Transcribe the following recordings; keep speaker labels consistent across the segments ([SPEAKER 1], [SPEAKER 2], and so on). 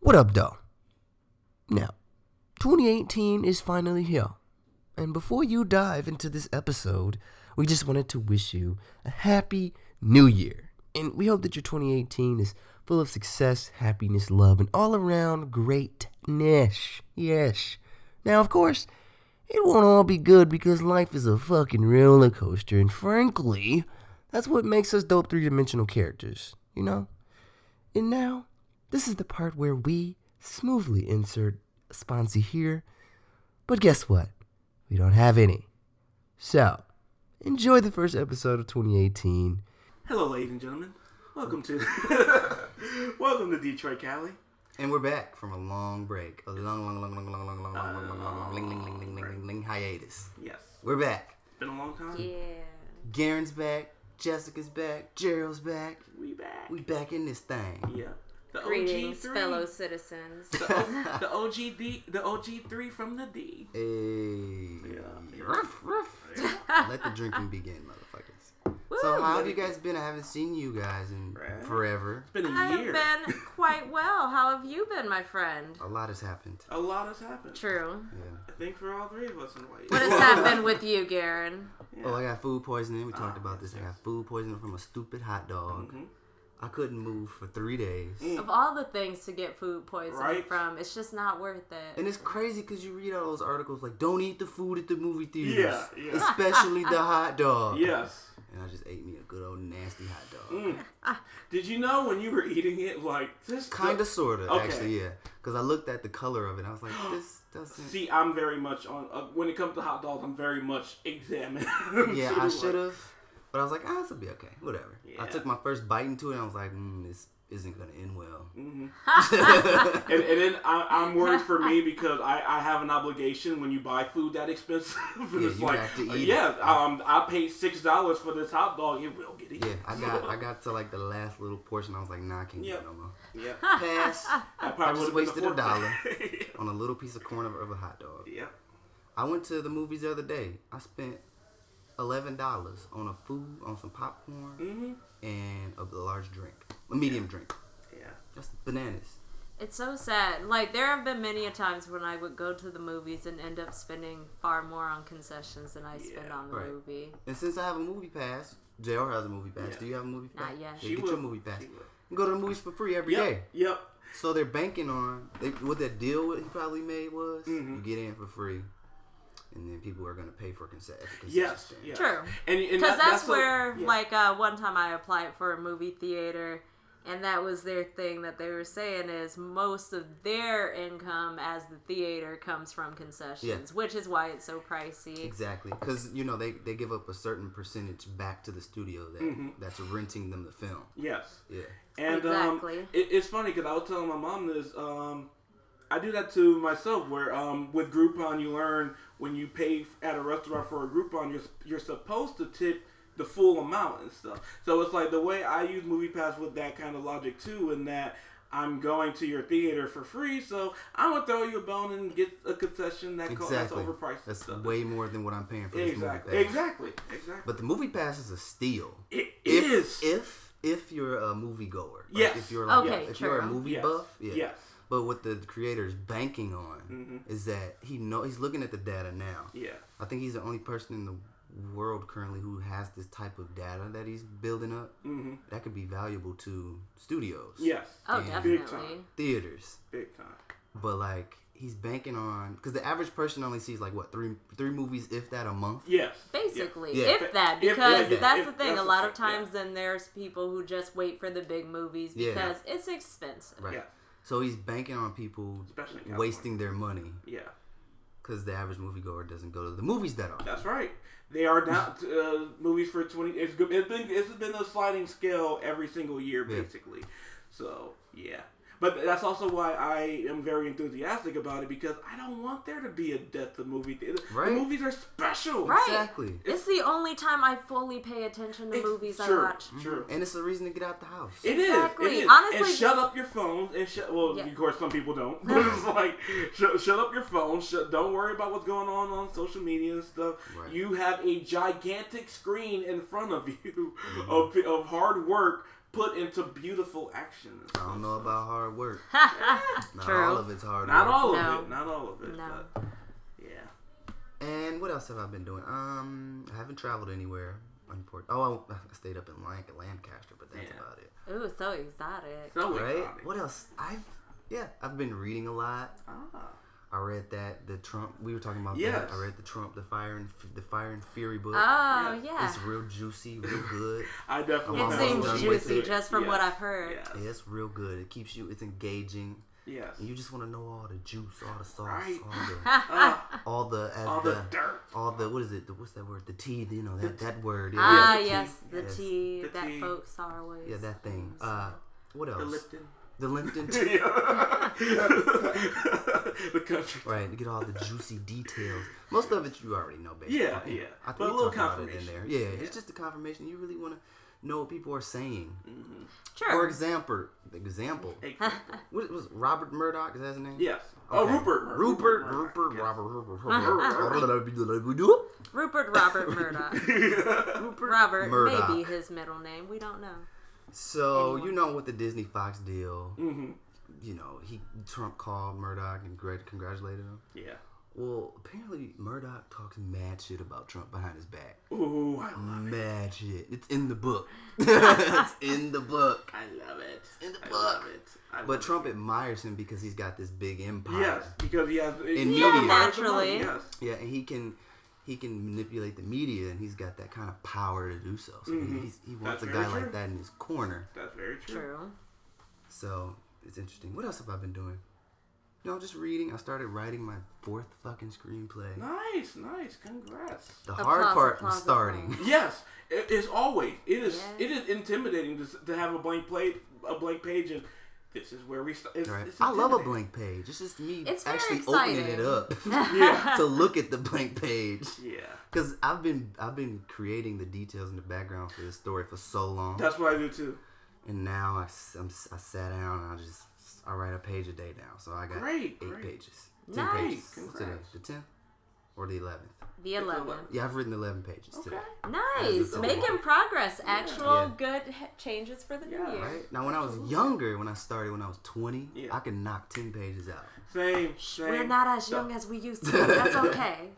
[SPEAKER 1] What up, though? Now, 2018 is finally here. And before you dive into this episode, we just wanted to wish you a happy new year. And we hope that your 2018 is full of success, happiness, love, and all around greatness. Yes. Now, of course, it won't all be good because life is a fucking roller coaster. And frankly, that's what makes us dope three dimensional characters, you know? And now, this is the part where we smoothly insert a sponsor here. But guess what? We don't have any. So, enjoy the first episode of 2018.
[SPEAKER 2] Hello, ladies and gentlemen. Welcome to welcome to Detroit Cali.
[SPEAKER 3] And we're back from a long break, a long, long, long, long, long, long, long, long, long, long, long, long, ling, ling, ling, ling, ling, ling, ling, hiatus.
[SPEAKER 2] Yes,
[SPEAKER 3] We're back.
[SPEAKER 2] been a long time.
[SPEAKER 4] Yeah.
[SPEAKER 3] Garen's back. Jessica's back. Gerald's back.
[SPEAKER 2] We back.
[SPEAKER 3] We back in this thing.
[SPEAKER 2] yeah. The
[SPEAKER 4] Greetings,
[SPEAKER 2] OG three.
[SPEAKER 4] fellow citizens.
[SPEAKER 2] The, o- the OG D, the OG three from the D.
[SPEAKER 3] Hey.
[SPEAKER 2] Yeah.
[SPEAKER 3] Ruff, ruff. Let the drinking begin, motherfuckers.
[SPEAKER 4] Woo.
[SPEAKER 3] So how have you guys been? I haven't seen you guys in
[SPEAKER 2] Right.
[SPEAKER 3] forever.
[SPEAKER 2] It's been a
[SPEAKER 4] I have
[SPEAKER 2] year.
[SPEAKER 4] been quite well. How have you been, my friend?
[SPEAKER 3] A lot has happened.
[SPEAKER 2] A lot has happened.
[SPEAKER 4] True.
[SPEAKER 3] Yeah.
[SPEAKER 2] I think for all three of us in life.
[SPEAKER 4] What has happened with you, Garen?
[SPEAKER 3] Oh, I got food poisoning. We
[SPEAKER 2] Ah,
[SPEAKER 3] talked about this. I got food poisoning from a stupid hot dog.
[SPEAKER 2] Mm-hmm.
[SPEAKER 3] I couldn't move for three days.
[SPEAKER 2] Mm.
[SPEAKER 4] Of all the things to get food poisoning
[SPEAKER 2] Right.
[SPEAKER 4] from, it's just not worth it.
[SPEAKER 3] And it's crazy because you read all those articles like, don't eat the food at the movie theaters.
[SPEAKER 2] Yeah, yeah.
[SPEAKER 3] Especially the hot dog.
[SPEAKER 2] Yes.
[SPEAKER 3] And I just ate me a good old nasty hot dog.
[SPEAKER 2] Mm. Did you know when you were eating it, like this
[SPEAKER 3] Kind of,
[SPEAKER 2] of?
[SPEAKER 3] sort of,
[SPEAKER 2] Okay.
[SPEAKER 3] actually, yeah. Because I looked at the color of it and I was like, this doesn't.
[SPEAKER 2] See, I'm very much on. Uh, when it comes to hot dogs, I'm very much examined.
[SPEAKER 3] yeah, I should have. But I was like, ah, this will be okay. Whatever. I
[SPEAKER 2] Yeah.
[SPEAKER 3] took my first bite into it and I was like, mm, this isn't going to end well.
[SPEAKER 2] And, and then I, I'm worried for me because I, I have an obligation when you buy food that expensive. and
[SPEAKER 3] Yeah,
[SPEAKER 2] it's
[SPEAKER 3] you
[SPEAKER 2] like,
[SPEAKER 3] have to eat
[SPEAKER 2] yeah,
[SPEAKER 3] it.
[SPEAKER 2] um, I paid six dollars for this hot dog. It will get eaten.
[SPEAKER 3] Yeah, I got I got to like the last little portion. I was like, nah, I can't
[SPEAKER 2] Yeah.
[SPEAKER 3] get no more.
[SPEAKER 2] yeah.
[SPEAKER 3] Pass
[SPEAKER 2] I probably
[SPEAKER 3] I
[SPEAKER 2] would
[SPEAKER 3] just wasted
[SPEAKER 2] have
[SPEAKER 3] a dollar on a little piece of corn of, of a hot dog.
[SPEAKER 2] yeah.
[SPEAKER 3] I went to the movies the other day. I spent eleven dollars on a food, on some popcorn,
[SPEAKER 2] Mm. Mm-hmm.
[SPEAKER 3] and a large drink, a medium drink.
[SPEAKER 2] Yeah.
[SPEAKER 3] That's bananas.
[SPEAKER 4] It's so sad. Like, there have been many a times when I would go to the movies and end up spending far more on concessions than I spend
[SPEAKER 2] Yeah.
[SPEAKER 4] on the
[SPEAKER 3] Right.
[SPEAKER 4] movie.
[SPEAKER 3] And since I have a movie pass, JR has a movie pass.
[SPEAKER 2] Yeah.
[SPEAKER 3] Do you have a movie pass?
[SPEAKER 4] Not yet.
[SPEAKER 3] Yeah,
[SPEAKER 2] She
[SPEAKER 3] get
[SPEAKER 2] will.
[SPEAKER 3] your movie pass.
[SPEAKER 2] She will.
[SPEAKER 3] You go to the movies for free every day.
[SPEAKER 2] Yep. Yep.
[SPEAKER 3] So they're banking on they, what that deal what he probably made was
[SPEAKER 2] Mm-hmm.
[SPEAKER 3] you get in for free, and then people are gonna pay for concessions.
[SPEAKER 2] Yes. yes.
[SPEAKER 4] True.
[SPEAKER 2] And, and
[SPEAKER 4] Because
[SPEAKER 2] that-
[SPEAKER 4] that's,
[SPEAKER 2] a-
[SPEAKER 4] where,
[SPEAKER 2] yeah.
[SPEAKER 4] like, uh, one time I applied for a movie theater, and that was their thing that they were saying is most of their income as the theater comes from concessions, which is why it's so pricey.
[SPEAKER 3] Exactly, because you know they, they give up a certain percentage back to the studio that
[SPEAKER 2] Mm-hmm.
[SPEAKER 3] that's renting them the film.
[SPEAKER 2] Yes.
[SPEAKER 3] Yeah,
[SPEAKER 2] And um,
[SPEAKER 4] Exactly.
[SPEAKER 2] it, it's funny because I was telling my mom this. Um, I do that to myself, where um, with Groupon, you learn when you pay at a restaurant for a Groupon, you're you're supposed to tip the full amount and stuff. So it's like the way I use MoviePass with that kind of logic too, in that I'm going to your theater for free, so I'm gonna throw you a bone and get a concession that costs that's
[SPEAKER 3] exactly.
[SPEAKER 2] overpriced.
[SPEAKER 3] That's
[SPEAKER 2] stuff.
[SPEAKER 3] way more than what I'm paying for this movie
[SPEAKER 2] exactly,
[SPEAKER 3] pass.
[SPEAKER 2] exactly, exactly.
[SPEAKER 3] But the movie pass is a steal.
[SPEAKER 2] it
[SPEAKER 3] if,
[SPEAKER 2] is.
[SPEAKER 3] if if you're a movie goer.
[SPEAKER 2] Yes.
[SPEAKER 3] If you're like
[SPEAKER 4] Okay,
[SPEAKER 3] if you're a
[SPEAKER 4] true.
[SPEAKER 3] movie
[SPEAKER 2] Yes.
[SPEAKER 3] buff. Yeah.
[SPEAKER 2] Yes. Mm-hmm.
[SPEAKER 3] But what the creator's banking on is that he know he's looking at the data now.
[SPEAKER 2] yeah.
[SPEAKER 3] I think he's the only person in the world currently who has this type of data that he's building up. Mm-hmm. That could be valuable to studios.
[SPEAKER 2] Yes.
[SPEAKER 4] Oh,
[SPEAKER 3] Yeah.
[SPEAKER 2] Big
[SPEAKER 4] definitely.
[SPEAKER 2] time.
[SPEAKER 3] Theaters.
[SPEAKER 2] Big time.
[SPEAKER 3] But like he's banking on because the average person only sees like what three three movies if that a month.
[SPEAKER 2] Yes. yes.
[SPEAKER 4] Basically,
[SPEAKER 3] Yeah.
[SPEAKER 4] if that,
[SPEAKER 2] If-
[SPEAKER 4] because
[SPEAKER 2] yeah,
[SPEAKER 4] that's
[SPEAKER 2] if-
[SPEAKER 4] the thing.
[SPEAKER 2] that's
[SPEAKER 4] a
[SPEAKER 2] the
[SPEAKER 4] lot of
[SPEAKER 2] thing, yeah.
[SPEAKER 4] times, then there's people who just wait for the big movies
[SPEAKER 3] Yeah.
[SPEAKER 4] because it's expensive.
[SPEAKER 3] Right.
[SPEAKER 2] Yeah.
[SPEAKER 3] So he's banking on people
[SPEAKER 2] Especially in California.
[SPEAKER 3] wasting their money
[SPEAKER 2] Yeah,
[SPEAKER 3] because the average moviegoer doesn't go to the movies that often.
[SPEAKER 2] that's right. They are now uh, movies for twenty. It's, good- it's been it's been a sliding scale every single year, basically. So yeah, but that's also why I am very enthusiastic about it because I don't want there to be a death of movie theater.
[SPEAKER 3] Right.
[SPEAKER 2] The movies are special.
[SPEAKER 4] Right.
[SPEAKER 3] Exactly.
[SPEAKER 4] It's the only time I fully pay attention to
[SPEAKER 2] It's-
[SPEAKER 4] movies
[SPEAKER 2] sure,
[SPEAKER 4] I watch.
[SPEAKER 2] Sure.
[SPEAKER 3] And it's a reason to get out the house.
[SPEAKER 2] It is. It
[SPEAKER 4] Exactly.
[SPEAKER 2] is.
[SPEAKER 4] Honestly-
[SPEAKER 2] and shut up your phones and shut. Well,
[SPEAKER 4] Yeah.
[SPEAKER 2] of course, some people don't. But it's like shut, shut up your phone. Shut, don't worry about what's going on on social media and stuff.
[SPEAKER 3] Right. Mm-hmm.
[SPEAKER 2] You have a gigantic screen in front of you of, of hard work put into beautiful action.
[SPEAKER 3] I don't know about hard work. Not
[SPEAKER 4] True.
[SPEAKER 3] all of it's hard
[SPEAKER 2] Not
[SPEAKER 3] work.
[SPEAKER 2] all of
[SPEAKER 4] No.
[SPEAKER 2] it. Not all of it.
[SPEAKER 4] No.
[SPEAKER 2] But yeah.
[SPEAKER 3] And what else have I been doing? Um, I haven't traveled anywhere. Unfortunately, oh, I, I stayed up in Lan- Lancaster, but that's
[SPEAKER 2] Yeah.
[SPEAKER 3] about it.
[SPEAKER 4] Ooh, so exotic. Oh,
[SPEAKER 2] So
[SPEAKER 3] Right?
[SPEAKER 2] exotic.
[SPEAKER 3] What else? I've yeah, I've been reading a lot.
[SPEAKER 2] Ah.
[SPEAKER 3] I read that the Trump. We were talking about
[SPEAKER 2] Yes.
[SPEAKER 3] that. I read the Trump, the fire and F- the fire and fury book.
[SPEAKER 4] Oh, yeah.
[SPEAKER 3] It's real juicy, real good.
[SPEAKER 2] I definitely.
[SPEAKER 4] It
[SPEAKER 3] almost done
[SPEAKER 4] seems
[SPEAKER 3] with
[SPEAKER 4] juicy
[SPEAKER 3] it.
[SPEAKER 4] just from what
[SPEAKER 2] Yes.
[SPEAKER 4] I've heard.
[SPEAKER 2] Yes.
[SPEAKER 3] yeah, it's real good. It keeps you. It's engaging.
[SPEAKER 2] Yes.
[SPEAKER 3] And you just want to know all the juice, all the sauce,
[SPEAKER 2] Right.
[SPEAKER 3] all
[SPEAKER 2] Ah,
[SPEAKER 3] the all the as
[SPEAKER 2] all
[SPEAKER 3] the,
[SPEAKER 2] the dirt.
[SPEAKER 3] all the what is it? The, what's that word? The tea. You know that that word. Yeah,
[SPEAKER 4] Ah,
[SPEAKER 2] the tea.
[SPEAKER 4] yes, the
[SPEAKER 3] Yes.
[SPEAKER 4] tea
[SPEAKER 2] The
[SPEAKER 4] that
[SPEAKER 2] tea.
[SPEAKER 4] folks are always.
[SPEAKER 3] yeah, that thing. Uh, what else?
[SPEAKER 2] The Lipton.
[SPEAKER 3] The Lipton tea.
[SPEAKER 2] Yeah. the country.
[SPEAKER 3] Right, to get all the juicy details. Most of it you already know, basically.
[SPEAKER 2] Yeah, yeah.
[SPEAKER 3] I
[SPEAKER 2] But a
[SPEAKER 3] think
[SPEAKER 2] little
[SPEAKER 3] little confirmation.
[SPEAKER 2] confirmation.
[SPEAKER 3] in there. Yeah,
[SPEAKER 2] Yeah.
[SPEAKER 3] it's just the confirmation. You really want to know what people are saying.
[SPEAKER 2] Mm-hmm.
[SPEAKER 3] For
[SPEAKER 4] sure.
[SPEAKER 3] example, example.
[SPEAKER 2] Example.
[SPEAKER 3] What was Robert Murdoch? Is that his name?
[SPEAKER 2] yes. Oh,
[SPEAKER 3] Okay.
[SPEAKER 2] Rupert.
[SPEAKER 3] Rupert.
[SPEAKER 2] Murdoch.
[SPEAKER 3] Rupert.
[SPEAKER 2] Yes.
[SPEAKER 3] Robert. Rupert. Rupert.
[SPEAKER 4] Rupert Robert Murdoch.
[SPEAKER 3] Rupert.
[SPEAKER 4] Robert may be
[SPEAKER 3] Murdoch.
[SPEAKER 4] his middle name. We don't know.
[SPEAKER 3] So
[SPEAKER 4] Anyone.
[SPEAKER 3] you know with the Disney Fox deal,
[SPEAKER 2] Mhm.
[SPEAKER 3] you know he Trump called Murdoch and great congratulated him.
[SPEAKER 2] Yeah.
[SPEAKER 3] Well, apparently Murdoch talks mad shit about Trump behind his back.
[SPEAKER 2] Ooh, I love,
[SPEAKER 3] Mad shit. It's in the book. it's in the book.
[SPEAKER 2] I love it.
[SPEAKER 3] In the
[SPEAKER 2] I love
[SPEAKER 3] book.
[SPEAKER 2] it. I love
[SPEAKER 3] But
[SPEAKER 2] it.
[SPEAKER 3] Trump admires him because he's got this big empire.
[SPEAKER 2] Yes, because he has.
[SPEAKER 3] In
[SPEAKER 2] he has
[SPEAKER 3] media.
[SPEAKER 2] lots of
[SPEAKER 4] Naturally.
[SPEAKER 2] money, Yes.
[SPEAKER 3] Yeah, and he can he can manipulate the media and he's got that kind of power to do so. So he, he's, he wants
[SPEAKER 2] Mm-hmm. That's
[SPEAKER 3] a guy
[SPEAKER 2] very true.
[SPEAKER 3] like that in his corner.
[SPEAKER 2] That's very true.
[SPEAKER 4] True.
[SPEAKER 3] So it's interesting. What else have I been doing? No, just reading. I started writing my fourth fucking screenplay.
[SPEAKER 2] Nice, nice. Congrats.
[SPEAKER 3] The
[SPEAKER 4] Applause,
[SPEAKER 3] hard part
[SPEAKER 4] applause,
[SPEAKER 3] was starting.
[SPEAKER 4] applause.
[SPEAKER 2] Yes, it is always. It is.
[SPEAKER 4] Yeah.
[SPEAKER 2] It is intimidating to, s- to have a blank plate, a blank page, and this is where we start. It's,
[SPEAKER 3] Right.
[SPEAKER 2] it's
[SPEAKER 3] I love a
[SPEAKER 2] intimidating.
[SPEAKER 3] blank page. It's just me
[SPEAKER 4] It's very
[SPEAKER 3] actually opening it
[SPEAKER 4] exciting.
[SPEAKER 3] up
[SPEAKER 2] Yeah.
[SPEAKER 3] to look at the blank page.
[SPEAKER 2] Yeah.
[SPEAKER 3] Cause I've been I've been creating the details in the background for this story for so long,
[SPEAKER 2] That's what I do too.
[SPEAKER 3] and now I, s- I'm s- I sat down and I just I write a page a day now, so I got
[SPEAKER 2] Great,
[SPEAKER 3] eight
[SPEAKER 2] great.
[SPEAKER 3] pages, ten
[SPEAKER 4] Nice.
[SPEAKER 3] pages. What's today?
[SPEAKER 2] Congrats.
[SPEAKER 3] The tenth or the eleventh?
[SPEAKER 4] The 11th.
[SPEAKER 2] eleventh.
[SPEAKER 3] Yeah, I've written eleven pages
[SPEAKER 2] Okay.
[SPEAKER 3] today.
[SPEAKER 4] Nice. Making progress. Actual
[SPEAKER 3] Yeah.
[SPEAKER 4] good h- changes for the new
[SPEAKER 2] Yeah.
[SPEAKER 4] year.
[SPEAKER 3] Right now, when I was younger, when I started when I was twenty,
[SPEAKER 2] Yeah.
[SPEAKER 3] I could knock ten pages out.
[SPEAKER 2] Same. same.
[SPEAKER 4] We're not as young as we used to. be. That's okay.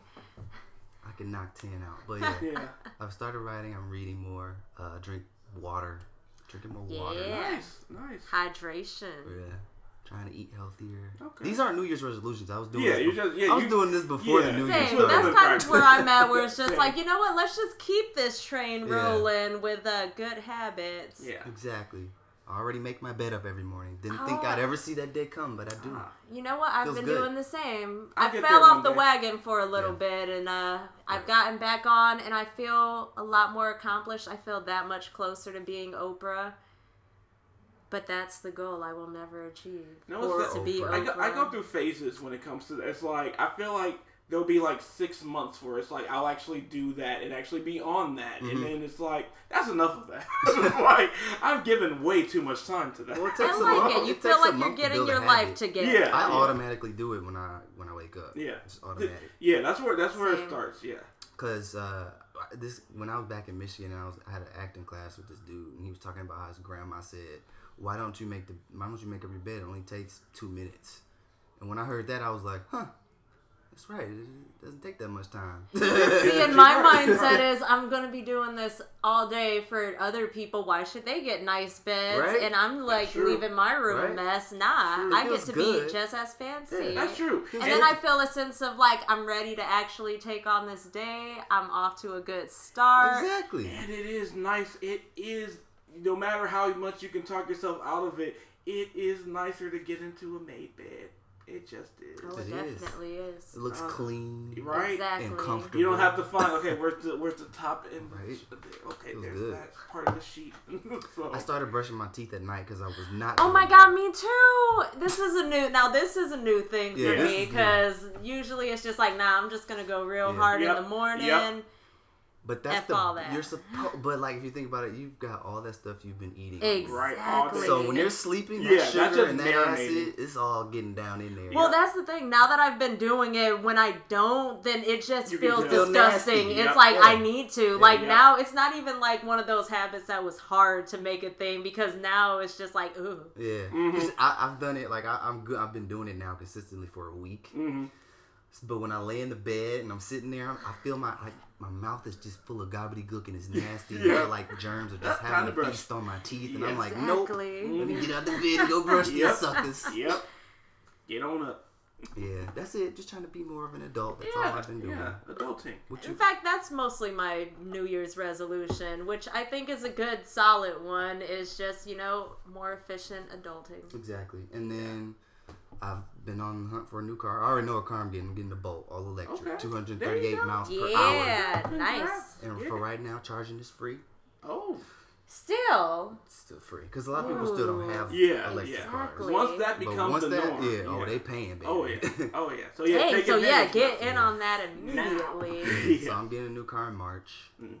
[SPEAKER 3] I could knock ten out, but yeah,
[SPEAKER 2] Yeah.
[SPEAKER 3] I've started writing. I'm reading more. Uh, drink water. Drinking more water.
[SPEAKER 4] Yeah.
[SPEAKER 2] Nice. Nice.
[SPEAKER 4] Hydration.
[SPEAKER 3] Yeah. Trying to eat healthier.
[SPEAKER 2] Okay.
[SPEAKER 3] These aren't New Year's resolutions. I was doing.
[SPEAKER 2] Yeah,
[SPEAKER 3] this
[SPEAKER 2] you
[SPEAKER 3] bef-
[SPEAKER 2] just- yeah,
[SPEAKER 3] I was
[SPEAKER 2] you-
[SPEAKER 3] doing this before
[SPEAKER 2] yeah.
[SPEAKER 3] the New Year's
[SPEAKER 4] Same.
[SPEAKER 2] Same.
[SPEAKER 4] That's
[SPEAKER 3] started.
[SPEAKER 4] kind of where I'm at, where it's just
[SPEAKER 2] Same.
[SPEAKER 4] like, you know what? Let's just keep this train
[SPEAKER 3] Yeah.
[SPEAKER 4] rolling with uh, good habits.
[SPEAKER 2] Yeah.
[SPEAKER 3] Exactly. I already make my bed up every morning. Didn't think
[SPEAKER 4] Oh.
[SPEAKER 3] I'd ever see that day come, but I do.
[SPEAKER 2] Ah.
[SPEAKER 4] You know what? I've
[SPEAKER 3] Feels
[SPEAKER 4] been
[SPEAKER 3] good.
[SPEAKER 4] doing the same.
[SPEAKER 2] I'll
[SPEAKER 4] I
[SPEAKER 2] get
[SPEAKER 4] fell
[SPEAKER 2] there one
[SPEAKER 4] off the
[SPEAKER 2] day.
[SPEAKER 4] wagon for a little bit, and uh, I've gotten back on, and I feel a lot more accomplished. I feel that much closer to being Oprah. But that's the goal I will never achieve.
[SPEAKER 2] No,
[SPEAKER 4] or
[SPEAKER 2] it's
[SPEAKER 4] to
[SPEAKER 3] not
[SPEAKER 4] be
[SPEAKER 3] Oprah.
[SPEAKER 4] Oprah.
[SPEAKER 2] I go, I go through phases when it comes to that. It's like I feel like there'll be like six months where it's like I'll actually do that and actually be on that,
[SPEAKER 3] Mm-hmm.
[SPEAKER 2] and then it's like that's enough of that. It's like I've given way too much time to that.
[SPEAKER 3] Well, it
[SPEAKER 4] I
[SPEAKER 3] takes a
[SPEAKER 4] like
[SPEAKER 3] month-
[SPEAKER 4] it. You
[SPEAKER 3] takes
[SPEAKER 4] feel
[SPEAKER 3] a
[SPEAKER 4] like you're
[SPEAKER 3] month to
[SPEAKER 4] getting
[SPEAKER 3] build a
[SPEAKER 4] your
[SPEAKER 3] habit.
[SPEAKER 4] life together.
[SPEAKER 2] Yeah.
[SPEAKER 3] I automatically do it when I when I wake up.
[SPEAKER 2] yeah,
[SPEAKER 3] It's
[SPEAKER 2] Th-
[SPEAKER 3] automatic.
[SPEAKER 2] yeah. That's where that's where it
[SPEAKER 4] Same.
[SPEAKER 2] starts. Yeah.
[SPEAKER 3] Cause uh, this when I was back in Michigan, I was I had an acting class with this dude, and he was talking about how his grandma said, "Why don't you make the Why don't you make up your bed? It only takes two minutes." And when I heard that, I was like, "Huh, that's right. It doesn't take that much time."
[SPEAKER 4] See, and my mindset is I'm gonna be doing this all day for other people. Why should they get nice beds?
[SPEAKER 3] Right?
[SPEAKER 4] And I'm like
[SPEAKER 2] true.
[SPEAKER 4] leaving my room a
[SPEAKER 3] Right?
[SPEAKER 4] mess. Nah,
[SPEAKER 3] True.
[SPEAKER 4] I get
[SPEAKER 3] Feels
[SPEAKER 4] to
[SPEAKER 3] good.
[SPEAKER 4] be just as fancy.
[SPEAKER 2] That's true.
[SPEAKER 4] And then I feel a sense of like I'm ready to actually take on this day. I'm off to a good start.
[SPEAKER 3] exactly.
[SPEAKER 2] And it is nice. It is no matter how much you can talk yourself out of it. It is nicer to get into a maid bed. It just
[SPEAKER 4] Oh,
[SPEAKER 2] is.
[SPEAKER 4] it
[SPEAKER 3] It is.
[SPEAKER 4] definitely is.
[SPEAKER 3] It looks clean
[SPEAKER 2] Uh, Right.
[SPEAKER 4] Exactly.
[SPEAKER 3] and comfortable.
[SPEAKER 2] You don't have to find okay. Where's the where's the top end?
[SPEAKER 3] Right.
[SPEAKER 2] Okay,
[SPEAKER 3] Feels
[SPEAKER 2] there's
[SPEAKER 3] good.
[SPEAKER 2] that part of the sheet. so,
[SPEAKER 3] I started brushing my teeth at night because I was not.
[SPEAKER 4] Oh
[SPEAKER 3] doing
[SPEAKER 4] my
[SPEAKER 3] that.
[SPEAKER 4] god, me too. This is a new now. This is a new thing
[SPEAKER 3] Yeah,
[SPEAKER 4] for
[SPEAKER 3] this
[SPEAKER 4] me
[SPEAKER 3] is new.
[SPEAKER 4] because usually it's just like, nah, I'm just gonna go real
[SPEAKER 3] Yeah.
[SPEAKER 4] hard
[SPEAKER 2] Yep.
[SPEAKER 4] in the morning.
[SPEAKER 2] Yep.
[SPEAKER 3] But that's
[SPEAKER 4] F
[SPEAKER 3] the
[SPEAKER 4] all that.
[SPEAKER 3] you're supposed. But like if you think about it, you've got all that stuff you've been eating.
[SPEAKER 4] Exactly.
[SPEAKER 2] Right, all day.
[SPEAKER 3] So when you're sleeping,
[SPEAKER 2] Yeah,
[SPEAKER 3] that
[SPEAKER 2] that's
[SPEAKER 3] sugar
[SPEAKER 2] just
[SPEAKER 3] and that
[SPEAKER 2] marinating.
[SPEAKER 3] acid, it's all getting down in there.
[SPEAKER 4] Well, that's the thing. Now that I've been doing it, when I don't, then it just
[SPEAKER 2] You can
[SPEAKER 4] feels
[SPEAKER 2] feel
[SPEAKER 4] disgusting.
[SPEAKER 3] nasty.
[SPEAKER 4] It's
[SPEAKER 2] Yep.
[SPEAKER 4] like
[SPEAKER 3] Yeah.
[SPEAKER 4] I need to. like
[SPEAKER 2] yeah.
[SPEAKER 4] now, it's not even like one of those habits that was hard to make a thing because now it's just like ooh.
[SPEAKER 3] yeah,
[SPEAKER 2] Mm-hmm.
[SPEAKER 3] 'Cause I, I've done it. Like I, I'm good. I've been doing it now consistently for a week.
[SPEAKER 2] Mhm.
[SPEAKER 3] But when I lay in the bed and I'm sitting there, I'm, I feel my like my mouth is just full of gobbledygook and it's nasty. and
[SPEAKER 2] Yeah.
[SPEAKER 3] I, like germs are just
[SPEAKER 2] Kinda
[SPEAKER 3] having a
[SPEAKER 2] brush.
[SPEAKER 3] feast on my teeth, and
[SPEAKER 2] Yeah.
[SPEAKER 3] I'm like, nope.
[SPEAKER 4] Exactly.
[SPEAKER 3] Let me get out the bed and go brush
[SPEAKER 2] Yep.
[SPEAKER 3] these suckers.
[SPEAKER 2] Yep. Get on up.
[SPEAKER 3] Yeah, that's it. Just trying to be more of an adult. That's all
[SPEAKER 2] Yeah,
[SPEAKER 3] I've been doing.
[SPEAKER 2] yeah. Adulting.
[SPEAKER 3] What
[SPEAKER 4] In
[SPEAKER 3] you?
[SPEAKER 4] fact, that's mostly my New Year's resolution, which I think is a good, solid one. Is just you know more efficient adulting.
[SPEAKER 3] Exactly. And then I've been on the hunt for a new car. I already know a car I'm getting. I'm getting the Bolt all electric,
[SPEAKER 2] Okay.
[SPEAKER 3] 238
[SPEAKER 2] There you go.
[SPEAKER 3] miles per hour.
[SPEAKER 4] Yeah, nice.
[SPEAKER 3] And for right now, charging is free.
[SPEAKER 2] Oh.
[SPEAKER 4] Still,
[SPEAKER 3] It's still free because a lot of people still don't have
[SPEAKER 2] Yeah,
[SPEAKER 3] electric
[SPEAKER 2] yeah.
[SPEAKER 3] cars.
[SPEAKER 4] Exactly.
[SPEAKER 2] Once that
[SPEAKER 3] But
[SPEAKER 2] becomes
[SPEAKER 3] once
[SPEAKER 2] the
[SPEAKER 3] that,
[SPEAKER 2] norm.
[SPEAKER 3] yeah, oh, they paying, baby.
[SPEAKER 2] Oh yeah. Oh yeah. So yeah.
[SPEAKER 4] hey,
[SPEAKER 2] take
[SPEAKER 4] so yeah,
[SPEAKER 2] advantage
[SPEAKER 4] get
[SPEAKER 2] now.
[SPEAKER 4] in on that
[SPEAKER 2] Now.
[SPEAKER 4] immediately.
[SPEAKER 3] so
[SPEAKER 2] yeah. Mm-hmm.
[SPEAKER 3] I'm getting a new car in March. I'm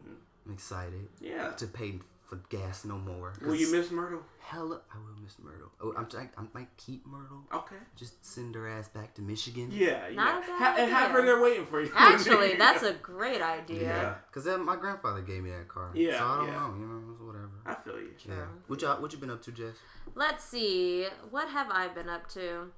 [SPEAKER 3] excited.
[SPEAKER 2] Yeah.
[SPEAKER 3] To pay for gas no more.
[SPEAKER 2] Will you miss Myrtle?
[SPEAKER 3] Hella, I will miss Myrtle. Oh, I'm trying. I might keep Myrtle.
[SPEAKER 2] Okay.
[SPEAKER 3] Just send her ass back to Michigan.
[SPEAKER 2] Yeah. Yeah.
[SPEAKER 4] Not a bad
[SPEAKER 2] Ha- and have her
[SPEAKER 4] idea.
[SPEAKER 2] there waiting for you.
[SPEAKER 4] Actually, that's a great idea.
[SPEAKER 2] Yeah.
[SPEAKER 3] Cause that, my grandfather gave me that car.
[SPEAKER 2] Yeah,
[SPEAKER 3] So I don't
[SPEAKER 2] yeah.
[SPEAKER 3] know. You know, it's whatever.
[SPEAKER 2] I feel you.
[SPEAKER 3] Yeah. What y'all? What you been up to, Jess?
[SPEAKER 4] Let's see. What have I been up to?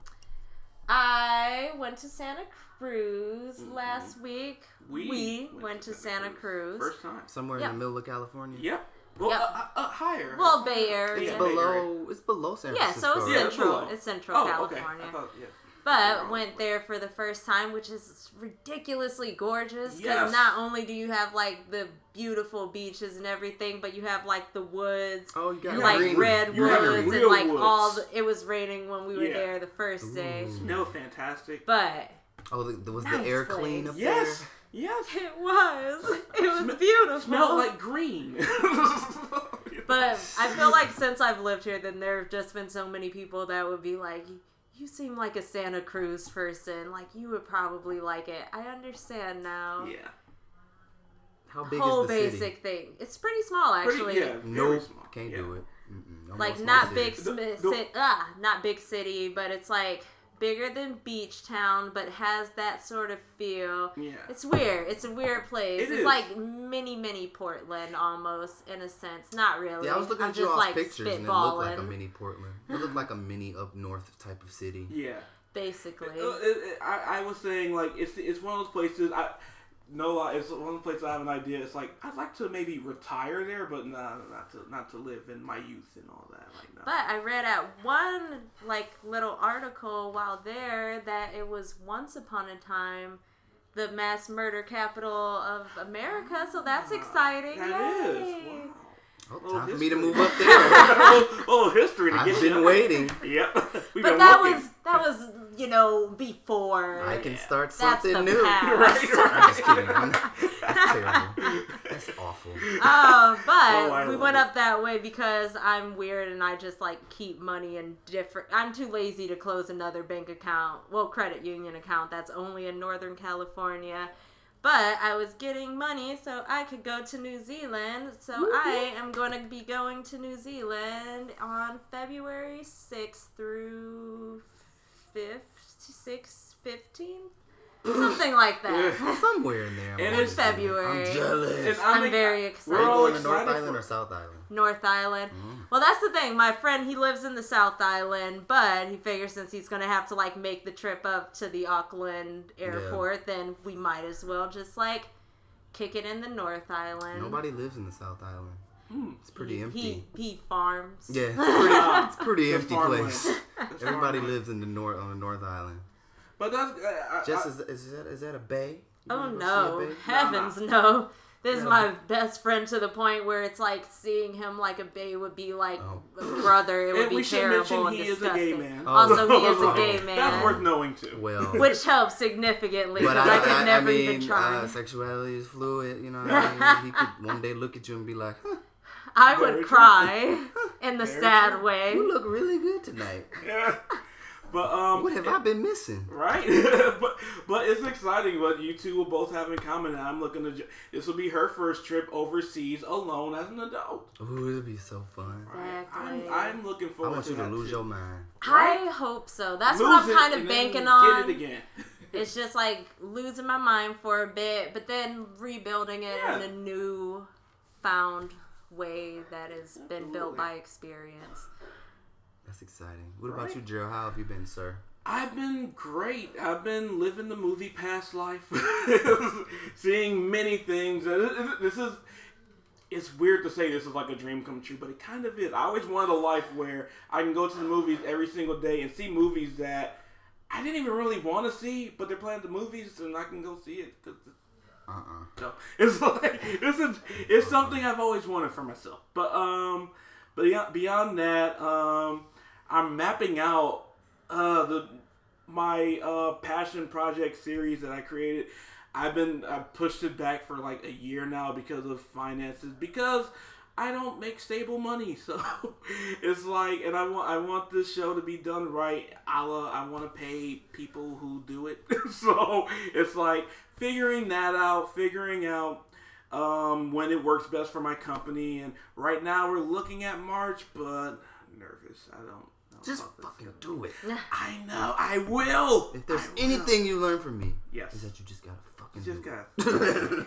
[SPEAKER 4] I went to Santa Cruz last week. We, went, to Santa, Cruz.
[SPEAKER 2] First time.
[SPEAKER 3] Somewhere
[SPEAKER 4] Yeah.
[SPEAKER 3] in the middle of California.
[SPEAKER 2] Yep. Well,
[SPEAKER 4] Yep.
[SPEAKER 2] Uh, uh, uh, higher.
[SPEAKER 4] Well, Bay Area.
[SPEAKER 2] Yeah,
[SPEAKER 3] It's
[SPEAKER 2] Bay Area.
[SPEAKER 3] below. It's below San
[SPEAKER 4] Yeah,
[SPEAKER 3] Francisco.
[SPEAKER 4] so it's
[SPEAKER 2] Yeah, that's
[SPEAKER 4] central.
[SPEAKER 2] below.
[SPEAKER 4] It's central
[SPEAKER 2] Oh, okay.
[SPEAKER 4] California.
[SPEAKER 2] I thought, yeah.
[SPEAKER 4] But went there for the first time, which is ridiculously gorgeous. Because
[SPEAKER 2] Yes.
[SPEAKER 4] not only do you have like the beautiful beaches and everything, but you have like the woods,
[SPEAKER 3] Oh, you got
[SPEAKER 4] like
[SPEAKER 3] green.
[SPEAKER 4] red
[SPEAKER 2] You have
[SPEAKER 4] woods, and
[SPEAKER 2] real
[SPEAKER 4] like
[SPEAKER 2] woods.
[SPEAKER 4] all. The, it was raining when we were
[SPEAKER 2] Yeah.
[SPEAKER 4] there the first day,
[SPEAKER 2] Smell fantastic.
[SPEAKER 4] but
[SPEAKER 3] Oh, the, was
[SPEAKER 4] Nice
[SPEAKER 3] the air
[SPEAKER 4] place.
[SPEAKER 3] clean up
[SPEAKER 2] Yes. Yes.
[SPEAKER 4] it was it was
[SPEAKER 2] Smell-
[SPEAKER 4] beautiful.
[SPEAKER 2] Smell like green.
[SPEAKER 4] But I feel like since I've lived here, then there have just been so many people that would be like, "You seem like a Santa Cruz person. Like you would probably like it." I understand now.
[SPEAKER 2] yeah.
[SPEAKER 3] there? How big
[SPEAKER 4] Whole
[SPEAKER 3] is the
[SPEAKER 4] basic
[SPEAKER 3] city?
[SPEAKER 4] thing. It's pretty small,
[SPEAKER 2] Pretty,
[SPEAKER 4] actually.
[SPEAKER 2] yeah. very
[SPEAKER 3] No,
[SPEAKER 2] small.
[SPEAKER 3] can't
[SPEAKER 2] Yeah.
[SPEAKER 3] do it. Mm-mm. No
[SPEAKER 4] Like
[SPEAKER 3] small
[SPEAKER 4] not
[SPEAKER 3] city.
[SPEAKER 4] big, sm-
[SPEAKER 2] The- the-
[SPEAKER 4] ci- ah, not big city, but it's like bigger than beach town, but has that sort of feel.
[SPEAKER 2] Yeah.
[SPEAKER 4] It's weird. It's a weird place.
[SPEAKER 2] It
[SPEAKER 4] it's
[SPEAKER 2] is.
[SPEAKER 4] like mini, mini Portland almost in a sense. Not really.
[SPEAKER 3] Yeah, I was looking
[SPEAKER 4] I'm
[SPEAKER 3] at you
[SPEAKER 4] just
[SPEAKER 3] all
[SPEAKER 4] like
[SPEAKER 3] pictures and it looked like a
[SPEAKER 4] spitballing,
[SPEAKER 3] mini Portland. It looked like a mini up north type of city.
[SPEAKER 2] Yeah.
[SPEAKER 4] basically.
[SPEAKER 2] Uh, it- it- I, I was saying like it's it's one of those places I no lie, it's one of the places I have an idea. It's like I'd like to maybe retire there, but nah, not to not to live in my youth and all that. Like, nah.
[SPEAKER 4] But I read at one like little article while there that it was once upon a time the mass murder capital of America, so that's exciting.
[SPEAKER 2] Ah, that is
[SPEAKER 4] Yay.
[SPEAKER 2] wow.
[SPEAKER 3] Oh,
[SPEAKER 2] Oh,
[SPEAKER 3] time for me to
[SPEAKER 2] history.
[SPEAKER 3] move up there.
[SPEAKER 2] oh, oh, history to
[SPEAKER 3] I've
[SPEAKER 2] get
[SPEAKER 3] been
[SPEAKER 2] you.
[SPEAKER 3] waiting.
[SPEAKER 2] Yep. We've
[SPEAKER 4] But
[SPEAKER 2] been
[SPEAKER 4] that
[SPEAKER 2] looking.
[SPEAKER 4] was that was you know before.
[SPEAKER 3] I can start
[SPEAKER 4] That's
[SPEAKER 3] something
[SPEAKER 4] the
[SPEAKER 3] new.
[SPEAKER 4] past.
[SPEAKER 2] Right,
[SPEAKER 3] I'm just
[SPEAKER 2] right.
[SPEAKER 3] kidding. I'm- that's terrible. That's awful.
[SPEAKER 4] Um,
[SPEAKER 2] Oh, I
[SPEAKER 4] but we
[SPEAKER 2] love
[SPEAKER 4] went
[SPEAKER 2] it.
[SPEAKER 4] up that way because I'm weird and I just like keep money in different. I'm too lazy to close another bank account, well, credit union account that's only in Northern California. But I was getting money so I could go to New Zealand. So I am going to be going to New Zealand on February 6th through 5th, 6th, 15th, something like that.
[SPEAKER 3] Somewhere in there. I'm
[SPEAKER 2] In
[SPEAKER 3] always saying,
[SPEAKER 4] February.
[SPEAKER 3] I'm jealous.
[SPEAKER 2] And
[SPEAKER 3] Are
[SPEAKER 2] I'm,
[SPEAKER 4] I'm very
[SPEAKER 2] We're
[SPEAKER 4] excited.
[SPEAKER 3] you
[SPEAKER 2] all
[SPEAKER 3] going to North
[SPEAKER 2] excited
[SPEAKER 3] Island
[SPEAKER 2] for-
[SPEAKER 3] or South Island?
[SPEAKER 4] North Island.
[SPEAKER 3] Mm.
[SPEAKER 4] Well, that's the thing. My friend, he lives in the South Island, but he figures since he's going to have to like make the trip up to the Auckland airport, then we might as well just like kick it in the North Island.
[SPEAKER 3] Nobody lives in the South Island.
[SPEAKER 4] Hmm.
[SPEAKER 3] It's pretty
[SPEAKER 4] he,
[SPEAKER 3] empty.
[SPEAKER 4] He, he farms.
[SPEAKER 3] Yeah, it's pretty, it's pretty
[SPEAKER 2] It's
[SPEAKER 3] empty
[SPEAKER 2] farmland.
[SPEAKER 3] place.
[SPEAKER 2] It's
[SPEAKER 3] Everybody
[SPEAKER 2] farmland.
[SPEAKER 3] lives in the north on the North Island.
[SPEAKER 2] But that's uh, I,
[SPEAKER 3] Jess,
[SPEAKER 2] I,
[SPEAKER 3] is, is that is that a bay?
[SPEAKER 4] Oh
[SPEAKER 3] You wanna go see
[SPEAKER 4] no,
[SPEAKER 3] a bay?
[SPEAKER 4] heavens no. This is my best friend to the point where it's like seeing him like a bae would be like
[SPEAKER 3] Oh.
[SPEAKER 4] a brother. It would
[SPEAKER 2] And
[SPEAKER 4] be
[SPEAKER 2] we should
[SPEAKER 4] terrible
[SPEAKER 2] mention
[SPEAKER 4] and
[SPEAKER 2] he is a gay
[SPEAKER 4] disgusting.
[SPEAKER 2] man.
[SPEAKER 4] Also, he is
[SPEAKER 2] Oh,
[SPEAKER 4] a gay man.
[SPEAKER 2] That's worth knowing too.
[SPEAKER 3] Well,
[SPEAKER 4] which helps significantly
[SPEAKER 3] but
[SPEAKER 4] because
[SPEAKER 3] I,
[SPEAKER 4] I, could
[SPEAKER 3] I- I
[SPEAKER 4] never
[SPEAKER 3] mean,
[SPEAKER 4] even try.
[SPEAKER 3] Uh, sexuality is fluid. You know, what I mean? he could one day look at you and be like, huh,
[SPEAKER 4] I
[SPEAKER 2] Very
[SPEAKER 4] would
[SPEAKER 2] true.
[SPEAKER 4] cry in the
[SPEAKER 2] Very
[SPEAKER 4] sad
[SPEAKER 2] true.
[SPEAKER 4] way.
[SPEAKER 3] "You look really good tonight."
[SPEAKER 2] Yeah. But um,
[SPEAKER 3] What have I been missing?
[SPEAKER 2] Right, but but it's exciting what you two will both have in common. And I'm looking to. ju- This will be her first trip overseas alone as an adult.
[SPEAKER 3] Ooh, it'll be so fun.
[SPEAKER 2] Right, I'm,
[SPEAKER 4] Exactly.
[SPEAKER 2] I'm looking
[SPEAKER 3] I
[SPEAKER 2] forward.
[SPEAKER 3] want
[SPEAKER 2] to
[SPEAKER 3] you to
[SPEAKER 2] that
[SPEAKER 3] lose
[SPEAKER 2] too.
[SPEAKER 3] your mind.
[SPEAKER 4] I hope so. That's what
[SPEAKER 2] Lose
[SPEAKER 4] I'm
[SPEAKER 2] it
[SPEAKER 4] kind of
[SPEAKER 2] and then
[SPEAKER 4] banking on.
[SPEAKER 2] Get it again.
[SPEAKER 4] It's just like losing my mind for a bit, but then rebuilding it
[SPEAKER 2] Yeah.
[SPEAKER 4] in a new found way that has been built
[SPEAKER 2] Absolutely.
[SPEAKER 4] by experience.
[SPEAKER 3] That's exciting. What about
[SPEAKER 2] Right.
[SPEAKER 3] you, Gerald? How have you been, sir?
[SPEAKER 2] I've been great. I've been living the movie past life, seeing many things. And it- it- This is. It's weird to say this is like a dream come true, but it kind of is. I always wanted a life where I can go to the movies every single day and see movies that I didn't even really want to see, but they're playing at the movies and I can go see it. 'cause it's-
[SPEAKER 3] Uh uh
[SPEAKER 2] no. It's like it's a, it's something I've always wanted for myself. But um, but beyond, beyond that, um, I'm mapping out uh the my uh passion project series that I created. I've been I pushed it back for like a year now because of finances because I don't make stable money, so it's like, and I want I want this show to be done right. A la, I want to pay people who do it, so it's like figuring that out, figuring out um, when it works best for my company. And right now we're looking at March, but I'm nervous. I don't. I don't
[SPEAKER 3] Just
[SPEAKER 2] know if it's
[SPEAKER 3] fucking
[SPEAKER 2] gonna-
[SPEAKER 3] do it.
[SPEAKER 2] I know. I will.
[SPEAKER 3] If there's
[SPEAKER 2] I will.
[SPEAKER 3] anything you learn from me,
[SPEAKER 2] Yes.
[SPEAKER 3] is that you just gotta fucking
[SPEAKER 2] you just
[SPEAKER 3] do
[SPEAKER 2] gotta,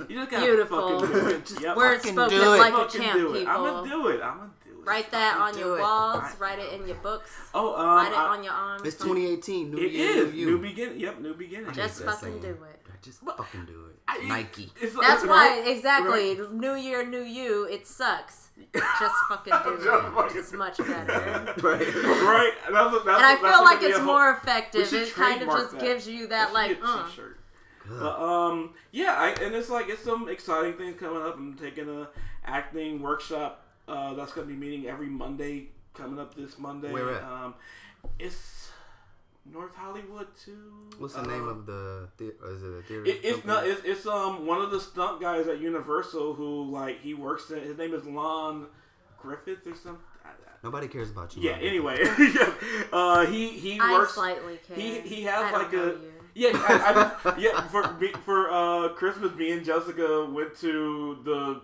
[SPEAKER 3] it.
[SPEAKER 2] you just gotta
[SPEAKER 4] Beautiful.
[SPEAKER 2] fucking do it. Yep.
[SPEAKER 4] Words
[SPEAKER 3] Fucking
[SPEAKER 4] spoken
[SPEAKER 3] do it.
[SPEAKER 4] like
[SPEAKER 2] Fucking
[SPEAKER 4] a champ,
[SPEAKER 2] do
[SPEAKER 4] people.
[SPEAKER 2] it. I'm gonna do it. I'm gonna do it.
[SPEAKER 4] Write that
[SPEAKER 3] Fucking
[SPEAKER 4] on
[SPEAKER 3] do
[SPEAKER 4] your
[SPEAKER 3] it.
[SPEAKER 4] walls.
[SPEAKER 2] Alright.
[SPEAKER 4] Write it in your books.
[SPEAKER 2] Oh, um,
[SPEAKER 4] write it
[SPEAKER 2] I-
[SPEAKER 4] on your arms.
[SPEAKER 3] it's 2018, new
[SPEAKER 2] It
[SPEAKER 3] year,
[SPEAKER 2] is
[SPEAKER 3] new you.
[SPEAKER 2] new beginning. Yep, new beginning.
[SPEAKER 4] Just
[SPEAKER 3] That's saying.
[SPEAKER 4] fucking do it.
[SPEAKER 3] Just fucking do it.
[SPEAKER 2] I-
[SPEAKER 3] Nike.
[SPEAKER 2] it's like-
[SPEAKER 4] That's why,
[SPEAKER 2] right?
[SPEAKER 4] exactly.
[SPEAKER 2] Right.
[SPEAKER 4] New year, new you. It sucks. Just fucking do
[SPEAKER 2] Just
[SPEAKER 4] it.
[SPEAKER 2] fucking
[SPEAKER 4] It's
[SPEAKER 2] do it.
[SPEAKER 4] much better.
[SPEAKER 3] Right.
[SPEAKER 2] Right. That's, what- that's,
[SPEAKER 4] And I
[SPEAKER 2] what- that's
[SPEAKER 4] feel
[SPEAKER 2] what
[SPEAKER 4] like
[SPEAKER 2] could be
[SPEAKER 4] it's
[SPEAKER 2] a whole-
[SPEAKER 4] more
[SPEAKER 2] We
[SPEAKER 4] effective.
[SPEAKER 2] should
[SPEAKER 4] It kind of
[SPEAKER 2] trademark
[SPEAKER 4] just gives you that,
[SPEAKER 2] That should
[SPEAKER 4] like,
[SPEAKER 2] be a
[SPEAKER 4] mm.
[SPEAKER 2] t-shirt. But um, yeah, I, and it's like it's some exciting things coming up. I'm taking a acting workshop. Uh, that's gonna be meeting every Monday coming up this Monday.
[SPEAKER 3] Where at?
[SPEAKER 2] Um, it's North Hollywood too.
[SPEAKER 3] What's the
[SPEAKER 2] Um,
[SPEAKER 3] name of the? The- or is it a theater?
[SPEAKER 2] It, it's
[SPEAKER 3] company?
[SPEAKER 2] not. It's, it's um one of the stunt guys at Universal who like he works in. His name is Lon Griffith or something. I- I-
[SPEAKER 3] Nobody cares about you.
[SPEAKER 2] Yeah.
[SPEAKER 3] Robert.
[SPEAKER 2] Anyway, yeah. Uh, he he
[SPEAKER 4] I
[SPEAKER 2] works.
[SPEAKER 4] slightly care.
[SPEAKER 2] He he
[SPEAKER 4] I
[SPEAKER 2] has
[SPEAKER 4] don't
[SPEAKER 2] like
[SPEAKER 4] know
[SPEAKER 2] a
[SPEAKER 4] you.
[SPEAKER 2] yeah I, I, yeah for me- for uh, Christmas. Me and Jessica went to the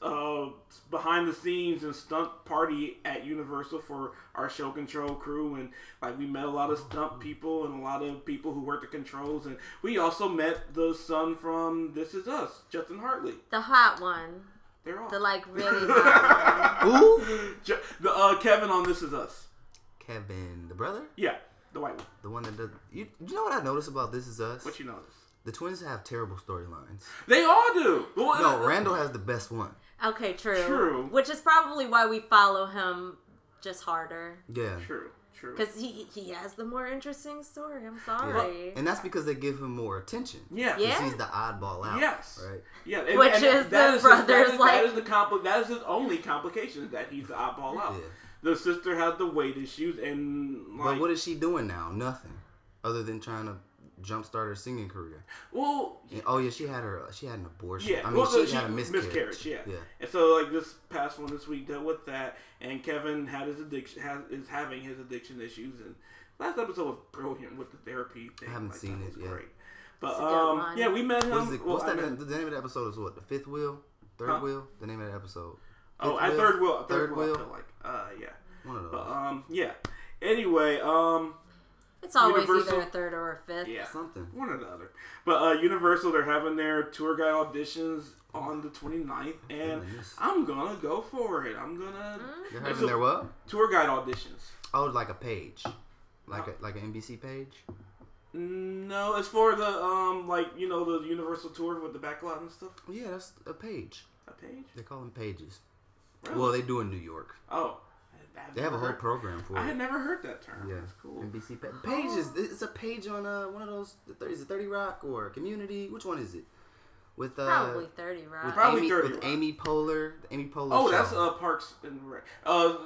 [SPEAKER 2] uh, behind the scenes and stunt party at Universal for our show control crew, and like we met a lot of stunt people and a lot of people who worked the controls, and we also met the son from This Is Us, Justin Hartley.
[SPEAKER 4] The hot one.
[SPEAKER 2] They're all
[SPEAKER 4] The like really hot
[SPEAKER 3] Who?
[SPEAKER 2] Ju- the uh, Kevin on This Is Us.
[SPEAKER 3] Kevin, the brother,
[SPEAKER 2] Yeah, the white one.
[SPEAKER 3] the one that does. You, you know what I noticed about This Is Us?
[SPEAKER 2] What you notice?
[SPEAKER 3] The twins have terrible storylines.
[SPEAKER 2] They all do. Well, uh,
[SPEAKER 3] No, Randall has the best one.
[SPEAKER 4] one. Okay, true.
[SPEAKER 2] True.
[SPEAKER 4] Which is probably why we follow him just harder.
[SPEAKER 3] Yeah.
[SPEAKER 2] True, true.
[SPEAKER 4] Because he, he has the more interesting story. I'm
[SPEAKER 3] Yeah.
[SPEAKER 4] sorry.
[SPEAKER 3] And that's because they give him more attention.
[SPEAKER 2] Yeah.
[SPEAKER 4] Yeah.
[SPEAKER 3] 'Cause He's the oddball out.
[SPEAKER 2] Yes.
[SPEAKER 3] Right.
[SPEAKER 2] Yeah. and-
[SPEAKER 4] Which
[SPEAKER 2] and
[SPEAKER 4] is
[SPEAKER 2] that
[SPEAKER 4] the
[SPEAKER 2] his- that
[SPEAKER 4] brother's,
[SPEAKER 2] is-
[SPEAKER 4] like-
[SPEAKER 2] that is the compli- that is his only complication is that he's the oddball out.
[SPEAKER 3] Yeah.
[SPEAKER 2] The sister has the weight issues and like
[SPEAKER 3] But what is she doing now? Nothing, other than trying to jumpstart her singing career.
[SPEAKER 2] well
[SPEAKER 3] And- oh yeah, she had her. She had an abortion.
[SPEAKER 2] yeah
[SPEAKER 3] I mean,
[SPEAKER 2] well, so
[SPEAKER 3] she, had a miscarriage.
[SPEAKER 2] yeah.
[SPEAKER 3] Yeah.
[SPEAKER 2] and so like this past one this week dealt with that and Kevin had his addiction has, is having his addiction issues and last episode was brilliant with the therapy thing
[SPEAKER 3] I haven't
[SPEAKER 2] like,
[SPEAKER 3] seen
[SPEAKER 2] that
[SPEAKER 3] it
[SPEAKER 2] was
[SPEAKER 3] yet.
[SPEAKER 2] great but
[SPEAKER 4] a good
[SPEAKER 2] um
[SPEAKER 4] one.
[SPEAKER 2] yeah we met him
[SPEAKER 3] What is it,
[SPEAKER 2] well,
[SPEAKER 3] what's
[SPEAKER 2] I
[SPEAKER 3] that?
[SPEAKER 2] met-
[SPEAKER 3] the name of the episode is what? The fifth wheel, third
[SPEAKER 2] Huh?
[SPEAKER 3] wheel. The name of the episode.
[SPEAKER 2] Oh,
[SPEAKER 3] Fifth
[SPEAKER 2] at third wheel, at third,
[SPEAKER 3] Third
[SPEAKER 2] wheel.
[SPEAKER 3] wheel?
[SPEAKER 2] I feel like, uh, yeah.
[SPEAKER 3] One of those.
[SPEAKER 2] But um, yeah. Anyway, um,
[SPEAKER 4] it's always
[SPEAKER 2] Universal-
[SPEAKER 4] either a third or a fifth.
[SPEAKER 2] yeah,
[SPEAKER 3] Something.
[SPEAKER 2] one or the other. But uh, Universal, they're having their tour guide auditions on the 29th, and
[SPEAKER 3] Nice.
[SPEAKER 2] I'm gonna go for it. I'm gonna
[SPEAKER 3] They're
[SPEAKER 2] It's
[SPEAKER 3] having
[SPEAKER 2] a-
[SPEAKER 3] their what?
[SPEAKER 2] tour guide auditions.
[SPEAKER 3] Oh, like a page, like a like an NBC page.
[SPEAKER 2] No, it's for the um, like you know the Universal tour with the backlot and stuff.
[SPEAKER 3] Yeah, that's a page.
[SPEAKER 2] A page.
[SPEAKER 3] They call them pages.
[SPEAKER 2] Really?
[SPEAKER 3] Well, they do in New York.
[SPEAKER 2] Oh, I've
[SPEAKER 3] They have a
[SPEAKER 2] never
[SPEAKER 3] whole
[SPEAKER 2] heard-
[SPEAKER 3] program for
[SPEAKER 2] I
[SPEAKER 3] it.
[SPEAKER 2] had never heard that term.
[SPEAKER 3] Yeah,
[SPEAKER 2] that's cool. Oh.
[SPEAKER 3] NBC pa- pages. It's a page on uh, one of those. the 30, Is it Thirty Rock or Community? Which one is it? With uh,
[SPEAKER 4] Probably 30, right?
[SPEAKER 3] with
[SPEAKER 2] Probably
[SPEAKER 3] Amy,
[SPEAKER 2] 30
[SPEAKER 3] with
[SPEAKER 2] Rock.
[SPEAKER 3] Amy Poehler. The Amy Poehler.
[SPEAKER 2] Oh, that's
[SPEAKER 3] show.
[SPEAKER 2] uh, Parks and Rec. Uh,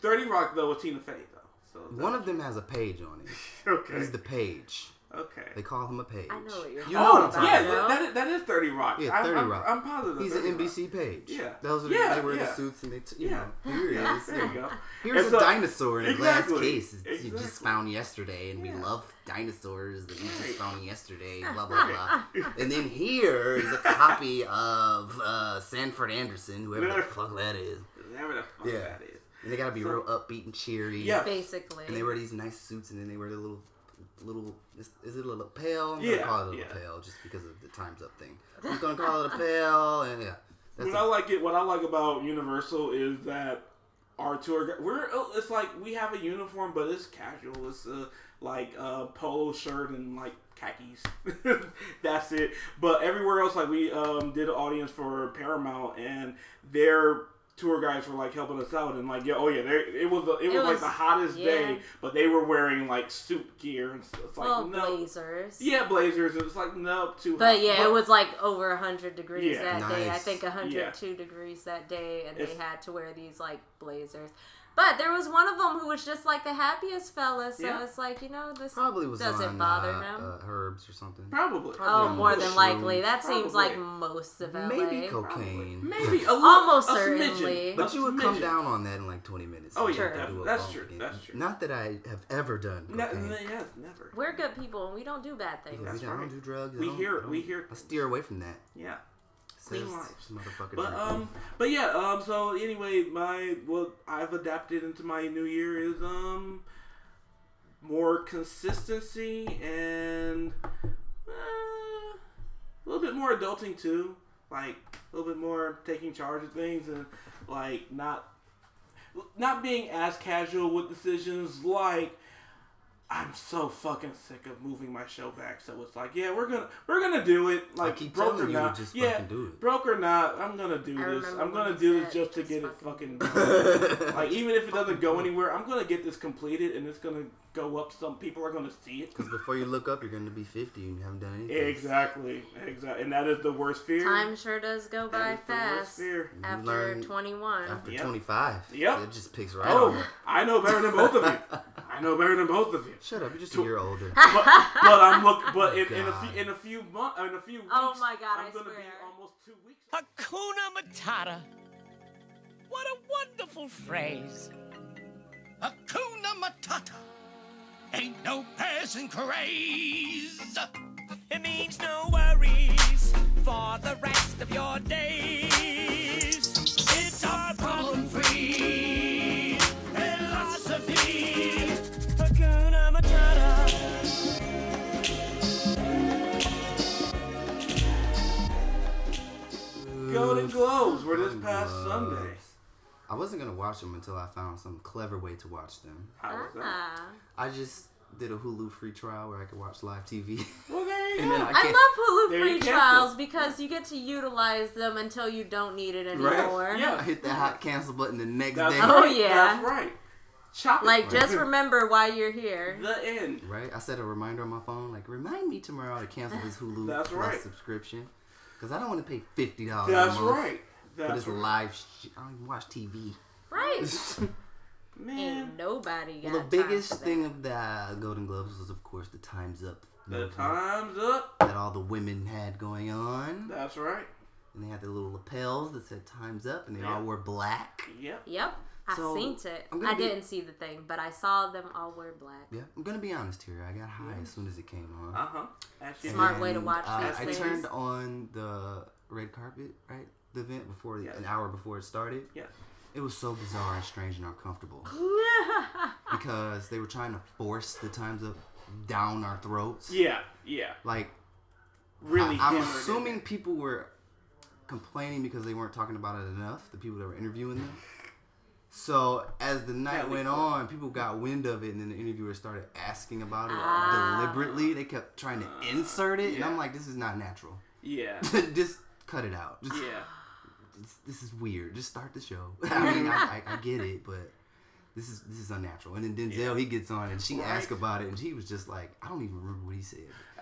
[SPEAKER 2] Thirty Rock though with Tina Fey though. So
[SPEAKER 3] One of them has a page on it.
[SPEAKER 2] okay.
[SPEAKER 3] It's the page.
[SPEAKER 2] Okay.
[SPEAKER 3] They call him a page.
[SPEAKER 4] I know what
[SPEAKER 3] You
[SPEAKER 4] you're talking
[SPEAKER 3] know what I'm
[SPEAKER 2] Oh,
[SPEAKER 3] talking
[SPEAKER 2] yeah,
[SPEAKER 4] about.
[SPEAKER 3] about.
[SPEAKER 4] bro.
[SPEAKER 2] that, that, is, that is 30 Rock.
[SPEAKER 3] Yeah, 30
[SPEAKER 2] I'm,
[SPEAKER 3] Rock.
[SPEAKER 2] I'm, I'm positive.
[SPEAKER 3] He's
[SPEAKER 2] 30
[SPEAKER 3] an
[SPEAKER 2] Rock.
[SPEAKER 3] NBC page.
[SPEAKER 2] Yeah.
[SPEAKER 3] Those are
[SPEAKER 2] Yeah,
[SPEAKER 3] they wear
[SPEAKER 2] yeah.
[SPEAKER 3] the suits and they t- you
[SPEAKER 2] Yeah.
[SPEAKER 3] know here he is.
[SPEAKER 2] There you go.
[SPEAKER 3] Here's
[SPEAKER 2] And
[SPEAKER 3] a
[SPEAKER 2] so-
[SPEAKER 3] dinosaur in a glass
[SPEAKER 2] Exactly.
[SPEAKER 3] case that you just
[SPEAKER 2] Exactly.
[SPEAKER 3] found yesterday, and we
[SPEAKER 2] Yeah.
[SPEAKER 3] love dinosaurs that you just
[SPEAKER 2] Right. Ah,
[SPEAKER 3] found yesterday. Blah blah blah. and then here is a copy of uh, Sanford Anderson, whoever the fuck that is.
[SPEAKER 2] Whatever the fuck
[SPEAKER 3] Yeah.
[SPEAKER 2] that is.
[SPEAKER 3] And they gotta be
[SPEAKER 2] So-
[SPEAKER 3] real upbeat and cheery.
[SPEAKER 2] Yeah.
[SPEAKER 4] Basically.
[SPEAKER 3] And they wear these nice suits, and then they wear their little, little. Is, is it a lapel? I'm
[SPEAKER 2] Yeah,
[SPEAKER 3] gonna call it a
[SPEAKER 2] yeah.
[SPEAKER 3] lapel just because of the times up thing. I'm gonna call it a lapel, and yeah. That's
[SPEAKER 2] What I like it. What I like about Universal is that our tour guide. We're oh, it's like we have a uniform, but it's casual. It's a like a polo shirt and like khakis. That's it. But everywhere else, like we um, did an audience for Paramount, and their tour guides were like helping us out, and like yeah, oh yeah, they- it was the, it,
[SPEAKER 4] It
[SPEAKER 2] was, like
[SPEAKER 4] was-
[SPEAKER 2] the hottest
[SPEAKER 4] yeah.
[SPEAKER 2] day, but they were wearing like suit gear and stuff. It's like
[SPEAKER 4] well,
[SPEAKER 2] no,
[SPEAKER 4] Oh, blazers.
[SPEAKER 2] yeah, blazers. It's like no, too.
[SPEAKER 4] But
[SPEAKER 2] hot.
[SPEAKER 4] yeah, it was like over 100 degrees
[SPEAKER 2] Yeah.
[SPEAKER 4] that day. I
[SPEAKER 3] Nice.
[SPEAKER 4] think 102 degrees that day, and
[SPEAKER 2] It's-
[SPEAKER 4] they had to wear these like blazers. But there was one of them who was just like the happiest fella, so
[SPEAKER 2] Yeah.
[SPEAKER 4] it's like, you know, this
[SPEAKER 3] probably was
[SPEAKER 4] doesn't
[SPEAKER 3] on
[SPEAKER 4] bother
[SPEAKER 3] uh,
[SPEAKER 4] him.
[SPEAKER 3] uh, herbs or something.
[SPEAKER 2] probably.
[SPEAKER 4] oh,
[SPEAKER 3] probably
[SPEAKER 4] more
[SPEAKER 3] was
[SPEAKER 4] than
[SPEAKER 3] shrooms.
[SPEAKER 4] likely. That seems like
[SPEAKER 2] Probably.
[SPEAKER 4] most of LA.
[SPEAKER 3] Maybe
[SPEAKER 2] Probably.
[SPEAKER 3] cocaine.
[SPEAKER 2] Maybe a
[SPEAKER 4] Almost
[SPEAKER 2] little- a
[SPEAKER 4] certainly.
[SPEAKER 2] smidgen.
[SPEAKER 3] But
[SPEAKER 2] A
[SPEAKER 3] you would come
[SPEAKER 2] smidgen.
[SPEAKER 3] down on that in like 20 minutes.
[SPEAKER 2] Oh,
[SPEAKER 3] if
[SPEAKER 4] yeah,
[SPEAKER 3] you
[SPEAKER 4] that-
[SPEAKER 3] do a
[SPEAKER 2] that's
[SPEAKER 3] bump
[SPEAKER 2] true,
[SPEAKER 3] again.
[SPEAKER 2] that's true.
[SPEAKER 3] Not that I have ever done
[SPEAKER 2] No,
[SPEAKER 3] cocaine.
[SPEAKER 2] no, yes, never.
[SPEAKER 4] We're good people and we don't do bad things.
[SPEAKER 3] we
[SPEAKER 2] That's
[SPEAKER 3] don't
[SPEAKER 2] right.
[SPEAKER 3] do drugs. I
[SPEAKER 2] We
[SPEAKER 3] don't-
[SPEAKER 2] hear-
[SPEAKER 3] I don't-
[SPEAKER 2] we
[SPEAKER 3] I
[SPEAKER 2] hear things.
[SPEAKER 3] steer away from that.
[SPEAKER 2] Yeah.
[SPEAKER 3] Says
[SPEAKER 2] Clean lives.
[SPEAKER 3] this motherfucker
[SPEAKER 2] But
[SPEAKER 3] drinking.
[SPEAKER 2] um, but yeah, um. So anyway, my what I've adapted into my new year is um more consistency and uh, a little bit more adulting too. Like a little bit more taking charge of things and like not not being as casual with decisions like I'm so fucking sick of moving my show back. So it's like, yeah, we're gonna we're gonna do it. Like
[SPEAKER 3] keep
[SPEAKER 2] broke
[SPEAKER 3] telling
[SPEAKER 2] or
[SPEAKER 3] you to
[SPEAKER 2] not,
[SPEAKER 3] just
[SPEAKER 2] yeah,
[SPEAKER 3] fucking do it.
[SPEAKER 2] broke or not, I'm gonna do
[SPEAKER 4] I
[SPEAKER 2] this.
[SPEAKER 4] remember
[SPEAKER 2] I'm
[SPEAKER 4] when
[SPEAKER 2] gonna
[SPEAKER 4] you
[SPEAKER 2] do
[SPEAKER 4] said
[SPEAKER 2] this just to
[SPEAKER 4] just
[SPEAKER 2] get it
[SPEAKER 4] fucking
[SPEAKER 2] fucking. done. like even if it doesn't go anywhere, I'm gonna get this completed and it's gonna go up. Some people are gonna see it.
[SPEAKER 3] Because before you look up, you're going to be 50 and you haven't done anything.
[SPEAKER 2] Exactly, exactly, and that is the worst fear.
[SPEAKER 4] Time sure does go
[SPEAKER 2] That
[SPEAKER 4] by
[SPEAKER 2] is the worst
[SPEAKER 4] fast
[SPEAKER 2] fear.
[SPEAKER 3] You
[SPEAKER 4] after
[SPEAKER 3] learn
[SPEAKER 4] 21.
[SPEAKER 3] After
[SPEAKER 2] Yep.
[SPEAKER 3] 25.
[SPEAKER 2] Yep.
[SPEAKER 3] It just picks right on.
[SPEAKER 2] Oh,
[SPEAKER 3] you.
[SPEAKER 2] I know better than both of you. I know better than both of you.
[SPEAKER 3] Shut up. You're just a year older.
[SPEAKER 2] but, but I'm look. But in, in a
[SPEAKER 3] God.
[SPEAKER 2] few in a few months in a few weeks.
[SPEAKER 4] Oh my God,
[SPEAKER 2] I'm
[SPEAKER 4] I
[SPEAKER 2] gonna be
[SPEAKER 4] swear.
[SPEAKER 2] almost two weeks.
[SPEAKER 5] Hakuna Matata. What a wonderful phrase. Hakuna Matata. Ain't no passing craze. It means no worries for the rest of your days. It's our problem free philosophy. Hakuna Matata.
[SPEAKER 2] Golden Globes were this past
[SPEAKER 3] Globes.
[SPEAKER 2] Sunday.
[SPEAKER 3] I wasn't going to watch them until I found some clever way to watch them.
[SPEAKER 2] How was that?
[SPEAKER 4] Ah.
[SPEAKER 3] I just did a Hulu free trial where I could watch live TV.
[SPEAKER 2] Well, there you
[SPEAKER 3] and then
[SPEAKER 2] go.
[SPEAKER 3] I
[SPEAKER 4] I
[SPEAKER 3] can't.
[SPEAKER 4] love
[SPEAKER 2] There you
[SPEAKER 4] Hulu free
[SPEAKER 2] cancel.
[SPEAKER 4] trials because you get to utilize them until you don't need it
[SPEAKER 3] Right?
[SPEAKER 4] anymore.
[SPEAKER 2] Yeah.
[SPEAKER 3] I hit that hot cancel button the next
[SPEAKER 2] That's
[SPEAKER 3] day.
[SPEAKER 4] Oh,
[SPEAKER 2] right,
[SPEAKER 4] yeah.
[SPEAKER 2] That's right. Chop it.
[SPEAKER 4] Like, just remember why you're here.
[SPEAKER 2] the end.
[SPEAKER 3] Right? I set a reminder on my phone, like, remind me tomorrow to cancel this Hulu
[SPEAKER 2] That's
[SPEAKER 3] Plus
[SPEAKER 2] right.
[SPEAKER 3] subscription. Because I don't want to pay $50 a
[SPEAKER 2] That's
[SPEAKER 3] month
[SPEAKER 2] right.
[SPEAKER 3] for
[SPEAKER 2] That's
[SPEAKER 3] this
[SPEAKER 2] right.
[SPEAKER 3] live shit. I don't even watch TV.
[SPEAKER 4] Right?
[SPEAKER 2] man.
[SPEAKER 4] Ain't nobody got
[SPEAKER 3] the
[SPEAKER 4] time
[SPEAKER 3] biggest
[SPEAKER 4] for that.
[SPEAKER 3] thing of the uh, Golden Globes was, of course, the Time's Up
[SPEAKER 2] The
[SPEAKER 3] movement
[SPEAKER 2] time's up.
[SPEAKER 3] that all the women had going on.
[SPEAKER 2] That's right.
[SPEAKER 3] And they had their little lapels that said Time's Up, and they
[SPEAKER 2] Yeah.
[SPEAKER 3] all wore black.
[SPEAKER 2] Yep.
[SPEAKER 4] Yep. I
[SPEAKER 3] So,
[SPEAKER 4] seen it.
[SPEAKER 3] I'm gonna
[SPEAKER 4] I
[SPEAKER 3] be-
[SPEAKER 4] didn't see the thing, but I saw them all wear black.
[SPEAKER 3] Yeah, I'm gonna be honest here. I got high as soon as it came on.
[SPEAKER 2] Uh huh. Actually,
[SPEAKER 4] Smart way to
[SPEAKER 3] And,
[SPEAKER 4] watch
[SPEAKER 3] uh,
[SPEAKER 4] these
[SPEAKER 3] I
[SPEAKER 4] things.
[SPEAKER 3] turned on the red carpet, right? The event before
[SPEAKER 2] Yes.
[SPEAKER 3] an hour before it started.
[SPEAKER 2] Yes.
[SPEAKER 3] It was so bizarre and strange and uncomfortable because they were trying to force the times up down our throats.
[SPEAKER 2] Yeah. Yeah.
[SPEAKER 3] Like
[SPEAKER 2] Really.
[SPEAKER 3] I, am
[SPEAKER 2] hammered it.
[SPEAKER 3] assuming people were complaining because they weren't talking about it enough. The people that were interviewing them. So as the night
[SPEAKER 2] we
[SPEAKER 3] went
[SPEAKER 2] could.
[SPEAKER 3] on, people got wind of it, and then the interviewers started asking about it
[SPEAKER 4] Ah.
[SPEAKER 3] deliberately. They kept trying to insert it, and I'm like, this is not natural.
[SPEAKER 2] Yeah.
[SPEAKER 3] Just cut it out. Just,
[SPEAKER 2] Yeah.
[SPEAKER 3] this, this is weird. Just start the show. I mean, I, I, I get it, but this is this is unnatural. And then Denzel, he gets on and she
[SPEAKER 2] Right.
[SPEAKER 3] asked about it, and he was just like, I don't even remember what he said,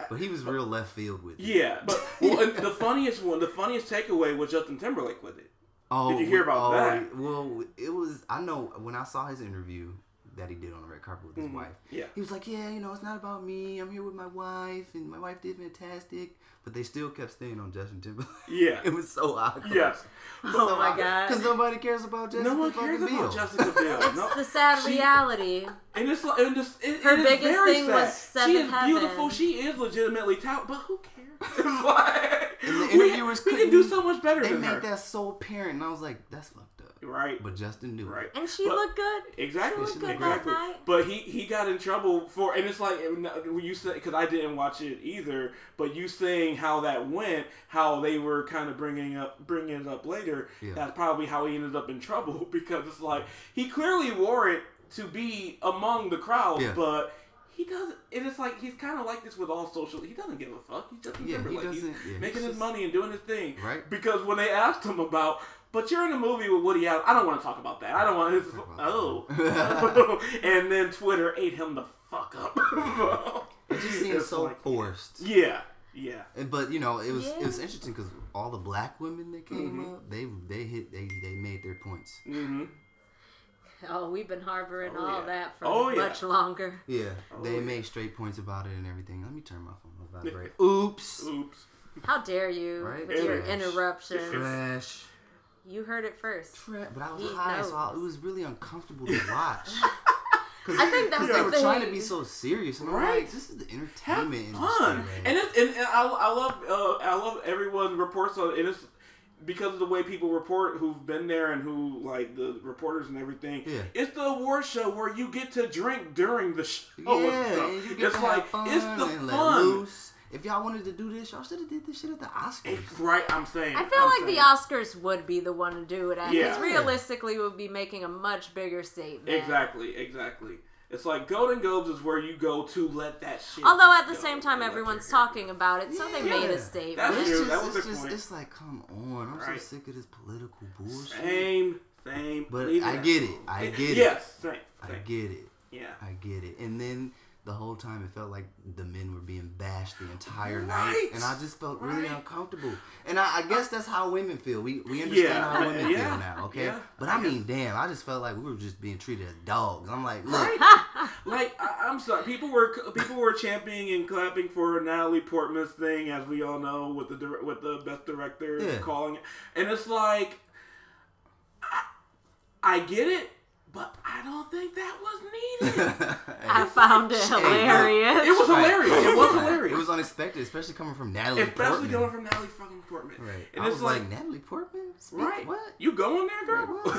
[SPEAKER 3] but he was real left field with it.
[SPEAKER 2] Yeah. But well, and the funniest one, the funniest takeaway was Justin Timberlake with it.
[SPEAKER 3] Oh,
[SPEAKER 2] Did you hear
[SPEAKER 3] we- oh,
[SPEAKER 2] about that?
[SPEAKER 3] Well, it was. I know when I saw his interview, that he did on the red carpet with his wife.
[SPEAKER 2] Mm-hmm. Yeah.
[SPEAKER 3] He was like, yeah, you know, it's not about me. I'm here with my wife, and my wife did fantastic. But they still kept staying on Justin Timberlake.
[SPEAKER 2] Yeah.
[SPEAKER 3] it was so awkward.
[SPEAKER 2] Yes.
[SPEAKER 4] Oh my God.
[SPEAKER 3] Because nobody cares about Jessica.
[SPEAKER 2] No one cares
[SPEAKER 3] fucking Biel.
[SPEAKER 2] about Jessica Biel. No,
[SPEAKER 4] The sad
[SPEAKER 2] she-
[SPEAKER 4] reality.
[SPEAKER 2] And it's like, and it's, it,
[SPEAKER 4] Her
[SPEAKER 2] it is
[SPEAKER 4] biggest
[SPEAKER 2] very
[SPEAKER 4] thing
[SPEAKER 2] sad.
[SPEAKER 4] was
[SPEAKER 2] She
[SPEAKER 4] Seven
[SPEAKER 2] is beautiful.
[SPEAKER 4] Heaven.
[SPEAKER 2] She is legitimately talented, but who cares? It's
[SPEAKER 3] And
[SPEAKER 2] like,
[SPEAKER 3] the
[SPEAKER 2] we-
[SPEAKER 3] interviewers
[SPEAKER 2] we, can
[SPEAKER 3] couldn't-
[SPEAKER 2] do so much better
[SPEAKER 3] They
[SPEAKER 2] than
[SPEAKER 3] made
[SPEAKER 2] her.
[SPEAKER 3] that so apparent, and I was like, that's fucked up.
[SPEAKER 2] right.
[SPEAKER 3] But Justin knew
[SPEAKER 2] right.
[SPEAKER 4] And she
[SPEAKER 2] But-
[SPEAKER 4] looked good.
[SPEAKER 2] Exactly.
[SPEAKER 4] She looked
[SPEAKER 3] good that
[SPEAKER 2] exactly.
[SPEAKER 4] night.
[SPEAKER 2] But he he got in trouble for, and it's like when you said because I didn't watch it either. But you saying how that went, how they were kind of bringing up bringing it up later.
[SPEAKER 3] Yeah.
[SPEAKER 2] That's probably how he ended up in trouble because it's like he clearly wore it to be among the crowd,
[SPEAKER 3] Yeah.
[SPEAKER 2] but. He doesn't. And it's like he's kind of like this with all social. He doesn't give a fuck. He doesn't.
[SPEAKER 3] Yeah,
[SPEAKER 2] give a
[SPEAKER 3] he
[SPEAKER 2] like, He's
[SPEAKER 3] doesn't- yeah, he's
[SPEAKER 2] making his
[SPEAKER 3] just-
[SPEAKER 2] money and doing his thing.
[SPEAKER 3] Right.
[SPEAKER 2] Because when they asked him about, but you're in a movie with Woody Allen. I don't want to talk about that. I don't want his. Oh. and then Twitter ate him the fuck up.
[SPEAKER 3] it. It just seemed
[SPEAKER 2] It's
[SPEAKER 3] so
[SPEAKER 2] like-
[SPEAKER 3] forced.
[SPEAKER 2] yeah, yeah.
[SPEAKER 3] And- But you know, it was it was
[SPEAKER 4] Yeah.
[SPEAKER 3] interesting because all the black women that came up, they they hit they they made their points.
[SPEAKER 2] Mm-hmm.
[SPEAKER 4] Oh, we've been harboring
[SPEAKER 2] Oh,
[SPEAKER 4] all
[SPEAKER 2] yeah.
[SPEAKER 4] that for
[SPEAKER 2] Oh, yeah.
[SPEAKER 4] much longer.
[SPEAKER 3] Yeah, they
[SPEAKER 2] Oh, yeah.
[SPEAKER 3] made straight points about it and everything. Let me turn my phone off. Vibrate. Oops.
[SPEAKER 2] Oops.
[SPEAKER 4] How dare you
[SPEAKER 3] Right?
[SPEAKER 4] with your
[SPEAKER 3] Trash.
[SPEAKER 4] interruptions?
[SPEAKER 3] Trash.
[SPEAKER 4] You heard it first.
[SPEAKER 3] Trash. But I was
[SPEAKER 4] He
[SPEAKER 3] high,
[SPEAKER 4] knows.
[SPEAKER 3] so I, it was really uncomfortable to watch.
[SPEAKER 4] I think that's
[SPEAKER 3] Because
[SPEAKER 4] the
[SPEAKER 3] they were
[SPEAKER 4] thing.
[SPEAKER 3] trying to be so serious, and I'm
[SPEAKER 2] Right.
[SPEAKER 3] like, this is the
[SPEAKER 2] Have
[SPEAKER 3] entertainment
[SPEAKER 2] fun.
[SPEAKER 3] industry. man.
[SPEAKER 2] And it's, and, and I, I love uh, I love everyone reports on it. and It's because of the way people report who've been there and who like the reporters and everything.
[SPEAKER 3] Yeah.
[SPEAKER 2] It's the award show where you get to drink during Oh, the show. and
[SPEAKER 3] yeah,
[SPEAKER 2] stuff.
[SPEAKER 3] and you get
[SPEAKER 2] it's
[SPEAKER 3] to
[SPEAKER 2] like
[SPEAKER 3] have fun
[SPEAKER 2] it's the
[SPEAKER 3] and let
[SPEAKER 2] fun.
[SPEAKER 3] loose. If y'all wanted to do this, y'all should have did this shit at the Oscars.
[SPEAKER 2] Right, I'm saying.
[SPEAKER 4] I feel
[SPEAKER 2] I'm
[SPEAKER 4] like
[SPEAKER 2] saying.
[SPEAKER 4] the Oscars would be the one to do it at. Because
[SPEAKER 2] Yeah.
[SPEAKER 4] realistically, we'll be making a much bigger statement.
[SPEAKER 2] Exactly, exactly. It's like Golden Globes is where you go to let that shit.
[SPEAKER 4] Although at the
[SPEAKER 2] go
[SPEAKER 4] same time,
[SPEAKER 2] and let
[SPEAKER 4] everyone's
[SPEAKER 2] your-
[SPEAKER 4] talking about it, so they
[SPEAKER 3] Yeah.
[SPEAKER 4] made a
[SPEAKER 3] That's
[SPEAKER 4] statement.
[SPEAKER 3] But it's
[SPEAKER 2] true.
[SPEAKER 3] just,
[SPEAKER 2] That was a
[SPEAKER 3] it's,
[SPEAKER 2] good
[SPEAKER 3] just
[SPEAKER 2] point.
[SPEAKER 3] it's like, come on. I'm
[SPEAKER 2] Right.
[SPEAKER 3] so sick of this political bullshit.
[SPEAKER 2] Same, same.
[SPEAKER 3] But
[SPEAKER 2] leave
[SPEAKER 3] I
[SPEAKER 2] at-
[SPEAKER 3] get it. I get it.
[SPEAKER 2] Yes, same.
[SPEAKER 3] I
[SPEAKER 2] same.
[SPEAKER 3] get it.
[SPEAKER 2] Yeah.
[SPEAKER 3] I get it. And then the whole time it felt like the men were being bashed the entire
[SPEAKER 2] Right.
[SPEAKER 3] night. And I just felt really
[SPEAKER 2] Right.
[SPEAKER 3] uncomfortable. And I, I guess that's how women feel. We, we understand
[SPEAKER 2] Yeah.
[SPEAKER 3] how women
[SPEAKER 2] Yeah.
[SPEAKER 3] feel now, okay?
[SPEAKER 2] Yeah.
[SPEAKER 3] But I mean, damn, I just felt like we were just being treated as dogs. I'm like, look,
[SPEAKER 2] Like I, I'm sorry, people were people were championing and clapping for Natalie Portman's thing, as we all know, with the dir- with the best director
[SPEAKER 3] Yeah.
[SPEAKER 2] calling it, and it's like, I, I get it, but I don't think that was needed.
[SPEAKER 4] I found it hilarious.
[SPEAKER 2] it was
[SPEAKER 3] Right.
[SPEAKER 2] hilarious. It was
[SPEAKER 3] Right.
[SPEAKER 2] hilarious.
[SPEAKER 3] It was unexpected, especially coming from Natalie
[SPEAKER 2] Especially
[SPEAKER 3] Portman.
[SPEAKER 2] coming from Natalie fucking Portman.
[SPEAKER 3] Right.
[SPEAKER 2] And
[SPEAKER 3] I
[SPEAKER 2] it's
[SPEAKER 3] was like,
[SPEAKER 2] like,
[SPEAKER 3] Natalie Portman? Speak-
[SPEAKER 2] right.
[SPEAKER 3] What?
[SPEAKER 2] You going there, girl?
[SPEAKER 3] Like,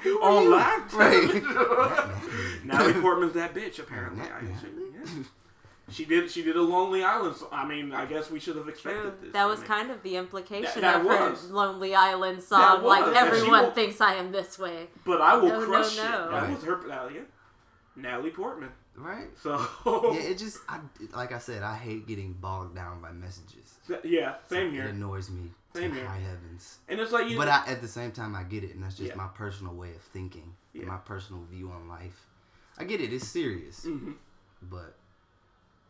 [SPEAKER 3] Who are
[SPEAKER 2] On
[SPEAKER 3] you?
[SPEAKER 2] live?
[SPEAKER 3] Right.
[SPEAKER 2] Natalie Portman's that bitch, apparently.
[SPEAKER 3] Nat-
[SPEAKER 2] I-
[SPEAKER 3] Natalie?
[SPEAKER 2] yeah. She did. She did a Lonely Island. So, I mean, I guess we should have expected this.
[SPEAKER 4] That
[SPEAKER 2] I
[SPEAKER 4] was
[SPEAKER 2] mean,
[SPEAKER 4] kind of the implication
[SPEAKER 2] that
[SPEAKER 4] of
[SPEAKER 2] was.
[SPEAKER 4] her Lonely Island song.
[SPEAKER 2] was,
[SPEAKER 4] Like
[SPEAKER 2] and she
[SPEAKER 4] everyone
[SPEAKER 2] will-
[SPEAKER 4] thinks I am this way.
[SPEAKER 2] But I will
[SPEAKER 4] No, no,
[SPEAKER 2] crush
[SPEAKER 4] no.
[SPEAKER 2] it. That
[SPEAKER 3] Right.
[SPEAKER 2] was her. Uh, yeah. Natalie Portman.
[SPEAKER 3] right.
[SPEAKER 2] So.
[SPEAKER 3] Yeah, it just, I, like I said, I hate getting bogged down by messages.
[SPEAKER 2] yeah, Same
[SPEAKER 3] It
[SPEAKER 2] here.
[SPEAKER 3] annoys me.
[SPEAKER 2] Same
[SPEAKER 3] to
[SPEAKER 2] here.
[SPEAKER 3] High heavens.
[SPEAKER 2] And it's like you.
[SPEAKER 3] But I, at the same time, I get it, and that's just
[SPEAKER 2] Yeah.
[SPEAKER 3] my personal way of thinking, and
[SPEAKER 2] Yeah.
[SPEAKER 3] my personal view on life. I get it. It's serious,
[SPEAKER 2] Mm-hmm.
[SPEAKER 3] but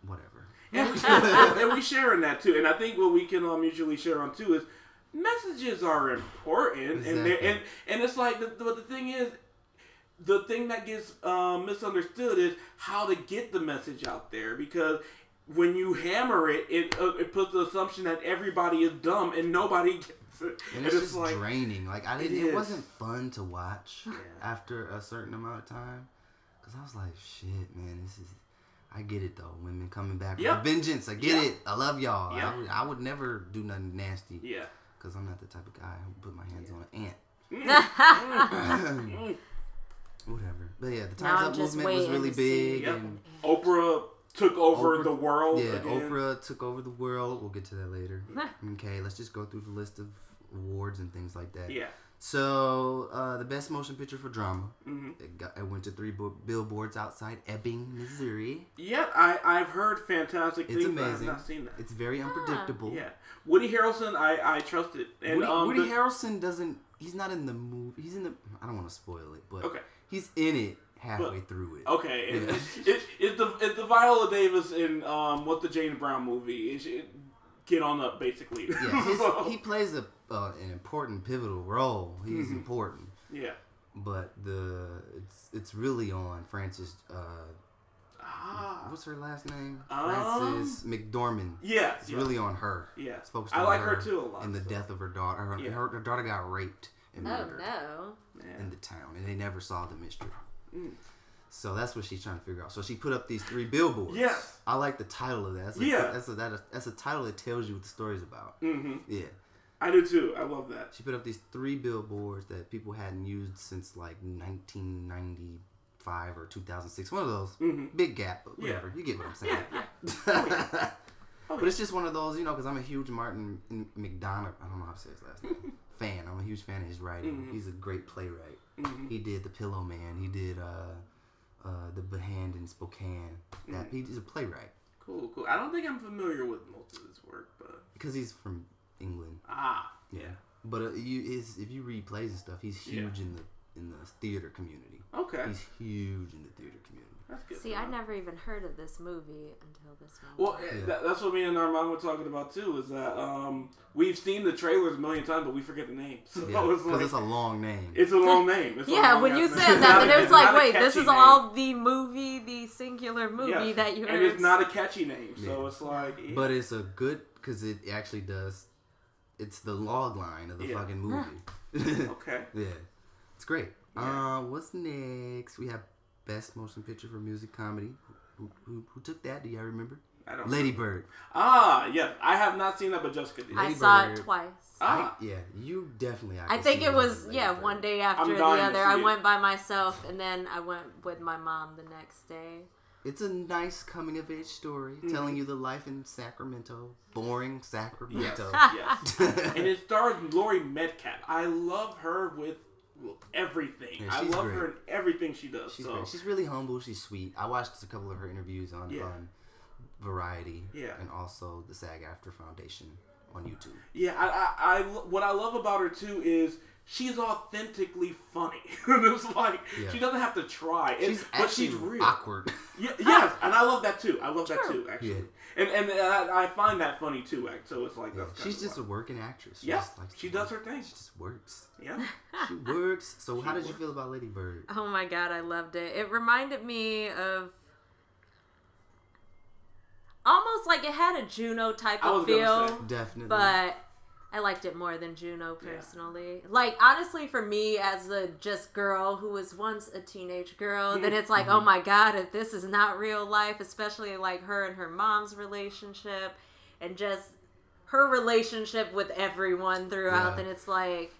[SPEAKER 3] whatever.
[SPEAKER 2] and, we share, and we share in that too. And I think what we can all mutually share on too is messages are important, and they're,
[SPEAKER 3] Exactly.
[SPEAKER 2] and and it's like the, but the thing is, the thing that gets uh, misunderstood is how to get the message out there because. When you hammer it, it uh, it puts the assumption that everybody is dumb and nobody gets it.
[SPEAKER 3] And it's, just draining. Like I didn't. It,
[SPEAKER 2] is.
[SPEAKER 3] wasn't fun to watch after a certain amount of time, because I was like, "Shit, man, this is." I get it though. Women coming back with
[SPEAKER 2] Yep.
[SPEAKER 3] a vengeance. I get
[SPEAKER 2] Yep.
[SPEAKER 3] it. I love y'all.
[SPEAKER 2] Yep.
[SPEAKER 3] I, would, I would never do nothing nasty.
[SPEAKER 2] yeah.
[SPEAKER 3] Because I'm not the type of guy who put my hands on an ant.
[SPEAKER 2] Mm.
[SPEAKER 3] Whatever. But yeah, the Time's
[SPEAKER 4] I'm
[SPEAKER 3] Up
[SPEAKER 4] just
[SPEAKER 3] movement was
[SPEAKER 4] waiting
[SPEAKER 3] really
[SPEAKER 4] to see.
[SPEAKER 3] big.
[SPEAKER 2] Yep.
[SPEAKER 3] And
[SPEAKER 2] Oprah took over
[SPEAKER 3] Oprah-
[SPEAKER 2] the world.
[SPEAKER 3] yeah,
[SPEAKER 2] again.
[SPEAKER 3] Oprah took over the world. We'll get to that later. okay, let's just go through the list of awards and things like that.
[SPEAKER 2] Yeah.
[SPEAKER 3] So, uh, the best motion picture for drama.
[SPEAKER 2] Mm-hmm.
[SPEAKER 3] It, got, it went to three bo- billboards outside Ebbing, Missouri.
[SPEAKER 2] Yeah, I I've heard fantastic
[SPEAKER 3] It's
[SPEAKER 2] things. but
[SPEAKER 3] amazing.
[SPEAKER 2] I have not seen that.
[SPEAKER 3] It's very unpredictable.
[SPEAKER 2] Yeah, Woody Harrelson, I I trust it. And
[SPEAKER 3] Woody,
[SPEAKER 2] um,
[SPEAKER 3] Woody
[SPEAKER 2] the-
[SPEAKER 3] Harrelson doesn't. He's not in the movie. He's in the. I don't want to spoil it, but
[SPEAKER 2] Okay.
[SPEAKER 3] he's in it halfway through it.
[SPEAKER 2] okay, it,
[SPEAKER 3] Yeah.
[SPEAKER 2] it, it's the it's the Viola Davis in um what the James Brown movie is. It, Get on up, basically.
[SPEAKER 3] Yeah, his,
[SPEAKER 2] So, Mm-hmm.
[SPEAKER 3] he plays a uh, an important pivotal role. He's important,
[SPEAKER 2] yeah.
[SPEAKER 3] but the it's it's really on Frances. Uh,
[SPEAKER 2] Ah.
[SPEAKER 3] what's her last name?
[SPEAKER 2] Um,
[SPEAKER 3] Frances McDormand.
[SPEAKER 2] Yeah.
[SPEAKER 3] It's
[SPEAKER 2] yeah.
[SPEAKER 3] really on her.
[SPEAKER 2] Yeah.
[SPEAKER 3] It's focused
[SPEAKER 2] I
[SPEAKER 3] on
[SPEAKER 2] like her too a lot,
[SPEAKER 3] And the
[SPEAKER 2] so.
[SPEAKER 3] death of her daughter. Her,
[SPEAKER 2] Yeah.
[SPEAKER 3] her, her daughter got raped and
[SPEAKER 4] Oh
[SPEAKER 3] murdered
[SPEAKER 4] no.
[SPEAKER 2] Yeah. Mm.
[SPEAKER 3] in the town, and they never saw the mystery. So that's what she's trying to figure out. So she put up these three billboards.
[SPEAKER 2] Yes.
[SPEAKER 3] I like the title of that. That's a,
[SPEAKER 2] Yeah.
[SPEAKER 3] that's a, that a, that's a title that tells you what the story's about.
[SPEAKER 2] Mm-hmm.
[SPEAKER 3] Yeah,
[SPEAKER 2] I do too. I love that.
[SPEAKER 3] she put up these three billboards that people hadn't used since like 1995 or 2006. One of those big gap, but whatever. You get what I'm saying. But it's just one of those, you know, because I'm a huge Martin M- McDonough. I don't know how to say his last name. fan. I'm a huge fan of his writing. He's a great playwright. He did The Pillow Man. He did uh, uh, The Behand in Spokane. That he's a playwright
[SPEAKER 2] Cool, cool. I don't think I'm familiar with most of his work, but
[SPEAKER 3] because he's from England.
[SPEAKER 2] ah,
[SPEAKER 3] Yeah, but uh, you his, if you read plays and stuff, he's huge in the in the theater community.
[SPEAKER 2] okay,
[SPEAKER 3] He's huge in the theater community.
[SPEAKER 2] that's good.
[SPEAKER 4] See,
[SPEAKER 2] to
[SPEAKER 4] I
[SPEAKER 2] know.
[SPEAKER 4] never even heard of this movie until this moment.
[SPEAKER 2] Well, eh,
[SPEAKER 3] Yeah.
[SPEAKER 2] that, that's what me and Armand were talking about too. Is that um, we've seen the trailers a million times, but we forget the names. So
[SPEAKER 3] Yeah,
[SPEAKER 2] it's
[SPEAKER 3] because
[SPEAKER 2] like
[SPEAKER 3] it's
[SPEAKER 2] it's
[SPEAKER 3] a
[SPEAKER 2] a,
[SPEAKER 3] long name.
[SPEAKER 2] long name. It's a
[SPEAKER 4] yeah,
[SPEAKER 2] long
[SPEAKER 4] when
[SPEAKER 2] ass
[SPEAKER 4] you
[SPEAKER 2] name.
[SPEAKER 4] said
[SPEAKER 2] It's
[SPEAKER 4] that,
[SPEAKER 2] not
[SPEAKER 4] then
[SPEAKER 2] a-
[SPEAKER 4] it was
[SPEAKER 2] it's
[SPEAKER 4] like,
[SPEAKER 2] not a
[SPEAKER 4] wait, this
[SPEAKER 2] catchy
[SPEAKER 4] is
[SPEAKER 2] name.
[SPEAKER 4] all the movie, the singular movie
[SPEAKER 2] Yes.
[SPEAKER 4] that you heard.
[SPEAKER 2] and it's not a catchy name, so
[SPEAKER 3] Yeah.
[SPEAKER 2] it's like eh,
[SPEAKER 3] But it's a good because it actually does. It's the log line of the
[SPEAKER 2] Yeah.
[SPEAKER 3] fucking movie.
[SPEAKER 2] okay.
[SPEAKER 3] yeah, it's great.
[SPEAKER 2] Yeah.
[SPEAKER 3] Uh, what's next? We have best motion picture for music comedy. Who, who, who took that? Do y'all remember?
[SPEAKER 2] I don't.
[SPEAKER 3] Lady Bird.
[SPEAKER 2] Ah, yes, I have not seen that, but Jessica did.
[SPEAKER 4] I
[SPEAKER 3] Lady
[SPEAKER 4] saw it
[SPEAKER 3] Bird.
[SPEAKER 4] twice.
[SPEAKER 2] ah,
[SPEAKER 3] Yeah, you definitely.
[SPEAKER 4] I
[SPEAKER 3] can
[SPEAKER 4] think
[SPEAKER 3] see you
[SPEAKER 4] it
[SPEAKER 3] on
[SPEAKER 4] was
[SPEAKER 3] Lady
[SPEAKER 4] yeah
[SPEAKER 3] Bird.
[SPEAKER 4] one day after the
[SPEAKER 2] dying to
[SPEAKER 4] other.
[SPEAKER 2] see
[SPEAKER 4] I
[SPEAKER 2] it.
[SPEAKER 4] went by myself and then I went with my mom the next day.
[SPEAKER 3] It's a nice coming of age story telling you the life in Sacramento, boring Sacramento.
[SPEAKER 2] yes. and it stars Lori Metcalf. I love her with everything.
[SPEAKER 3] Yeah,
[SPEAKER 2] I
[SPEAKER 3] she's
[SPEAKER 2] love
[SPEAKER 3] great.
[SPEAKER 2] her in everything she does.
[SPEAKER 3] She's
[SPEAKER 2] so
[SPEAKER 3] great. She's really humble. She's sweet. I watched a couple of her interviews on,
[SPEAKER 2] Yeah.
[SPEAKER 3] on Variety
[SPEAKER 2] Yeah.
[SPEAKER 3] and also the SAG After Foundation on YouTube.
[SPEAKER 2] Yeah, I, I, I, what I love about her too is she's authentically funny. it's like
[SPEAKER 3] Yeah.
[SPEAKER 2] she doesn't have to try, and,
[SPEAKER 3] She's
[SPEAKER 2] but
[SPEAKER 3] actually
[SPEAKER 2] she's real.
[SPEAKER 3] awkward.
[SPEAKER 2] Ye- yes, and I love that too. I love that too, actually. And and uh, I, I find that funny too. act- So it's like that's
[SPEAKER 3] she's
[SPEAKER 2] kinda
[SPEAKER 3] just a working actress.
[SPEAKER 2] why. yeah.
[SPEAKER 3] just likes
[SPEAKER 2] She
[SPEAKER 3] to
[SPEAKER 2] does her
[SPEAKER 3] work.
[SPEAKER 2] thing.
[SPEAKER 3] She just works.
[SPEAKER 2] Yeah,
[SPEAKER 3] She works. So how did you
[SPEAKER 2] works.
[SPEAKER 3] feel about Lady Bird?
[SPEAKER 4] Oh my god, I loved it. It reminded me of almost like it had a Juno type
[SPEAKER 2] I
[SPEAKER 4] of
[SPEAKER 2] was gonna
[SPEAKER 4] feel,
[SPEAKER 3] Definitely.
[SPEAKER 4] but I liked it more than Juno personally. Like honestly, for me as a just girl who was once a teenage girl, then it's like, oh my god, if this is not real life, especially like her and her mom's relationship, and just her relationship with everyone throughout,
[SPEAKER 3] Yeah.
[SPEAKER 4] then it's like,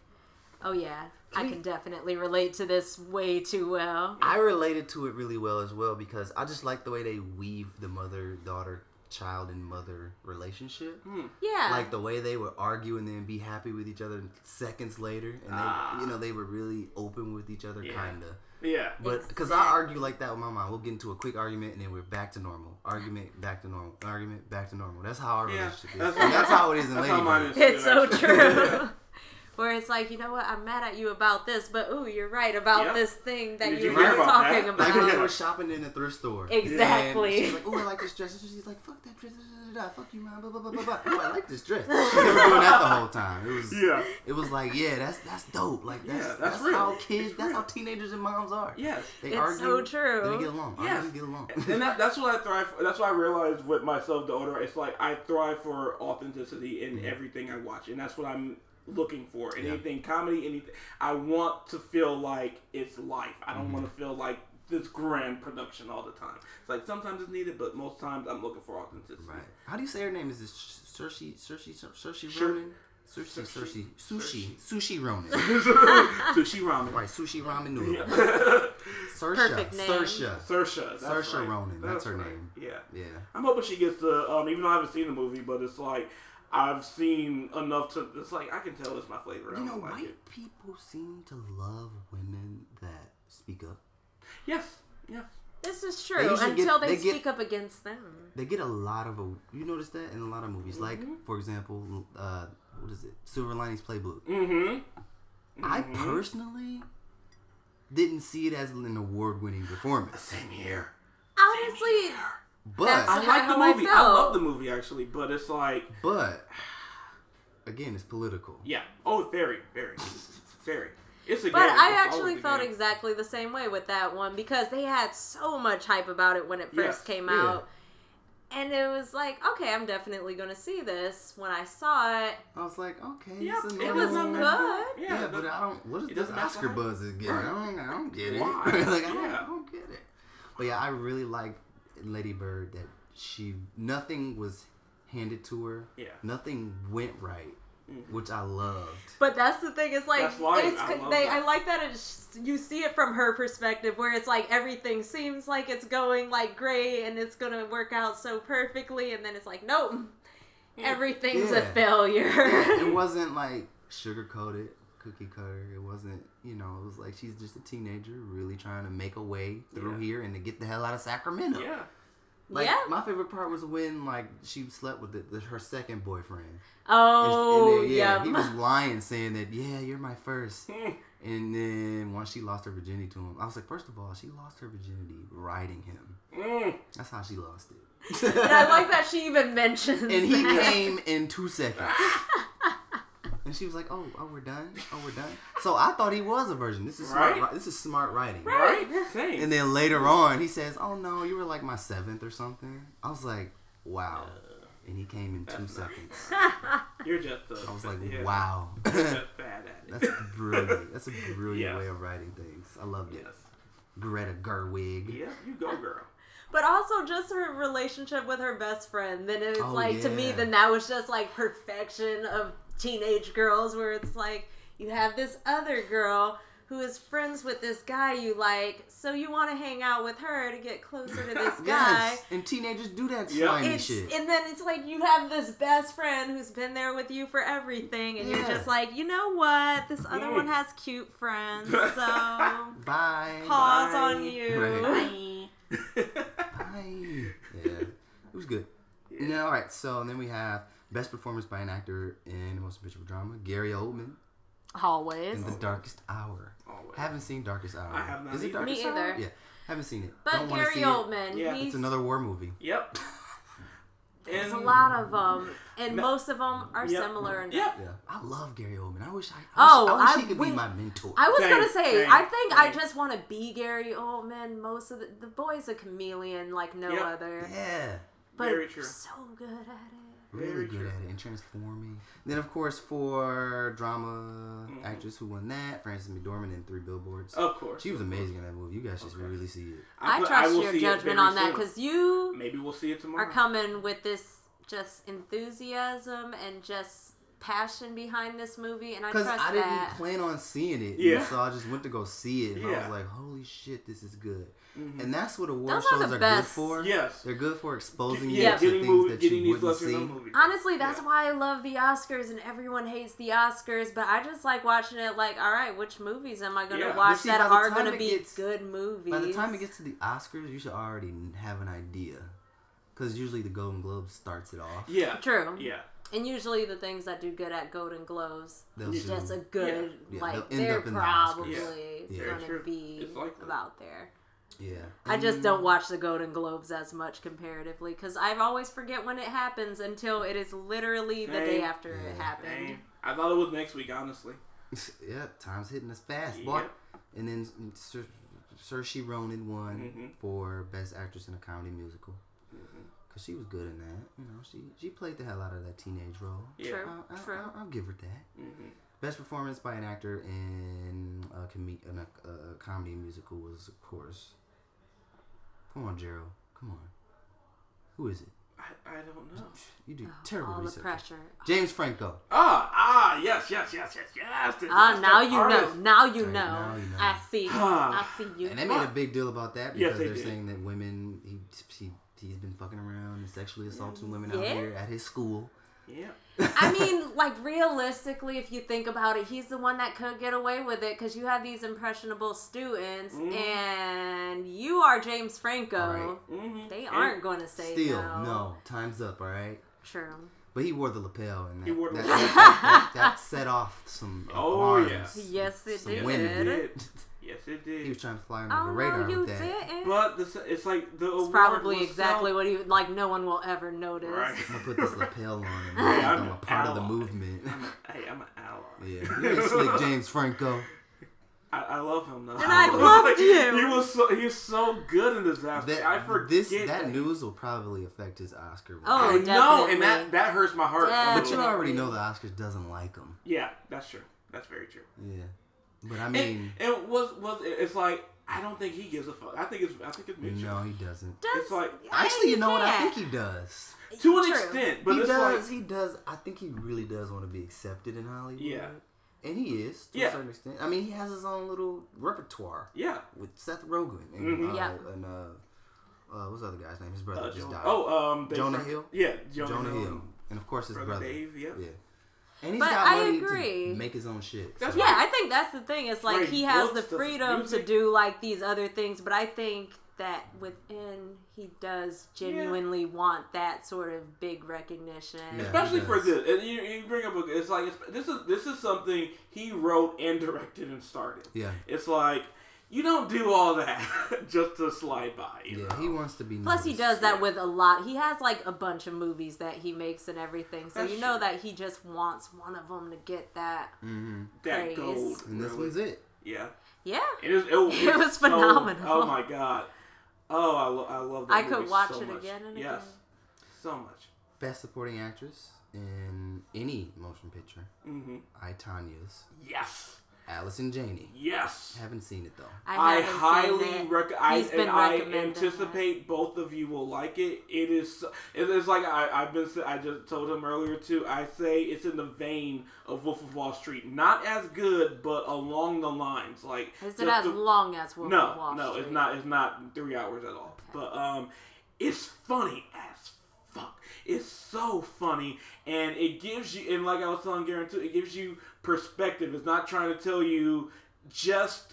[SPEAKER 4] oh yeah. I can definitely relate to this way too well.
[SPEAKER 3] I related to it really well as well because I just like the way they weave the mother daughter child and mother relationship.
[SPEAKER 2] Hmm.
[SPEAKER 4] Yeah.
[SPEAKER 3] Like the way they would argue and then be happy with each other seconds later, and they, you know, they were really open with each other, kinda.
[SPEAKER 2] Ah. yeah.
[SPEAKER 3] But because I argue like that with my mom, we'll get into a quick argument and then we're back to normal. Argument back to normal. Argument back to normal. That's how our
[SPEAKER 2] Yeah.
[SPEAKER 3] relationship is.
[SPEAKER 2] That's-
[SPEAKER 3] And that's how it is in
[SPEAKER 2] That's
[SPEAKER 3] Lady
[SPEAKER 2] how mine
[SPEAKER 3] Bird.
[SPEAKER 2] is.
[SPEAKER 4] It's so
[SPEAKER 2] actually.
[SPEAKER 4] true. Where it's like, you know what, I'm mad at you about this, but ooh, you're right about
[SPEAKER 2] Yep.
[SPEAKER 4] this thing that
[SPEAKER 2] Did
[SPEAKER 4] you
[SPEAKER 2] you
[SPEAKER 4] were
[SPEAKER 2] hear about
[SPEAKER 4] talking
[SPEAKER 2] that?
[SPEAKER 3] Like
[SPEAKER 4] about.
[SPEAKER 3] when we were shopping in the thrift store.
[SPEAKER 4] Exactly.
[SPEAKER 3] And she's like, "Oh, I like this dress." And she's like, "Fuck that dress." da, da, da, da, Fuck you, mom. Blah blah blah blah. blah. Oh, I like this dress. They were doing that the whole time. It was.
[SPEAKER 2] Yeah.
[SPEAKER 3] It was like, yeah, that's that's dope. Like that's
[SPEAKER 2] Yeah, that's
[SPEAKER 3] that's,
[SPEAKER 2] real.
[SPEAKER 3] how kids, that's how teenagers and moms are.
[SPEAKER 2] Yes.
[SPEAKER 3] They
[SPEAKER 4] It's
[SPEAKER 3] argue.
[SPEAKER 4] so true.
[SPEAKER 3] Then they get along. Argue,
[SPEAKER 2] Yes.
[SPEAKER 3] get along.
[SPEAKER 2] and that, that's what I thrive. For. That's what I realized with myself. The older, it's like I thrive for authenticity in everything I watch, and that's what I'm looking for. In
[SPEAKER 3] Mm-hmm. Yeah.
[SPEAKER 2] Anything comedy, anything. I want to feel like it's life. I
[SPEAKER 3] Mm-hmm.
[SPEAKER 2] don't want to feel like this grand production all the time. It's like sometimes it's needed, but most times I'm looking for authenticity.
[SPEAKER 3] Right. How do you say her name? Is this Cersei? Cersei? Cersei
[SPEAKER 2] Sure.
[SPEAKER 3] Ronan? Cersei? Cersei? Sushi? Sushi Ronan?
[SPEAKER 2] Sushi ramen.
[SPEAKER 3] right. Sushi Ramen noodle. Sersha.
[SPEAKER 4] Perfect name.
[SPEAKER 3] Sersha.
[SPEAKER 2] Sersha. That's
[SPEAKER 3] Saoirse
[SPEAKER 2] right.
[SPEAKER 3] Ronan, that's her
[SPEAKER 2] right.
[SPEAKER 3] name.
[SPEAKER 2] Yeah.
[SPEAKER 3] Yeah.
[SPEAKER 2] I'm hoping she gets the. Um, even though I haven't seen the movie, but it's like. I've seen enough to. It's like I can tell it's my flavor.
[SPEAKER 3] You
[SPEAKER 2] I
[SPEAKER 3] know,
[SPEAKER 2] don't like
[SPEAKER 3] white
[SPEAKER 2] it.
[SPEAKER 3] people seem to love women that speak up.
[SPEAKER 2] Yes. Yes.
[SPEAKER 4] This is
[SPEAKER 3] They
[SPEAKER 4] true
[SPEAKER 3] usually get-
[SPEAKER 4] until they,
[SPEAKER 3] they get-
[SPEAKER 4] speak up against them.
[SPEAKER 3] They get a lot of a. You notice that in a lot of movies,
[SPEAKER 2] Mm-hmm.
[SPEAKER 3] like for example, uh, what is it? Silver Linings Playbook.
[SPEAKER 2] Mm-hmm.
[SPEAKER 3] I personally didn't see it as an award-winning performance,
[SPEAKER 2] Same here.
[SPEAKER 4] Honestly,
[SPEAKER 3] but
[SPEAKER 2] I
[SPEAKER 4] That's-
[SPEAKER 2] like the
[SPEAKER 4] how I
[SPEAKER 2] movie. I
[SPEAKER 4] felt.
[SPEAKER 2] love the movie actually, but it's like,
[SPEAKER 3] but again, it's political.
[SPEAKER 2] yeah. Oh, very, very, very. It's a
[SPEAKER 4] But
[SPEAKER 2] game.
[SPEAKER 4] I
[SPEAKER 2] It's
[SPEAKER 4] actually
[SPEAKER 2] always a
[SPEAKER 4] felt
[SPEAKER 2] game.
[SPEAKER 4] exactly the same way with that one because they had so much hype about it when it first
[SPEAKER 2] Yes,
[SPEAKER 4] came
[SPEAKER 3] yeah.
[SPEAKER 4] out. And it was like, okay, I'm definitely going to see this when I saw it.
[SPEAKER 3] I was like, okay,
[SPEAKER 2] Yep,
[SPEAKER 3] it's
[SPEAKER 2] it
[SPEAKER 3] another
[SPEAKER 4] was
[SPEAKER 3] one.
[SPEAKER 2] wasn't
[SPEAKER 4] good.
[SPEAKER 2] Yeah,
[SPEAKER 3] Yeah,
[SPEAKER 2] but
[SPEAKER 3] but I don't. What
[SPEAKER 2] it
[SPEAKER 3] is this
[SPEAKER 2] doesn't matter.
[SPEAKER 3] Oscar buzz is getting? I don't. I don't get it.
[SPEAKER 2] Why?
[SPEAKER 3] like, I, don't,
[SPEAKER 2] Yeah.
[SPEAKER 3] I don't get it. But yeah, I really like Lady Bird that she nothing was handed to her.
[SPEAKER 2] Yeah. Mm-hmm.
[SPEAKER 3] Nothing went right, which I loved.
[SPEAKER 4] But that's the thing. It's like
[SPEAKER 2] That's why
[SPEAKER 4] it's,
[SPEAKER 2] I love
[SPEAKER 4] they.
[SPEAKER 2] that.
[SPEAKER 4] I like that. It's, you see it from her perspective, where it's like everything seems like it's going like great and it's gonna work out so perfectly, and then it's like nope,
[SPEAKER 2] Hmm.
[SPEAKER 4] everything's a
[SPEAKER 3] Yeah. it
[SPEAKER 4] failure.
[SPEAKER 3] wasn't like sugar coated, cookie cutter. It wasn't. You know, it was like she's just a teenager really trying to make a way through
[SPEAKER 2] Yeah.
[SPEAKER 3] here and to get the hell out of Sacramento.
[SPEAKER 2] yeah.
[SPEAKER 3] Like
[SPEAKER 4] Yeah.
[SPEAKER 3] my favorite part was when like she slept with the, the, her second boyfriend. And-
[SPEAKER 4] oh
[SPEAKER 3] and then,
[SPEAKER 4] yeah,
[SPEAKER 3] he was lying, saying that yeah, you're my first.
[SPEAKER 2] Mm,
[SPEAKER 3] and then once she lost her virginity to him, I was like, first of all, she lost her virginity riding him.
[SPEAKER 2] Mm.
[SPEAKER 3] That's how she lost it.
[SPEAKER 4] and I like that she even mentions.
[SPEAKER 3] and he
[SPEAKER 4] that.
[SPEAKER 3] came in two seconds. and she was like, oh, oh, we're done. Oh, we're done. So I thought he was a virgin. This is
[SPEAKER 2] Right.
[SPEAKER 3] smart. ri- This is smart writing.
[SPEAKER 2] Right? Same.
[SPEAKER 3] And then later on, he says, "Oh no, you were like my seventh or something." I was like, "Wow," and he came in two seconds.
[SPEAKER 2] You're just a.
[SPEAKER 3] I was like,
[SPEAKER 2] yeah,
[SPEAKER 3] "Wow."
[SPEAKER 2] you're just bad at
[SPEAKER 3] That's
[SPEAKER 2] it.
[SPEAKER 3] brilliant. That's a brilliant
[SPEAKER 2] Yes.
[SPEAKER 3] way of writing things. I loved it.
[SPEAKER 2] yes.
[SPEAKER 3] Greta Gerwig.
[SPEAKER 2] Yeah, you go, girl.
[SPEAKER 4] But also just her relationship with her best friend. Then it's
[SPEAKER 3] Oh,
[SPEAKER 4] like to me,
[SPEAKER 3] yeah.
[SPEAKER 4] then that was just like perfection of teenage girls, where it's like you have this other girl who is friends with this guy you like, so you want to hang out with her to get closer to this guy.
[SPEAKER 3] Yes. And teenagers do that
[SPEAKER 2] Yeah.
[SPEAKER 3] slimy
[SPEAKER 4] It's,
[SPEAKER 3] shit.
[SPEAKER 4] and then it's like you have this best friend who's been there with you for everything, and you're
[SPEAKER 3] Yeah.
[SPEAKER 4] just like, you know what? This other
[SPEAKER 2] Mm.
[SPEAKER 4] one has cute friends, so
[SPEAKER 3] Bye.
[SPEAKER 4] pause
[SPEAKER 2] Bye.
[SPEAKER 4] on you.
[SPEAKER 3] Bye. Yeah. It was good. Yeah. all right. So then we have best performance by an actor in the most visual drama, Gary Oldman
[SPEAKER 4] Always.
[SPEAKER 3] in The Darkest Hour.
[SPEAKER 2] Always.
[SPEAKER 3] Haven't seen Darkest Hour.
[SPEAKER 2] Oh, I have not
[SPEAKER 3] Is it
[SPEAKER 2] either.
[SPEAKER 3] Darkest
[SPEAKER 4] Me
[SPEAKER 3] Hour?
[SPEAKER 4] either.
[SPEAKER 3] Yeah. Haven't seen it.
[SPEAKER 4] But
[SPEAKER 3] Don't wanna
[SPEAKER 4] Gary
[SPEAKER 3] see it.
[SPEAKER 4] Oldman,
[SPEAKER 2] Yeah.
[SPEAKER 4] he's,
[SPEAKER 3] It's another war movie.
[SPEAKER 2] yep.
[SPEAKER 4] there's a
[SPEAKER 2] And-
[SPEAKER 4] lot of them, and
[SPEAKER 2] Ma-
[SPEAKER 4] most of them are
[SPEAKER 2] Yep.
[SPEAKER 4] similar. in-
[SPEAKER 2] Yep.
[SPEAKER 3] Yeah. I love Gary Oldman. I wish I. I wish,
[SPEAKER 4] Oh,
[SPEAKER 3] I wish
[SPEAKER 4] I
[SPEAKER 3] he could
[SPEAKER 4] wish-
[SPEAKER 3] be my mentor.
[SPEAKER 4] I was
[SPEAKER 2] Same,
[SPEAKER 4] gonna say,
[SPEAKER 2] same,
[SPEAKER 4] I think I
[SPEAKER 2] same.
[SPEAKER 4] just want to be Gary Oldman. Most of the, the boy's a chameleon, like no
[SPEAKER 2] Yep.
[SPEAKER 4] other,
[SPEAKER 3] yeah.
[SPEAKER 4] but
[SPEAKER 2] Very true.
[SPEAKER 4] so good at it.
[SPEAKER 3] really
[SPEAKER 2] Very
[SPEAKER 3] good
[SPEAKER 2] true.
[SPEAKER 3] at it and transforming. Then, of course, for drama actress who won that, Frances McDormand in Three Billboards.
[SPEAKER 2] Mm-hmm. Of course.
[SPEAKER 3] she was amazing in that movie. You guys should really see it.
[SPEAKER 4] I,
[SPEAKER 2] put-
[SPEAKER 4] trust
[SPEAKER 2] will
[SPEAKER 4] your
[SPEAKER 2] see it
[SPEAKER 4] judgment
[SPEAKER 2] very
[SPEAKER 4] on that
[SPEAKER 2] soon.
[SPEAKER 4] because you
[SPEAKER 2] maybe we'll see it tomorrow.
[SPEAKER 4] are coming with this just enthusiasm and just passion behind this movie, and I
[SPEAKER 3] Because
[SPEAKER 4] trust
[SPEAKER 3] I didn't
[SPEAKER 4] that.
[SPEAKER 3] plan on seeing it,
[SPEAKER 2] Yeah.
[SPEAKER 3] so I just went to go see it, and I
[SPEAKER 2] Yeah. Mm-hmm.
[SPEAKER 3] was like, "Holy shit, this is good!" And that's what award
[SPEAKER 4] Those are
[SPEAKER 3] shows
[SPEAKER 4] the
[SPEAKER 3] are
[SPEAKER 4] best.
[SPEAKER 3] good for.
[SPEAKER 2] Yes.
[SPEAKER 3] they're good for exposing
[SPEAKER 2] yeah,
[SPEAKER 3] you to
[SPEAKER 2] getting
[SPEAKER 3] things
[SPEAKER 2] movie,
[SPEAKER 3] that
[SPEAKER 2] getting
[SPEAKER 3] you
[SPEAKER 2] these
[SPEAKER 3] wouldn't
[SPEAKER 2] lesser
[SPEAKER 3] see.
[SPEAKER 2] known movies.
[SPEAKER 4] Honestly, that's
[SPEAKER 2] Yeah.
[SPEAKER 4] why I love the Oscars and everyone hates the Oscars, but I just like watching it like, all right, which movies am I going to
[SPEAKER 2] Yeah, but
[SPEAKER 4] watch
[SPEAKER 3] see,
[SPEAKER 4] that
[SPEAKER 3] by the
[SPEAKER 4] are
[SPEAKER 3] time
[SPEAKER 4] going to
[SPEAKER 3] it
[SPEAKER 4] be
[SPEAKER 3] gets-
[SPEAKER 4] good movies?
[SPEAKER 3] By the time it gets to the Oscars, you should already have an idea, because usually the Golden Globe starts it off.
[SPEAKER 2] Yeah.
[SPEAKER 4] True.
[SPEAKER 2] Yeah.
[SPEAKER 4] And usually the things that do good at Golden Globes
[SPEAKER 3] They'll
[SPEAKER 4] is
[SPEAKER 3] do-
[SPEAKER 4] just a good,
[SPEAKER 3] Yeah. Yeah,
[SPEAKER 4] like,
[SPEAKER 3] they'll end
[SPEAKER 4] they're
[SPEAKER 3] up in the Oscars.
[SPEAKER 4] probably
[SPEAKER 3] Yeah.
[SPEAKER 2] Yeah.
[SPEAKER 4] going to
[SPEAKER 2] True.
[SPEAKER 4] be
[SPEAKER 2] It's likely.
[SPEAKER 4] about there.
[SPEAKER 3] Yeah,
[SPEAKER 4] I just
[SPEAKER 3] Mm.
[SPEAKER 4] don't watch the Golden Globes as much comparatively because I always forget when it happens until it is literally the day
[SPEAKER 2] Same.
[SPEAKER 4] after it
[SPEAKER 3] Yeah.
[SPEAKER 4] happened.
[SPEAKER 2] Dang. I thought it was next week, honestly.
[SPEAKER 3] Yeah, time's hitting us fast, boy.
[SPEAKER 2] Yep.
[SPEAKER 3] And then Sir, Saoirse Ronan won for Best Actress in a Comedy Musical. Cause she was good in that, you know. She she played the hell out of that teenage role.
[SPEAKER 2] Yeah.
[SPEAKER 4] True.
[SPEAKER 3] I'll, I'll,
[SPEAKER 4] True.
[SPEAKER 3] I'll, I'll give her that. Best performance by an actor in a, com- in a, a, a comedy musical was, of course. Come on, Gerald. Come on. Who is it?
[SPEAKER 2] I, I don't know.
[SPEAKER 3] You do terrible
[SPEAKER 4] Oh, All the
[SPEAKER 3] research.
[SPEAKER 4] pressure.
[SPEAKER 3] James Franco.
[SPEAKER 2] Ah, ah, yes, yes, yes, yes, yes. the
[SPEAKER 4] Ah,
[SPEAKER 2] disaster
[SPEAKER 4] now you know.
[SPEAKER 2] artist.
[SPEAKER 4] Now you know.
[SPEAKER 3] Right, now you know.
[SPEAKER 4] I see. I see you.
[SPEAKER 3] And they made a big deal about that because
[SPEAKER 2] Yes, they
[SPEAKER 3] they are
[SPEAKER 2] did.
[SPEAKER 3] saying that women he, he he's been fucking around and sexually assaulting women out
[SPEAKER 4] Yeah.
[SPEAKER 3] here at his school.
[SPEAKER 2] Yeah.
[SPEAKER 4] I mean, like realistically, if you think about it, he's the one that could get away with it because you have these impressionable students,
[SPEAKER 2] Mm-hmm.
[SPEAKER 4] and you are James Franco.
[SPEAKER 2] Mm-hmm.
[SPEAKER 4] They aren't going to say
[SPEAKER 3] Still,
[SPEAKER 4] no.
[SPEAKER 3] no. time's up. All right,
[SPEAKER 4] True.
[SPEAKER 3] but he wore the lapel and that,
[SPEAKER 2] He wore the
[SPEAKER 3] that,
[SPEAKER 2] lapel.
[SPEAKER 3] that- that- that set off some
[SPEAKER 2] Oh,
[SPEAKER 3] alarms.
[SPEAKER 2] yeah.
[SPEAKER 4] Yes, it
[SPEAKER 3] Some
[SPEAKER 4] did.
[SPEAKER 2] It
[SPEAKER 3] women.
[SPEAKER 2] did. Yes, it
[SPEAKER 3] He was
[SPEAKER 2] did.
[SPEAKER 3] trying to fly under
[SPEAKER 4] Oh
[SPEAKER 3] the radar
[SPEAKER 4] no, you
[SPEAKER 3] with that.
[SPEAKER 4] didn't.
[SPEAKER 2] But the, s- it's like the
[SPEAKER 4] it's
[SPEAKER 2] award
[SPEAKER 4] probably
[SPEAKER 2] was
[SPEAKER 4] exactly
[SPEAKER 2] so-
[SPEAKER 4] what he like. No one will ever notice.
[SPEAKER 2] Right.
[SPEAKER 3] I put this lapel on and
[SPEAKER 2] Yeah, I'm
[SPEAKER 3] I'm a
[SPEAKER 2] an
[SPEAKER 3] part of the
[SPEAKER 2] ally.
[SPEAKER 3] movement.
[SPEAKER 2] Hey, I'm an ally.
[SPEAKER 3] yeah, you ain't slick James Franco.
[SPEAKER 2] I, I love him though.
[SPEAKER 4] And I loved you.
[SPEAKER 2] He was so he's so good in this aspect.
[SPEAKER 3] That,
[SPEAKER 2] I forget
[SPEAKER 3] this, that
[SPEAKER 2] that.
[SPEAKER 3] news will probably affect his Oscar. vote.
[SPEAKER 4] Oh,
[SPEAKER 2] I know, and
[SPEAKER 4] definitely.
[SPEAKER 2] that that hurts my heart. a
[SPEAKER 4] Definitely.
[SPEAKER 3] but you
[SPEAKER 2] little.
[SPEAKER 3] already know the Oscars doesn't like him.
[SPEAKER 2] yeah, that's true. That's very true.
[SPEAKER 3] Yeah, but I
[SPEAKER 2] And,
[SPEAKER 3] mean,
[SPEAKER 2] and was was it's like I don't think he gives a fuck. I think it's I think it's mutual.
[SPEAKER 3] no, he doesn't.
[SPEAKER 4] Does-
[SPEAKER 2] It's like
[SPEAKER 4] Yeah,
[SPEAKER 3] Actually, you know what? I
[SPEAKER 4] can't.
[SPEAKER 3] think he does.
[SPEAKER 2] to an
[SPEAKER 4] True.
[SPEAKER 2] extent, but
[SPEAKER 3] he
[SPEAKER 2] it's
[SPEAKER 3] does.
[SPEAKER 2] like
[SPEAKER 3] he does. I think he really does want to be accepted in Hollywood.
[SPEAKER 2] yeah,
[SPEAKER 3] and he is to
[SPEAKER 2] Yeah.
[SPEAKER 3] a certain extent. I mean, he has his own little repertoire
[SPEAKER 2] yeah.
[SPEAKER 3] with Seth Rogen and
[SPEAKER 2] Mhm.
[SPEAKER 3] uh,
[SPEAKER 4] Yeah.
[SPEAKER 3] and uh, uh, what's the other guy's name? His brother
[SPEAKER 2] Uh,
[SPEAKER 3] just
[SPEAKER 2] Jonah-
[SPEAKER 3] died.
[SPEAKER 2] oh, um, they-
[SPEAKER 3] Jonah Hill?
[SPEAKER 2] Yeah,
[SPEAKER 3] Jonah,
[SPEAKER 2] Jonah,
[SPEAKER 3] Hill.
[SPEAKER 2] Hill.
[SPEAKER 3] and of course his
[SPEAKER 2] Brother
[SPEAKER 3] brother.
[SPEAKER 2] Dave, yeah.
[SPEAKER 3] yeah. And he's
[SPEAKER 4] But
[SPEAKER 3] got
[SPEAKER 4] I
[SPEAKER 3] money
[SPEAKER 4] agree.
[SPEAKER 3] to make his own shit.
[SPEAKER 2] That's
[SPEAKER 4] Yeah, I think that's the thing. It's like
[SPEAKER 2] Right,
[SPEAKER 4] he has the
[SPEAKER 2] books, the
[SPEAKER 4] freedom to
[SPEAKER 2] music.
[SPEAKER 4] do like these other things, but I think that within he does genuinely want that sort of big recognition.
[SPEAKER 3] Yeah.
[SPEAKER 2] Especially
[SPEAKER 3] He
[SPEAKER 2] for
[SPEAKER 3] does.
[SPEAKER 2] this, and you, you bring up a, it's like it's, this is this is something he wrote and directed and started.
[SPEAKER 3] Yeah.
[SPEAKER 2] it's like you don't do all that just to slide by. You
[SPEAKER 3] Yeah,
[SPEAKER 2] know?
[SPEAKER 3] he wants to be.
[SPEAKER 4] Plus, he
[SPEAKER 3] noticed.
[SPEAKER 4] does that with a lot. He has like a bunch of movies that he makes and everything, so
[SPEAKER 2] That's
[SPEAKER 4] you know
[SPEAKER 2] true. Mm.
[SPEAKER 4] that he just wants one of them to get that.
[SPEAKER 2] that
[SPEAKER 4] praise.
[SPEAKER 2] gold.
[SPEAKER 3] And this
[SPEAKER 2] really.
[SPEAKER 3] one's it.
[SPEAKER 2] Yeah,
[SPEAKER 4] Yeah,
[SPEAKER 2] it is. It, was-
[SPEAKER 4] It was
[SPEAKER 2] it's so-
[SPEAKER 4] phenomenal.
[SPEAKER 2] oh my god. Oh, I, lo- I love that
[SPEAKER 4] I could
[SPEAKER 2] movie
[SPEAKER 4] watch
[SPEAKER 2] so
[SPEAKER 4] it
[SPEAKER 2] much.
[SPEAKER 4] again and
[SPEAKER 2] yes,
[SPEAKER 4] again.
[SPEAKER 2] so much.
[SPEAKER 3] Best supporting actress in any motion picture.
[SPEAKER 2] hmm
[SPEAKER 3] I Tanya's
[SPEAKER 2] Yes,
[SPEAKER 3] Allison Janney.
[SPEAKER 2] yes.
[SPEAKER 3] Haven't seen it though.
[SPEAKER 4] I, haven't seen
[SPEAKER 2] highly
[SPEAKER 4] it.
[SPEAKER 2] rec- I,
[SPEAKER 4] He's been
[SPEAKER 2] and I
[SPEAKER 4] recommending that.
[SPEAKER 2] anticipate both of you will like it. It is. so- It is like I, I've been. sa- I just told him earlier too. I say it's in the vein of Wolf of Wall Street. Not as good, but along the lines. Like
[SPEAKER 4] Is it
[SPEAKER 2] just
[SPEAKER 4] as
[SPEAKER 2] the-
[SPEAKER 4] long as Wolf
[SPEAKER 2] No,
[SPEAKER 4] of Wall
[SPEAKER 2] no, it's
[SPEAKER 4] Street?
[SPEAKER 2] not. It's not three hours at all. But um, it's funny as fuck. It's so funny, and it gives you. And like I was telling Garen too, it gives you perspective. It's not trying to tell you just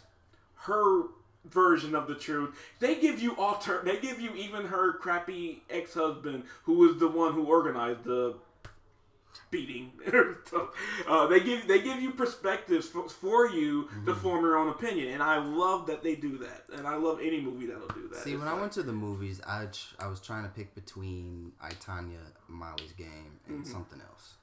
[SPEAKER 2] her version of the truth. They give you alter. They give you even her crappy ex husband, who was the one who organized the beating. So, uh, they give they give you perspectives for, for you to
[SPEAKER 3] Mm-hmm.
[SPEAKER 2] form your own opinion, and I love that they do that. And I love any movie that'll do that.
[SPEAKER 3] See,
[SPEAKER 2] It's
[SPEAKER 3] when I
[SPEAKER 2] like-
[SPEAKER 3] went to the movies, I ch- I was trying to pick between I Tanya, Molly's Game, and
[SPEAKER 2] Mm-hmm.
[SPEAKER 3] something else.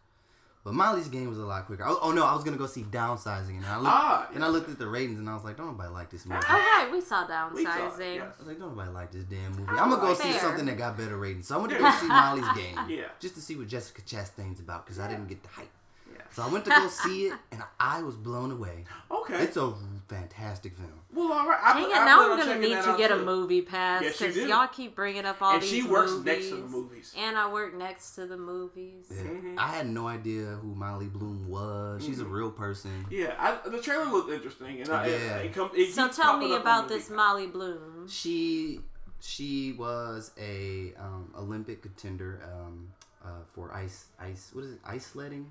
[SPEAKER 3] But Molly's Game was a lot quicker. Oh, oh no, I was gonna go see Downsizing, and I looked
[SPEAKER 2] Ah,
[SPEAKER 3] and I looked at the ratings, and I was like, don't nobody like this movie.
[SPEAKER 4] Oh
[SPEAKER 3] I
[SPEAKER 4] right, we saw
[SPEAKER 2] We saw it,
[SPEAKER 4] downsizing.
[SPEAKER 2] yes.
[SPEAKER 3] was like, don't nobody like this damn movie. I'm gonna go see
[SPEAKER 4] Fair.
[SPEAKER 3] something that got better ratings. So I went to go see Molly's Game,
[SPEAKER 2] Yeah.
[SPEAKER 3] just to see what Jessica Chastain's about, because I didn't get the hype.
[SPEAKER 2] Yeah.
[SPEAKER 3] So I went to go see it, and I was blown away.
[SPEAKER 2] Okay.
[SPEAKER 3] It's a fantastic film.
[SPEAKER 2] well, all right. I,
[SPEAKER 4] Dang it,
[SPEAKER 2] I,
[SPEAKER 4] now
[SPEAKER 2] plan
[SPEAKER 4] I'm
[SPEAKER 2] on
[SPEAKER 4] gonna
[SPEAKER 2] checking
[SPEAKER 4] need
[SPEAKER 2] that
[SPEAKER 4] to
[SPEAKER 2] out,
[SPEAKER 4] get a
[SPEAKER 2] too.
[SPEAKER 4] movie pass
[SPEAKER 2] Yes, you
[SPEAKER 4] because
[SPEAKER 2] do.
[SPEAKER 4] y'all keep bringing up all
[SPEAKER 2] And
[SPEAKER 4] these
[SPEAKER 2] she
[SPEAKER 4] movies.
[SPEAKER 2] works next to the movies.
[SPEAKER 4] And I work next to the movies.
[SPEAKER 3] Yeah. I had no idea who Molly Bloom was. She's a real person.
[SPEAKER 2] Yeah, I, the trailer looked interesting, and I,
[SPEAKER 3] Yeah.
[SPEAKER 2] it, it, come, it
[SPEAKER 4] So
[SPEAKER 2] keeps
[SPEAKER 4] tell
[SPEAKER 2] popping
[SPEAKER 4] me
[SPEAKER 2] up on
[SPEAKER 4] about
[SPEAKER 2] movie
[SPEAKER 4] this
[SPEAKER 2] pass.
[SPEAKER 4] Molly Bloom.
[SPEAKER 3] She she was a um, Olympic contender um, uh, for ice ice what is it ice sledding?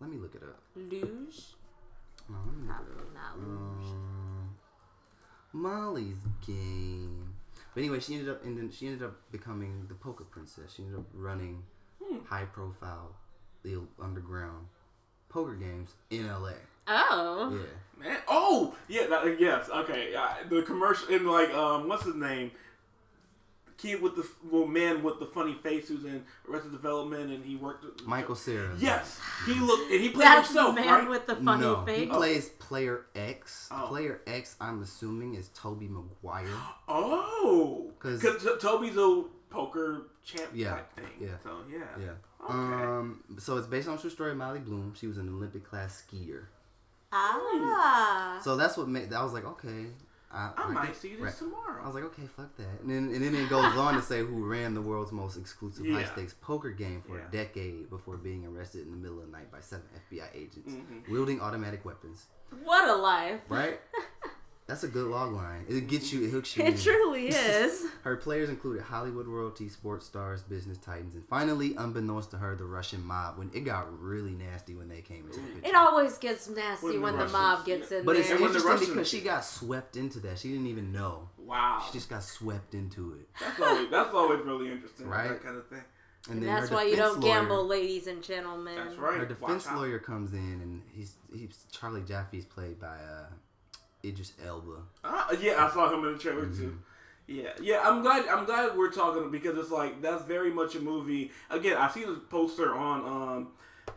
[SPEAKER 3] Let me look it up.
[SPEAKER 4] Luge?
[SPEAKER 3] No, let me look it up.
[SPEAKER 4] Probably not luge.
[SPEAKER 3] Um, Molly's game. But anyway, she ended up ending, she ended up becoming the polka princess. She ended up running high profile the underground poker games in LA.
[SPEAKER 4] Oh.
[SPEAKER 3] Yeah.
[SPEAKER 2] Man, oh yeah, that, yes, okay. I, the commercial and like um, what's his name? Kid with the well, man with the funny face who's in Arrested Development, and he worked.
[SPEAKER 3] Michael Cera.
[SPEAKER 2] Yes, he looked and he played
[SPEAKER 4] That's
[SPEAKER 2] himself,
[SPEAKER 4] the man
[SPEAKER 2] right?
[SPEAKER 4] with the funny
[SPEAKER 3] no, he
[SPEAKER 4] face.
[SPEAKER 3] plays Player X.
[SPEAKER 2] Oh.
[SPEAKER 3] Player X, I'm assuming, is Toby Maguire.
[SPEAKER 2] Oh,
[SPEAKER 3] 'Cause-
[SPEAKER 2] because Toby's a poker champ
[SPEAKER 3] Yeah,
[SPEAKER 2] type thing.
[SPEAKER 3] yeah,
[SPEAKER 2] So yeah.
[SPEAKER 3] Yeah.
[SPEAKER 2] Okay.
[SPEAKER 3] Um. So it's based on a true story. of Molly Bloom. She was an Olympic class skier.
[SPEAKER 4] ah.
[SPEAKER 3] So that's what made. I was like, okay. I,
[SPEAKER 2] I
[SPEAKER 3] I
[SPEAKER 2] might
[SPEAKER 3] get-
[SPEAKER 2] see this
[SPEAKER 3] right.
[SPEAKER 2] tomorrow.
[SPEAKER 3] I was like, okay, fuck that. And then, and then it goes on to say who ran the world's most exclusive high
[SPEAKER 2] Yeah.
[SPEAKER 3] stakes poker game for
[SPEAKER 2] Yeah.
[SPEAKER 3] a decade before being arrested in the middle of the night by seven FBI agents
[SPEAKER 2] Mm-hmm.
[SPEAKER 3] wielding automatic weapons.
[SPEAKER 4] What a life.
[SPEAKER 3] Right? That's a good log line. It gets you, it hooks you. in.
[SPEAKER 4] It truly is.
[SPEAKER 3] Her players included Hollywood royalty, sports stars, business titans, and finally, unbeknownst to her, the Russian mob. When it got really nasty when they came into the picture.
[SPEAKER 4] It always gets nasty when,
[SPEAKER 2] When the
[SPEAKER 4] the mob
[SPEAKER 2] Russians-
[SPEAKER 4] gets in
[SPEAKER 3] but it's
[SPEAKER 4] there.
[SPEAKER 2] And when the
[SPEAKER 3] interesting
[SPEAKER 2] Russians-
[SPEAKER 3] because she got swept into that. She didn't even know.
[SPEAKER 2] wow.
[SPEAKER 3] She just got swept into it.
[SPEAKER 2] that's always that's always really interesting.
[SPEAKER 3] Right?
[SPEAKER 2] That kind of thing.
[SPEAKER 3] And, then her
[SPEAKER 4] That's why you
[SPEAKER 3] defense
[SPEAKER 4] don't
[SPEAKER 3] lawyer-
[SPEAKER 4] gamble, ladies and gentlemen.
[SPEAKER 2] That's right.
[SPEAKER 3] Her defense
[SPEAKER 2] Watch out.
[SPEAKER 3] lawyer comes in, and he's he's Charlie Jaffe's played by uh, Idris Elba.
[SPEAKER 2] Uh, yeah, I saw him in the trailer
[SPEAKER 3] Mm-hmm.
[SPEAKER 2] too. Yeah, yeah. I'm glad. I'm glad we're talking because it's like that's very much a movie. Again, I see this poster on um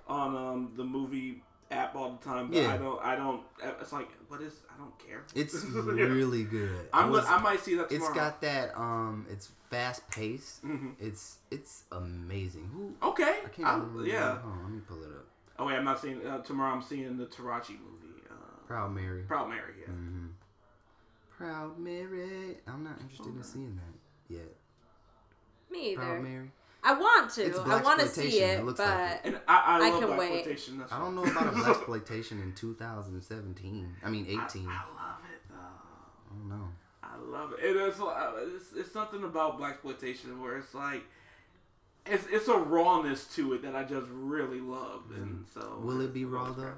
[SPEAKER 2] on um the movie app all the time, but
[SPEAKER 3] Yeah.
[SPEAKER 2] I don't. I don't. It's like what is? I don't care.
[SPEAKER 3] It's
[SPEAKER 2] Yeah.
[SPEAKER 3] really good.
[SPEAKER 2] I'm.
[SPEAKER 3] was-
[SPEAKER 2] gonna- I might see that
[SPEAKER 3] It's
[SPEAKER 2] tomorrow.
[SPEAKER 3] got that. Um, it's fast paced.
[SPEAKER 2] Mm-hmm.
[SPEAKER 3] It's it's amazing. Who?
[SPEAKER 2] okay.
[SPEAKER 3] I can't
[SPEAKER 2] I-
[SPEAKER 3] remember.
[SPEAKER 2] yeah.
[SPEAKER 3] Hold on, let me pull it up.
[SPEAKER 2] Oh wait, I'm not seeing uh, tomorrow. I'm seeing the Taraji movie. Uh,
[SPEAKER 3] Proud Mary.
[SPEAKER 2] Proud Mary. Yeah.
[SPEAKER 3] Mm-hmm. Proud Mary. I'm not interested in seeing that yet.
[SPEAKER 4] Me
[SPEAKER 3] Proud
[SPEAKER 4] either.
[SPEAKER 3] Mary.
[SPEAKER 4] I want to.
[SPEAKER 3] It's
[SPEAKER 4] I want to see
[SPEAKER 3] blaxploitation,
[SPEAKER 4] it,
[SPEAKER 3] it looks
[SPEAKER 4] but
[SPEAKER 3] like
[SPEAKER 2] And I, I,
[SPEAKER 4] I
[SPEAKER 2] love
[SPEAKER 4] can
[SPEAKER 2] black
[SPEAKER 4] wait.
[SPEAKER 2] exploitation. That's
[SPEAKER 3] I
[SPEAKER 2] why.
[SPEAKER 3] don't know about a black exploitation in 2017. I mean 18. I,
[SPEAKER 2] I love it though.
[SPEAKER 3] don't know.
[SPEAKER 2] I love it. And it's, uh, it's it's something about black exploitation where it's like it's it's a rawness to it that I just really love. And so
[SPEAKER 3] Mm-hmm. Will it be raw though?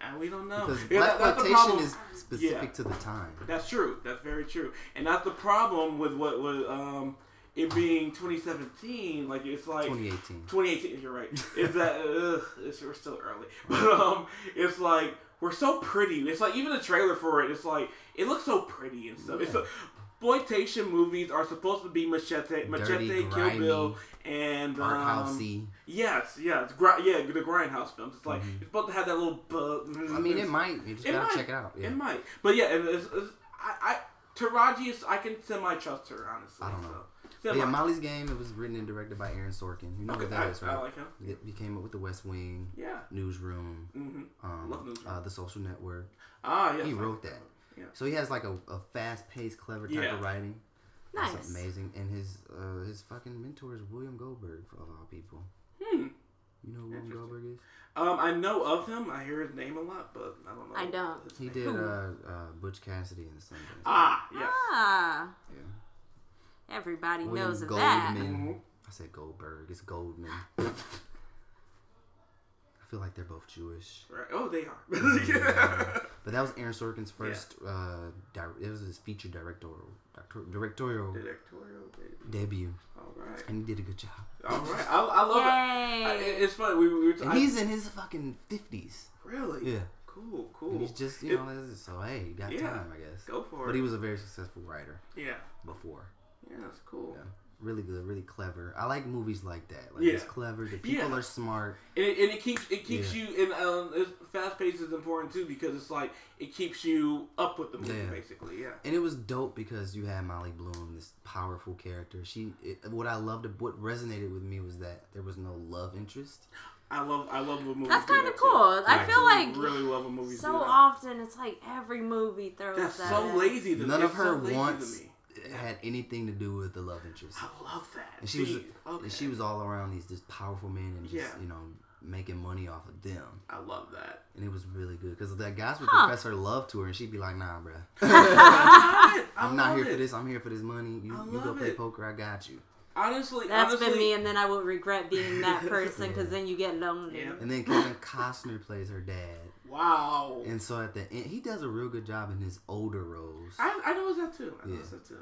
[SPEAKER 2] And we don't know.
[SPEAKER 3] Because
[SPEAKER 2] Yeah,
[SPEAKER 3] black
[SPEAKER 2] that- that's the
[SPEAKER 3] exploitation
[SPEAKER 2] problem.
[SPEAKER 3] is specific
[SPEAKER 2] Yeah.
[SPEAKER 3] to the time.
[SPEAKER 2] That's true. That's very true. And that's the problem with what was um it being 2017. Like it's like
[SPEAKER 3] 2018.
[SPEAKER 2] 2018. You're right. Is that ugh, it's, we're still early, but um, it's like we're so pretty. It's like even the trailer for it. It's like it looks so pretty and stuff. It's a, exploitation movies are supposed to be machete, machete, Kill
[SPEAKER 3] grimy,
[SPEAKER 2] Bill, and
[SPEAKER 3] Art
[SPEAKER 2] um,
[SPEAKER 3] housey.
[SPEAKER 2] Yes, yes, gri- yeah, the grindhouse films. It's like it's supposed to have that little bug.
[SPEAKER 3] Mm-hmm. I mean, it might. You just
[SPEAKER 2] It
[SPEAKER 3] gotta
[SPEAKER 2] might.
[SPEAKER 3] check it out. Yeah.
[SPEAKER 2] It might. But yeah, and it's, it's, I, I, Taraji is. I can semi trust her honestly.
[SPEAKER 3] I don't know.
[SPEAKER 2] So.
[SPEAKER 3] But yeah,
[SPEAKER 2] Semi.
[SPEAKER 3] Molly's Game. It was written and directed by Aaron Sorkin. You know
[SPEAKER 2] Okay,
[SPEAKER 3] what that
[SPEAKER 2] I-
[SPEAKER 3] is,
[SPEAKER 2] I
[SPEAKER 3] right?
[SPEAKER 2] like him.
[SPEAKER 3] He- He came up with The West Wing,
[SPEAKER 2] yeah.
[SPEAKER 3] Newsroom,
[SPEAKER 2] Mm-hmm.
[SPEAKER 3] um,
[SPEAKER 2] Love Newsroom.
[SPEAKER 3] Uh, The Social Network.
[SPEAKER 2] Ah, yes.
[SPEAKER 3] He
[SPEAKER 2] I-
[SPEAKER 3] wrote that.
[SPEAKER 2] Yeah.
[SPEAKER 3] So he has like a, a fast-paced, clever type
[SPEAKER 2] Yeah.
[SPEAKER 3] of writing. That's
[SPEAKER 4] Nice.
[SPEAKER 3] amazing. And his uh, his fucking mentor is William Goldberg, for all people. Hmm. You know who William
[SPEAKER 2] Interesting.
[SPEAKER 3] Goldberg is?
[SPEAKER 2] Um, I know of him. I hear his name a lot, but I don't know.
[SPEAKER 4] I don't.
[SPEAKER 2] his
[SPEAKER 3] He
[SPEAKER 2] name.
[SPEAKER 3] did uh, uh, Butch Cassidy and the Sundance.
[SPEAKER 2] Ah, yes.
[SPEAKER 4] ah,
[SPEAKER 3] yeah.
[SPEAKER 4] everybody
[SPEAKER 3] William
[SPEAKER 4] knows of
[SPEAKER 3] Goldman.
[SPEAKER 4] that.
[SPEAKER 2] Mm-hmm.
[SPEAKER 3] I said Goldberg. It's Goldman. I feel like they're both Jewish.
[SPEAKER 2] Right. Oh, they
[SPEAKER 3] Mm-hmm.
[SPEAKER 2] are.
[SPEAKER 3] But that was Aaron Sorkin's first. Uh, di- it was his feature directorial director- directorial
[SPEAKER 2] Directorial baby.
[SPEAKER 3] debut,
[SPEAKER 2] All right.
[SPEAKER 3] and he did a good job.
[SPEAKER 2] All right. I, I love it. I,
[SPEAKER 4] Yay.
[SPEAKER 2] it- it's funny. We, we were
[SPEAKER 3] And
[SPEAKER 2] I-
[SPEAKER 3] he's in his fucking fifties.
[SPEAKER 2] really
[SPEAKER 3] Yeah.
[SPEAKER 2] cool. Cool.
[SPEAKER 3] And he's just you
[SPEAKER 2] It-
[SPEAKER 3] know this is- so hey, you got
[SPEAKER 2] Yeah.
[SPEAKER 3] time I guess.
[SPEAKER 2] Go for
[SPEAKER 3] But
[SPEAKER 2] it.
[SPEAKER 3] he was a very successful writer
[SPEAKER 2] yeah.
[SPEAKER 3] before.
[SPEAKER 2] Yeah, that's cool.
[SPEAKER 3] Yeah. Really good, really clever. I like movies like that. Like it's
[SPEAKER 2] Yeah.
[SPEAKER 3] clever. The people
[SPEAKER 2] Yeah.
[SPEAKER 3] are smart.
[SPEAKER 2] And it, and it keeps it keeps
[SPEAKER 3] Yeah.
[SPEAKER 2] you and um, fast pace is important too because it's like it keeps you up with the movie
[SPEAKER 3] Yeah.
[SPEAKER 2] basically. Yeah.
[SPEAKER 3] And it was dope because you had Molly Bloom, this powerful character. She, it, what I loved, what resonated with me was that there was no love interest.
[SPEAKER 2] I love I love a movie.
[SPEAKER 4] That's
[SPEAKER 2] do
[SPEAKER 4] kinda
[SPEAKER 2] that, too.
[SPEAKER 4] cool. I feel
[SPEAKER 2] absolutely
[SPEAKER 4] like
[SPEAKER 2] really love a movie.
[SPEAKER 4] So
[SPEAKER 2] do that.
[SPEAKER 4] often, it's like every movie throws
[SPEAKER 2] That's
[SPEAKER 4] that.
[SPEAKER 2] so
[SPEAKER 4] in.
[SPEAKER 2] lazy. To me.
[SPEAKER 3] None of
[SPEAKER 2] It's so
[SPEAKER 3] her
[SPEAKER 2] lazy to
[SPEAKER 3] wants
[SPEAKER 2] me.
[SPEAKER 3] had anything to do with the love interest.
[SPEAKER 2] I love that.
[SPEAKER 3] And she was,
[SPEAKER 2] See, okay.
[SPEAKER 3] and she was all around these just powerful men and just
[SPEAKER 2] Yeah.
[SPEAKER 3] you know making money off of them.
[SPEAKER 2] I love that.
[SPEAKER 3] And it was really good because the guys would
[SPEAKER 4] Huh.
[SPEAKER 3] profess her love to her, and she'd be like, "Nah, bruh,
[SPEAKER 2] I love it. I
[SPEAKER 3] I'm not
[SPEAKER 2] love
[SPEAKER 3] here
[SPEAKER 2] it.
[SPEAKER 3] for this. I'm here for this money. You,
[SPEAKER 2] I
[SPEAKER 3] you go
[SPEAKER 2] love
[SPEAKER 3] play
[SPEAKER 2] it.
[SPEAKER 3] poker. I got you."
[SPEAKER 2] Honestly,
[SPEAKER 4] That's
[SPEAKER 2] honestly,
[SPEAKER 4] been me, and then I will regret being that person because then you get lonely.
[SPEAKER 2] Yeah.
[SPEAKER 3] And then Kevin Costner plays her dad,
[SPEAKER 2] Wow.
[SPEAKER 3] and so at the end, he does a real good job in his older roles.
[SPEAKER 2] I I know that too. I know
[SPEAKER 3] Yeah.
[SPEAKER 2] that too.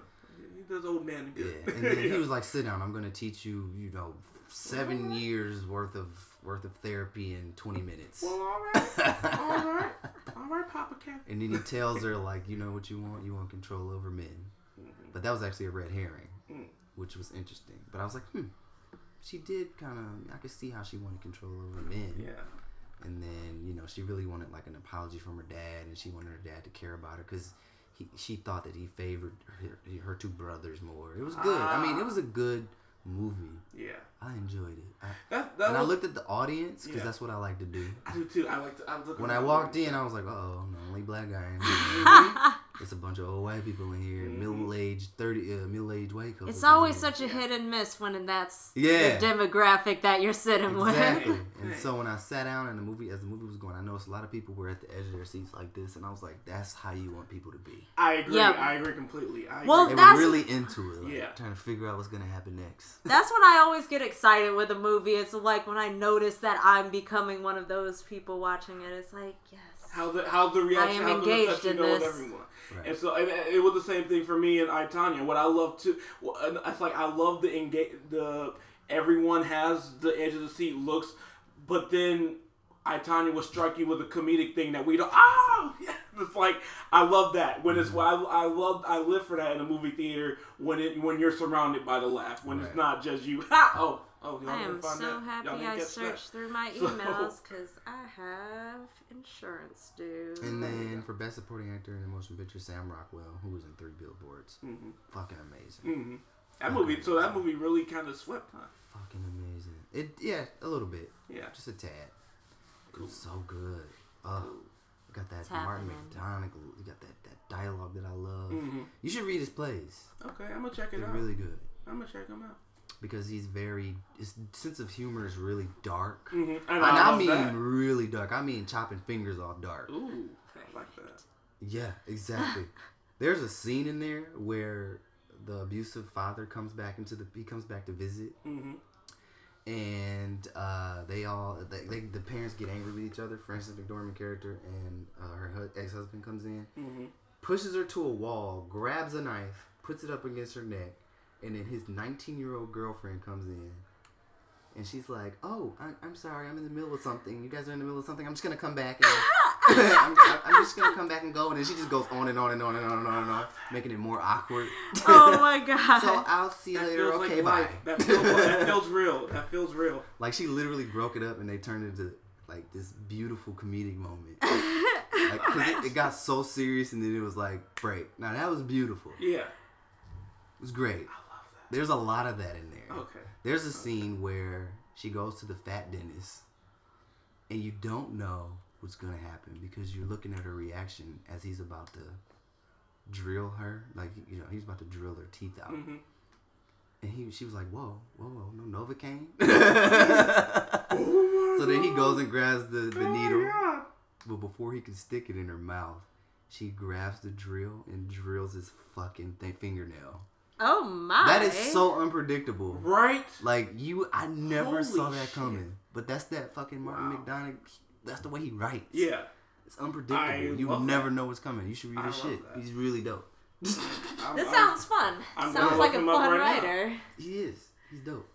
[SPEAKER 2] He does old man good.
[SPEAKER 3] Yeah, and then he was like, "Sit down. I'm going to teach you, you know, seven years worth of worth of therapy in 20 minutes."
[SPEAKER 2] Well, all right, all right, all right, Papa Cat.
[SPEAKER 3] And then he tells her, like, "You know what you want? You want control over men."
[SPEAKER 2] Mm-hmm.
[SPEAKER 3] But that was actually a red herring,
[SPEAKER 2] Mm.
[SPEAKER 3] which was interesting. But I was like, "Hmm." She did kind of. I could see how she wanted control over men.
[SPEAKER 2] Yeah.
[SPEAKER 3] And then you know she really wanted like an apology from her dad, and she wanted her dad to care about her because. He, she thought that he favored her, her two brothers more. It was good. I mean, it was a good movie.
[SPEAKER 2] Yeah.
[SPEAKER 3] I enjoyed it. I,
[SPEAKER 2] That that
[SPEAKER 3] and I
[SPEAKER 2] was,
[SPEAKER 3] looked at the audience because
[SPEAKER 2] Yeah.
[SPEAKER 3] that's what I like to do.
[SPEAKER 2] I do too. I like to. I look
[SPEAKER 3] When I
[SPEAKER 2] around.
[SPEAKER 3] walked in, I was like, "Oh, I'm the only black guy in here. it's a bunch of old white people in here, middle-aged thirty, uh, middle-aged white couple."
[SPEAKER 4] It's always such a hit and miss when that's
[SPEAKER 3] Yeah.
[SPEAKER 4] the demographic that you're sitting
[SPEAKER 3] exactly.
[SPEAKER 4] with.
[SPEAKER 3] and so when I sat down and the movie, as the movie was going, I noticed a lot of people were at the edge of their seats like this, and I was like, "That's how you want people to be."
[SPEAKER 2] I agree.
[SPEAKER 4] Yeah.
[SPEAKER 2] I agree completely. I
[SPEAKER 4] Well,
[SPEAKER 3] They
[SPEAKER 2] agree.
[SPEAKER 4] That's-
[SPEAKER 3] were really into it, like,
[SPEAKER 2] Yeah.
[SPEAKER 3] trying to figure out what's gonna happen next.
[SPEAKER 4] That's when I always get excited with a movie. It's like when I notice that I'm becoming one of those people watching it. It's like, yes.
[SPEAKER 2] how the how the reaction,
[SPEAKER 4] I am
[SPEAKER 2] how the
[SPEAKER 4] engaged
[SPEAKER 2] reception
[SPEAKER 4] in
[SPEAKER 2] go with
[SPEAKER 4] this.
[SPEAKER 2] everyone.
[SPEAKER 3] Right.
[SPEAKER 2] And so and it was the same thing for me and I Tanya. What I love too, well, and it's like I love the engage the everyone has the edge of the seat looks, but then I Tanya will strike you with a comedic thing that we don't. Oh, yeah. It's like I love that when it's why
[SPEAKER 3] Mm-hmm.
[SPEAKER 2] I, I love I live for that in a movie theater when it when you're surrounded by the laugh when it's
[SPEAKER 3] Right.
[SPEAKER 2] not just you. Ha! Oh, oh, y'all
[SPEAKER 4] I am
[SPEAKER 2] didn't find
[SPEAKER 4] so
[SPEAKER 2] that?
[SPEAKER 4] happy
[SPEAKER 2] Y'all didn't
[SPEAKER 4] I
[SPEAKER 2] catch
[SPEAKER 4] searched
[SPEAKER 2] that.
[SPEAKER 4] through my
[SPEAKER 2] So-
[SPEAKER 4] emails because I have insurance due.
[SPEAKER 3] And then for Best Supporting Actor in a Motion Picture, Sam Rockwell, who was in three billboards. Fucking amazing.
[SPEAKER 2] That movie, so that movie really kind of swept, huh?
[SPEAKER 3] Fucking amazing. It yeah, a little bit.
[SPEAKER 2] Yeah.
[SPEAKER 3] Just a tad. It was so good. Oh, you got that Martin
[SPEAKER 4] happening.
[SPEAKER 3] McDonagh. You got that, that dialogue that I love. You should read his plays.
[SPEAKER 2] Okay, I'm gonna check it
[SPEAKER 3] They're
[SPEAKER 2] out.
[SPEAKER 3] really good
[SPEAKER 2] I'm gonna check them out.
[SPEAKER 3] because he's very his sense of humor is really dark.
[SPEAKER 2] Mhm. And I
[SPEAKER 3] And I
[SPEAKER 2] love
[SPEAKER 3] mean
[SPEAKER 2] that.
[SPEAKER 3] really dark. I mean chopping fingers off dark.
[SPEAKER 2] Ooh, I like that.
[SPEAKER 3] Yeah, exactly. There's a scene in there where the abusive father comes back into the he comes back to visit, and uh, they all they, they, the parents get angry with each other. Frances McDormand character and uh, her ex husband comes in, pushes her to a wall, grabs a knife, puts it up against her neck, and then his 19 year old girlfriend comes in. And she's like, "Oh, I, I'm sorry. I'm in the middle of something. You guys are in the middle of something. I'm just gonna come back and I'm, I'm just gonna come back and go." And then she just goes on and on and on and on and on and on, making it more awkward.
[SPEAKER 4] oh my god!
[SPEAKER 3] so I'll see you
[SPEAKER 2] That
[SPEAKER 3] later.
[SPEAKER 2] feels
[SPEAKER 3] Okay,
[SPEAKER 2] like
[SPEAKER 3] bye.
[SPEAKER 2] life. That feels, that feels real. That feels real.
[SPEAKER 3] Like she literally broke it up, and they turned it into like this beautiful comedic moment. Like, 'cause it, it got so serious, and then it was like break. Now that was beautiful.
[SPEAKER 2] Yeah.
[SPEAKER 3] It was great. There's a lot of that in there.
[SPEAKER 2] Okay.
[SPEAKER 3] There's a scene where she goes to the fat dentist, and you don't know what's gonna happen because you're looking at her reaction as he's about to drill her, like you know he's about to drill her teeth out.
[SPEAKER 2] Mm-hmm.
[SPEAKER 3] And he, she was like, "Whoa, whoa, whoa, no Novocaine."
[SPEAKER 2] Oh
[SPEAKER 3] so then he goes and grabs the, the needle, but before he can stick it in her mouth, she grabs the drill and drills his fucking thing fingernail.
[SPEAKER 4] oh my!
[SPEAKER 3] That is so unpredictable.
[SPEAKER 2] Right.
[SPEAKER 3] Like you, I never
[SPEAKER 2] Holy
[SPEAKER 3] saw that
[SPEAKER 2] shit.
[SPEAKER 3] coming. But that's that fucking Martin
[SPEAKER 2] Wow.
[SPEAKER 3] McDonagh. That's the way he writes.
[SPEAKER 2] Yeah.
[SPEAKER 3] it's unpredictable.
[SPEAKER 2] I
[SPEAKER 3] you
[SPEAKER 2] love
[SPEAKER 3] never
[SPEAKER 2] that.
[SPEAKER 3] know what's coming. You should read
[SPEAKER 2] I
[SPEAKER 3] his
[SPEAKER 2] love
[SPEAKER 3] shit.
[SPEAKER 2] that.
[SPEAKER 3] He's really dope.
[SPEAKER 2] I'm-
[SPEAKER 4] This
[SPEAKER 2] I'm-
[SPEAKER 4] sounds fun.
[SPEAKER 2] I'm
[SPEAKER 4] sounds
[SPEAKER 2] gonna
[SPEAKER 4] like a
[SPEAKER 2] look him up
[SPEAKER 4] fun
[SPEAKER 2] right now.
[SPEAKER 4] writer.
[SPEAKER 3] He is. He's dope.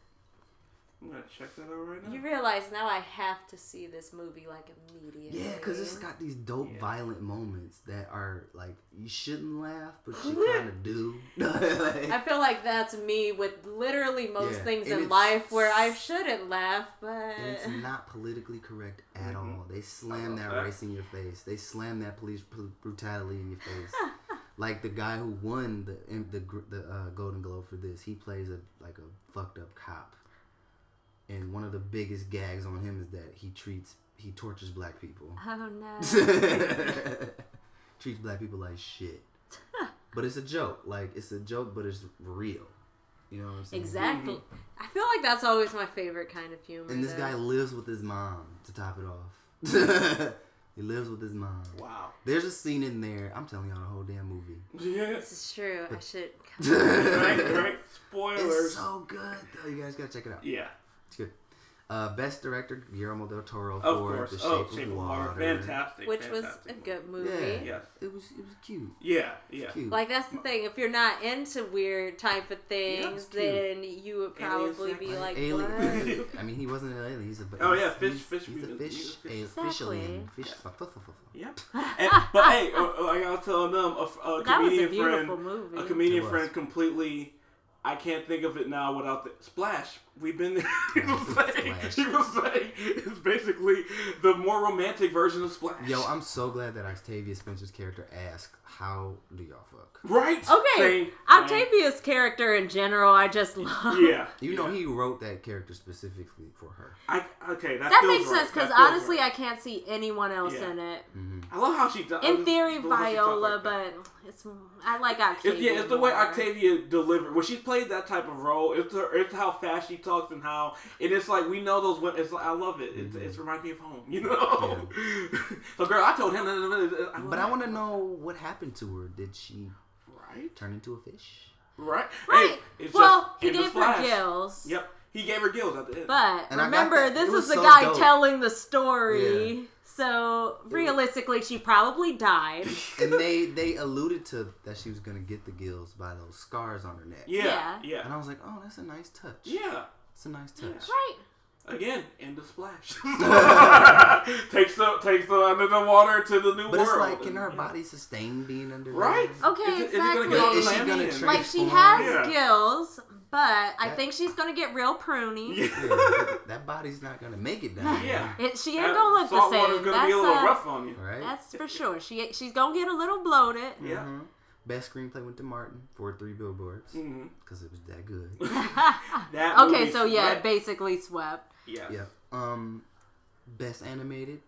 [SPEAKER 2] I'm gonna check that out right now.
[SPEAKER 4] You realize now I have to see this movie like immediately.
[SPEAKER 3] Yeah, because it's got these dope,
[SPEAKER 2] Yeah.
[SPEAKER 3] violent moments that are like you shouldn't laugh, but you kind of do. Like,
[SPEAKER 4] I feel like that's me with literally most
[SPEAKER 3] Yeah,
[SPEAKER 4] things
[SPEAKER 3] and
[SPEAKER 4] in
[SPEAKER 3] it's-
[SPEAKER 4] life where I shouldn't laugh,
[SPEAKER 3] and it's
[SPEAKER 4] but
[SPEAKER 3] not politically correct at all. They slam that
[SPEAKER 2] that.
[SPEAKER 3] race in your face. They slam that police br- brutality in your face. like the guy who won the in- the gr- the uh, Golden Globe for this, he plays a like a fucked up cop. And one of the biggest gags on him is that he treats he tortures black people.
[SPEAKER 4] oh no.
[SPEAKER 3] treats black people like shit. but it's a joke. Like it's a joke, but it's real. You know what I'm saying?
[SPEAKER 4] Exactly. I feel like that's always my favorite kind of humor.
[SPEAKER 3] And this
[SPEAKER 4] though.
[SPEAKER 3] guy lives with his mom to top it off. he lives with his mom.
[SPEAKER 2] Wow.
[SPEAKER 3] There's a scene in there. I'm telling y'all the whole damn movie.
[SPEAKER 2] Yes.
[SPEAKER 4] This is true. I should.
[SPEAKER 2] right. Right. Spoilers.
[SPEAKER 3] It's so good though. You guys gotta check it out.
[SPEAKER 2] yeah.
[SPEAKER 3] It's good. Uh, best director Guillermo del Toro
[SPEAKER 2] Of
[SPEAKER 3] for
[SPEAKER 2] course.
[SPEAKER 3] The Shape,
[SPEAKER 2] oh,
[SPEAKER 3] of,
[SPEAKER 2] Shape of
[SPEAKER 3] Water.
[SPEAKER 2] Water. Fantastic.
[SPEAKER 4] Which was
[SPEAKER 2] fantastic
[SPEAKER 4] a
[SPEAKER 2] movie.
[SPEAKER 4] good movie.
[SPEAKER 3] Yeah.
[SPEAKER 2] Yes.
[SPEAKER 3] It was it was cute.
[SPEAKER 2] Yeah. Yeah.
[SPEAKER 3] Cute.
[SPEAKER 4] Like that's the thing. If you're not into weird type of
[SPEAKER 3] it's
[SPEAKER 4] things,
[SPEAKER 3] cute.
[SPEAKER 4] then you would probably be
[SPEAKER 2] Aliens,
[SPEAKER 4] like,
[SPEAKER 3] alien.
[SPEAKER 4] "What?"
[SPEAKER 3] I mean, he wasn't an alien. He's a.
[SPEAKER 2] Oh,
[SPEAKER 3] he's-
[SPEAKER 2] yeah, fish-
[SPEAKER 3] he's-
[SPEAKER 2] fish
[SPEAKER 3] He's a
[SPEAKER 2] mutant. He's
[SPEAKER 3] fish.
[SPEAKER 2] a fish.
[SPEAKER 3] a Fish alien.
[SPEAKER 4] Exactly.
[SPEAKER 3] Fish. fu- fu- fu- fu- fu-
[SPEAKER 2] Yep. And, but hey, uh, uh, like I was telling them, a, f- a
[SPEAKER 4] That was a
[SPEAKER 2] comedian
[SPEAKER 4] beautiful
[SPEAKER 2] friend,
[SPEAKER 4] movie.
[SPEAKER 2] a
[SPEAKER 3] It
[SPEAKER 2] comedian
[SPEAKER 3] was.
[SPEAKER 2] friend, completely. I can't think of it now without the splash. We've been. he was saying.
[SPEAKER 3] Splash.
[SPEAKER 2] He was saying. It's basically the more romantic version of splash.
[SPEAKER 3] Yo, I'm so glad that Octavia Spencer's character asked, "How do y'all fuck?"
[SPEAKER 2] right.
[SPEAKER 4] Okay,
[SPEAKER 2] Same, same.
[SPEAKER 4] Octavia's character in general, I just love.
[SPEAKER 2] Yeah.
[SPEAKER 3] You
[SPEAKER 2] yeah.
[SPEAKER 3] know, he wrote that character specifically for her.
[SPEAKER 2] I, okay, that,
[SPEAKER 4] That
[SPEAKER 2] feels
[SPEAKER 4] makes
[SPEAKER 2] right.
[SPEAKER 4] sense because
[SPEAKER 2] That feels
[SPEAKER 4] honestly,
[SPEAKER 2] right.
[SPEAKER 4] I can't see anyone else
[SPEAKER 2] Yeah.
[SPEAKER 4] in
[SPEAKER 3] Mm.
[SPEAKER 4] it.
[SPEAKER 2] I love how she does.
[SPEAKER 4] In theory,
[SPEAKER 2] the way she talks
[SPEAKER 4] Viola,
[SPEAKER 2] like that.
[SPEAKER 4] but it's I like Octavia.
[SPEAKER 2] It's, yeah, it's the way
[SPEAKER 4] more.
[SPEAKER 2] Octavia delivered. When she's played that type of role, it's her, it's how fast she talks and how and it's like we know those. women. It's like I love it.
[SPEAKER 4] Mm-hmm.
[SPEAKER 2] It's, it's reminds me of home, you know. so, girl, I told him. that- I
[SPEAKER 3] But I want to know what happened to her. Did she
[SPEAKER 2] right,
[SPEAKER 3] turn into a fish?
[SPEAKER 2] right,
[SPEAKER 4] Right.
[SPEAKER 2] Hey, it's
[SPEAKER 4] well,
[SPEAKER 2] just
[SPEAKER 4] he
[SPEAKER 2] in the
[SPEAKER 4] gave her
[SPEAKER 2] flash.
[SPEAKER 4] gills.
[SPEAKER 2] Yep, he gave her gills at the end.
[SPEAKER 4] But
[SPEAKER 3] And I got
[SPEAKER 4] remember,
[SPEAKER 3] that.
[SPEAKER 4] this
[SPEAKER 3] It
[SPEAKER 4] is
[SPEAKER 3] was
[SPEAKER 4] the
[SPEAKER 3] so
[SPEAKER 4] guy
[SPEAKER 3] dope.
[SPEAKER 4] telling the story.
[SPEAKER 3] Yeah.
[SPEAKER 4] So realistically, she probably died.
[SPEAKER 3] And they they alluded to that she was gonna get the gills by those scars on her neck.
[SPEAKER 2] yeah,
[SPEAKER 4] yeah.
[SPEAKER 2] yeah,
[SPEAKER 3] And I was like, oh, that's a nice touch.
[SPEAKER 2] yeah.
[SPEAKER 3] It's a nice touch.
[SPEAKER 4] right.
[SPEAKER 2] Again, end of splash. takes the takes the under the water to the new
[SPEAKER 3] But it's
[SPEAKER 2] world.
[SPEAKER 3] like, can her
[SPEAKER 2] Yeah.
[SPEAKER 3] body sustain being under?
[SPEAKER 2] Right.
[SPEAKER 4] Okay,
[SPEAKER 2] Is it- is it gonna
[SPEAKER 4] exactly.
[SPEAKER 2] get all
[SPEAKER 3] Is she
[SPEAKER 2] lammy
[SPEAKER 3] gonna
[SPEAKER 2] and-
[SPEAKER 3] train?
[SPEAKER 4] Like she has
[SPEAKER 2] Yeah.
[SPEAKER 4] skills, but I
[SPEAKER 3] That-
[SPEAKER 4] think she's gonna get real pruny.
[SPEAKER 2] Yeah.
[SPEAKER 3] Yeah, that- that body's not gonna make it down. there,
[SPEAKER 2] Yeah.
[SPEAKER 4] It, she ain't
[SPEAKER 2] That
[SPEAKER 4] gonna look the
[SPEAKER 2] salt
[SPEAKER 4] same.
[SPEAKER 2] water's gonna
[SPEAKER 4] that's,
[SPEAKER 2] be a little
[SPEAKER 4] uh,
[SPEAKER 2] rough on you.
[SPEAKER 3] Right.
[SPEAKER 4] that's for sure. She she's gonna get a little bloated.
[SPEAKER 2] Yeah.
[SPEAKER 3] Mhm. Best screenplay went to Martin for three billboards
[SPEAKER 2] Mhm.
[SPEAKER 3] because it was that good.
[SPEAKER 2] That
[SPEAKER 4] Okay,
[SPEAKER 2] movie
[SPEAKER 4] so yeah,
[SPEAKER 2] swept.
[SPEAKER 4] basically swept.
[SPEAKER 2] yes.
[SPEAKER 3] yeah. Um, best animated.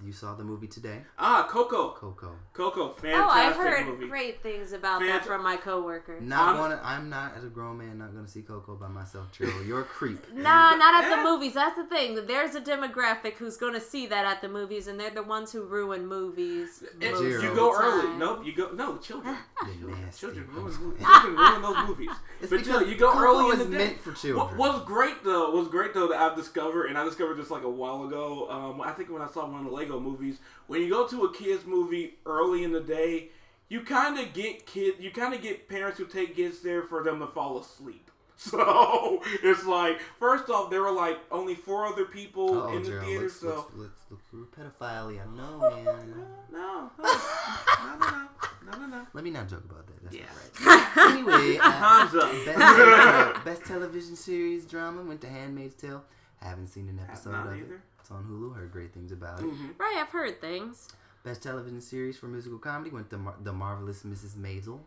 [SPEAKER 3] You saw the movie today,
[SPEAKER 2] Ah, Coco.
[SPEAKER 3] Coco.
[SPEAKER 2] Coco, fantastic
[SPEAKER 4] Oh, I've heard
[SPEAKER 2] movie.
[SPEAKER 4] great things about
[SPEAKER 2] Fant-
[SPEAKER 4] that from my coworker.
[SPEAKER 3] Not
[SPEAKER 2] I'm-
[SPEAKER 3] gonna. I'm not as a grown man. Not gonna see Coco by myself. Trill, you're a creep.
[SPEAKER 4] Nah, not at the
[SPEAKER 2] Yeah.
[SPEAKER 4] movies. That's the thing. There's a demographic who's gonna see that at the movies, and they're the ones who ruin movies.
[SPEAKER 2] It-
[SPEAKER 4] most
[SPEAKER 3] Zero.
[SPEAKER 4] of
[SPEAKER 2] You
[SPEAKER 4] the
[SPEAKER 2] go
[SPEAKER 4] time.
[SPEAKER 2] early. Nope, you go. No, children.
[SPEAKER 3] You're nasty.
[SPEAKER 2] Children ruin, children ruin those movies.
[SPEAKER 3] It's
[SPEAKER 2] but no,
[SPEAKER 3] because
[SPEAKER 2] you go
[SPEAKER 3] Coco
[SPEAKER 2] early
[SPEAKER 3] is
[SPEAKER 2] in the day.
[SPEAKER 3] meant for children.
[SPEAKER 2] What was great though, was great though that I've discovered, and I discovered this like a while ago. Um, I think when I saw one of the Lego movies, when you go to a kids movie early in the day, you kind of get kid, you kind of get parents who take kids there for them to fall asleep. So it's like, first off, there were like only four other people
[SPEAKER 3] Uh-oh,
[SPEAKER 2] in the
[SPEAKER 3] Gerald,
[SPEAKER 2] theater.
[SPEAKER 3] let's,
[SPEAKER 2] so
[SPEAKER 3] let's, let's look through pedophilia. No, man.
[SPEAKER 2] no, no, no, no, no, no.
[SPEAKER 3] Let me not joke about that. That's
[SPEAKER 2] Yeah.
[SPEAKER 3] not right. anyway, uh,
[SPEAKER 2] Time's up.
[SPEAKER 3] best, uh, best television series drama went to Handmaid's Tale. Haven't seen an episode
[SPEAKER 2] not
[SPEAKER 3] of it.
[SPEAKER 2] either. Mm-hmm.
[SPEAKER 3] It's on Hulu. Heard great things about it.
[SPEAKER 4] Right, I've heard things.
[SPEAKER 3] Best television series for musical comedy went to Mar- The Marvelous Mrs. Maisel.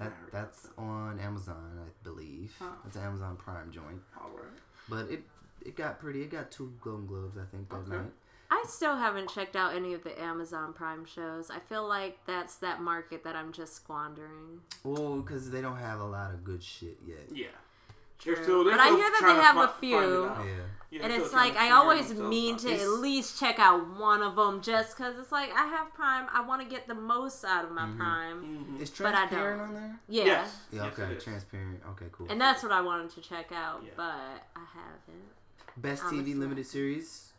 [SPEAKER 3] That, that's on Amazon, I believe. That's an Amazon Prime joint.
[SPEAKER 2] All right.
[SPEAKER 3] But it it got pretty. It got two Golden Globes, I think, that
[SPEAKER 2] Okay.
[SPEAKER 3] night.
[SPEAKER 4] I still haven't checked out any of the Amazon Prime shows. I feel like that's that market that I'm just squandering.
[SPEAKER 3] Well, because they don't have a lot of good shit yet.
[SPEAKER 2] Yeah.
[SPEAKER 4] True.
[SPEAKER 2] They're still, they're
[SPEAKER 4] But I
[SPEAKER 2] still
[SPEAKER 4] hear that
[SPEAKER 2] trying
[SPEAKER 4] they
[SPEAKER 2] to
[SPEAKER 4] have
[SPEAKER 2] fi-
[SPEAKER 4] a
[SPEAKER 2] find
[SPEAKER 4] few.
[SPEAKER 2] it out.
[SPEAKER 3] Yeah.
[SPEAKER 2] Yeah,
[SPEAKER 4] and
[SPEAKER 2] they're
[SPEAKER 4] it's
[SPEAKER 2] still trying
[SPEAKER 4] like
[SPEAKER 2] to
[SPEAKER 4] I
[SPEAKER 2] figure
[SPEAKER 4] always
[SPEAKER 2] themselves
[SPEAKER 4] mean
[SPEAKER 2] out.
[SPEAKER 4] to
[SPEAKER 3] It's-
[SPEAKER 4] at least check out one of them just because it's like I have Prime. I want to get the most out of my Prime.
[SPEAKER 3] Is
[SPEAKER 4] But I
[SPEAKER 3] transparent
[SPEAKER 4] don't.
[SPEAKER 3] on there?
[SPEAKER 4] Yeah.
[SPEAKER 2] mm-hmm. Yes.
[SPEAKER 3] Yeah,
[SPEAKER 2] Yes,
[SPEAKER 3] okay,
[SPEAKER 2] it is.
[SPEAKER 3] transparent. Okay, cool.
[SPEAKER 4] And that's what I wanted to check out,
[SPEAKER 2] Yeah.
[SPEAKER 4] but I haven't.
[SPEAKER 3] Best
[SPEAKER 4] I'm
[SPEAKER 3] TV
[SPEAKER 4] a
[SPEAKER 3] limited series.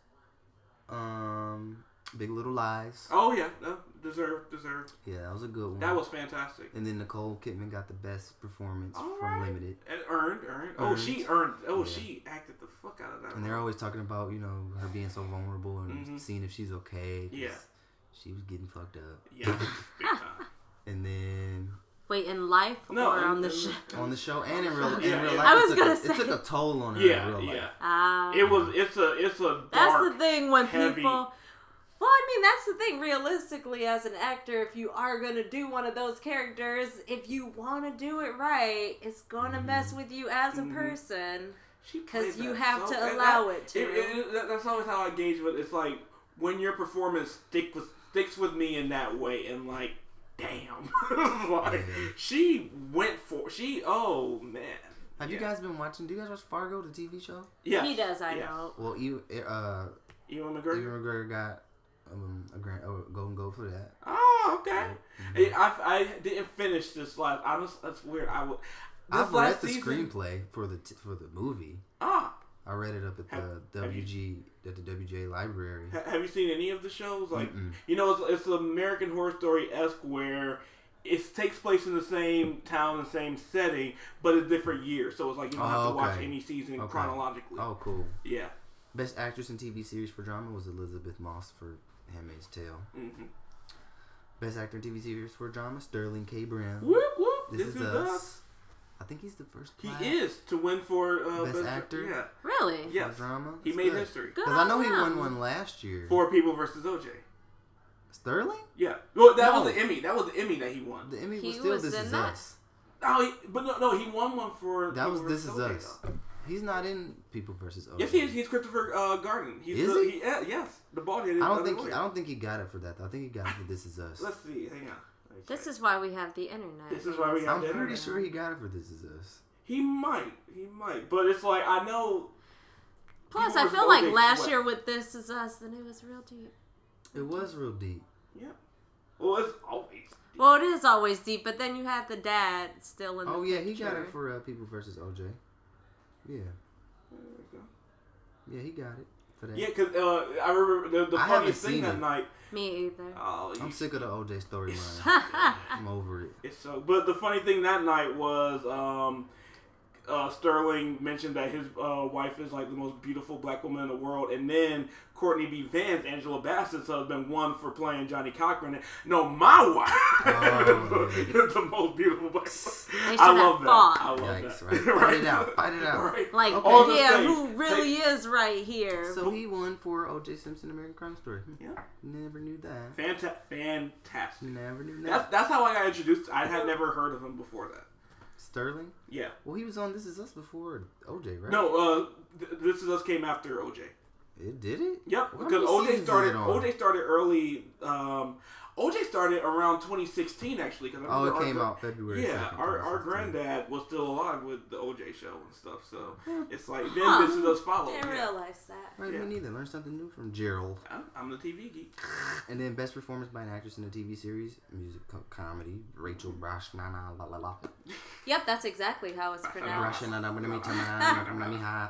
[SPEAKER 3] Um, Big Little Lies.
[SPEAKER 2] Oh yeah, no, deserved, deserved.
[SPEAKER 3] Yeah, that was a good one.
[SPEAKER 2] That was fantastic.
[SPEAKER 3] And then Nicole Kidman got the best performance
[SPEAKER 2] All
[SPEAKER 3] from
[SPEAKER 2] right.
[SPEAKER 3] limited.
[SPEAKER 2] And earned, earned. Oh,
[SPEAKER 3] Earned.
[SPEAKER 2] she earned. Oh,
[SPEAKER 3] Yeah.
[SPEAKER 2] she acted the fuck out of that.
[SPEAKER 3] And they're always talking about you know her being so vulnerable and
[SPEAKER 2] Mhm.
[SPEAKER 3] seeing if she's okay. 'cause
[SPEAKER 2] Yeah.
[SPEAKER 3] She was getting fucked up.
[SPEAKER 2] yeah, big time.
[SPEAKER 3] And then
[SPEAKER 4] Wait, in life
[SPEAKER 2] No,
[SPEAKER 4] or
[SPEAKER 2] and-
[SPEAKER 4] on the
[SPEAKER 2] and-
[SPEAKER 4] show?
[SPEAKER 3] on the show and in real, in
[SPEAKER 2] Yeah,
[SPEAKER 3] real
[SPEAKER 2] yeah.
[SPEAKER 3] life,
[SPEAKER 4] I
[SPEAKER 3] it
[SPEAKER 4] was
[SPEAKER 3] took
[SPEAKER 4] gonna
[SPEAKER 3] a-
[SPEAKER 4] say.
[SPEAKER 3] it took a toll on her in
[SPEAKER 2] yeah,
[SPEAKER 3] real life.
[SPEAKER 2] yeah.
[SPEAKER 4] Ah.
[SPEAKER 2] It was. It's a. It's a dark.
[SPEAKER 4] That's the thing when
[SPEAKER 2] heavy-
[SPEAKER 4] people. Well, I mean, that's the thing. Realistically, as an actor, if you are gonna do one of those characters, if you want to do it right, it's
[SPEAKER 2] Mm-hmm.
[SPEAKER 4] gonna mess with you as a person.
[SPEAKER 2] She played
[SPEAKER 4] 'Cause you
[SPEAKER 2] that
[SPEAKER 4] have
[SPEAKER 2] so-
[SPEAKER 4] to
[SPEAKER 2] and
[SPEAKER 4] allow
[SPEAKER 2] that-
[SPEAKER 4] it to.
[SPEAKER 2] it- that- that's always how I gauge, but it's like when your performance stick with, sticks with me in that way, and like, damn, like she went for she. Oh man,
[SPEAKER 3] Have you
[SPEAKER 2] Yeah.
[SPEAKER 3] guys been watching? Do you guys watch Fargo, the TV show?
[SPEAKER 2] Yes.
[SPEAKER 4] He does, I
[SPEAKER 2] yes.
[SPEAKER 4] know.
[SPEAKER 3] Well, you uh,
[SPEAKER 2] Ewan
[SPEAKER 3] Ewan
[SPEAKER 2] McGregor.
[SPEAKER 3] McGregor got um, a grand, oh, golden goal for that.
[SPEAKER 2] Oh, okay. Hey, I, I didn't finish this last. I was that's weird. I would. This
[SPEAKER 3] I've read
[SPEAKER 2] last
[SPEAKER 3] the
[SPEAKER 2] season-
[SPEAKER 3] screenplay for the t- for the movie.
[SPEAKER 2] Ah,
[SPEAKER 3] I read it up at the
[SPEAKER 2] Have- have you-
[SPEAKER 3] WG at the WJ library.
[SPEAKER 2] Ha- Have you seen any of the shows? Like, you know, it's, it's American Horror Story esque where it takes place in the same town and same setting, but it's different years. So it's like you don't have
[SPEAKER 3] Oh,
[SPEAKER 2] to watch
[SPEAKER 3] okay.
[SPEAKER 2] any season
[SPEAKER 3] Okay.
[SPEAKER 2] chronologically.
[SPEAKER 3] Oh, cool.
[SPEAKER 2] Yeah.
[SPEAKER 3] Best actress in TV series for drama was Elizabeth Moss for Handmaid's Tale.
[SPEAKER 2] Mm-hmm.
[SPEAKER 3] Best actor in TV series for drama Sterling K. Brown.
[SPEAKER 2] Whoop whoop.
[SPEAKER 3] This, is, us. I think he's the first.
[SPEAKER 2] He
[SPEAKER 3] black
[SPEAKER 2] is to win for uh,
[SPEAKER 3] Best actor?
[SPEAKER 2] Yeah.
[SPEAKER 4] Really?
[SPEAKER 3] for
[SPEAKER 2] Yes.
[SPEAKER 3] Drama.
[SPEAKER 2] He made history.
[SPEAKER 4] Good
[SPEAKER 3] Because I know
[SPEAKER 4] on
[SPEAKER 3] he won
[SPEAKER 4] him.
[SPEAKER 3] one last year.
[SPEAKER 2] Four People versus OJ.
[SPEAKER 3] Sterling.
[SPEAKER 2] Yeah. Well, that
[SPEAKER 3] No.
[SPEAKER 2] was the Emmy. That was the Emmy that he won.
[SPEAKER 3] The Emmy
[SPEAKER 4] He
[SPEAKER 3] was still
[SPEAKER 4] was
[SPEAKER 3] This
[SPEAKER 4] in
[SPEAKER 3] Is
[SPEAKER 4] that?
[SPEAKER 3] Us.
[SPEAKER 2] Oh, he, but no, no, he won one for
[SPEAKER 3] That was
[SPEAKER 2] People
[SPEAKER 3] This
[SPEAKER 2] versus
[SPEAKER 3] Is
[SPEAKER 2] OJ,
[SPEAKER 3] Us.
[SPEAKER 2] though.
[SPEAKER 3] He's not in People versus OJ.
[SPEAKER 2] Yes, he is. He's Christopher uh, Garden. He's
[SPEAKER 3] Is
[SPEAKER 2] the,
[SPEAKER 3] he?
[SPEAKER 2] yeah, yes, the bald headed.
[SPEAKER 3] I don't think he, I don't think he got it for that. Though. I think he got it for This Is Us.
[SPEAKER 2] Let's see. Hang on. Let me
[SPEAKER 4] This
[SPEAKER 2] check.
[SPEAKER 4] is why we have the internet.
[SPEAKER 2] This is why we got
[SPEAKER 3] I'm
[SPEAKER 2] the
[SPEAKER 3] pretty
[SPEAKER 2] internet.
[SPEAKER 3] sure he got it for This Is Us.
[SPEAKER 2] He might. He might. But it's like I know.
[SPEAKER 4] Plus,
[SPEAKER 2] People
[SPEAKER 4] I
[SPEAKER 2] with
[SPEAKER 4] feel
[SPEAKER 2] no
[SPEAKER 4] like
[SPEAKER 2] big
[SPEAKER 4] last
[SPEAKER 2] sweat.
[SPEAKER 4] year with This Is Us, then it was real deep.
[SPEAKER 3] It was real deep.
[SPEAKER 2] Yeah. Well, it's always.
[SPEAKER 4] Well, it is always deep, but then you had the dad still in.
[SPEAKER 3] Oh
[SPEAKER 4] the
[SPEAKER 3] yeah, he got it
[SPEAKER 4] picture.
[SPEAKER 3] for uh, People versus OJ. Yeah,
[SPEAKER 2] There we go.
[SPEAKER 3] yeah, he got it for that.
[SPEAKER 2] Yeah, because uh, I remember the, the
[SPEAKER 3] I
[SPEAKER 2] funniest
[SPEAKER 3] haven't
[SPEAKER 2] thing
[SPEAKER 3] seen
[SPEAKER 2] that
[SPEAKER 3] it.
[SPEAKER 2] night.
[SPEAKER 4] Me either.
[SPEAKER 2] Oh, you-
[SPEAKER 3] I'm sick of the OJ storyline. I'm over it.
[SPEAKER 2] it's so. But the funny thing that night was um, uh, Sterling mentioned that his uh, wife is like the most beautiful black woman in the world, and then Courtney B. Vance, Angela Bassett's husband, won for playing Johnny Cochran. No, my wife
[SPEAKER 3] Oh.
[SPEAKER 2] is the most beautiful black.
[SPEAKER 4] should
[SPEAKER 2] I
[SPEAKER 4] have
[SPEAKER 2] love that.
[SPEAKER 4] fought.
[SPEAKER 2] I love
[SPEAKER 3] Yikes,
[SPEAKER 2] that.
[SPEAKER 3] right. Fight it out, fight it out.
[SPEAKER 2] Right.
[SPEAKER 4] Like,
[SPEAKER 2] All the
[SPEAKER 4] yeah,
[SPEAKER 2] things.
[SPEAKER 4] who really
[SPEAKER 2] They-
[SPEAKER 4] is right here?
[SPEAKER 3] So he won for O.J. Simpson, American Crime Story.
[SPEAKER 2] Yeah.
[SPEAKER 3] Never knew that.
[SPEAKER 2] Fanta- fantastic.
[SPEAKER 3] Never knew that.
[SPEAKER 2] That's that's how I got introduced. I had never heard of him before that.
[SPEAKER 3] Sterling.
[SPEAKER 2] Yeah.
[SPEAKER 3] Well, he was on This Is Us before O.J. Right?
[SPEAKER 2] No, uh, th- This Is Us came after OJ.
[SPEAKER 3] It did it.
[SPEAKER 2] Yep,
[SPEAKER 3] What
[SPEAKER 2] because
[SPEAKER 3] other
[SPEAKER 2] OJ
[SPEAKER 3] seasons is
[SPEAKER 2] started.
[SPEAKER 3] it on?
[SPEAKER 2] OJ started early. Um, OJ started around 2016 actually. Cause I
[SPEAKER 3] Oh,
[SPEAKER 2] remember
[SPEAKER 3] it
[SPEAKER 2] our
[SPEAKER 3] came
[SPEAKER 2] gra-
[SPEAKER 3] out February. Oh,
[SPEAKER 2] Yeah,
[SPEAKER 3] 2nd,
[SPEAKER 2] our, our
[SPEAKER 3] 2016.
[SPEAKER 2] granddad was still alive with the OJ show and stuff. So
[SPEAKER 3] Hmm.
[SPEAKER 2] it's like then
[SPEAKER 4] Huh.
[SPEAKER 2] this is us follow.
[SPEAKER 4] Didn't
[SPEAKER 2] Yeah.
[SPEAKER 4] realize that.
[SPEAKER 3] Right,
[SPEAKER 2] yeah.
[SPEAKER 3] me neither. Learn something new from Gerald.
[SPEAKER 2] I'm- I'm the TV geek.
[SPEAKER 3] And then best performance by an actress in a TV series, music co- comedy, Rachel Brosnahan. La la la.
[SPEAKER 4] Oh. Yep, that's exactly how it's pronounced.
[SPEAKER 3] Brosnahan. I'm gonna meet you, man. I'm gonna meet her.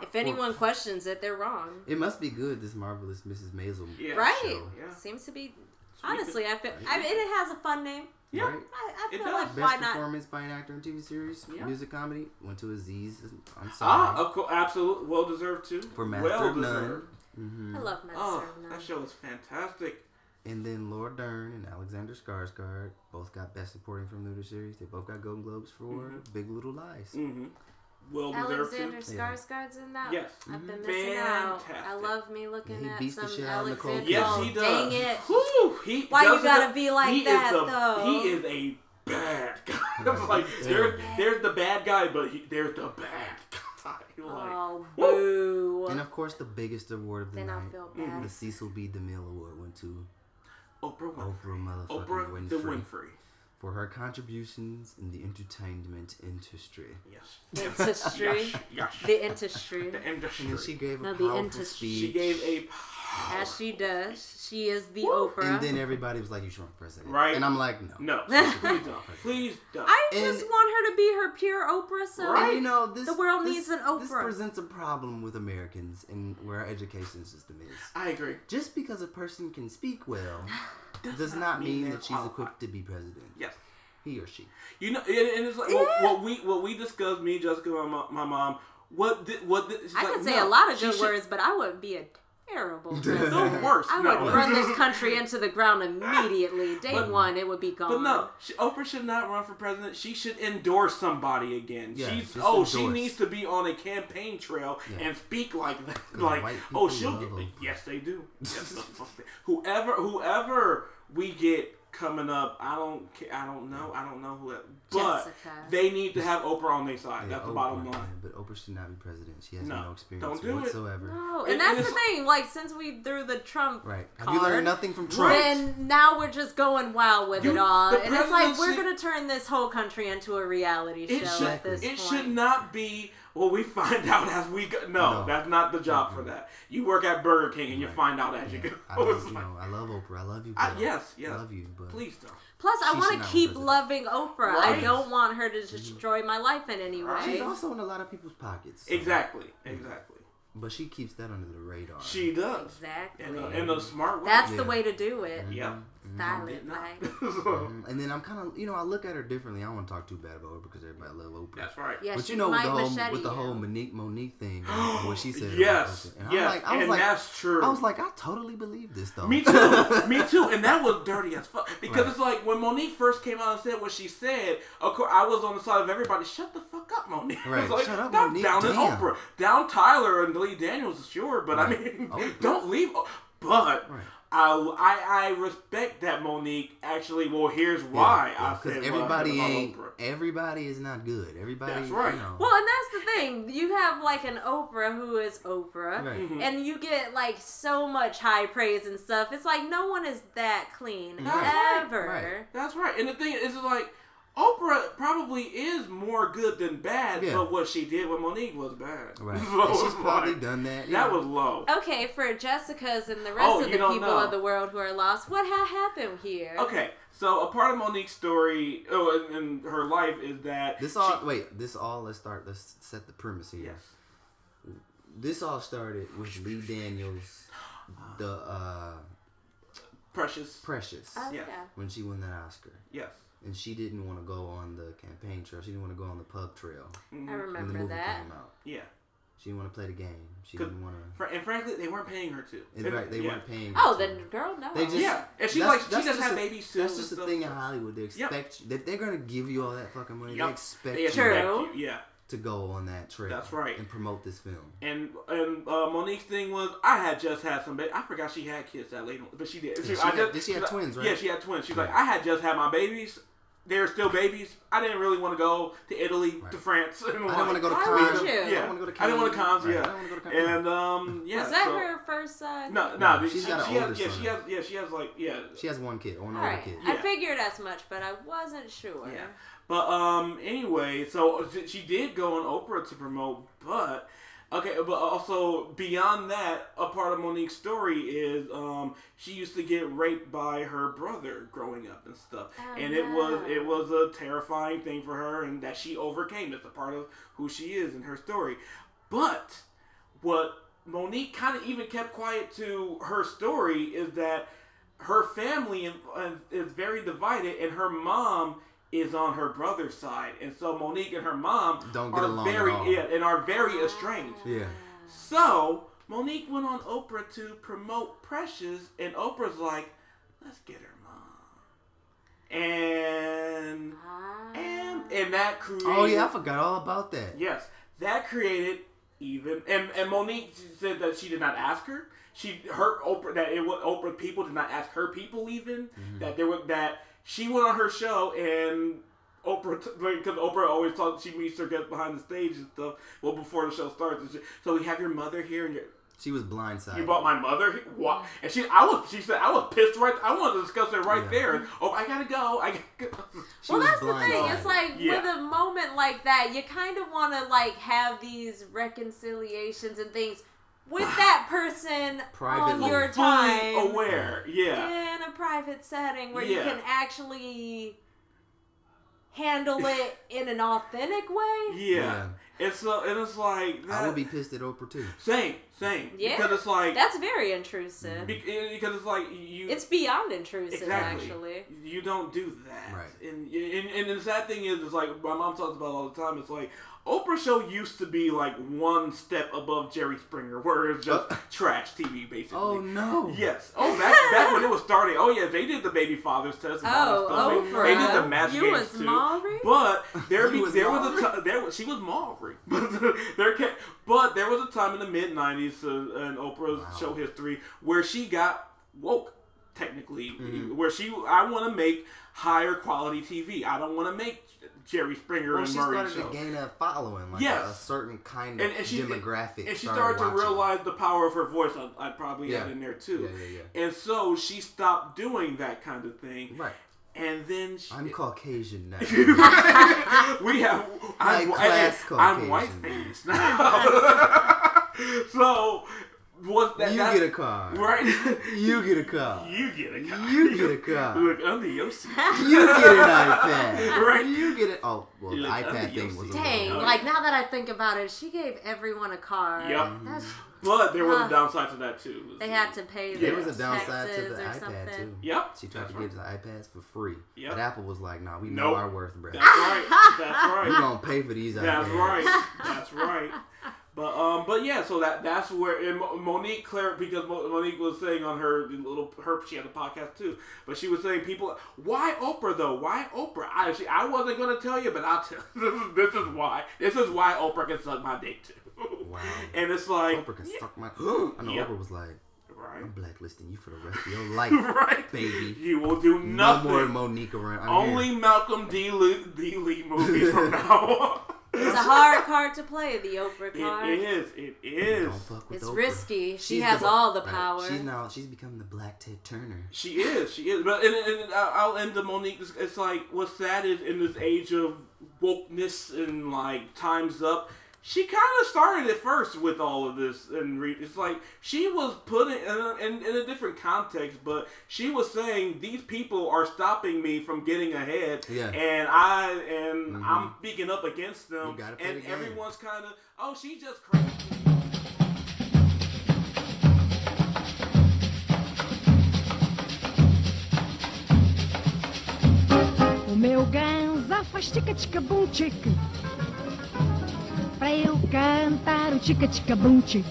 [SPEAKER 4] If anyone questions it, they're wrong.
[SPEAKER 3] It must be good. This marvelous Mrs. Maisel.
[SPEAKER 2] Yeah.
[SPEAKER 4] Right?
[SPEAKER 3] show.
[SPEAKER 2] Yeah.
[SPEAKER 4] Seems to be. Honestly, I feel. I mean, it has a fun name.
[SPEAKER 2] Yeah.
[SPEAKER 3] Right?
[SPEAKER 4] I, I
[SPEAKER 2] It
[SPEAKER 4] feel
[SPEAKER 2] does.
[SPEAKER 4] like
[SPEAKER 3] Best
[SPEAKER 4] why not?
[SPEAKER 3] performance by an actor in TV series,
[SPEAKER 2] Yeah.
[SPEAKER 3] music comedy, went to Aziz. I'm sorry.
[SPEAKER 2] Ah, of course, absolutely, well deserved too.
[SPEAKER 3] For Master
[SPEAKER 2] well
[SPEAKER 3] of None.
[SPEAKER 2] deserved.
[SPEAKER 4] I love Master
[SPEAKER 2] Oh,
[SPEAKER 4] of None.
[SPEAKER 2] that show is fantastic.
[SPEAKER 3] And then Laura Dern and Alexander Skarsgård both got best supporting from Luda series. They both got Golden Globes for Big Little Lies.
[SPEAKER 2] hmm Well deserved
[SPEAKER 4] Alexander
[SPEAKER 2] too.
[SPEAKER 3] Yeah.
[SPEAKER 4] Skarsgård's in that.
[SPEAKER 2] Yes.
[SPEAKER 4] I've been missing out. I
[SPEAKER 2] Fantastic.
[SPEAKER 4] love me looking
[SPEAKER 3] He
[SPEAKER 4] at
[SPEAKER 3] beats the
[SPEAKER 4] some
[SPEAKER 3] shit out of Nicole
[SPEAKER 4] Alexander.
[SPEAKER 3] Kidman.
[SPEAKER 2] Yes,
[SPEAKER 4] Oh,
[SPEAKER 2] he does.
[SPEAKER 4] Dang it!
[SPEAKER 2] Whew, he
[SPEAKER 4] Why you
[SPEAKER 2] doesn't-
[SPEAKER 4] gotta be like
[SPEAKER 2] he is
[SPEAKER 4] that,
[SPEAKER 2] the-
[SPEAKER 4] though?
[SPEAKER 2] He is a bad guy. It's like there's there's the bad guy, but he, there's the bad guy. You're like,
[SPEAKER 4] Oh,
[SPEAKER 2] woo.
[SPEAKER 4] boo.
[SPEAKER 3] And of course, the biggest award of the
[SPEAKER 4] Then I
[SPEAKER 3] night,
[SPEAKER 4] feel bad.
[SPEAKER 3] the Cecil B. DeMille Award, went to
[SPEAKER 2] Oprah Winfrey.
[SPEAKER 3] Oprah motherfucking
[SPEAKER 2] Oprah the
[SPEAKER 3] Oh, Winfrey.
[SPEAKER 2] Winfrey.
[SPEAKER 3] for her contributions in the entertainment industry.
[SPEAKER 2] Yes.
[SPEAKER 4] Industry.
[SPEAKER 2] Yes.
[SPEAKER 4] the industry.
[SPEAKER 2] The industry.
[SPEAKER 3] And she gave a
[SPEAKER 4] No, the
[SPEAKER 3] powerful
[SPEAKER 4] industry.
[SPEAKER 3] speech.
[SPEAKER 2] She gave a power.
[SPEAKER 4] As she does. She is the Oprah.
[SPEAKER 3] and then everybody was like, "You should run for president,"
[SPEAKER 2] Right.
[SPEAKER 3] And I'm like, "No."
[SPEAKER 2] No, please don't. Please don't.
[SPEAKER 4] I
[SPEAKER 3] and-
[SPEAKER 4] just want her to be her pure Oprah. So
[SPEAKER 3] And you know, this
[SPEAKER 4] The world
[SPEAKER 3] this-
[SPEAKER 4] needs an
[SPEAKER 3] This
[SPEAKER 4] Oprah.
[SPEAKER 3] presents a problem with Americans and where our education system is.
[SPEAKER 2] I agree.
[SPEAKER 3] Just because a person can speak well does not
[SPEAKER 2] mean
[SPEAKER 3] mean
[SPEAKER 2] they're
[SPEAKER 3] that she's
[SPEAKER 2] qualified.
[SPEAKER 3] equipped to be president.
[SPEAKER 2] Yes.
[SPEAKER 3] He or she.
[SPEAKER 2] You know, and, and it's like what, what we what we discussed. Me, Jessica, my, mo- my mom. What did, what did, she's
[SPEAKER 4] I
[SPEAKER 2] like,
[SPEAKER 4] could say
[SPEAKER 2] no,
[SPEAKER 4] a lot of
[SPEAKER 2] she
[SPEAKER 4] good
[SPEAKER 2] should-
[SPEAKER 4] words, but I wouldn't be a terrible president.
[SPEAKER 2] No worse.
[SPEAKER 4] I
[SPEAKER 2] no.
[SPEAKER 4] would run this country into the ground immediately. Day one, it would be gone.
[SPEAKER 2] But no, she, Oprah should not run for president. She should endorse somebody again.
[SPEAKER 3] Yeah,
[SPEAKER 2] She's
[SPEAKER 3] just
[SPEAKER 2] oh, she
[SPEAKER 3] endorse.
[SPEAKER 2] needs to be on a campaign trail and speak like that. like
[SPEAKER 3] white people
[SPEAKER 2] oh, she'll
[SPEAKER 3] love
[SPEAKER 2] get.
[SPEAKER 3] Oprah.
[SPEAKER 2] Yes, they do. Yes, the fuck they- whoever whoever we get coming up, I don't ca- I don't know I don't know who. That, but
[SPEAKER 4] Jessica.
[SPEAKER 2] they need to have Oprah on their side.
[SPEAKER 3] Yeah,
[SPEAKER 2] That's the
[SPEAKER 3] Oprah,
[SPEAKER 2] bottom line.
[SPEAKER 3] man, But Oprah should not be president. She has
[SPEAKER 2] No,
[SPEAKER 3] no, experience
[SPEAKER 2] don't do it.
[SPEAKER 3] whatsoever.
[SPEAKER 4] No,
[SPEAKER 2] It-
[SPEAKER 4] and that's
[SPEAKER 2] it
[SPEAKER 4] the
[SPEAKER 2] is-
[SPEAKER 4] thing. Like since we threw the Trump
[SPEAKER 3] Right. Have
[SPEAKER 4] card,
[SPEAKER 3] you learned nothing from Trump?
[SPEAKER 4] then now we're just going wild with
[SPEAKER 2] You-
[SPEAKER 4] it all,
[SPEAKER 2] the
[SPEAKER 4] and it's like we're
[SPEAKER 2] presidency-
[SPEAKER 4] gonna turn this whole country into a reality
[SPEAKER 2] It
[SPEAKER 4] show
[SPEAKER 2] should,
[SPEAKER 4] at this
[SPEAKER 2] it
[SPEAKER 4] point.
[SPEAKER 2] should not be. Well, we find out as we go. No,
[SPEAKER 3] No.
[SPEAKER 2] that's not the job for that. You work at Burger King and you find out as you
[SPEAKER 3] Yeah,
[SPEAKER 2] go.
[SPEAKER 3] I, love,
[SPEAKER 2] It's
[SPEAKER 3] you
[SPEAKER 2] like,
[SPEAKER 3] know, I love Oprah. I love you.
[SPEAKER 2] I-
[SPEAKER 3] Bill.
[SPEAKER 2] yes, yes.
[SPEAKER 3] I love you, but
[SPEAKER 2] Please don't.
[SPEAKER 4] Plus, I
[SPEAKER 3] She should
[SPEAKER 4] want
[SPEAKER 3] not
[SPEAKER 4] to
[SPEAKER 3] be
[SPEAKER 4] keep
[SPEAKER 3] president.
[SPEAKER 4] loving Oprah. I
[SPEAKER 2] Right.
[SPEAKER 4] don't want her to destroy my life in any way.
[SPEAKER 3] she's also in a lot of people's pockets. so-
[SPEAKER 2] Exactly. Exactly.
[SPEAKER 3] But she keeps that under the radar.
[SPEAKER 2] She does.
[SPEAKER 4] Exactly.
[SPEAKER 2] In a, in a smart way.
[SPEAKER 4] That's the
[SPEAKER 3] Yeah. Mm-hmm.
[SPEAKER 4] way to do it.
[SPEAKER 2] yeah.
[SPEAKER 4] Silent,
[SPEAKER 2] No.
[SPEAKER 4] like.
[SPEAKER 3] Mm, And then I'm kind of, you know, I look at her differently. I don't want to talk too bad about her because everybody love Oprah.
[SPEAKER 2] That's right.
[SPEAKER 4] Yeah,
[SPEAKER 3] But
[SPEAKER 4] she
[SPEAKER 3] you know with
[SPEAKER 4] might
[SPEAKER 3] the whole
[SPEAKER 4] machete
[SPEAKER 3] with the
[SPEAKER 4] you.
[SPEAKER 3] whole Monique Monique thing, and what she said. about
[SPEAKER 2] Yes,
[SPEAKER 3] Oprah. and I'm
[SPEAKER 2] yes,
[SPEAKER 3] like, I was
[SPEAKER 2] and
[SPEAKER 3] like,
[SPEAKER 2] that's true.
[SPEAKER 3] I was like, I totally believe this though.
[SPEAKER 2] Me too. Me too. And that was dirty as fuck. Because
[SPEAKER 3] Right.
[SPEAKER 2] it's like when Monique first came out and said what she said, of course I was on the side of everybody. Shut the fuck up, Monique.
[SPEAKER 3] Right.
[SPEAKER 2] It's like,
[SPEAKER 3] Shut up,
[SPEAKER 2] not
[SPEAKER 3] Monique.
[SPEAKER 2] down in
[SPEAKER 3] Damn.
[SPEAKER 2] Oprah. Down Tyler and Lee Daniels, sure, but I
[SPEAKER 3] Right.
[SPEAKER 2] mean,
[SPEAKER 3] Oh.
[SPEAKER 2] don't leave. O- But
[SPEAKER 3] Right.
[SPEAKER 2] I, I I respect that Monique actually. Well, here's why I
[SPEAKER 3] Because
[SPEAKER 2] said what I said
[SPEAKER 3] everybody
[SPEAKER 2] about
[SPEAKER 3] ain't
[SPEAKER 2] Oprah.
[SPEAKER 3] everybody is not good. Everybody.
[SPEAKER 2] That's right.
[SPEAKER 3] You know,
[SPEAKER 4] Well, and that's the thing. You have like an Oprah who is Oprah,
[SPEAKER 3] Right.
[SPEAKER 2] Mm-hmm.
[SPEAKER 4] and you get like so much high praise and stuff. It's like no one is that clean
[SPEAKER 2] Right.
[SPEAKER 4] ever.
[SPEAKER 3] Right.
[SPEAKER 2] That's right. And the thing is, it's like Oprah probably is more good than bad,
[SPEAKER 3] Yeah.
[SPEAKER 2] but what she did with Monique was bad.
[SPEAKER 3] Right.
[SPEAKER 2] So
[SPEAKER 3] And she's
[SPEAKER 2] it's
[SPEAKER 3] probably
[SPEAKER 2] like,
[SPEAKER 3] done that.
[SPEAKER 2] That was low.
[SPEAKER 4] Okay, for Jessica's and the rest
[SPEAKER 2] Oh,
[SPEAKER 4] of
[SPEAKER 2] you
[SPEAKER 4] the
[SPEAKER 2] don't
[SPEAKER 4] people
[SPEAKER 2] know.
[SPEAKER 4] of the world who are lost, what ha- happened here?
[SPEAKER 2] Okay, so a part of Monique's story, oh, and, and her life is that
[SPEAKER 3] This all wait. This all. Let's start. Let's set the premise here.
[SPEAKER 2] Yes.
[SPEAKER 3] This all started with Lee Daniels, the uh,
[SPEAKER 2] Precious.
[SPEAKER 3] Precious,
[SPEAKER 4] Oh,
[SPEAKER 2] Yeah.
[SPEAKER 4] yeah.
[SPEAKER 3] when she won that Oscar.
[SPEAKER 2] Yes.
[SPEAKER 3] and she didn't want to go on the campaign trail. She didn't want to go on the pub trail
[SPEAKER 2] Mm-hmm.
[SPEAKER 4] I
[SPEAKER 3] when the
[SPEAKER 4] remember
[SPEAKER 3] movie
[SPEAKER 4] that.
[SPEAKER 3] came out.
[SPEAKER 2] Yeah.
[SPEAKER 3] She didn't want to play the game. She
[SPEAKER 2] 'Cause
[SPEAKER 3] didn't want to.
[SPEAKER 2] fr- and frankly, they weren't paying her to.
[SPEAKER 3] In fact, they
[SPEAKER 2] yeah.
[SPEAKER 3] weren't paying.
[SPEAKER 4] Oh,
[SPEAKER 3] her to.
[SPEAKER 4] then girl, no.
[SPEAKER 3] They just
[SPEAKER 2] Yeah, and she's
[SPEAKER 3] that's-
[SPEAKER 2] like, she
[SPEAKER 3] that's
[SPEAKER 2] doesn't
[SPEAKER 3] just
[SPEAKER 2] have
[SPEAKER 3] a-
[SPEAKER 2] baby suits
[SPEAKER 3] That's just
[SPEAKER 2] and
[SPEAKER 3] the
[SPEAKER 2] stuff.
[SPEAKER 3] thing in Hollywood. They expect you, that they're gonna give you all that fucking money.
[SPEAKER 2] Yep.
[SPEAKER 3] They expect
[SPEAKER 2] They
[SPEAKER 3] you
[SPEAKER 2] expect
[SPEAKER 4] True.
[SPEAKER 2] you, Yeah.
[SPEAKER 3] to go on that trip.
[SPEAKER 2] That's right.
[SPEAKER 3] And promote this film.
[SPEAKER 2] And and uh, Monique's thing was, I had just had some baby. I forgot she had kids that late, on, but she did.
[SPEAKER 3] Yeah, she
[SPEAKER 2] I
[SPEAKER 3] had-
[SPEAKER 2] just-
[SPEAKER 3] did she have
[SPEAKER 2] she's like-
[SPEAKER 3] twins, right?
[SPEAKER 2] Yeah, she had twins. She's like, I had just had my babies. They're still babies. I didn't really want to go to Italy, to France. I
[SPEAKER 3] I don't want to go to
[SPEAKER 4] Why
[SPEAKER 3] cons.
[SPEAKER 4] would you?
[SPEAKER 3] I
[SPEAKER 2] Yeah,
[SPEAKER 3] don't want to go to cons.
[SPEAKER 2] I didn't want to cons.
[SPEAKER 3] Right.
[SPEAKER 2] Yeah,
[SPEAKER 3] I don't want to go to cons.
[SPEAKER 2] And um, yeah.
[SPEAKER 4] Was that
[SPEAKER 2] so-
[SPEAKER 4] her first son?
[SPEAKER 2] No, no.
[SPEAKER 3] No,
[SPEAKER 2] she,
[SPEAKER 3] she's
[SPEAKER 2] she,
[SPEAKER 3] got an older
[SPEAKER 2] has, yeah,
[SPEAKER 3] son.
[SPEAKER 2] she has, yeah, she has like, yeah,
[SPEAKER 3] she has one kid, one
[SPEAKER 4] All
[SPEAKER 3] older
[SPEAKER 4] right.
[SPEAKER 3] kid.
[SPEAKER 4] I
[SPEAKER 2] Yeah.
[SPEAKER 4] figured as much, but I wasn't sure.
[SPEAKER 2] Yeah. But um, anyway, so she did go on Oprah to promote, but okay, but also beyond that, a part of Monique's story is um, she used to get raped by her brother growing up and stuff,
[SPEAKER 4] Oh,
[SPEAKER 2] and it was
[SPEAKER 4] no.
[SPEAKER 2] it was a terrifying thing for her, and that she overcame. That's a part of who she is and her story, but what Monique kind of even kept quiet to her story is that her family in- in- is very divided, and her mom is on her brother's side, and so Monique and her mom
[SPEAKER 3] Don't get
[SPEAKER 2] are
[SPEAKER 3] along at
[SPEAKER 2] very
[SPEAKER 3] all.
[SPEAKER 2] yeah, and are very estranged.
[SPEAKER 3] Yeah.
[SPEAKER 2] So Monique went on Oprah to promote Precious, and Oprah's like, "Let's get her mom," and
[SPEAKER 4] Ah.
[SPEAKER 2] and and that created
[SPEAKER 3] Oh yeah, I forgot all about that.
[SPEAKER 2] Yes, that created even and, and Monique said that she did not ask her. She her Oprah that it was Oprah people did not ask her people even that there were that she went on her show and Oprah because Oprah always talks she meets her guests behind the stage and stuff. Well, before the show starts, and she, so we have your mother here and your.
[SPEAKER 3] She was blindsided.
[SPEAKER 2] You brought my mother, here? what? And she, I was. She said, I was pissed right. I wanted to discuss it right
[SPEAKER 3] Yeah.
[SPEAKER 2] there. And, oh, I gotta go. I gotta go.
[SPEAKER 3] she
[SPEAKER 4] Well,
[SPEAKER 3] was
[SPEAKER 4] that's the thing.
[SPEAKER 3] blindsided.
[SPEAKER 4] It's like
[SPEAKER 2] Yeah.
[SPEAKER 4] with a moment like that, you kind of want to like have these reconciliations and things with that person on
[SPEAKER 3] Privately.
[SPEAKER 4] your
[SPEAKER 3] Fully
[SPEAKER 4] time
[SPEAKER 2] Fully aware. Yeah.
[SPEAKER 4] in a private setting where you
[SPEAKER 2] Yeah.
[SPEAKER 4] can actually handle it in an authentic way.
[SPEAKER 2] Yeah. It's uh, and it's like that,
[SPEAKER 3] I would be pissed at Oprah too.
[SPEAKER 2] same, same.
[SPEAKER 4] Yeah.
[SPEAKER 2] Because it's like
[SPEAKER 4] That's very intrusive.
[SPEAKER 2] be- because it's like you
[SPEAKER 4] It's beyond intrusive,
[SPEAKER 2] exactly
[SPEAKER 4] actually.
[SPEAKER 3] Mm-hmm.
[SPEAKER 2] you don't do that.
[SPEAKER 3] Right.
[SPEAKER 2] And, and and the sad thing is, it's like my mom talks about it all the time. It's like Oprah show used to be like one step above Jerry Springer, where it's just
[SPEAKER 3] Uh.
[SPEAKER 2] trash TV basically.
[SPEAKER 3] Oh no.
[SPEAKER 2] Yes. Oh, back back when it was starting. Oh yeah, they did the baby fathers test. And all
[SPEAKER 4] Oh,
[SPEAKER 2] that stuff. They, they did
[SPEAKER 4] Oprah.
[SPEAKER 2] the match
[SPEAKER 4] You
[SPEAKER 2] games
[SPEAKER 4] was
[SPEAKER 2] too.
[SPEAKER 4] Maury?
[SPEAKER 2] But there
[SPEAKER 3] You
[SPEAKER 2] be,
[SPEAKER 3] was
[SPEAKER 2] there was a t- there was, she was Maury. But there ca- but there was a time in the mid '90s uh, in Oprah's show history where she got woke. Technically,
[SPEAKER 3] Mm-hmm.
[SPEAKER 2] where she, I want to make higher quality TV. I don't want to make Jerry Springer
[SPEAKER 3] Well,
[SPEAKER 2] and
[SPEAKER 3] she
[SPEAKER 2] Murray
[SPEAKER 3] started
[SPEAKER 2] show.
[SPEAKER 3] to gain a following, like a,
[SPEAKER 2] Yes.
[SPEAKER 3] certain kind of
[SPEAKER 2] and, and she
[SPEAKER 3] demographic.
[SPEAKER 2] and she started, to
[SPEAKER 3] watching.
[SPEAKER 2] realize the power of her voice. I, I probably
[SPEAKER 3] Yeah.
[SPEAKER 2] had in there too,
[SPEAKER 3] Yeah, yeah,
[SPEAKER 2] and so she stopped doing that kind of thing.
[SPEAKER 3] Right.
[SPEAKER 2] And then she,
[SPEAKER 3] I'm Caucasian now.
[SPEAKER 2] we have I'm,
[SPEAKER 3] Like
[SPEAKER 2] I-
[SPEAKER 3] class
[SPEAKER 2] I'm white
[SPEAKER 3] Caucasian.
[SPEAKER 2] famous now. so what that
[SPEAKER 3] you
[SPEAKER 2] that-
[SPEAKER 3] get a car.
[SPEAKER 2] right?
[SPEAKER 3] You get a car.
[SPEAKER 2] you get a car.
[SPEAKER 3] You get a car.
[SPEAKER 2] Look, I'm the Yoshi.
[SPEAKER 3] You get an iPad.
[SPEAKER 2] Right.
[SPEAKER 3] You get it. Oh, well, the
[SPEAKER 2] Look, I'm
[SPEAKER 3] iPad
[SPEAKER 2] the
[SPEAKER 3] thing was a
[SPEAKER 2] youngster.
[SPEAKER 4] Dang,
[SPEAKER 3] little.
[SPEAKER 2] Oh, Yeah.
[SPEAKER 4] like now that I think about it, she gave everyone a car.
[SPEAKER 2] Yep.
[SPEAKER 4] That's,
[SPEAKER 2] But there was
[SPEAKER 4] Huh.
[SPEAKER 2] a downside to that too.
[SPEAKER 4] they had to pay
[SPEAKER 2] There
[SPEAKER 4] their
[SPEAKER 3] There was a downside to
[SPEAKER 4] taxes
[SPEAKER 3] the
[SPEAKER 4] or
[SPEAKER 3] iPad
[SPEAKER 4] something.
[SPEAKER 3] too.
[SPEAKER 2] Yep.
[SPEAKER 3] She tried
[SPEAKER 2] That's
[SPEAKER 3] to
[SPEAKER 2] right.
[SPEAKER 3] give the iPads for free,
[SPEAKER 2] Yep.
[SPEAKER 3] but Apple was like, "Nah, we know
[SPEAKER 2] Nope.
[SPEAKER 3] our worth, bro.
[SPEAKER 2] That's right. That's right.
[SPEAKER 3] We gonna pay for these
[SPEAKER 2] That's
[SPEAKER 3] iPads."
[SPEAKER 2] right. That's right. But um, but yeah, so that that's where and Mo- Monique Claire because Mo- Monique was saying on her little her she had a podcast too, but she was saying people why Oprah though why Oprah I she, I wasn't gonna tell you but I'll tell this is, this is why this is why Oprah can suck my dick too.
[SPEAKER 3] Wow.
[SPEAKER 2] And it's like
[SPEAKER 3] Oprah can
[SPEAKER 2] yeah,
[SPEAKER 3] suck my. I know
[SPEAKER 2] Yeah.
[SPEAKER 3] Oprah was like, "I'm
[SPEAKER 2] right
[SPEAKER 3] blacklisting you for the rest of your life,
[SPEAKER 2] right
[SPEAKER 3] baby.
[SPEAKER 2] you will do
[SPEAKER 3] No
[SPEAKER 2] nothing
[SPEAKER 3] more Monique around. I'm
[SPEAKER 2] only
[SPEAKER 3] here.
[SPEAKER 2] Malcolm D Lee, D Lee movies from now on.
[SPEAKER 4] It's a hard card to play, the Oprah card.
[SPEAKER 2] It is. It is.
[SPEAKER 3] Don't fuck with
[SPEAKER 4] It's
[SPEAKER 3] Oprah.
[SPEAKER 4] risky. She
[SPEAKER 3] She's
[SPEAKER 4] has
[SPEAKER 3] the-
[SPEAKER 4] all the
[SPEAKER 3] right.
[SPEAKER 4] power.
[SPEAKER 3] She's now. She's become the Black Ted Turner.
[SPEAKER 2] She is. She is. But and, and I- I'll end the Monique. dis- It's like what's sad is in this age of wokeness and like times up. She kind of started it first with all of this, and re- it's like she was putting in a, in, in a different context, but she was saying these people are stopping me from getting ahead,
[SPEAKER 3] Yeah. Mm-hmm.
[SPEAKER 2] and I and I'm speaking up against them,
[SPEAKER 3] You gotta play
[SPEAKER 2] and
[SPEAKER 3] the game.
[SPEAKER 2] everyone's kind of oh she just crazy.
[SPEAKER 6] Well, meu ganza faz tica-tica-bum-tica Pra eu cantar o tica-tica-bum-tica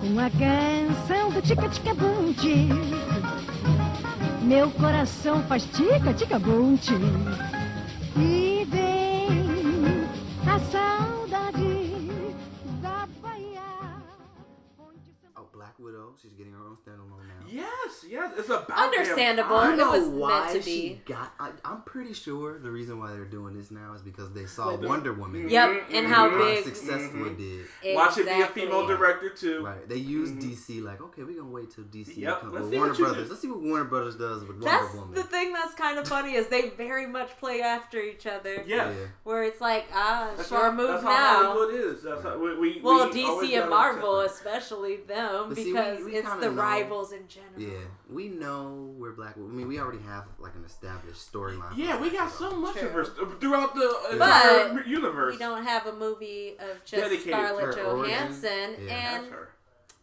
[SPEAKER 6] Com a canção do tica-tica-bum-tica Meu coração faz tica-tica-bum-tica E vem a saudade da Bahia onde seu-
[SPEAKER 3] Oh, Black Widow. She's getting her own standalone now.
[SPEAKER 2] Yes, yes, it's about damn
[SPEAKER 4] Understandable.
[SPEAKER 2] time.
[SPEAKER 4] It was meant to
[SPEAKER 3] she
[SPEAKER 4] be.
[SPEAKER 3] got. I, I'm pretty sure the reason why they're doing this now is because they saw
[SPEAKER 2] Well, the-
[SPEAKER 3] Wonder Woman.
[SPEAKER 4] Yep, and how
[SPEAKER 3] How
[SPEAKER 4] big.
[SPEAKER 3] Mm-hmm, successful
[SPEAKER 2] mm-hmm.
[SPEAKER 3] it did.
[SPEAKER 2] Watch it be a
[SPEAKER 4] Exactly.
[SPEAKER 2] female director too.
[SPEAKER 3] Right. They use DC like, okay, we're gonna wait till DC
[SPEAKER 2] Mm-hmm. Yep,
[SPEAKER 3] comes.
[SPEAKER 2] let's
[SPEAKER 3] Well,
[SPEAKER 2] see
[SPEAKER 3] Warner
[SPEAKER 2] what you do.
[SPEAKER 3] Brothers. Let's see what Warner Brothers does with Wonder
[SPEAKER 4] That's
[SPEAKER 3] Woman.
[SPEAKER 4] the thing that's kind of funny is they very much play after each other.
[SPEAKER 2] Yes.
[SPEAKER 3] Yeah.
[SPEAKER 4] Where it's like, ah,
[SPEAKER 2] That's
[SPEAKER 4] sure
[SPEAKER 2] how,
[SPEAKER 4] move
[SPEAKER 2] that's
[SPEAKER 4] now.
[SPEAKER 2] how Hollywood is. That's how, we, we,
[SPEAKER 4] Well,
[SPEAKER 2] we always
[SPEAKER 4] DC and
[SPEAKER 2] gotta
[SPEAKER 4] Marvel,
[SPEAKER 2] accept
[SPEAKER 4] especially them,
[SPEAKER 3] But see, we-
[SPEAKER 4] because
[SPEAKER 3] we
[SPEAKER 4] it's
[SPEAKER 3] kinda
[SPEAKER 4] the
[SPEAKER 3] know-
[SPEAKER 4] rivals in general.
[SPEAKER 3] Yeah, we know we're Black. Widow. I mean, we already have like an established storyline.
[SPEAKER 2] that. Yeah, we got so much
[SPEAKER 4] True.
[SPEAKER 2] of her st- throughout the
[SPEAKER 4] But
[SPEAKER 2] entire universe.
[SPEAKER 4] We don't have a movie of just
[SPEAKER 2] Dedicated to
[SPEAKER 4] Scarlett
[SPEAKER 3] her origin.
[SPEAKER 4] Johansson,
[SPEAKER 3] Yeah.
[SPEAKER 2] That's
[SPEAKER 4] and
[SPEAKER 2] her.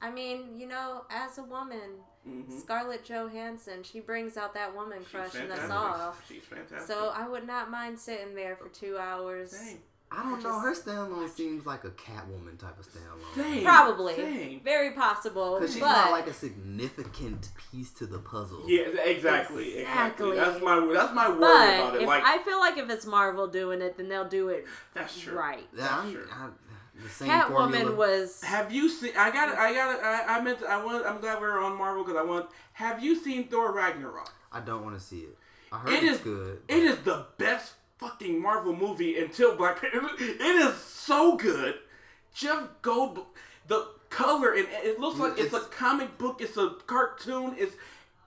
[SPEAKER 4] I mean, you know, as a woman,
[SPEAKER 3] Mm-hmm.
[SPEAKER 2] Mhm.
[SPEAKER 4] Scarlett Johansson, she brings out that woman
[SPEAKER 2] She's
[SPEAKER 4] crush in us
[SPEAKER 2] fantastic.
[SPEAKER 4] all.
[SPEAKER 2] She's fantastic.
[SPEAKER 4] So I would not mind sitting there for two hours.
[SPEAKER 2] Dang.
[SPEAKER 3] I don't know. Her standalone seems like a Catwoman type of standalone.
[SPEAKER 2] Dang.
[SPEAKER 4] Probably,
[SPEAKER 2] Dang.
[SPEAKER 4] very possible,
[SPEAKER 3] Because she's
[SPEAKER 4] but
[SPEAKER 3] not like a significant piece to the puzzle.
[SPEAKER 2] Yeah, exactly, exactly.
[SPEAKER 4] Exactly.
[SPEAKER 2] That's my that's my worry about
[SPEAKER 4] but
[SPEAKER 2] it.
[SPEAKER 4] if,
[SPEAKER 2] Like
[SPEAKER 4] I feel like if it's Marvel doing it, then they'll do it
[SPEAKER 2] that's true.
[SPEAKER 4] right.
[SPEAKER 3] That- I'm-
[SPEAKER 2] Sure.
[SPEAKER 3] I- the same formula.
[SPEAKER 4] Catwoman was
[SPEAKER 2] Have you seen? I got. I got. I, I meant. To, I want. I'm glad we're on Marvel because I want. Have you seen Thor Ragnarok?
[SPEAKER 3] I don't want to see it. I heard
[SPEAKER 2] It
[SPEAKER 3] it's
[SPEAKER 2] is-
[SPEAKER 3] good.
[SPEAKER 2] It is the best fucking Marvel movie until Black Panther. It is so good. Jeff Gold, the color and it looks like it's,
[SPEAKER 3] It's-
[SPEAKER 2] a comic book. It's a cartoon. It's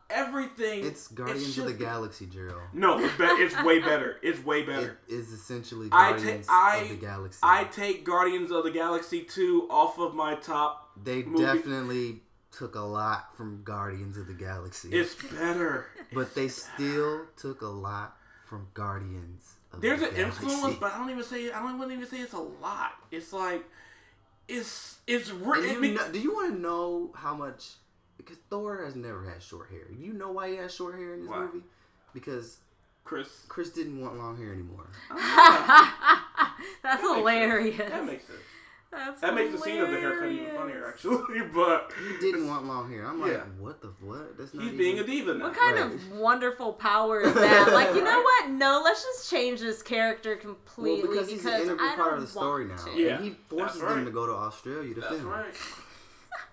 [SPEAKER 2] everything.
[SPEAKER 3] It's
[SPEAKER 2] it
[SPEAKER 3] Guardians of
[SPEAKER 2] should
[SPEAKER 3] the
[SPEAKER 2] be.
[SPEAKER 3] Galaxy, Gerald.
[SPEAKER 2] No, it's, be- it's way better. It's way
[SPEAKER 3] It
[SPEAKER 2] better.
[SPEAKER 3] is essentially
[SPEAKER 2] I
[SPEAKER 3] Guardians
[SPEAKER 2] ta- I-
[SPEAKER 3] of the Galaxy.
[SPEAKER 2] I take Guardians of the Galaxy two off of my top.
[SPEAKER 3] they
[SPEAKER 2] movie-
[SPEAKER 3] definitely took a lot from Guardians of the Galaxy.
[SPEAKER 2] It's better.
[SPEAKER 3] but they still took a lot from Guardians of
[SPEAKER 2] There's
[SPEAKER 3] the
[SPEAKER 2] an
[SPEAKER 3] Galaxy.
[SPEAKER 2] influence, but I don't even say I don't even say it's a lot. It's like it's it's
[SPEAKER 3] And
[SPEAKER 2] written.
[SPEAKER 3] you know, do you want to know how much? Because Thor has never had short hair. You know why he has short hair in this
[SPEAKER 2] Why?
[SPEAKER 3] movie? Because
[SPEAKER 2] Chris,
[SPEAKER 3] Chris didn't want long hair anymore.
[SPEAKER 4] that's hilarious.
[SPEAKER 2] that makes sense.
[SPEAKER 4] That's
[SPEAKER 2] That makes the scene of the haircut even
[SPEAKER 4] hilarious.
[SPEAKER 2] funnier, actually. But
[SPEAKER 3] He didn't want long hair. I'm
[SPEAKER 2] Yeah.
[SPEAKER 3] like, what the what? That's not
[SPEAKER 2] he's
[SPEAKER 3] even-
[SPEAKER 2] being a diva now.
[SPEAKER 4] What kind of wonderful power is that? Like, you know what? No, let's just change this character
[SPEAKER 3] Well,
[SPEAKER 4] completely
[SPEAKER 3] because
[SPEAKER 4] because,
[SPEAKER 3] he's an integral
[SPEAKER 4] I don't
[SPEAKER 3] part of the story now.
[SPEAKER 4] want to.
[SPEAKER 2] Yeah.
[SPEAKER 3] And he
[SPEAKER 2] That's
[SPEAKER 3] forces
[SPEAKER 2] right.
[SPEAKER 3] them to go to Australia to
[SPEAKER 2] That's
[SPEAKER 3] film.
[SPEAKER 2] right.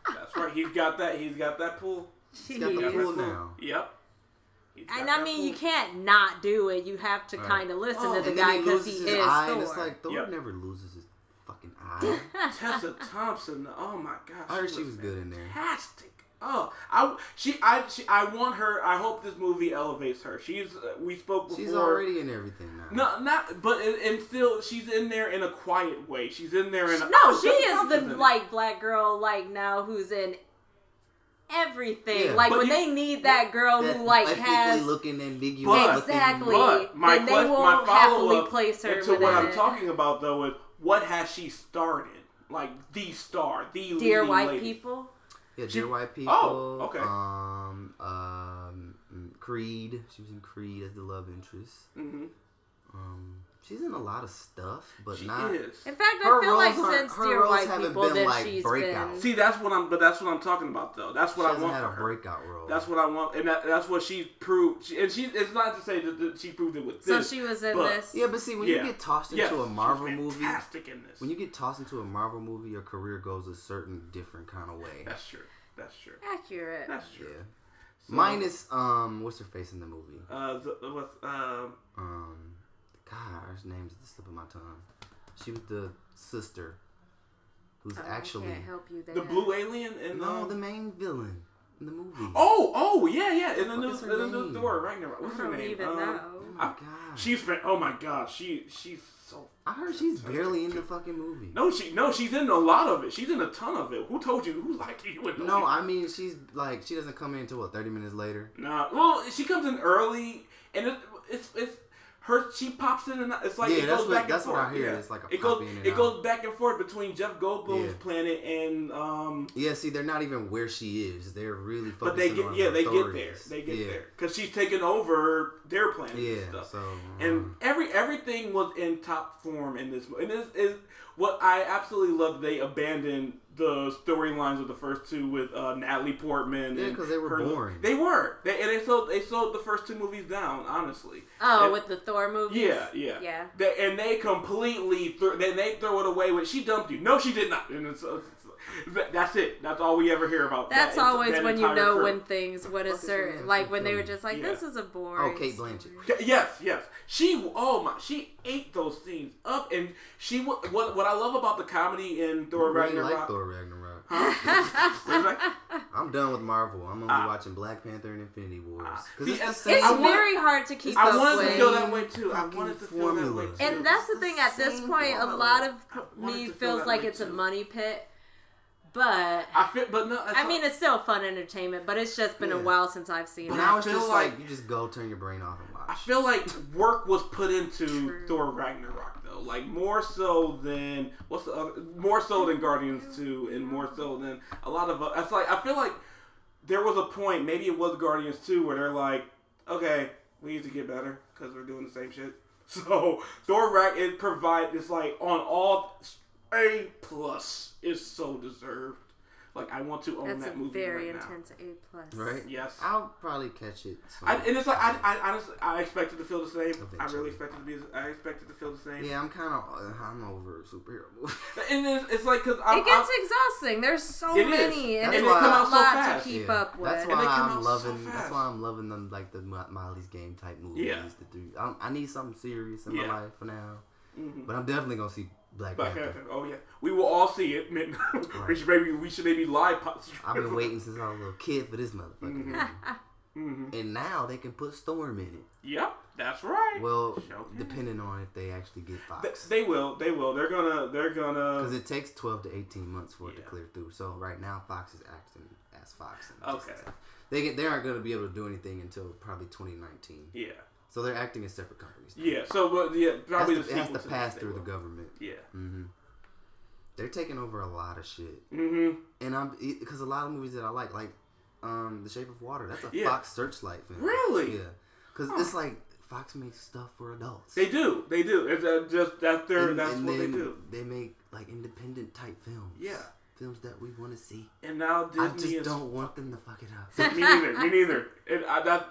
[SPEAKER 2] That's right. He's got that. He's got that pool.
[SPEAKER 3] He's got the
[SPEAKER 2] Got that
[SPEAKER 3] pool
[SPEAKER 2] pool.
[SPEAKER 3] now.
[SPEAKER 2] Yep. He's got
[SPEAKER 4] And
[SPEAKER 2] that
[SPEAKER 4] I mean,
[SPEAKER 2] pool.
[SPEAKER 4] you can't not do it. You have to kind of listen
[SPEAKER 2] Oh,
[SPEAKER 4] to the
[SPEAKER 3] And then
[SPEAKER 4] guy
[SPEAKER 3] he
[SPEAKER 4] because he
[SPEAKER 3] loses
[SPEAKER 4] is
[SPEAKER 3] his eye, and it's
[SPEAKER 4] Thor.
[SPEAKER 3] like Thor
[SPEAKER 2] Yep.
[SPEAKER 3] never loses his fucking eye.
[SPEAKER 2] Tessa Thompson. Oh my gosh.
[SPEAKER 3] I heard she was good in there.
[SPEAKER 2] fantastic. Oh, I she I she, I want her. I hope this movie elevates her. She's uh, we spoke before.
[SPEAKER 3] She's already in everything now.
[SPEAKER 2] No, not but and, and still she's in there in a quiet way. She's in there in a,
[SPEAKER 4] No,
[SPEAKER 2] Tessa
[SPEAKER 4] she is
[SPEAKER 2] Thompson's in
[SPEAKER 4] the
[SPEAKER 2] it.
[SPEAKER 4] like black girl like now who's in everything.
[SPEAKER 3] Yeah.
[SPEAKER 4] like
[SPEAKER 2] But
[SPEAKER 4] when
[SPEAKER 2] you-
[SPEAKER 4] they need that girl
[SPEAKER 3] That
[SPEAKER 4] who like
[SPEAKER 3] ethnically
[SPEAKER 4] has
[SPEAKER 3] looking ambiguous.
[SPEAKER 2] But-
[SPEAKER 3] looking-
[SPEAKER 4] exactly,
[SPEAKER 2] But my
[SPEAKER 4] then they
[SPEAKER 2] quest-
[SPEAKER 4] won't
[SPEAKER 2] my
[SPEAKER 4] happily
[SPEAKER 2] follow-up
[SPEAKER 4] place her
[SPEAKER 2] to what
[SPEAKER 4] within
[SPEAKER 2] I'm
[SPEAKER 4] it.
[SPEAKER 2] talking about though is what has she started? Like the star, the
[SPEAKER 4] Dear
[SPEAKER 2] leading
[SPEAKER 4] white
[SPEAKER 2] lady.
[SPEAKER 4] people.
[SPEAKER 3] Yeah,
[SPEAKER 2] She-
[SPEAKER 3] Dear White People.
[SPEAKER 2] Oh, okay.
[SPEAKER 3] Um, um, mm, Creed. She was in Creed as the love interest.
[SPEAKER 2] Mhm.
[SPEAKER 3] Um, she's in a lot of stuff, but
[SPEAKER 2] She
[SPEAKER 3] not.
[SPEAKER 2] is.
[SPEAKER 4] In fact,
[SPEAKER 3] Her
[SPEAKER 4] I feel like
[SPEAKER 3] roles aren't-
[SPEAKER 4] since
[SPEAKER 3] her
[SPEAKER 4] Dear
[SPEAKER 3] roles
[SPEAKER 4] White
[SPEAKER 3] haven't
[SPEAKER 4] People,
[SPEAKER 3] been,
[SPEAKER 4] then
[SPEAKER 3] like,
[SPEAKER 4] she's
[SPEAKER 3] breakout.
[SPEAKER 4] been.
[SPEAKER 2] See, that's what I'm. But that's what I'm talking about though. That's
[SPEAKER 3] She
[SPEAKER 2] what I
[SPEAKER 3] hasn't
[SPEAKER 2] want
[SPEAKER 3] had
[SPEAKER 2] for
[SPEAKER 3] a
[SPEAKER 2] her.
[SPEAKER 3] breakout role.
[SPEAKER 2] That's what I want, and that, that's what she proved. She, and she, it's not to say that, that she proved it with
[SPEAKER 4] So
[SPEAKER 2] this.
[SPEAKER 4] she was in
[SPEAKER 2] but-
[SPEAKER 4] this.
[SPEAKER 3] Yeah, but see, when
[SPEAKER 2] Yeah.
[SPEAKER 3] you get tossed into
[SPEAKER 2] Yes,
[SPEAKER 3] a
[SPEAKER 2] she
[SPEAKER 3] Marvel
[SPEAKER 2] was
[SPEAKER 3] movie,
[SPEAKER 2] fantastic in this.
[SPEAKER 3] when you get tossed into a Marvel movie, your career goes a certain different kind of way.
[SPEAKER 2] that's true. That's true.
[SPEAKER 4] Accurate.
[SPEAKER 2] That's
[SPEAKER 3] Yeah.
[SPEAKER 2] true.
[SPEAKER 3] Minus um, what's her face in the movie?
[SPEAKER 2] Uh, the, what's um,
[SPEAKER 3] Um, God, her name's at the slip of my tongue. She was the sister, who's actually
[SPEAKER 4] Oh, I can't help you there.
[SPEAKER 2] the blue alien and um,
[SPEAKER 3] no the main villain in the movie.
[SPEAKER 2] Oh, oh, yeah, yeah. In the
[SPEAKER 3] What
[SPEAKER 2] new,
[SPEAKER 3] is her
[SPEAKER 2] in the new
[SPEAKER 3] name?
[SPEAKER 2] Thor Ragnarok. What's
[SPEAKER 4] I
[SPEAKER 2] her
[SPEAKER 4] don't
[SPEAKER 2] name?
[SPEAKER 4] even
[SPEAKER 2] Um,
[SPEAKER 3] Oh
[SPEAKER 4] know.
[SPEAKER 3] my God.
[SPEAKER 2] She's fa- oh my god, she she's so.
[SPEAKER 3] I heard she's barely in the fucking movie.
[SPEAKER 2] No, she no, she's in a lot of it. She's in a ton of it. Who told you? Who liked you? and
[SPEAKER 3] No,
[SPEAKER 2] you?
[SPEAKER 3] I mean she's like she doesn't come in until what thirty minutes later.
[SPEAKER 2] Nah, well, she comes in early, and it, it's it's her she pops in and out. it's like
[SPEAKER 3] Yeah,
[SPEAKER 2] it
[SPEAKER 3] that's
[SPEAKER 2] goes
[SPEAKER 3] what-
[SPEAKER 2] back
[SPEAKER 3] that's
[SPEAKER 2] and
[SPEAKER 3] what
[SPEAKER 2] forth.
[SPEAKER 3] I hear,
[SPEAKER 2] Yeah.
[SPEAKER 3] it's like a
[SPEAKER 2] it goes
[SPEAKER 3] pop in and
[SPEAKER 2] it
[SPEAKER 3] out.
[SPEAKER 2] goes back and forth between Jeff Goldblum's
[SPEAKER 3] Yeah.
[SPEAKER 2] planet and um.
[SPEAKER 3] Yeah, see, they're not even where she is. They're really focusing
[SPEAKER 2] But they
[SPEAKER 3] on
[SPEAKER 2] get
[SPEAKER 3] her
[SPEAKER 2] yeah they get there
[SPEAKER 3] authorities.
[SPEAKER 2] they get
[SPEAKER 3] yeah.
[SPEAKER 2] there because she's taking over their planet and
[SPEAKER 3] Yeah,
[SPEAKER 2] stuff.
[SPEAKER 3] so
[SPEAKER 2] and
[SPEAKER 3] um,
[SPEAKER 2] every everything was in top form in this mo- and this is what i absolutely love they abandoned the storylines of the first two with uh, natalie portman
[SPEAKER 3] Yeah,
[SPEAKER 2] and
[SPEAKER 3] 'cause they were
[SPEAKER 2] her-
[SPEAKER 3] boring.
[SPEAKER 2] they were they, and they sold they sold the first two movies down honestly
[SPEAKER 4] Oh,
[SPEAKER 2] And-
[SPEAKER 4] with the Thor movies.
[SPEAKER 2] yeah, yeah,
[SPEAKER 4] yeah.
[SPEAKER 2] They, and they completely threw. Then they throw it away with she dumped you. No, she did not. And it's, it's, it's- that's it. That's all we ever hear about.
[SPEAKER 4] That's
[SPEAKER 2] that-
[SPEAKER 4] always
[SPEAKER 2] that
[SPEAKER 4] when you
[SPEAKER 2] entire
[SPEAKER 4] know
[SPEAKER 2] crew.
[SPEAKER 4] when things would
[SPEAKER 3] fuck is her
[SPEAKER 4] assert
[SPEAKER 3] name?
[SPEAKER 4] like when they were
[SPEAKER 3] Fucking-
[SPEAKER 4] just like
[SPEAKER 2] Yeah.
[SPEAKER 4] this is a boring.
[SPEAKER 3] oh, Kate
[SPEAKER 4] story.
[SPEAKER 3] Blanchett.
[SPEAKER 2] Yes, yes. She oh my, she ate those scenes up, and she wa- what what I love about the comedy in Thor
[SPEAKER 3] I really like
[SPEAKER 2] Ragnarok.
[SPEAKER 3] Thor Ragnarok.
[SPEAKER 2] Thor.
[SPEAKER 3] I'm done with Marvel. I'm
[SPEAKER 2] Ah.
[SPEAKER 3] only watching Black Panther and Infinity Wars. Because
[SPEAKER 2] See,
[SPEAKER 3] it's the
[SPEAKER 2] it's-
[SPEAKER 3] same
[SPEAKER 4] It's
[SPEAKER 2] Ah. I want-
[SPEAKER 4] very hard to keep
[SPEAKER 2] I
[SPEAKER 4] up
[SPEAKER 2] wanted to
[SPEAKER 4] with.
[SPEAKER 2] feel that way too. I
[SPEAKER 3] fucking
[SPEAKER 2] wanted to feel
[SPEAKER 3] formula.
[SPEAKER 2] that way too.
[SPEAKER 4] And that's the
[SPEAKER 3] It's the
[SPEAKER 4] thing. At this
[SPEAKER 3] same
[SPEAKER 4] point, a
[SPEAKER 3] formula.
[SPEAKER 4] lot of
[SPEAKER 2] I wanted
[SPEAKER 4] me
[SPEAKER 2] to feel
[SPEAKER 4] feels
[SPEAKER 2] that
[SPEAKER 4] like
[SPEAKER 2] way,
[SPEAKER 4] it's a
[SPEAKER 2] too.
[SPEAKER 4] money pit, but
[SPEAKER 2] I feel, but no. it's
[SPEAKER 4] I
[SPEAKER 2] not-
[SPEAKER 4] mean it's still fun entertainment. But it's just been a
[SPEAKER 3] Yeah.
[SPEAKER 4] while since I've seen
[SPEAKER 3] But
[SPEAKER 4] it.
[SPEAKER 3] now it's
[SPEAKER 2] feel
[SPEAKER 3] just like,
[SPEAKER 2] like-
[SPEAKER 3] you just go turn your brain off and
[SPEAKER 2] I
[SPEAKER 3] watch.
[SPEAKER 2] feel like work was put into
[SPEAKER 4] True.
[SPEAKER 2] Thor Ragnarok though, like more so than what's the other, more so than Guardians Two, and more so than a lot of. That's like I feel like there was a point, maybe it was Guardians Two, where they're like, okay, we need to get better because we're doing the same shit. So Thor Rag it provide it's like on all A plus is so deserved. Like I want to own
[SPEAKER 4] That's
[SPEAKER 2] that
[SPEAKER 4] a
[SPEAKER 2] movie
[SPEAKER 4] very
[SPEAKER 2] right
[SPEAKER 4] intense A plus.
[SPEAKER 3] Right?
[SPEAKER 2] Yes.
[SPEAKER 3] I'll probably catch it. soon.
[SPEAKER 2] now. I, and it's like I, I honestly I expected to feel the same. I
[SPEAKER 3] Eventually.
[SPEAKER 2] really expected to be. I expected to feel the same.
[SPEAKER 3] yeah, I'm kind of I'm over superhero movies.
[SPEAKER 2] And it's, it's like because I'm,
[SPEAKER 4] it gets
[SPEAKER 2] I'm-
[SPEAKER 4] exhausting. There's so
[SPEAKER 2] It is.
[SPEAKER 4] many, and
[SPEAKER 3] That's
[SPEAKER 4] it's a
[SPEAKER 3] why-
[SPEAKER 4] lot
[SPEAKER 2] so fast,
[SPEAKER 4] to keep
[SPEAKER 3] Yeah.
[SPEAKER 4] up with.
[SPEAKER 3] That's
[SPEAKER 2] And
[SPEAKER 3] why
[SPEAKER 2] they come
[SPEAKER 3] I'm
[SPEAKER 2] out so
[SPEAKER 3] loving.
[SPEAKER 2] fast.
[SPEAKER 3] that's why I'm loving them like the Mo- Molly's Game type movies.
[SPEAKER 2] Yeah.
[SPEAKER 3] The three, I, I need something serious in
[SPEAKER 2] Yeah. Mm-hmm.
[SPEAKER 3] my life for now. But I'm definitely gonna see Black,
[SPEAKER 2] Black
[SPEAKER 3] Panther.
[SPEAKER 2] Panther. Oh yeah, we will all see it. Man. we should maybe we should maybe live. po-
[SPEAKER 3] I've been waiting since I was a little kid for this motherfucker.
[SPEAKER 2] Mm-hmm.
[SPEAKER 3] And now they can put Storm in it.
[SPEAKER 2] Yep, that's right.
[SPEAKER 3] Well,
[SPEAKER 2] Sure can.
[SPEAKER 3] depending on if they actually get
[SPEAKER 2] Th-
[SPEAKER 3] Fox,
[SPEAKER 2] they will. They will. They're gonna. They're gonna.
[SPEAKER 3] because it takes 12 to 18 months for it
[SPEAKER 2] Yeah.
[SPEAKER 3] to clear through. So right now, Fox is acting as Fox. And just
[SPEAKER 2] Okay.
[SPEAKER 3] as- They get, they aren't going to be able to do anything until probably 2019.
[SPEAKER 2] Yeah.
[SPEAKER 3] So they're acting as separate companies. now.
[SPEAKER 2] Yeah. So but yeah,
[SPEAKER 3] It
[SPEAKER 2] probably
[SPEAKER 3] has to, it
[SPEAKER 2] the
[SPEAKER 3] has
[SPEAKER 2] sequel
[SPEAKER 3] to
[SPEAKER 2] to
[SPEAKER 3] pass
[SPEAKER 2] this, they
[SPEAKER 3] through the Mm.
[SPEAKER 2] will.
[SPEAKER 3] government.
[SPEAKER 2] Yeah.
[SPEAKER 3] They're taking over a lot of shit,
[SPEAKER 2] Mm-hmm.
[SPEAKER 3] and I'm because a lot of movies that I like, like um, The Shape of Water, that's a
[SPEAKER 2] Yeah.
[SPEAKER 3] Fox Searchlight film.
[SPEAKER 2] Really?
[SPEAKER 3] Yeah, because it's like Fox makes stuff for adults.
[SPEAKER 2] They do. They do. It's uh, just that's their.
[SPEAKER 3] And-
[SPEAKER 2] that's
[SPEAKER 3] and
[SPEAKER 2] what they
[SPEAKER 3] then
[SPEAKER 2] do.
[SPEAKER 3] They make like independent type films.
[SPEAKER 2] Yeah.
[SPEAKER 3] films that we want to see.
[SPEAKER 2] And now Disney
[SPEAKER 3] I just
[SPEAKER 2] is.
[SPEAKER 3] don't want them to fuck it up.
[SPEAKER 2] Me neither. Me neither. And I, that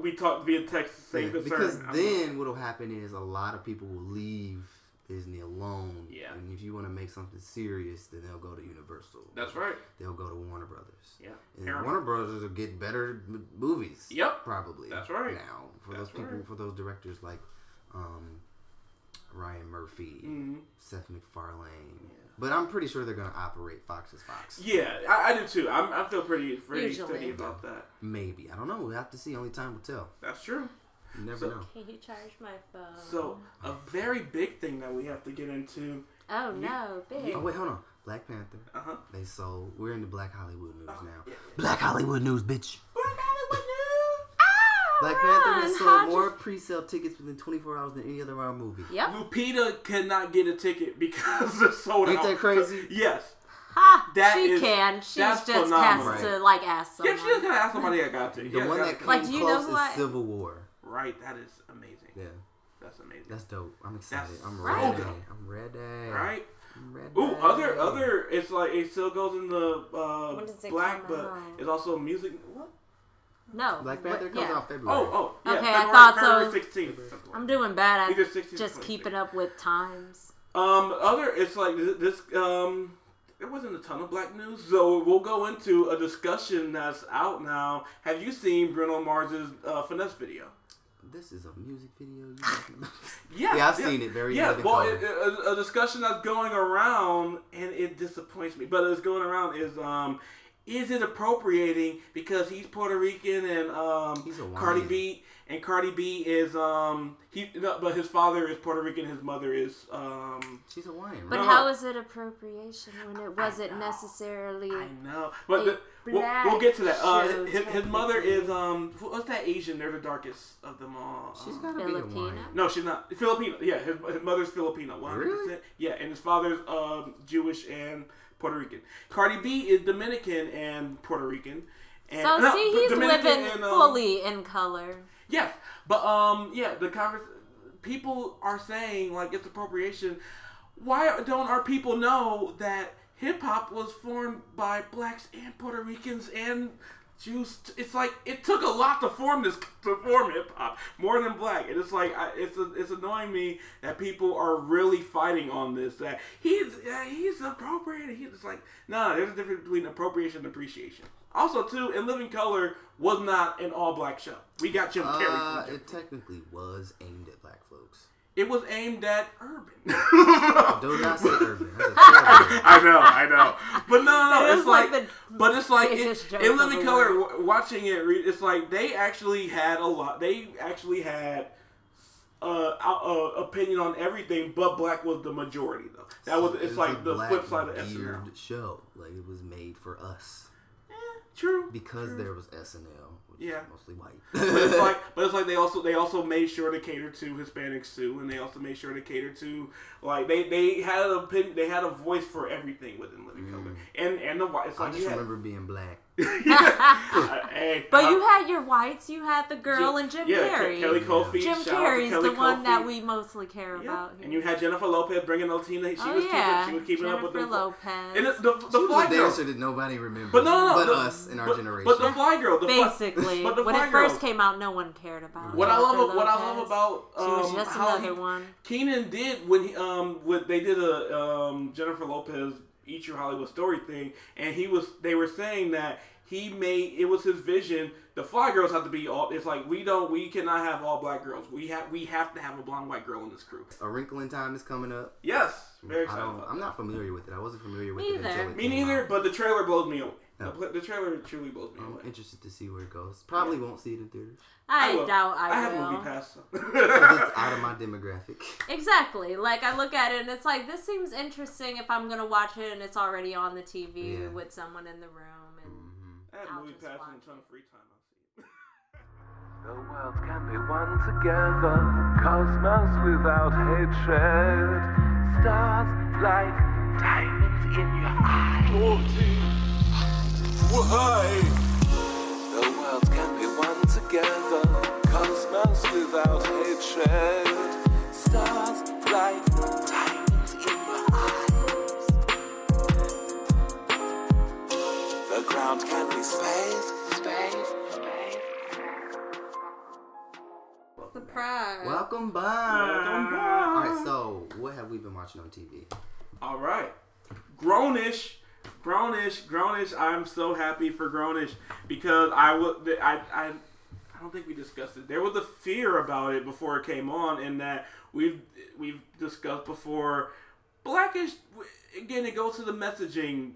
[SPEAKER 2] we talked via text. the Same
[SPEAKER 3] Yeah,
[SPEAKER 2] concern.
[SPEAKER 3] because
[SPEAKER 2] I'm-
[SPEAKER 3] then what'll happen is a lot of people will leave Disney alone.
[SPEAKER 2] Yeah.
[SPEAKER 3] and if you want to make something serious, then they'll go to Universal.
[SPEAKER 2] That's right.
[SPEAKER 3] They'll go to Warner Brothers.
[SPEAKER 2] Yeah.
[SPEAKER 3] And
[SPEAKER 2] Paramount.
[SPEAKER 3] Warner Brothers will get better m- movies.
[SPEAKER 2] Yep.
[SPEAKER 3] Probably.
[SPEAKER 2] That's right.
[SPEAKER 3] Now for
[SPEAKER 2] That's
[SPEAKER 3] those people,
[SPEAKER 2] right.
[SPEAKER 3] for those directors like um, Ryan Murphy,
[SPEAKER 2] Mm-hmm.
[SPEAKER 3] Seth MacFarlane. But I'm pretty sure they're gonna operate Fox as Fox.
[SPEAKER 2] Yeah, I, I do too. I'm, I feel pretty pretty
[SPEAKER 4] Usually.
[SPEAKER 2] steady about that.
[SPEAKER 3] Maybe I don't know. We'll have to see. Only time will tell.
[SPEAKER 2] That's true.
[SPEAKER 3] You never
[SPEAKER 2] So-
[SPEAKER 3] know.
[SPEAKER 4] Can you charge my phone?
[SPEAKER 2] So a very big thing that we have to get into.
[SPEAKER 4] oh no, big.
[SPEAKER 3] Oh wait, hold on. Black Panther.
[SPEAKER 2] Uh huh.
[SPEAKER 3] They sold. We're in the Black Hollywood news
[SPEAKER 2] Oh,
[SPEAKER 3] now. Black Hollywood news, bitch. Black Panther has
[SPEAKER 4] Ah,
[SPEAKER 3] sold more pre-sale tickets within 24 hours than any other Marvel movie.
[SPEAKER 4] Yep.
[SPEAKER 2] Lupita cannot get a ticket because it's sold
[SPEAKER 3] Ain't
[SPEAKER 2] out.
[SPEAKER 3] that crazy?
[SPEAKER 2] Yes.
[SPEAKER 4] Ha!
[SPEAKER 2] That
[SPEAKER 4] she
[SPEAKER 2] is-
[SPEAKER 4] can. She's
[SPEAKER 2] that's
[SPEAKER 4] just has
[SPEAKER 2] phenomenal.
[SPEAKER 4] to like ask
[SPEAKER 2] Yeah,
[SPEAKER 4] someone.
[SPEAKER 2] she just gotta ask somebody I got to.
[SPEAKER 3] The
[SPEAKER 2] Yeah,
[SPEAKER 3] one
[SPEAKER 2] gotta-
[SPEAKER 3] that came
[SPEAKER 4] Like, do you know
[SPEAKER 3] close
[SPEAKER 4] who
[SPEAKER 3] is
[SPEAKER 4] I-
[SPEAKER 3] Civil War.
[SPEAKER 2] right. That is amazing.
[SPEAKER 3] Yeah,
[SPEAKER 2] That's amazing.
[SPEAKER 3] that's dope. I'm excited. I'm
[SPEAKER 4] right.
[SPEAKER 3] ready. I'm ready.
[SPEAKER 2] right.
[SPEAKER 3] I'm ready.
[SPEAKER 2] Ooh, other other. It's like it still goes in the
[SPEAKER 4] When
[SPEAKER 2] uh,
[SPEAKER 4] does it
[SPEAKER 2] black,
[SPEAKER 4] come
[SPEAKER 2] but
[SPEAKER 4] out?
[SPEAKER 2] it's also music. What?
[SPEAKER 4] no.
[SPEAKER 3] Black
[SPEAKER 4] but-
[SPEAKER 3] Panther comes
[SPEAKER 4] yeah.
[SPEAKER 3] out February.
[SPEAKER 2] Oh, oh. Yeah,
[SPEAKER 4] Okay, I
[SPEAKER 2] February-
[SPEAKER 4] thought so.
[SPEAKER 2] February 16th, something like
[SPEAKER 4] I'm
[SPEAKER 2] that.
[SPEAKER 4] doing bad
[SPEAKER 2] Either
[SPEAKER 4] at
[SPEAKER 2] 16 or
[SPEAKER 4] just
[SPEAKER 2] 26.
[SPEAKER 4] keeping up with times.
[SPEAKER 2] Um, other, it's like th- this. Um, there wasn't a ton of black news, so we'll go into a discussion that's out now. Have you seen Bruno Mars's uh, finesse video?
[SPEAKER 3] This is a music video. You talking about?
[SPEAKER 2] Yeah,
[SPEAKER 3] Yeah, I've seen it, very
[SPEAKER 2] yeah.
[SPEAKER 3] elegant
[SPEAKER 2] Well,
[SPEAKER 3] color.
[SPEAKER 2] it, it- a, a discussion that's going around, and it disappoints me, but it's going around is um, is it appropriating because he's Puerto Rican and um,
[SPEAKER 3] He's Hawaiian.
[SPEAKER 2] Cardi B and Cardi B is um he no, but his father is Puerto Rican, his mother is um
[SPEAKER 3] She's Hawaiian,
[SPEAKER 4] But
[SPEAKER 3] right?
[SPEAKER 2] No.
[SPEAKER 4] how is it appropriation when it wasn't necessarily?
[SPEAKER 2] I know, but the,
[SPEAKER 4] A
[SPEAKER 2] we'll, we'll get to that. Uh,
[SPEAKER 4] black
[SPEAKER 2] his, his mother
[SPEAKER 4] shows
[SPEAKER 2] is um who- what's that Asian? They're the darkest of them all.
[SPEAKER 3] She's
[SPEAKER 2] Um,
[SPEAKER 3] gotta be
[SPEAKER 4] Filipino?
[SPEAKER 3] Hawaiian.
[SPEAKER 2] No, she's not. Filipino. Yeah, his, his mother's Filipino. 100%.
[SPEAKER 3] Really?
[SPEAKER 2] Yeah, and his father's um, Jewish and Puerto Rican. Cardi B is Dominican and Puerto Rican. And,
[SPEAKER 4] So
[SPEAKER 2] no,
[SPEAKER 4] see,
[SPEAKER 2] D-
[SPEAKER 4] he's
[SPEAKER 2] Dominican
[SPEAKER 4] living
[SPEAKER 2] and, um,
[SPEAKER 4] fully in color.
[SPEAKER 2] Yes, but um, yeah, the convers people are saying like it's appropriation. Why don't our people know that hip hop was formed by blacks and Puerto Ricans and Jews? It's like it took a lot to form this to form hip hop more than black, and it's like I, it's it's annoying me that people are really fighting on this. That he's uh, he's appropriating. He's just like no, there's a difference between appropriation and appreciation. Also, too, in Living Color was not an all black show. We got Jim Carrey. from
[SPEAKER 3] Uh,
[SPEAKER 2] Jim
[SPEAKER 3] it technically was aimed at black folks.
[SPEAKER 2] it was aimed at urban.
[SPEAKER 3] Do not say urban. That's a terrible word.
[SPEAKER 2] I know, I know, but no, no,
[SPEAKER 4] That
[SPEAKER 2] no.
[SPEAKER 4] is
[SPEAKER 2] It's like,
[SPEAKER 4] like the
[SPEAKER 2] but it's like
[SPEAKER 4] biggest
[SPEAKER 2] it,
[SPEAKER 4] joke
[SPEAKER 2] in
[SPEAKER 4] of
[SPEAKER 2] Living
[SPEAKER 4] the
[SPEAKER 2] Color.
[SPEAKER 4] world.
[SPEAKER 2] W- watching it, re- it's like they actually had a lot. They actually had uh, a, a opinion on everything, but black was the majority though. That was
[SPEAKER 3] It was
[SPEAKER 2] it's
[SPEAKER 3] a
[SPEAKER 2] like the
[SPEAKER 3] black
[SPEAKER 2] flip side of
[SPEAKER 3] weird
[SPEAKER 2] SNL.
[SPEAKER 3] show. Like it was made for us
[SPEAKER 2] True.
[SPEAKER 3] because there was SNL, which
[SPEAKER 2] Yeah.
[SPEAKER 3] is mostly white.
[SPEAKER 2] but it's like, but it's like they also they also made sure to cater to Hispanics too, and they also made sure to cater to like they they had a pin, they had a voice for everything within Living Color, and and the white. It's
[SPEAKER 3] Mm. I
[SPEAKER 2] like
[SPEAKER 3] just
[SPEAKER 2] you had-
[SPEAKER 3] remember being black.
[SPEAKER 2] uh, hey,
[SPEAKER 4] But
[SPEAKER 2] uh,
[SPEAKER 4] you had your whites, you had the girl and Jim
[SPEAKER 2] yeah, Ke-
[SPEAKER 4] Carrey.
[SPEAKER 2] Kelly Kofi,
[SPEAKER 4] Jim
[SPEAKER 2] shout out to
[SPEAKER 4] Carrey's
[SPEAKER 2] Kelly
[SPEAKER 4] the one that
[SPEAKER 2] Coffey.
[SPEAKER 4] we mostly care
[SPEAKER 2] Yeah.
[SPEAKER 4] about.
[SPEAKER 2] And you had Jennifer Lopez bringing Latina. She
[SPEAKER 4] oh
[SPEAKER 2] was
[SPEAKER 4] yeah,
[SPEAKER 2] keeping, she was keeping
[SPEAKER 4] Jennifer
[SPEAKER 2] up with the
[SPEAKER 4] Lopez.
[SPEAKER 2] And the the, the
[SPEAKER 3] She was
[SPEAKER 2] fly
[SPEAKER 3] a
[SPEAKER 2] girl.
[SPEAKER 3] dancer that nobody remembers,
[SPEAKER 2] But no, no, no,
[SPEAKER 3] but
[SPEAKER 2] the-
[SPEAKER 3] us in our
[SPEAKER 2] but-
[SPEAKER 3] generation.
[SPEAKER 2] But the fly girl, the fly-
[SPEAKER 4] Basically,
[SPEAKER 2] but the
[SPEAKER 4] when
[SPEAKER 2] fly
[SPEAKER 4] it first
[SPEAKER 2] girl-
[SPEAKER 4] came out, no one cared about.
[SPEAKER 2] What I love,
[SPEAKER 4] Jennifer
[SPEAKER 2] what I
[SPEAKER 4] Lopez.
[SPEAKER 2] love about
[SPEAKER 4] she
[SPEAKER 2] um,
[SPEAKER 4] was just
[SPEAKER 2] how
[SPEAKER 4] another
[SPEAKER 2] he-
[SPEAKER 4] one.
[SPEAKER 2] Keenan did when he um when they did a um Jennifer Lopez Eat Your Hollywood Story thing, and he was they were saying that he made it was his vision. The fly girls have to be all. It's like we don't we cannot have all black girls. We have we have to have a blonde white girl in this crew.
[SPEAKER 3] a Wrinkle in Time is coming up.
[SPEAKER 2] Yes, very
[SPEAKER 3] I
[SPEAKER 2] excited.
[SPEAKER 3] don't,
[SPEAKER 2] about
[SPEAKER 3] I'm not familiar with it. I wasn't familiar with
[SPEAKER 4] Me
[SPEAKER 3] it until
[SPEAKER 4] either.
[SPEAKER 2] that.
[SPEAKER 3] it
[SPEAKER 2] Me
[SPEAKER 3] came
[SPEAKER 2] neither,
[SPEAKER 3] out.
[SPEAKER 2] but the trailer blows me away.
[SPEAKER 3] Yeah.
[SPEAKER 2] The, pl- the trailer truly blows me
[SPEAKER 3] I'm
[SPEAKER 2] away.
[SPEAKER 3] interested to see where it goes. Probably won't see it in theaters.
[SPEAKER 4] I,
[SPEAKER 2] will.
[SPEAKER 4] doubt I,
[SPEAKER 2] I have
[SPEAKER 4] will.
[SPEAKER 2] movie pass. so.
[SPEAKER 3] 'Cause It's out of my demographic.
[SPEAKER 4] Exactly. Like I look at it and it's like this seems interesting if I'm gonna watch it and it's already on the TV
[SPEAKER 3] Yeah.
[SPEAKER 4] with someone in the room. And
[SPEAKER 2] I had
[SPEAKER 4] I'll
[SPEAKER 2] movie
[SPEAKER 4] just
[SPEAKER 2] pass and
[SPEAKER 4] watch
[SPEAKER 2] a ton of free time. I'll see it.
[SPEAKER 7] The world can be one together, cosmos without hatred, stars like diamonds in your eyes. The world can be one together, cosmos without hatred, stars like diamonds in your eyes. The ground can be space, space, space.
[SPEAKER 4] surprise.
[SPEAKER 3] Welcome back.
[SPEAKER 2] Welcome back.
[SPEAKER 3] All right, so what have we been watching on TV?
[SPEAKER 2] All right. Grownish. Grownish. Grownish. I'm so happy for Grownish because I would. I, I, I don't think we discussed it. There was a fear about it before it came on, and that we've we've discussed before. Blackish. Again, it goes to the messaging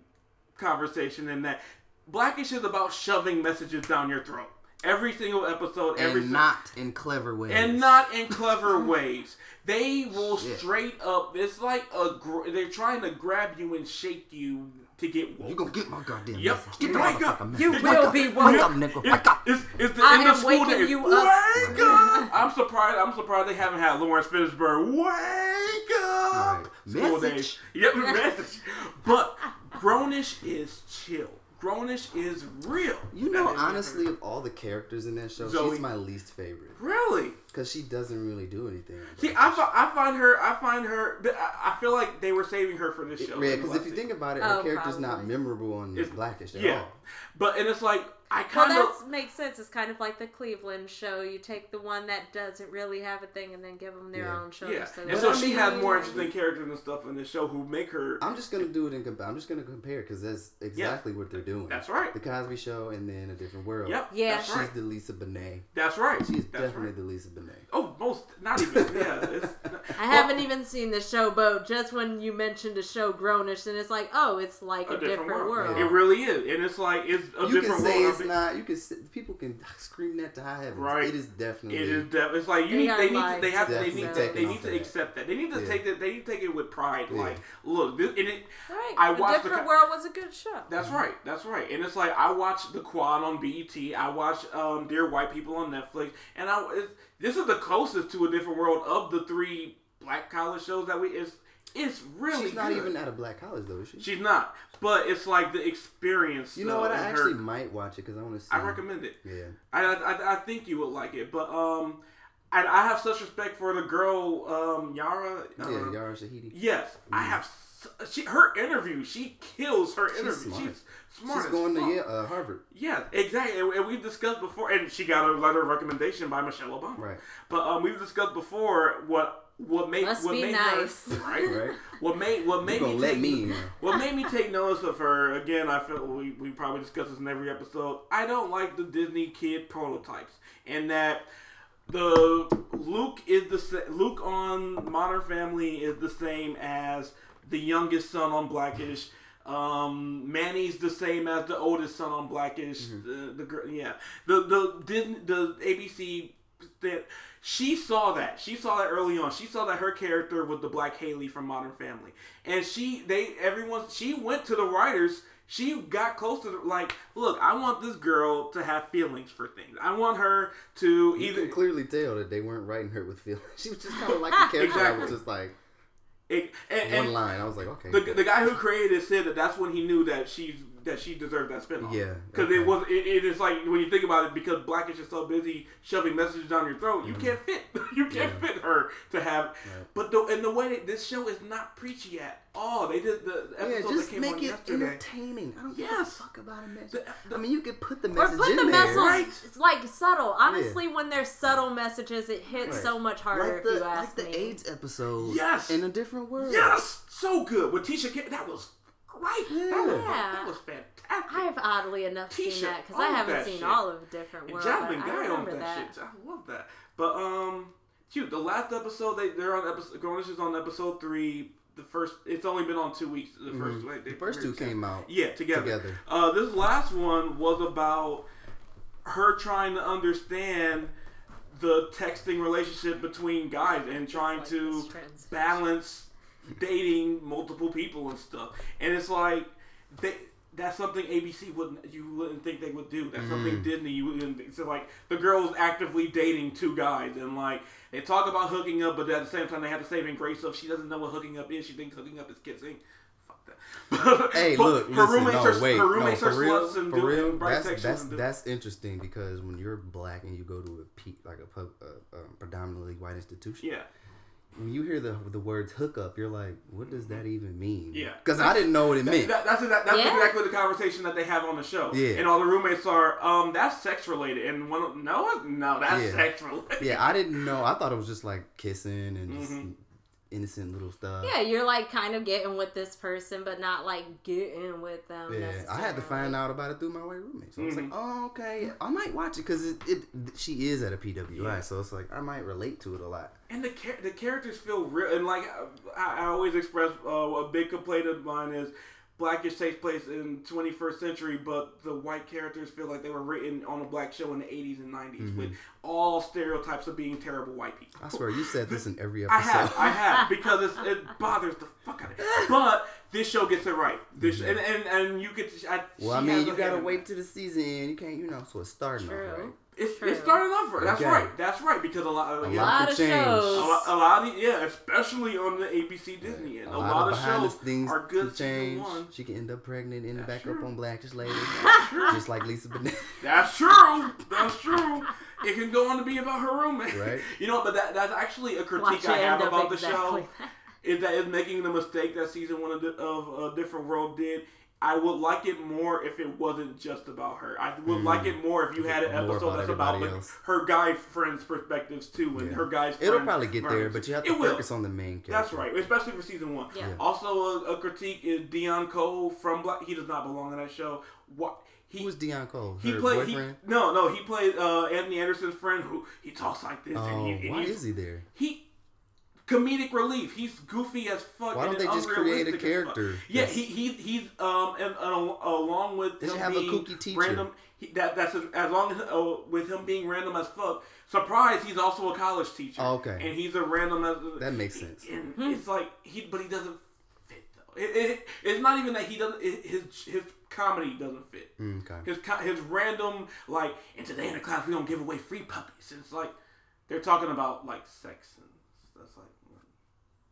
[SPEAKER 2] conversation, and that Blackish is about shoving messages down your throat. Every single episode, every
[SPEAKER 3] and
[SPEAKER 2] si-
[SPEAKER 3] not in clever ways.
[SPEAKER 2] and not in clever ways. They will
[SPEAKER 3] Shit.
[SPEAKER 2] straight up. It's like a. Gr- they're trying to grab you and shake you to get woke.
[SPEAKER 3] You gonna get my goddamn
[SPEAKER 2] Yep.
[SPEAKER 3] message.
[SPEAKER 2] Get
[SPEAKER 3] Get
[SPEAKER 2] wake
[SPEAKER 3] my
[SPEAKER 2] up.
[SPEAKER 3] motherfucking
[SPEAKER 2] You
[SPEAKER 3] message.
[SPEAKER 2] will
[SPEAKER 3] wake
[SPEAKER 4] be
[SPEAKER 3] up.
[SPEAKER 4] woke.
[SPEAKER 3] Wake up, nigga. Wake up.
[SPEAKER 2] It's, it's the
[SPEAKER 4] I
[SPEAKER 2] end of
[SPEAKER 4] am
[SPEAKER 2] school
[SPEAKER 4] waking
[SPEAKER 2] day.
[SPEAKER 4] you up.
[SPEAKER 2] wake up! I'm surprised. I'm surprised they haven't had Lawrence Fishburne. Wake up!
[SPEAKER 3] Right.
[SPEAKER 2] School
[SPEAKER 3] Message.
[SPEAKER 2] days. Yep, message. But Grownish is chill. Grownish is real.
[SPEAKER 3] You know,
[SPEAKER 2] That is-
[SPEAKER 3] honestly, of all the characters in that show,
[SPEAKER 2] Zoe.
[SPEAKER 3] she's my least favorite
[SPEAKER 2] really.
[SPEAKER 3] because she doesn't really do anything.
[SPEAKER 2] See, I, fi- I find her, I find her, but I, I feel like they were saving her for this show.
[SPEAKER 3] yeah, because if you think about it, her
[SPEAKER 4] Oh,
[SPEAKER 3] character's not
[SPEAKER 4] probably.
[SPEAKER 3] memorable on
[SPEAKER 2] It's-
[SPEAKER 3] Blackish at
[SPEAKER 2] yeah,
[SPEAKER 3] all.
[SPEAKER 2] but and it's like I
[SPEAKER 4] Well,
[SPEAKER 2] kind of
[SPEAKER 4] that makes sense. It's kind of like the Cleveland show. You take the one that doesn't really have a thing and then give them their
[SPEAKER 3] Yeah.
[SPEAKER 4] own show.
[SPEAKER 2] yeah,
[SPEAKER 4] So
[SPEAKER 2] and
[SPEAKER 4] that's-
[SPEAKER 2] so
[SPEAKER 3] But I
[SPEAKER 2] she
[SPEAKER 3] mean-
[SPEAKER 2] had more interesting characters and stuff in the show who make her.
[SPEAKER 3] I'm just gonna do it in. Comp- I'm just gonna compare because that's exactly what they're doing.
[SPEAKER 2] That's right.
[SPEAKER 3] The Cosby Show and then A Different World.
[SPEAKER 2] yep,
[SPEAKER 4] Yeah.
[SPEAKER 2] that's
[SPEAKER 3] She's
[SPEAKER 2] right.
[SPEAKER 3] the Lisa Bonet.
[SPEAKER 2] That's right.
[SPEAKER 3] She's
[SPEAKER 2] that's
[SPEAKER 3] definitely
[SPEAKER 2] right.
[SPEAKER 3] the Lisa Bonet.
[SPEAKER 2] Oh, most not even. Yeah, it's,
[SPEAKER 4] I haven't even seen the showboat. Just when you mentioned a show grownish, and it's like, oh, it's like a, different, world.
[SPEAKER 2] It really is, and it's like it's a
[SPEAKER 3] You can
[SPEAKER 2] different
[SPEAKER 3] say
[SPEAKER 2] world.
[SPEAKER 3] it's not. You can say, people can scream that to high heavens.
[SPEAKER 2] Right.
[SPEAKER 3] It is definitely.
[SPEAKER 2] It is. De- it's like you
[SPEAKER 4] They
[SPEAKER 2] need.
[SPEAKER 4] are
[SPEAKER 2] They need. To,
[SPEAKER 4] lies.
[SPEAKER 2] they have. They
[SPEAKER 3] Definitely
[SPEAKER 2] need. To,
[SPEAKER 3] taking
[SPEAKER 2] they
[SPEAKER 3] off
[SPEAKER 2] need to
[SPEAKER 3] that.
[SPEAKER 2] accept that. They need to
[SPEAKER 3] Yeah.
[SPEAKER 2] take that. They need to take it with pride.
[SPEAKER 3] Yeah.
[SPEAKER 2] Like, look, this, and it.
[SPEAKER 4] Right.
[SPEAKER 2] I
[SPEAKER 4] a
[SPEAKER 2] watched the co-
[SPEAKER 4] different world was a good show.
[SPEAKER 2] That's right. That's right. And it's like I watch The Quad on BET. I watch um, Dear White People on Netflix, and I. It's, this is the closest to a different world of the three black college shows that we. It's. It's really.
[SPEAKER 3] She's not
[SPEAKER 2] good.
[SPEAKER 3] even at a black college though, is she?
[SPEAKER 2] She's not. But it's like the experience.
[SPEAKER 3] you know what? I
[SPEAKER 2] though, and
[SPEAKER 3] actually
[SPEAKER 2] uh, her-
[SPEAKER 3] might watch it because I want to see.
[SPEAKER 2] I recommend it.
[SPEAKER 3] Yeah.
[SPEAKER 2] I, I, I think you would like it, but um, I, I have such respect for the girl um Yara.
[SPEAKER 3] Yeah,
[SPEAKER 2] uh,
[SPEAKER 3] Yara Shahidi.
[SPEAKER 2] Yes, I have. s- She her interview. She kills her interview.
[SPEAKER 3] smart.
[SPEAKER 2] She's smart.
[SPEAKER 3] She's
[SPEAKER 2] as
[SPEAKER 3] going to
[SPEAKER 2] fuck.
[SPEAKER 3] Yale, uh, Harvard.
[SPEAKER 2] Yeah, exactly. And, and we've discussed before, and she got a letter of recommendation by Michelle Obama.
[SPEAKER 3] Right.
[SPEAKER 2] But um, we've discussed before what what made
[SPEAKER 4] Must
[SPEAKER 2] what
[SPEAKER 4] be
[SPEAKER 2] made
[SPEAKER 4] nice.
[SPEAKER 2] her right.
[SPEAKER 3] Right.
[SPEAKER 2] What made what made
[SPEAKER 3] gonna
[SPEAKER 2] me
[SPEAKER 3] let
[SPEAKER 2] take
[SPEAKER 3] me in.
[SPEAKER 2] what made me take notice of her again? I feel we we probably discuss this in every episode. I don't like the Disney kid prototypes, and that the Luke is the sa- Luke on Modern Family is the same as the youngest son on Blackish. Um, Manny's the same as the oldest son on Blackish.
[SPEAKER 3] Mm-hmm.
[SPEAKER 2] The, the girl, yeah, the the Disney, the ABC. That she saw that she saw that early on. She saw that her character was the Black Haley from Modern Family, and she they everyone she went to the writers she got close to the, like, look, I want this girl to have feelings for things. I want her to
[SPEAKER 3] You
[SPEAKER 2] either
[SPEAKER 3] can clearly tell that they weren't writing her with feelings. She was just kind of like a character. I
[SPEAKER 2] Exactly.
[SPEAKER 3] was just like
[SPEAKER 2] it, and,
[SPEAKER 3] one
[SPEAKER 2] and
[SPEAKER 3] line. I was like, okay.
[SPEAKER 2] The, the guy who created it said that that's when he knew that she that she deserved that spinoff.
[SPEAKER 3] Yeah,
[SPEAKER 2] because
[SPEAKER 3] okay.
[SPEAKER 2] it was it, it is like when you think about it, because Blackish is so busy shoving messages down your throat, you
[SPEAKER 3] Mm-hmm.
[SPEAKER 2] can't fit you can't fit her to have. But the and the way that this show is not preachy at all. They did the
[SPEAKER 3] yeah,
[SPEAKER 2] episode
[SPEAKER 3] just
[SPEAKER 2] that came
[SPEAKER 3] make
[SPEAKER 2] on
[SPEAKER 3] it
[SPEAKER 2] yesterday.
[SPEAKER 3] entertaining. I don't give a
[SPEAKER 2] Yes.
[SPEAKER 3] fuck about a message.
[SPEAKER 2] The-
[SPEAKER 3] I mean, you could put the
[SPEAKER 4] Or
[SPEAKER 3] message
[SPEAKER 4] put
[SPEAKER 3] in
[SPEAKER 4] the
[SPEAKER 3] there.
[SPEAKER 4] message it's like subtle. Honestly, when there's subtle messages, it hits
[SPEAKER 3] Right.
[SPEAKER 4] so much harder.
[SPEAKER 3] Like the,
[SPEAKER 4] if you
[SPEAKER 3] like
[SPEAKER 4] ask
[SPEAKER 3] the
[SPEAKER 4] me.
[SPEAKER 3] AIDS episode.
[SPEAKER 2] Yes.
[SPEAKER 3] In a different world.
[SPEAKER 2] Yes, so good with Tisha. K- that was great. That, was,
[SPEAKER 4] Yeah.
[SPEAKER 2] that was fantastic.
[SPEAKER 4] I have oddly enough
[SPEAKER 2] Tisha
[SPEAKER 4] seen that because I
[SPEAKER 2] owned
[SPEAKER 4] haven't
[SPEAKER 2] that
[SPEAKER 4] seen
[SPEAKER 2] shit.
[SPEAKER 4] all of Different
[SPEAKER 2] And
[SPEAKER 4] World.
[SPEAKER 2] Jasmine
[SPEAKER 4] but I
[SPEAKER 2] Guy on
[SPEAKER 4] remember
[SPEAKER 2] that,
[SPEAKER 4] that.
[SPEAKER 2] shit. I love that. But um, shoot, the last episode they they're on episode. Grownish is on episode three. The first, it's only been on two weeks. The first, like,
[SPEAKER 3] Mm-hmm.
[SPEAKER 2] they-
[SPEAKER 3] The first two came out.
[SPEAKER 2] Yeah, together.
[SPEAKER 3] Together.
[SPEAKER 2] Uh, this last one was about her trying to understand the texting relationship between guys and trying
[SPEAKER 4] Like
[SPEAKER 2] to
[SPEAKER 4] this transition.
[SPEAKER 2] balance dating multiple people and stuff. And it's like they. That's something ABC wouldn't you wouldn't think they would do. That's
[SPEAKER 3] Mm.
[SPEAKER 2] something Disney you wouldn't think. So like the girl was actively dating two guys and like they talk about hooking up, but at the same time they have the saving grace of she doesn't know what hooking up is. She thinks hooking up is kissing. Fuck that.
[SPEAKER 3] Hey,
[SPEAKER 2] But
[SPEAKER 3] look,
[SPEAKER 2] her
[SPEAKER 3] listen, no,
[SPEAKER 2] roommates are
[SPEAKER 3] wait,
[SPEAKER 2] her roommates
[SPEAKER 3] no,
[SPEAKER 2] are
[SPEAKER 3] for real,
[SPEAKER 2] sluts and
[SPEAKER 3] for
[SPEAKER 2] doing
[SPEAKER 3] real, that's
[SPEAKER 2] bisexuals
[SPEAKER 3] that's
[SPEAKER 2] and do-
[SPEAKER 3] that's interesting because when you're black and you go to a pe- like a, pub- a, um predominantly white institution,
[SPEAKER 2] yeah.
[SPEAKER 3] when you hear the the words hookup, you're like, what does that even mean?
[SPEAKER 2] Mm-hmm. Yeah.
[SPEAKER 3] because I didn't know what it meant.
[SPEAKER 2] That, that's exact- that's
[SPEAKER 4] Yeah.
[SPEAKER 2] exactly the conversation that they have on the show.
[SPEAKER 3] Yeah.
[SPEAKER 2] And all the roommates are, um, that's sex related. And one, of, no, it's- no, that's
[SPEAKER 3] Yeah.
[SPEAKER 2] sex related.
[SPEAKER 3] yeah, I didn't know. I thought it was just like kissing and just
[SPEAKER 2] Mm-hmm.
[SPEAKER 3] innocent little stuff.
[SPEAKER 4] Yeah, you're like kind of getting with this person, but not like getting with them.
[SPEAKER 3] Yeah, I had to find out about it through my white roommate. So I was
[SPEAKER 2] Mm-hmm.
[SPEAKER 3] like, oh, okay, I might watch it because it, it she is at a PWI, so it's like I might relate to it a lot.
[SPEAKER 2] And the char- the characters feel real. And like I, I always express, uh, a big complaint of mine is Blackish takes place in 21st century, but the white characters feel like they were written on a black show in the 80s and 90s
[SPEAKER 3] Mm-hmm.
[SPEAKER 2] with all stereotypes of being terrible white people.
[SPEAKER 3] I swear, you said this in every
[SPEAKER 2] I
[SPEAKER 3] episode.
[SPEAKER 2] have, I have, because it's, it bothers the fuck out of me. But this show gets it right. This and and, and you get. To, I,
[SPEAKER 3] Well, I
[SPEAKER 2] she has
[SPEAKER 3] mean, you
[SPEAKER 2] a
[SPEAKER 3] gotta
[SPEAKER 2] hand in
[SPEAKER 3] wait
[SPEAKER 2] that.
[SPEAKER 3] till the season. end. You can't, you know. So it's starting off right.
[SPEAKER 4] True.
[SPEAKER 2] It's,
[SPEAKER 4] True.
[SPEAKER 2] it's starting off right. That's
[SPEAKER 3] Okay.
[SPEAKER 2] right. That's right. Because a lot of
[SPEAKER 3] A
[SPEAKER 2] yeah,
[SPEAKER 3] lot
[SPEAKER 4] lot
[SPEAKER 3] can
[SPEAKER 4] of
[SPEAKER 3] change.
[SPEAKER 2] a
[SPEAKER 4] shows.
[SPEAKER 2] lot, a lot of yeah, especially on the ABC Disney end. A, lot, of, shows
[SPEAKER 3] things
[SPEAKER 2] are good
[SPEAKER 3] can
[SPEAKER 2] season
[SPEAKER 3] change.
[SPEAKER 2] one.
[SPEAKER 3] She can end up pregnant, end up
[SPEAKER 2] That's
[SPEAKER 3] back up
[SPEAKER 2] true.
[SPEAKER 3] on Blackish Lady, just like Lisa Bonet.
[SPEAKER 2] That's true. That's true. It can go on to be about her roommate.
[SPEAKER 3] Right.
[SPEAKER 2] You know, but that that's actually a critique
[SPEAKER 4] Watch it
[SPEAKER 2] I have
[SPEAKER 4] end up
[SPEAKER 2] about the
[SPEAKER 4] exactly
[SPEAKER 2] show. Is that it's making the mistake that season one of, the, of uh, Different World did I would like it more if it wasn't just about her. I would like it more if you had an
[SPEAKER 3] Hmm. More
[SPEAKER 2] episode
[SPEAKER 3] about
[SPEAKER 2] that's about
[SPEAKER 3] everybody
[SPEAKER 2] like,
[SPEAKER 3] else.
[SPEAKER 2] her guy friends' perspectives too, and
[SPEAKER 3] Yeah.
[SPEAKER 2] her guys.
[SPEAKER 3] It'll
[SPEAKER 2] friends'
[SPEAKER 3] probably get there,
[SPEAKER 2] friends.
[SPEAKER 3] but you have to
[SPEAKER 2] It will.
[SPEAKER 3] focus on the main character.
[SPEAKER 2] That's right, especially for season one.
[SPEAKER 4] Yeah. Yeah.
[SPEAKER 2] Also, a, a critique is Dion Cole from Black. He does not belong in that show. What he
[SPEAKER 3] Who was Deion Cole?
[SPEAKER 2] he
[SPEAKER 3] Her
[SPEAKER 2] played? He,
[SPEAKER 3] boyfriend.
[SPEAKER 2] no, no, he played uh, Anthony Anderson's friend who he talks like this.
[SPEAKER 3] oh,
[SPEAKER 2] and he, and
[SPEAKER 3] why
[SPEAKER 2] he's-
[SPEAKER 3] is he there?
[SPEAKER 2] he comedic relief. He's goofy as fuck.
[SPEAKER 3] Why don't
[SPEAKER 2] and
[SPEAKER 3] they just create a
[SPEAKER 2] unrealistic as fuck.
[SPEAKER 3] character
[SPEAKER 2] Yeah,
[SPEAKER 3] that's-
[SPEAKER 2] he, he he's um and, and al- along with
[SPEAKER 3] They should
[SPEAKER 2] him
[SPEAKER 3] have a
[SPEAKER 2] being
[SPEAKER 3] kooky teacher.
[SPEAKER 2] Random, he, that that's as- as long as uh, with him being random as fuck. Surprise, he's also a college teacher.
[SPEAKER 3] Oh, okay.
[SPEAKER 2] and he's a random as
[SPEAKER 3] That makes sense.
[SPEAKER 2] And it's like he, but he doesn't fit though. It, it, it's not even that he doesn't. It, his his comedy doesn't
[SPEAKER 3] Hmm.
[SPEAKER 2] fit.
[SPEAKER 3] Okay.
[SPEAKER 2] His co- his random like and today in the class we don't give away free puppies. It's like they're talking about like sex and that's like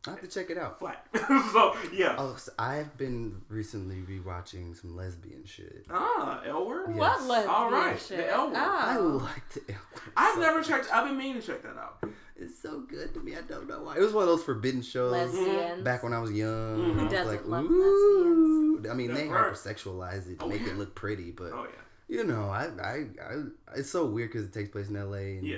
[SPEAKER 3] I have to check it out.
[SPEAKER 2] flat. so yeah.
[SPEAKER 3] Oh, so I've been recently rewatching some lesbian shit.
[SPEAKER 2] ah, L word.
[SPEAKER 3] Yeah.
[SPEAKER 4] What
[SPEAKER 3] Yes.
[SPEAKER 4] lesbian
[SPEAKER 2] All right,
[SPEAKER 4] shit?
[SPEAKER 2] the L word.
[SPEAKER 3] I
[SPEAKER 4] Oh.
[SPEAKER 3] like the Elder.
[SPEAKER 2] I've
[SPEAKER 3] so-
[SPEAKER 2] never checked. I've been meaning to check that out.
[SPEAKER 3] It's so good to me. I don't know why. It was one of those forbidden shows
[SPEAKER 4] Lesbians.
[SPEAKER 3] back when I was
[SPEAKER 2] Mm-hmm.
[SPEAKER 3] young. I was
[SPEAKER 4] doesn't
[SPEAKER 3] like,
[SPEAKER 4] love
[SPEAKER 3] Ooh. I mean, they
[SPEAKER 2] That's right.
[SPEAKER 3] hypersexualize it, to make it look pretty, but
[SPEAKER 2] Oh yeah.
[SPEAKER 3] you know, I, I, I it's so weird because it takes place in L.A. And
[SPEAKER 2] Yeah.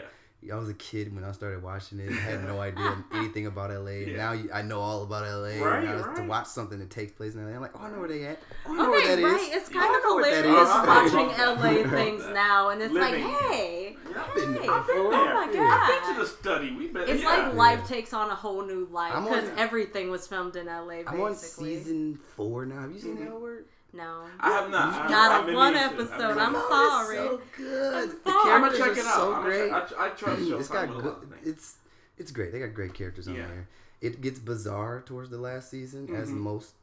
[SPEAKER 3] I was a kid when I started watching it. I had no idea anything about L.A. and
[SPEAKER 2] Yeah.
[SPEAKER 3] Now you, I know all about L.A.
[SPEAKER 2] Right,
[SPEAKER 3] and now it's to
[SPEAKER 2] right.
[SPEAKER 3] watch something that takes place in L.A. I'm like, oh, I know where they at. Oh, I know where
[SPEAKER 4] Okay,
[SPEAKER 3] that is.
[SPEAKER 4] right. It's kind of
[SPEAKER 3] know what that
[SPEAKER 4] hilarious
[SPEAKER 2] is.
[SPEAKER 4] watching
[SPEAKER 2] Uh-huh.
[SPEAKER 4] LA things now, and it's like,
[SPEAKER 2] Living.
[SPEAKER 4] hey,
[SPEAKER 3] I've been there
[SPEAKER 4] hey,
[SPEAKER 3] before.
[SPEAKER 4] oh my
[SPEAKER 3] Yeah.
[SPEAKER 4] god.
[SPEAKER 2] I've been to the study. We've been.
[SPEAKER 4] It's
[SPEAKER 2] yeah.
[SPEAKER 4] like life takes on a whole new life
[SPEAKER 3] I'm on-
[SPEAKER 4] because everything was filmed in LA. Basically.
[SPEAKER 3] I'm on season four now. Have you
[SPEAKER 2] Mm-hmm.
[SPEAKER 3] seen that word?
[SPEAKER 4] No,
[SPEAKER 2] I have not. I- I've
[SPEAKER 4] not a
[SPEAKER 2] been
[SPEAKER 4] one
[SPEAKER 2] meaning to. I've
[SPEAKER 4] episode.
[SPEAKER 2] been-
[SPEAKER 4] I'm
[SPEAKER 3] Oh,
[SPEAKER 4] sorry.
[SPEAKER 3] It's so good. The
[SPEAKER 4] sorry.
[SPEAKER 2] I'm
[SPEAKER 4] I'ma
[SPEAKER 3] characters
[SPEAKER 2] gonna check
[SPEAKER 3] are
[SPEAKER 2] it out.
[SPEAKER 3] so
[SPEAKER 2] I'm gonna
[SPEAKER 3] great.
[SPEAKER 2] check- I, I trust Showtime.
[SPEAKER 3] it's got
[SPEAKER 2] with a lot
[SPEAKER 3] good.
[SPEAKER 2] of things.
[SPEAKER 3] It's it's great. They got great characters on
[SPEAKER 2] Yeah. Mm-hmm.
[SPEAKER 3] there. It gets bizarre towards the last season, as most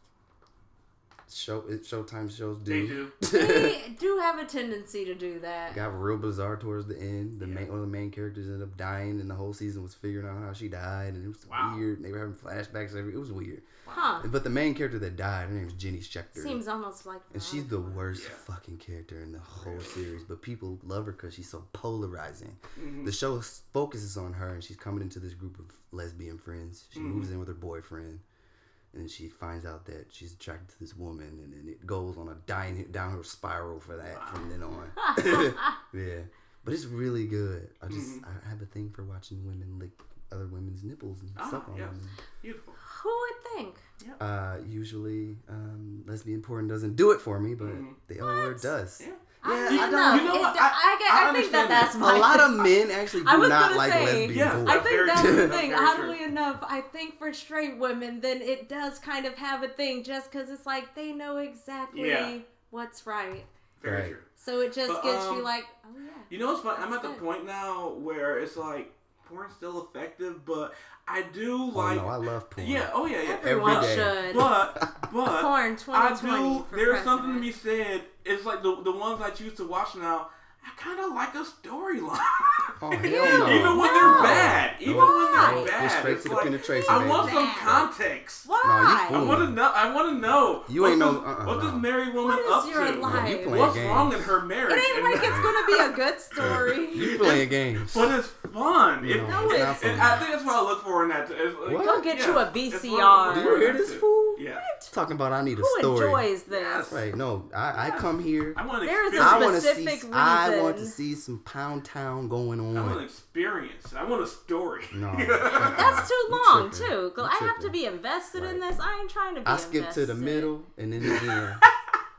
[SPEAKER 3] show Showtime shows
[SPEAKER 2] They
[SPEAKER 3] do.
[SPEAKER 2] do.
[SPEAKER 4] they do have a tendency to do that.
[SPEAKER 3] Got real bizarre towards the end. The main one of the main characters ended up dying, and the whole season was figuring out how she died, and it was
[SPEAKER 2] Wow.
[SPEAKER 3] weird. They were having flashbacks. Every it was weird.
[SPEAKER 4] Huh?
[SPEAKER 3] But the main character that died, her name was Jenny Schechter.
[SPEAKER 4] Seems almost like.
[SPEAKER 3] And she's the worst
[SPEAKER 2] Yeah.
[SPEAKER 3] fucking character in the whole series, but people love her because she's so polarizing.
[SPEAKER 2] Mm-hmm.
[SPEAKER 3] The show s- focuses on her, and she's coming into this group of lesbian friends. She
[SPEAKER 2] Mm-hmm.
[SPEAKER 3] moves in with her boyfriend, and then she finds out that she's attracted to this woman, and then it goes on a dying downhill spiral for that from then on. yeah, but it's really good. I just
[SPEAKER 2] Mm-hmm.
[SPEAKER 3] I have a thing for watching women lick other women's nipples and
[SPEAKER 2] Ah,
[SPEAKER 3] suck on
[SPEAKER 2] yes.
[SPEAKER 3] them.
[SPEAKER 2] Beautiful.
[SPEAKER 4] Who would think?
[SPEAKER 3] Uh, usually, um, lesbian porn doesn't do it for me, but
[SPEAKER 2] Mm-hmm.
[SPEAKER 3] the L word does. Yeah,
[SPEAKER 4] I
[SPEAKER 3] I
[SPEAKER 4] don't
[SPEAKER 3] don't.
[SPEAKER 4] know.
[SPEAKER 2] You know
[SPEAKER 4] It-
[SPEAKER 2] what?
[SPEAKER 4] I,
[SPEAKER 2] I-
[SPEAKER 4] get-
[SPEAKER 2] I
[SPEAKER 4] I think that
[SPEAKER 2] understand
[SPEAKER 4] that's
[SPEAKER 2] that.
[SPEAKER 4] my
[SPEAKER 3] A lot of men actually do
[SPEAKER 4] I was
[SPEAKER 3] not
[SPEAKER 4] gonna
[SPEAKER 3] like
[SPEAKER 4] say,
[SPEAKER 3] lesbian
[SPEAKER 2] yeah,
[SPEAKER 3] porn.
[SPEAKER 4] I
[SPEAKER 2] Very
[SPEAKER 4] think that's the
[SPEAKER 2] true.
[SPEAKER 4] thing.
[SPEAKER 2] Very true.
[SPEAKER 4] Oddly enough, I think for straight women, then it does kind of have a thing just because it's like they know exactly
[SPEAKER 2] Yeah.
[SPEAKER 4] what's right.
[SPEAKER 2] Very
[SPEAKER 3] Right.
[SPEAKER 2] true.
[SPEAKER 4] So it just
[SPEAKER 2] But,
[SPEAKER 4] gets
[SPEAKER 2] um,
[SPEAKER 4] you like, oh yeah.
[SPEAKER 2] You know what's funny? I'm at the
[SPEAKER 4] good.
[SPEAKER 2] point now where it's like porn's still effective, but I do
[SPEAKER 3] oh,
[SPEAKER 2] like
[SPEAKER 3] no, I love porn.
[SPEAKER 2] yeah, oh yeah, yeah.
[SPEAKER 3] Every
[SPEAKER 4] Everyone
[SPEAKER 3] day.
[SPEAKER 4] should.
[SPEAKER 2] But but
[SPEAKER 4] Porn
[SPEAKER 2] I
[SPEAKER 4] 2020
[SPEAKER 2] do.
[SPEAKER 4] for
[SPEAKER 2] There's
[SPEAKER 4] president.
[SPEAKER 2] something to be said. It's like the the ones I choose to watch now. I kind of like a storyline.
[SPEAKER 3] Oh, hell no.
[SPEAKER 2] Even when they're bad, even when
[SPEAKER 4] Why?
[SPEAKER 2] they're bad,
[SPEAKER 3] Go straight
[SPEAKER 2] it's
[SPEAKER 3] to the
[SPEAKER 2] like,
[SPEAKER 3] penetration,
[SPEAKER 2] I
[SPEAKER 3] baby.
[SPEAKER 2] want some
[SPEAKER 4] Bad.
[SPEAKER 2] context.
[SPEAKER 4] Why?
[SPEAKER 3] fool.
[SPEAKER 2] I want to know. I want to know.
[SPEAKER 3] You
[SPEAKER 2] what
[SPEAKER 3] ain't no-
[SPEAKER 2] this-
[SPEAKER 3] uh-uh,
[SPEAKER 2] what this
[SPEAKER 3] no.
[SPEAKER 2] married woman
[SPEAKER 4] What is
[SPEAKER 2] up
[SPEAKER 4] your
[SPEAKER 2] to?
[SPEAKER 4] life? You
[SPEAKER 3] playing
[SPEAKER 2] What's
[SPEAKER 3] games.
[SPEAKER 2] wrong in her marriage?
[SPEAKER 4] it ain't
[SPEAKER 2] And-
[SPEAKER 4] like it's gonna be a good story.
[SPEAKER 3] You playing games?
[SPEAKER 2] But it's fun. It-
[SPEAKER 3] No, it's
[SPEAKER 2] it-
[SPEAKER 3] not fun.
[SPEAKER 2] and I think that's what I look for in that. It's like-
[SPEAKER 3] What?
[SPEAKER 4] Go get you a
[SPEAKER 2] It's what
[SPEAKER 4] VCR.
[SPEAKER 2] I'm
[SPEAKER 4] Do
[SPEAKER 3] Do you
[SPEAKER 2] looking for
[SPEAKER 3] hear
[SPEAKER 2] in
[SPEAKER 3] this
[SPEAKER 2] that, too.
[SPEAKER 3] fool?
[SPEAKER 2] Yeah.
[SPEAKER 3] Talking about I need a
[SPEAKER 4] Who
[SPEAKER 3] story.
[SPEAKER 4] enjoys this?
[SPEAKER 3] Right? No, I, I come here.
[SPEAKER 2] I want an
[SPEAKER 4] There is a
[SPEAKER 2] experience.
[SPEAKER 3] I want to see.
[SPEAKER 4] specific
[SPEAKER 3] I want to
[SPEAKER 4] reason.
[SPEAKER 3] see some pound town going
[SPEAKER 2] I want an
[SPEAKER 3] on.
[SPEAKER 2] experience. I want a story.
[SPEAKER 3] No,
[SPEAKER 4] That's too
[SPEAKER 3] You
[SPEAKER 4] long
[SPEAKER 3] tripping.
[SPEAKER 4] too.
[SPEAKER 3] You
[SPEAKER 4] I have to
[SPEAKER 3] tripping.
[SPEAKER 4] be invested in
[SPEAKER 3] Right.
[SPEAKER 4] this. I ain't trying to be.
[SPEAKER 3] I skip to the
[SPEAKER 4] invested.
[SPEAKER 3] middle and then the end.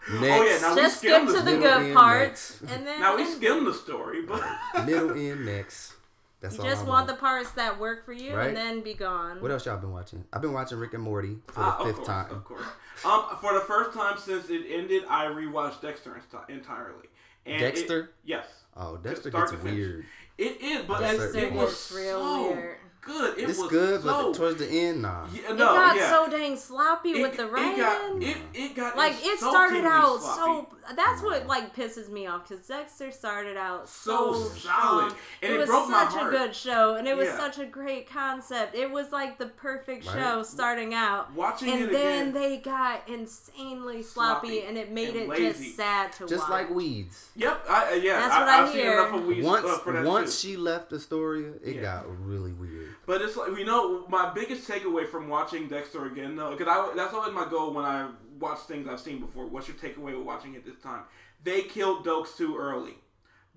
[SPEAKER 2] Oh
[SPEAKER 3] Next,
[SPEAKER 2] yeah, now
[SPEAKER 4] Just
[SPEAKER 2] we skim
[SPEAKER 4] skip to the
[SPEAKER 2] middle
[SPEAKER 4] good
[SPEAKER 3] end
[SPEAKER 4] parts,
[SPEAKER 3] next.
[SPEAKER 4] and then
[SPEAKER 2] Now we
[SPEAKER 4] and
[SPEAKER 2] skim the story, but
[SPEAKER 3] middle end, next. That's
[SPEAKER 4] You
[SPEAKER 3] all
[SPEAKER 4] just
[SPEAKER 3] I
[SPEAKER 4] want the parts that work for you,
[SPEAKER 3] Right?
[SPEAKER 4] and then be gone.
[SPEAKER 3] What else y'all been watching? I've been watching Rick and Morty for
[SPEAKER 2] Ah,
[SPEAKER 3] the
[SPEAKER 2] of
[SPEAKER 3] fifth
[SPEAKER 2] course,
[SPEAKER 3] time.
[SPEAKER 2] of course. Um, for the first time since it ended, I rewatched Dexter enti- entirely. And it-
[SPEAKER 3] Dexter?
[SPEAKER 2] yes.
[SPEAKER 3] Oh, Dexter
[SPEAKER 2] start
[SPEAKER 3] gets
[SPEAKER 2] to finish.
[SPEAKER 3] weird.
[SPEAKER 2] It is, but
[SPEAKER 3] Yes,
[SPEAKER 2] it,
[SPEAKER 3] sir,
[SPEAKER 2] it
[SPEAKER 3] it
[SPEAKER 2] was
[SPEAKER 4] gets real
[SPEAKER 2] so
[SPEAKER 4] weird.
[SPEAKER 2] good. It
[SPEAKER 3] It's
[SPEAKER 2] was
[SPEAKER 3] good,
[SPEAKER 2] so,
[SPEAKER 3] but towards the end, nah.
[SPEAKER 2] yeah, no,
[SPEAKER 4] it got
[SPEAKER 2] yeah.
[SPEAKER 4] so dang sloppy
[SPEAKER 2] It-
[SPEAKER 4] with the
[SPEAKER 2] It got,
[SPEAKER 4] writing.
[SPEAKER 2] it, it got
[SPEAKER 4] Like it started
[SPEAKER 2] insultingly
[SPEAKER 4] out
[SPEAKER 2] sloppy. Mm.
[SPEAKER 4] so. That's what like pisses me off because Dexter started out
[SPEAKER 2] So
[SPEAKER 4] so,
[SPEAKER 2] solid,
[SPEAKER 4] strong.
[SPEAKER 2] and it
[SPEAKER 4] was
[SPEAKER 2] broke my
[SPEAKER 4] such
[SPEAKER 2] heart.
[SPEAKER 4] a good show, and it was
[SPEAKER 2] Yeah.
[SPEAKER 4] such a great concept. It was like the perfect
[SPEAKER 3] Right.
[SPEAKER 4] show starting out.
[SPEAKER 2] Watching
[SPEAKER 4] and
[SPEAKER 2] it
[SPEAKER 4] then
[SPEAKER 2] again-
[SPEAKER 4] they got insanely sloppy,
[SPEAKER 2] Sloppy
[SPEAKER 4] and it made
[SPEAKER 2] and
[SPEAKER 4] it
[SPEAKER 2] lazy.
[SPEAKER 4] just sad to
[SPEAKER 3] Just
[SPEAKER 4] watch.
[SPEAKER 3] like weeds.
[SPEAKER 2] Yep, I, uh, yeah,
[SPEAKER 4] That's
[SPEAKER 2] I,
[SPEAKER 4] what I
[SPEAKER 2] I've seen
[SPEAKER 4] hear.
[SPEAKER 2] enough of Weeds
[SPEAKER 3] Once
[SPEAKER 2] uh, for that
[SPEAKER 3] once
[SPEAKER 2] too.
[SPEAKER 3] she left Astoria, it
[SPEAKER 2] Yeah.
[SPEAKER 3] got really weird.
[SPEAKER 2] But it's like you know, my biggest takeaway from watching Dexter again, though, because I that's always my goal when I watch things I've seen before. What's your takeaway with watching it this time? They killed Dokes too early.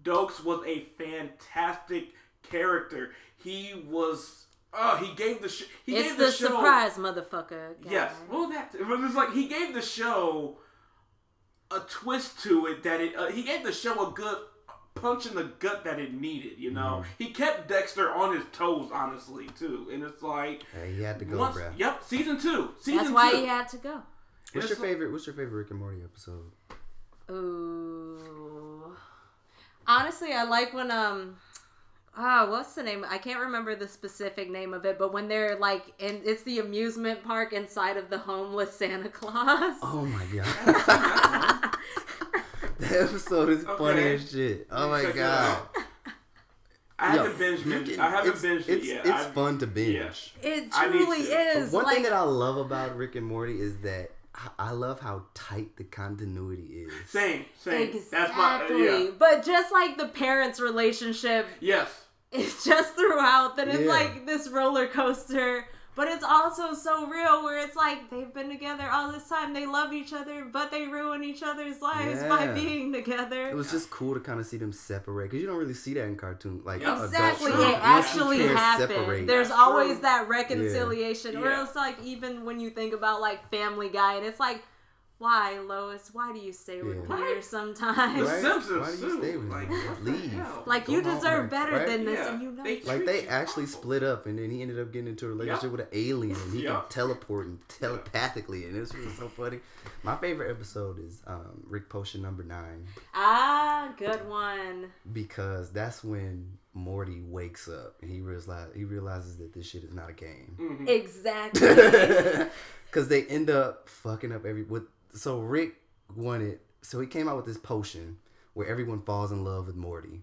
[SPEAKER 2] Dokes was a fantastic character. He was. Oh, he gave the sh- he
[SPEAKER 4] It's
[SPEAKER 2] gave
[SPEAKER 4] the,
[SPEAKER 2] the show.
[SPEAKER 4] surprise motherfucker. guy.
[SPEAKER 2] Yes. Well, that it was like he gave the show a twist to it that it uh, he gave the show a good punch in the gut that it needed. You know,
[SPEAKER 3] Mm-hmm.
[SPEAKER 2] he kept Dexter on his toes, honestly, too. And it's like
[SPEAKER 3] Hey, he had to go,
[SPEAKER 2] once-
[SPEAKER 3] bruh.
[SPEAKER 2] Yep, season two. Season
[SPEAKER 4] That's why
[SPEAKER 2] two.
[SPEAKER 4] he had to go.
[SPEAKER 3] What's your
[SPEAKER 2] It's like-
[SPEAKER 3] favorite? What's your favorite Rick and Morty episode?
[SPEAKER 4] Ooh. Honestly, I like when um ah, what's the name? I can't remember the specific name of it, but when they're like in it's the amusement park inside of the homeless Santa Claus.
[SPEAKER 3] Oh my god, that episode is funny
[SPEAKER 2] Okay.
[SPEAKER 3] as shit. Oh my
[SPEAKER 2] Check it
[SPEAKER 3] god,
[SPEAKER 2] out. I
[SPEAKER 3] Yo,
[SPEAKER 2] haven't binged
[SPEAKER 3] you
[SPEAKER 2] it.
[SPEAKER 3] can-
[SPEAKER 2] I haven't
[SPEAKER 3] it's, it's,
[SPEAKER 2] binged it yet.
[SPEAKER 3] It's
[SPEAKER 2] I've-
[SPEAKER 3] fun to binge.
[SPEAKER 2] yeah.
[SPEAKER 4] It
[SPEAKER 2] I need
[SPEAKER 4] truly
[SPEAKER 2] to.
[SPEAKER 4] is.
[SPEAKER 3] One
[SPEAKER 4] like,
[SPEAKER 3] thing that I love about Rick and Morty is that I- I love how tight the continuity is.
[SPEAKER 2] Same, same.
[SPEAKER 4] Exactly.
[SPEAKER 2] That's my uh, yeah.
[SPEAKER 4] But just like the parents' relationship
[SPEAKER 2] Yes.
[SPEAKER 4] it's just throughout that it's
[SPEAKER 3] Yeah.
[SPEAKER 4] like this roller coaster but it's also so real where it's like they've been together all this time they love each other but they ruin each other's lives by
[SPEAKER 3] Yeah.
[SPEAKER 4] being together
[SPEAKER 3] It was just cool to kind of see them separate because you don't really see that in cartoon. Like adults
[SPEAKER 4] exactly
[SPEAKER 3] really
[SPEAKER 2] true.
[SPEAKER 4] it
[SPEAKER 3] let
[SPEAKER 4] actually
[SPEAKER 3] you care
[SPEAKER 4] happened
[SPEAKER 3] separate.
[SPEAKER 4] there's
[SPEAKER 2] That's
[SPEAKER 4] always
[SPEAKER 2] true.
[SPEAKER 4] that reconciliation or
[SPEAKER 2] Yeah.
[SPEAKER 4] it's like even when you think about like family guy and it's like why lois why do you stay with
[SPEAKER 3] Yeah.
[SPEAKER 4] peter sometimes
[SPEAKER 2] Right. Simpsons
[SPEAKER 3] Why do
[SPEAKER 2] too.
[SPEAKER 3] you stay with
[SPEAKER 2] Like,
[SPEAKER 3] him?
[SPEAKER 2] what the
[SPEAKER 3] Leave.
[SPEAKER 2] hell?
[SPEAKER 4] like
[SPEAKER 3] Go
[SPEAKER 4] you
[SPEAKER 3] home,
[SPEAKER 4] deserve
[SPEAKER 3] like,
[SPEAKER 4] better
[SPEAKER 3] right?
[SPEAKER 4] than this
[SPEAKER 2] Yeah.
[SPEAKER 4] and you know
[SPEAKER 2] They
[SPEAKER 4] it.
[SPEAKER 2] treat
[SPEAKER 3] Like they
[SPEAKER 2] you
[SPEAKER 3] actually
[SPEAKER 2] awful.
[SPEAKER 3] split up, and then he ended up getting into a relationship
[SPEAKER 2] Yeah.
[SPEAKER 3] with an alien, and he
[SPEAKER 2] Yeah.
[SPEAKER 3] can teleport and telepathically, and this was so funny. My favorite episode is um, Rick Potion number nine
[SPEAKER 4] ah good one
[SPEAKER 3] because that's when Morty wakes up and he realize he realizes that this shit is not a game
[SPEAKER 4] exactly
[SPEAKER 3] because they end up fucking up every with. So Rick wanted, so he came out with this potion where everyone falls in love with Morty.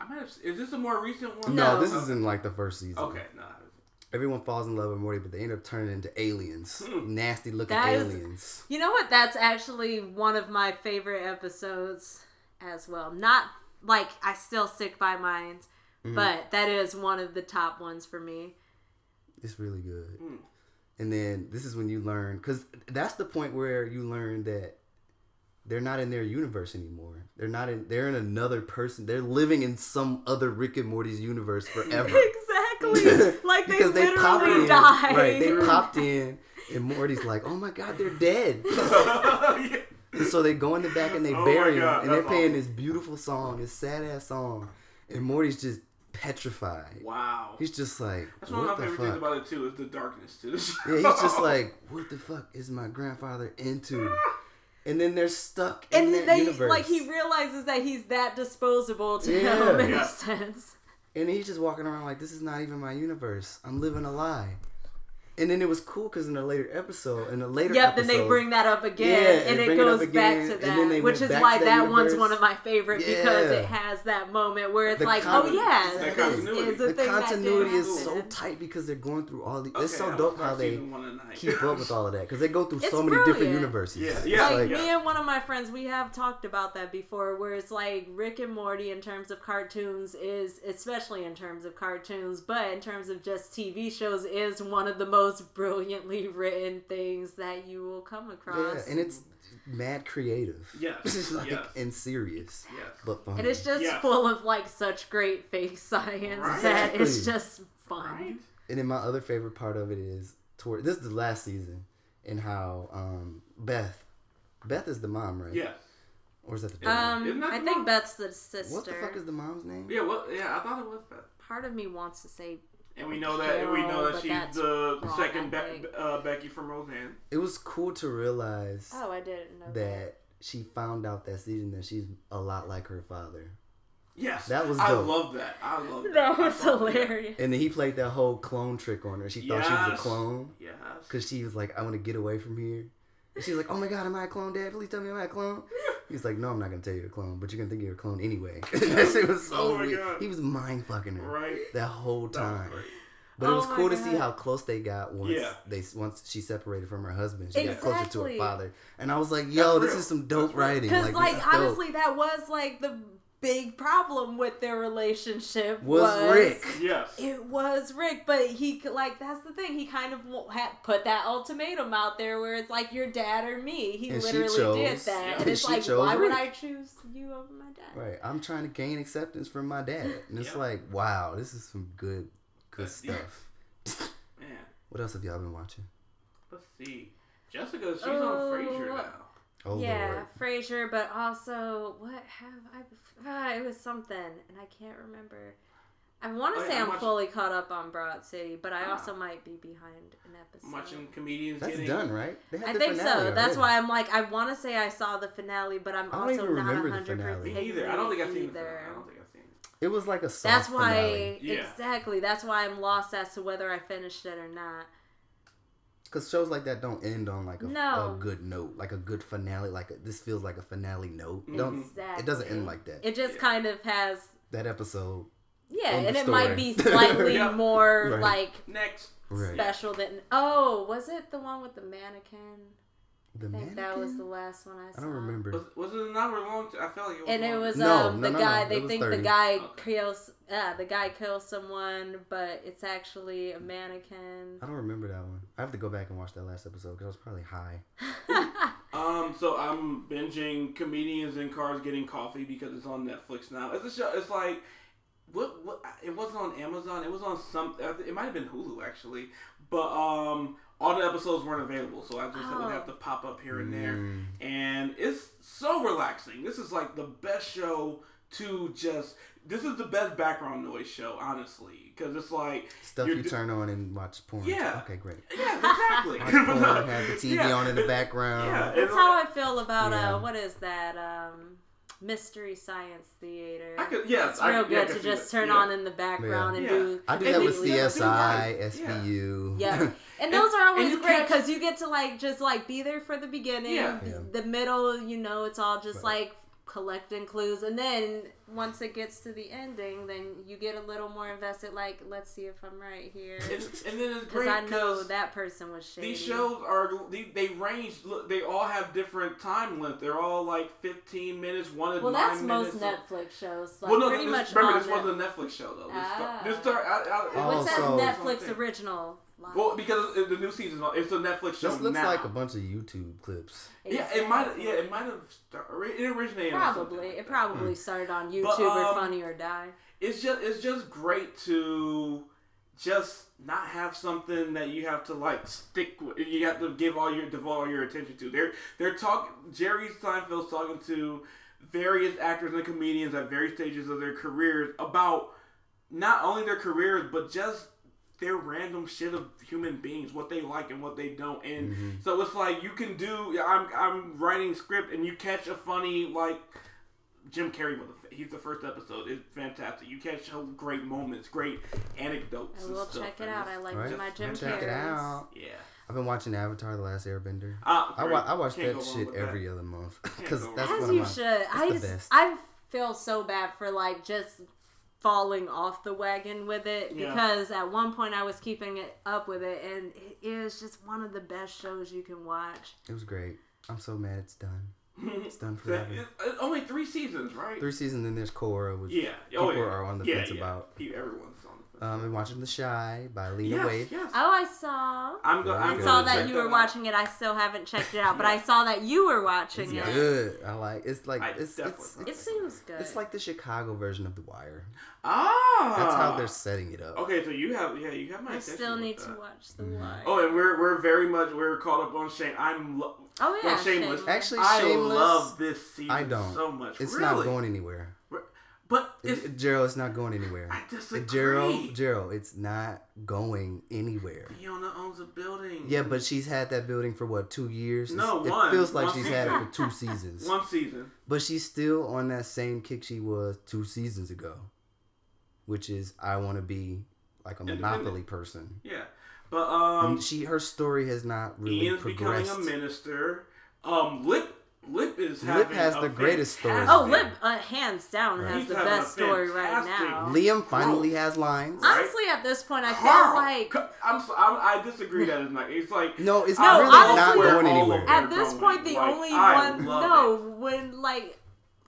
[SPEAKER 2] I might have, is this a more recent one?
[SPEAKER 3] No, this is in like the first season.
[SPEAKER 2] Okay, no.
[SPEAKER 3] Everyone falls in love with Morty, but they end up turning into aliens, nasty looking
[SPEAKER 4] That is-
[SPEAKER 3] aliens.
[SPEAKER 4] You know what? That's actually one of my favorite episodes as well. Not like I still stick by mine,
[SPEAKER 3] Mm-hmm.
[SPEAKER 4] but that is one of the top ones for me.
[SPEAKER 3] It's really good. And then this is when you learn, because that's the point where you learn that they're not in their universe anymore. They're not in. They're in another person. They're living in some other Rick and Morty's universe forever.
[SPEAKER 4] Exactly. Like they
[SPEAKER 3] Because popped
[SPEAKER 4] literally
[SPEAKER 3] in,
[SPEAKER 4] died.
[SPEAKER 3] Right, they popped in, and Morty's like, "Oh my God, they're dead."
[SPEAKER 2] yeah.
[SPEAKER 3] And so they go in the back and they
[SPEAKER 2] Oh
[SPEAKER 3] bury
[SPEAKER 2] my
[SPEAKER 3] him,
[SPEAKER 2] God,
[SPEAKER 3] and they're
[SPEAKER 2] that's
[SPEAKER 3] playing
[SPEAKER 2] awful.
[SPEAKER 3] this beautiful song, this sad ass song, and Morty's just petrified.
[SPEAKER 2] Wow.
[SPEAKER 3] He's just like,
[SPEAKER 2] That's one
[SPEAKER 3] what
[SPEAKER 2] of my
[SPEAKER 3] the
[SPEAKER 2] favorite things
[SPEAKER 3] fuck?
[SPEAKER 2] about it too is the darkness to the show.
[SPEAKER 3] Yeah, he's just like, what the fuck is my grandfather into? And then they're stuck in
[SPEAKER 4] and
[SPEAKER 3] that
[SPEAKER 4] they
[SPEAKER 3] universe.
[SPEAKER 4] like he realizes that he's that disposable to
[SPEAKER 3] Yeah.
[SPEAKER 4] him in
[SPEAKER 2] Yeah.
[SPEAKER 4] a sense.
[SPEAKER 3] and he's just walking around like, this is not even my universe. I'm living a lie. And then it was cool because in a later episode, in a later
[SPEAKER 4] Yep,
[SPEAKER 3] episode,
[SPEAKER 4] then they bring that up
[SPEAKER 3] Yeah,
[SPEAKER 4] again,
[SPEAKER 3] they
[SPEAKER 4] and it
[SPEAKER 3] bring it up
[SPEAKER 4] goes back
[SPEAKER 3] again,
[SPEAKER 4] to
[SPEAKER 3] and then they
[SPEAKER 4] that, which
[SPEAKER 3] went
[SPEAKER 4] is
[SPEAKER 3] back
[SPEAKER 4] why
[SPEAKER 3] to
[SPEAKER 4] that,
[SPEAKER 3] that
[SPEAKER 4] one's
[SPEAKER 3] universe.
[SPEAKER 4] one of my favorite because
[SPEAKER 3] Yeah.
[SPEAKER 4] it has that moment where it's
[SPEAKER 3] The
[SPEAKER 4] like,
[SPEAKER 3] con-
[SPEAKER 4] oh yeah,
[SPEAKER 2] That
[SPEAKER 4] this
[SPEAKER 2] continuity.
[SPEAKER 4] is a
[SPEAKER 3] the
[SPEAKER 4] thing that did
[SPEAKER 3] continuity is so
[SPEAKER 4] happen.
[SPEAKER 3] tight because they're going through all the. it's
[SPEAKER 2] Okay,
[SPEAKER 3] so
[SPEAKER 2] I'll
[SPEAKER 3] dope
[SPEAKER 2] start
[SPEAKER 3] how they
[SPEAKER 2] season one tonight.
[SPEAKER 3] keep up with all of that because they go through
[SPEAKER 4] It's
[SPEAKER 3] so many different
[SPEAKER 4] brilliant.
[SPEAKER 3] universes.
[SPEAKER 2] Yeah,
[SPEAKER 3] It's
[SPEAKER 2] yeah,
[SPEAKER 3] like-
[SPEAKER 4] like me and one of my friends we have talked about that before where it's like rick and morty in terms of cartoons is especially in terms of cartoons but in terms of just tv shows is one of the most brilliantly written things that you will come
[SPEAKER 3] Yeah,
[SPEAKER 4] across
[SPEAKER 3] and it's mad creative.
[SPEAKER 2] Yes,
[SPEAKER 3] It's like,
[SPEAKER 2] yes.
[SPEAKER 3] and serious.
[SPEAKER 2] Yes.
[SPEAKER 3] But fun.
[SPEAKER 4] And it's just
[SPEAKER 2] Yeah.
[SPEAKER 4] full of like such great fake science
[SPEAKER 2] Right.
[SPEAKER 4] that it's
[SPEAKER 3] Exactly.
[SPEAKER 4] just fun
[SPEAKER 2] Right?
[SPEAKER 3] And then my other favorite part of it is toward this is the last season and how um Beth Beth is the mom, right?
[SPEAKER 2] Yeah.
[SPEAKER 3] Or is that the daughter?
[SPEAKER 2] Isn't
[SPEAKER 4] um
[SPEAKER 2] that
[SPEAKER 4] i
[SPEAKER 2] the
[SPEAKER 4] think
[SPEAKER 2] mom?
[SPEAKER 4] beth's the sister
[SPEAKER 3] what the fuck is the mom's name?
[SPEAKER 2] Yeah, well, yeah, I thought it was that.
[SPEAKER 4] part of me wants to say
[SPEAKER 2] And we know that and we
[SPEAKER 4] Carol,
[SPEAKER 2] know
[SPEAKER 4] but
[SPEAKER 2] that she's
[SPEAKER 4] that's
[SPEAKER 2] the
[SPEAKER 4] wrong,
[SPEAKER 2] second
[SPEAKER 4] I
[SPEAKER 2] Be-
[SPEAKER 4] think.
[SPEAKER 2] uh, Becky from Roseanne.
[SPEAKER 3] It was cool to realize
[SPEAKER 4] oh i didn't know
[SPEAKER 3] that she found out that season that she's a lot like her father.
[SPEAKER 2] Yes.
[SPEAKER 3] That was
[SPEAKER 2] I
[SPEAKER 3] dope.
[SPEAKER 2] love that. I love that.
[SPEAKER 4] that was
[SPEAKER 2] I love that.
[SPEAKER 4] hilarious
[SPEAKER 3] And then he played that whole clone trick on her. She thought she was
[SPEAKER 2] Yes.
[SPEAKER 3] a clone
[SPEAKER 2] Yes.
[SPEAKER 3] because she was like, I want to get away from here. And she's like, Oh my god, am I a clone, Dad? Please tell me am I a clone? He's like, No, I'm not gonna tell you you're a clone, but you're gonna think you're a clone anyway. that shit was so
[SPEAKER 2] Oh my
[SPEAKER 3] weird.
[SPEAKER 2] God.
[SPEAKER 3] He was mind fucking her.
[SPEAKER 2] Right?
[SPEAKER 3] that whole
[SPEAKER 2] That was
[SPEAKER 3] time.
[SPEAKER 2] great.
[SPEAKER 3] But it
[SPEAKER 4] Oh
[SPEAKER 3] was
[SPEAKER 4] my
[SPEAKER 3] cool to see
[SPEAKER 4] God.
[SPEAKER 3] how close they got once
[SPEAKER 2] Yeah.
[SPEAKER 3] they once she separated from her husband. She got closer to her
[SPEAKER 4] Exactly.
[SPEAKER 3] father, and I was like, "Yo, this
[SPEAKER 2] That's real.
[SPEAKER 3] is some dope
[SPEAKER 2] That's real.
[SPEAKER 3] writing."
[SPEAKER 4] Because,
[SPEAKER 3] Like,
[SPEAKER 4] like,
[SPEAKER 3] this is dope.
[SPEAKER 4] honestly, that was like the big problem with their relationship
[SPEAKER 3] Was Rick.
[SPEAKER 2] Yes.
[SPEAKER 4] It was Rick, but he c- like that's the thing. He kind of wa- had put that ultimatum out there where it's like your dad or me. He
[SPEAKER 3] And she
[SPEAKER 4] literally did
[SPEAKER 3] chose-
[SPEAKER 4] that, and
[SPEAKER 3] and
[SPEAKER 4] it's
[SPEAKER 3] she
[SPEAKER 4] like
[SPEAKER 3] chose
[SPEAKER 4] why would
[SPEAKER 3] Rick.
[SPEAKER 4] I choose you over my dad?
[SPEAKER 3] Right. I'm trying to gain acceptance from my dad. And it's
[SPEAKER 2] Yeah.
[SPEAKER 3] like, wow, this is some good good
[SPEAKER 2] Yeah.
[SPEAKER 3] stuff.
[SPEAKER 2] Man,
[SPEAKER 3] What else have y'all been watching?
[SPEAKER 2] let's see. Jessica, she's
[SPEAKER 4] Oh.
[SPEAKER 2] on Frasier now.
[SPEAKER 3] Oh
[SPEAKER 4] yeah,
[SPEAKER 3] Lord.
[SPEAKER 4] Frasier, but also what have I? Uh, it was something, and I can't remember. I want to
[SPEAKER 2] Oh, yeah,
[SPEAKER 4] say
[SPEAKER 2] I'm
[SPEAKER 4] I'm
[SPEAKER 2] watch-
[SPEAKER 4] fully caught up on Broad City, but I
[SPEAKER 2] Ah.
[SPEAKER 4] also might be behind an episode.
[SPEAKER 2] I'm watching comedians
[SPEAKER 3] That's
[SPEAKER 2] getting
[SPEAKER 3] done, right? They had
[SPEAKER 4] I
[SPEAKER 3] the
[SPEAKER 4] think so.
[SPEAKER 3] finale already.
[SPEAKER 4] That's why I'm like, I want to say I saw the finale, but I'm
[SPEAKER 3] I don't
[SPEAKER 4] also
[SPEAKER 3] even
[SPEAKER 4] not
[SPEAKER 3] remember the
[SPEAKER 4] 100
[SPEAKER 3] finale.
[SPEAKER 4] percent
[SPEAKER 2] Me either. I don't think I've seen the
[SPEAKER 4] either.
[SPEAKER 2] I don't think I've seen it.
[SPEAKER 3] It was like a soft
[SPEAKER 4] That's why
[SPEAKER 3] finale.
[SPEAKER 2] Yeah.
[SPEAKER 4] exactly. That's why I'm lost as to whether I finished it or not.
[SPEAKER 3] Because shows like that don't end on like a,
[SPEAKER 4] No.
[SPEAKER 3] a good note, like a good finale. Like a, this feels like a finale note. Don't
[SPEAKER 4] Exactly.
[SPEAKER 3] it doesn't end like that.
[SPEAKER 4] It just
[SPEAKER 2] Yeah.
[SPEAKER 4] kind of has,
[SPEAKER 3] that episode,
[SPEAKER 4] yeah,
[SPEAKER 3] End
[SPEAKER 4] and
[SPEAKER 3] of
[SPEAKER 4] it might
[SPEAKER 3] story.
[SPEAKER 4] be slightly
[SPEAKER 2] Yeah.
[SPEAKER 4] more
[SPEAKER 3] Right.
[SPEAKER 4] like
[SPEAKER 2] Next.
[SPEAKER 3] right?
[SPEAKER 4] special than. Oh, was it the one with the mannequin?
[SPEAKER 3] The
[SPEAKER 4] I think that was
[SPEAKER 3] mannequin?
[SPEAKER 4] the last one I saw.
[SPEAKER 3] I don't remember.
[SPEAKER 2] Was, was it an hour long? I felt like it was.
[SPEAKER 4] And it
[SPEAKER 2] longer.
[SPEAKER 4] was
[SPEAKER 3] No,
[SPEAKER 4] um
[SPEAKER 3] no,
[SPEAKER 4] the
[SPEAKER 3] no,
[SPEAKER 4] guy
[SPEAKER 3] no. It
[SPEAKER 4] they
[SPEAKER 3] was
[SPEAKER 4] think the
[SPEAKER 3] 30.
[SPEAKER 4] guy
[SPEAKER 2] Okay.
[SPEAKER 4] kills uh, the guy kills someone, but it's actually a mannequin.
[SPEAKER 3] I don't remember that one. I have to go back and watch that last episode because I was probably high.
[SPEAKER 2] Um, so I'm binging comedians in cars getting coffee because it's on Netflix now. It's a show. It's like what? What? It wasn't on Amazon. It was on some. I thi- It might have been Hulu actually, but um, all the episodes weren't available, so I just
[SPEAKER 4] Oh.
[SPEAKER 2] would have to pop up here and there.
[SPEAKER 3] Mm.
[SPEAKER 2] And it's so relaxing. This is like the best show to just. This is the best background noise show, honestly, because it's like
[SPEAKER 3] Stuff
[SPEAKER 2] you're
[SPEAKER 3] you
[SPEAKER 2] do-
[SPEAKER 3] turn on and watch porn.
[SPEAKER 2] Yeah.
[SPEAKER 3] Okay, great.
[SPEAKER 2] Yeah, exactly.
[SPEAKER 3] Watch porn, have the TV
[SPEAKER 2] Yeah.
[SPEAKER 3] on in the background.
[SPEAKER 2] Yeah,
[SPEAKER 4] That's
[SPEAKER 2] it's
[SPEAKER 4] how I feel about
[SPEAKER 3] Yeah.
[SPEAKER 4] uh what is that um mystery science theater.
[SPEAKER 2] I could, yes,
[SPEAKER 4] it's
[SPEAKER 2] I-
[SPEAKER 4] real
[SPEAKER 2] yeah, I
[SPEAKER 4] good
[SPEAKER 2] could
[SPEAKER 4] to
[SPEAKER 2] see
[SPEAKER 4] just
[SPEAKER 2] that.
[SPEAKER 4] turn
[SPEAKER 2] Yeah.
[SPEAKER 4] on in the background and
[SPEAKER 2] Yeah.
[SPEAKER 4] do.
[SPEAKER 3] I do
[SPEAKER 2] And
[SPEAKER 3] that
[SPEAKER 2] they
[SPEAKER 3] with
[SPEAKER 2] do that with
[SPEAKER 3] CSI,
[SPEAKER 2] CSI. Yeah.
[SPEAKER 3] SVU.
[SPEAKER 4] Yeah, and
[SPEAKER 2] And-
[SPEAKER 4] those are always
[SPEAKER 2] and you
[SPEAKER 4] great
[SPEAKER 2] catch-
[SPEAKER 4] because you get to like just like be there for the beginning,
[SPEAKER 2] Yeah.
[SPEAKER 4] the-
[SPEAKER 3] Yeah.
[SPEAKER 4] the middle. You know, it's all just
[SPEAKER 3] Right.
[SPEAKER 4] like collecting clues, and then once it gets to the ending, then you get a little more invested. Like, let's see if I'm right here,
[SPEAKER 2] And, and then it's
[SPEAKER 4] because
[SPEAKER 2] great
[SPEAKER 4] I know
[SPEAKER 2] 'cause
[SPEAKER 4] that person was shady.
[SPEAKER 2] These shows are they, they range. look, They all have different time length. They're all like fifteen minutes. One is
[SPEAKER 4] Well,
[SPEAKER 2] nine
[SPEAKER 4] that's
[SPEAKER 2] minutes.
[SPEAKER 4] most Netflix shows. Like,
[SPEAKER 2] well, no,
[SPEAKER 4] pretty
[SPEAKER 2] this,
[SPEAKER 4] much
[SPEAKER 2] remember
[SPEAKER 4] all
[SPEAKER 2] this
[SPEAKER 4] Netflix.
[SPEAKER 2] was a Netflix show though. This
[SPEAKER 4] Ah.
[SPEAKER 2] start, this start, I, I,
[SPEAKER 3] Oh,
[SPEAKER 4] What
[SPEAKER 2] it-
[SPEAKER 4] says
[SPEAKER 3] so-
[SPEAKER 4] Netflix original? Live.
[SPEAKER 2] Well, because it, the new season, it's a Netflix show
[SPEAKER 3] This looks
[SPEAKER 2] now.
[SPEAKER 3] like a bunch of YouTube clips.
[SPEAKER 2] yeah, it might. Yeah, it might have. start- It originated on something
[SPEAKER 4] Probably.
[SPEAKER 2] like
[SPEAKER 4] It
[SPEAKER 2] that.
[SPEAKER 4] probably
[SPEAKER 3] Hmm.
[SPEAKER 4] started on YouTube or
[SPEAKER 2] um,
[SPEAKER 4] Funny or Die.
[SPEAKER 2] it's just it's just great to just not have something that you have to like stick with you have to give all your devote all your attention to they're they're talking jerry seinfeld's talking to various actors and comedians at various stages of their careers about not only their careers but just their random shit of human beings what they like and what they don't and
[SPEAKER 3] Mm-hmm.
[SPEAKER 2] so it's like you can do i'm i'm writing script and you catch a funny like Jim Carrey was the, he's the first episode. It's fantastic. You catch some great moments, great anecdotes.
[SPEAKER 4] I
[SPEAKER 2] and
[SPEAKER 4] will
[SPEAKER 2] stuff,
[SPEAKER 4] check it
[SPEAKER 2] and
[SPEAKER 4] out. I
[SPEAKER 2] it's-
[SPEAKER 4] like
[SPEAKER 3] All right,
[SPEAKER 4] my Jim
[SPEAKER 3] check it
[SPEAKER 4] Carrey.
[SPEAKER 3] out.
[SPEAKER 2] Yeah.
[SPEAKER 3] I've been watching Avatar: The Last Airbender.
[SPEAKER 2] Ah,
[SPEAKER 3] I, wa-
[SPEAKER 2] great.
[SPEAKER 3] I watch
[SPEAKER 2] Can't
[SPEAKER 3] that
[SPEAKER 2] go wrong
[SPEAKER 3] shit
[SPEAKER 2] with that.
[SPEAKER 3] every other month because
[SPEAKER 2] go
[SPEAKER 3] that's
[SPEAKER 2] wrong.
[SPEAKER 3] one
[SPEAKER 4] As
[SPEAKER 3] of
[SPEAKER 4] you
[SPEAKER 3] my.
[SPEAKER 4] should.
[SPEAKER 3] it's
[SPEAKER 4] I
[SPEAKER 3] the
[SPEAKER 4] just,
[SPEAKER 3] best.
[SPEAKER 4] I feel so bad for like just falling off the wagon with it
[SPEAKER 2] Yeah.
[SPEAKER 4] because at one point I was keeping it up with it and it is just one of the best shows you can watch.
[SPEAKER 3] It was great. I'm so mad it's done. It's done
[SPEAKER 2] That-
[SPEAKER 3] forever.
[SPEAKER 2] it- it- only three seasons, right?
[SPEAKER 3] Three seasons, then there's Korra, which
[SPEAKER 2] Yeah.
[SPEAKER 3] people
[SPEAKER 2] Oh, yeah.
[SPEAKER 3] are on the
[SPEAKER 2] yeah,
[SPEAKER 3] fence
[SPEAKER 2] yeah.
[SPEAKER 3] about.
[SPEAKER 2] He- everyone's on the fence.
[SPEAKER 3] Um, and watching The Shy by Lena
[SPEAKER 2] yes,
[SPEAKER 3] Waithe.
[SPEAKER 2] yes.
[SPEAKER 4] Oh, I saw.
[SPEAKER 2] I'm go-
[SPEAKER 3] I
[SPEAKER 2] I'm
[SPEAKER 4] I
[SPEAKER 2] gonna
[SPEAKER 4] saw
[SPEAKER 3] Yeah,
[SPEAKER 4] that
[SPEAKER 2] check
[SPEAKER 4] you were
[SPEAKER 2] out.
[SPEAKER 4] watching it. I still haven't checked it out, but I saw that you were watching
[SPEAKER 3] It's
[SPEAKER 4] it.
[SPEAKER 3] good. I like. It's like
[SPEAKER 2] I
[SPEAKER 3] it's
[SPEAKER 2] definitely
[SPEAKER 3] it's,
[SPEAKER 2] like
[SPEAKER 4] It
[SPEAKER 3] it's
[SPEAKER 4] seems good.
[SPEAKER 3] it's like the Chicago version of The Wire.
[SPEAKER 2] Ah.
[SPEAKER 3] That's how they're setting it up.
[SPEAKER 2] Okay, so you have yeah, you have my.
[SPEAKER 4] Oh. I
[SPEAKER 2] attention
[SPEAKER 4] still
[SPEAKER 2] with
[SPEAKER 4] need
[SPEAKER 2] that.
[SPEAKER 4] to watch the
[SPEAKER 3] Mm-hmm.
[SPEAKER 4] wire.
[SPEAKER 2] Oh, and we're we're very much we're caught up on Shane. I'm lo-
[SPEAKER 4] Oh, yeah,
[SPEAKER 2] on Shameless.
[SPEAKER 4] Shameless.
[SPEAKER 3] Actually,
[SPEAKER 2] I
[SPEAKER 3] Shameless.
[SPEAKER 2] love this season
[SPEAKER 3] I don't.
[SPEAKER 2] so much.
[SPEAKER 3] It's
[SPEAKER 2] really?
[SPEAKER 3] not going anywhere.
[SPEAKER 2] But it's,
[SPEAKER 3] It- Gerald, it's not going anywhere.
[SPEAKER 2] I disagree.
[SPEAKER 3] Gerald, Gerald, it's not going anywhere.
[SPEAKER 2] Fiona owns a building.
[SPEAKER 3] Yeah, but she's had that building for what two years?
[SPEAKER 2] No,
[SPEAKER 3] It's-
[SPEAKER 2] one.
[SPEAKER 3] It feels like
[SPEAKER 2] One
[SPEAKER 3] she's had it
[SPEAKER 2] season.
[SPEAKER 3] for two seasons.
[SPEAKER 2] One season.
[SPEAKER 3] But she's still on that same kick she was two seasons ago, which is I want to be like a monopoly person.
[SPEAKER 2] Yeah. But um
[SPEAKER 3] she her story has not really
[SPEAKER 2] Ian's
[SPEAKER 3] progressed.
[SPEAKER 2] becoming a minister. Um Lip Lip is
[SPEAKER 3] Lip
[SPEAKER 2] having
[SPEAKER 3] has
[SPEAKER 2] a
[SPEAKER 3] the greatest story.
[SPEAKER 2] fantastic-
[SPEAKER 4] Oh, Lib, uh, hands down, has
[SPEAKER 2] He's
[SPEAKER 4] the
[SPEAKER 2] having
[SPEAKER 4] best
[SPEAKER 2] a
[SPEAKER 4] story right
[SPEAKER 2] fantastic
[SPEAKER 4] now.
[SPEAKER 3] Liam finally has lines.
[SPEAKER 2] I-
[SPEAKER 4] Honestly, at this point, I feel
[SPEAKER 2] Carl!
[SPEAKER 4] like
[SPEAKER 2] C- I'm, so, I'm I disagree that it's not. It's like
[SPEAKER 3] No, it's
[SPEAKER 2] I
[SPEAKER 4] really
[SPEAKER 2] love
[SPEAKER 4] not
[SPEAKER 2] where
[SPEAKER 3] going
[SPEAKER 2] all of
[SPEAKER 3] anywhere.
[SPEAKER 2] they're
[SPEAKER 4] at this
[SPEAKER 2] going.
[SPEAKER 4] point the
[SPEAKER 2] Like,
[SPEAKER 4] only
[SPEAKER 2] I
[SPEAKER 4] one
[SPEAKER 2] love
[SPEAKER 4] no when like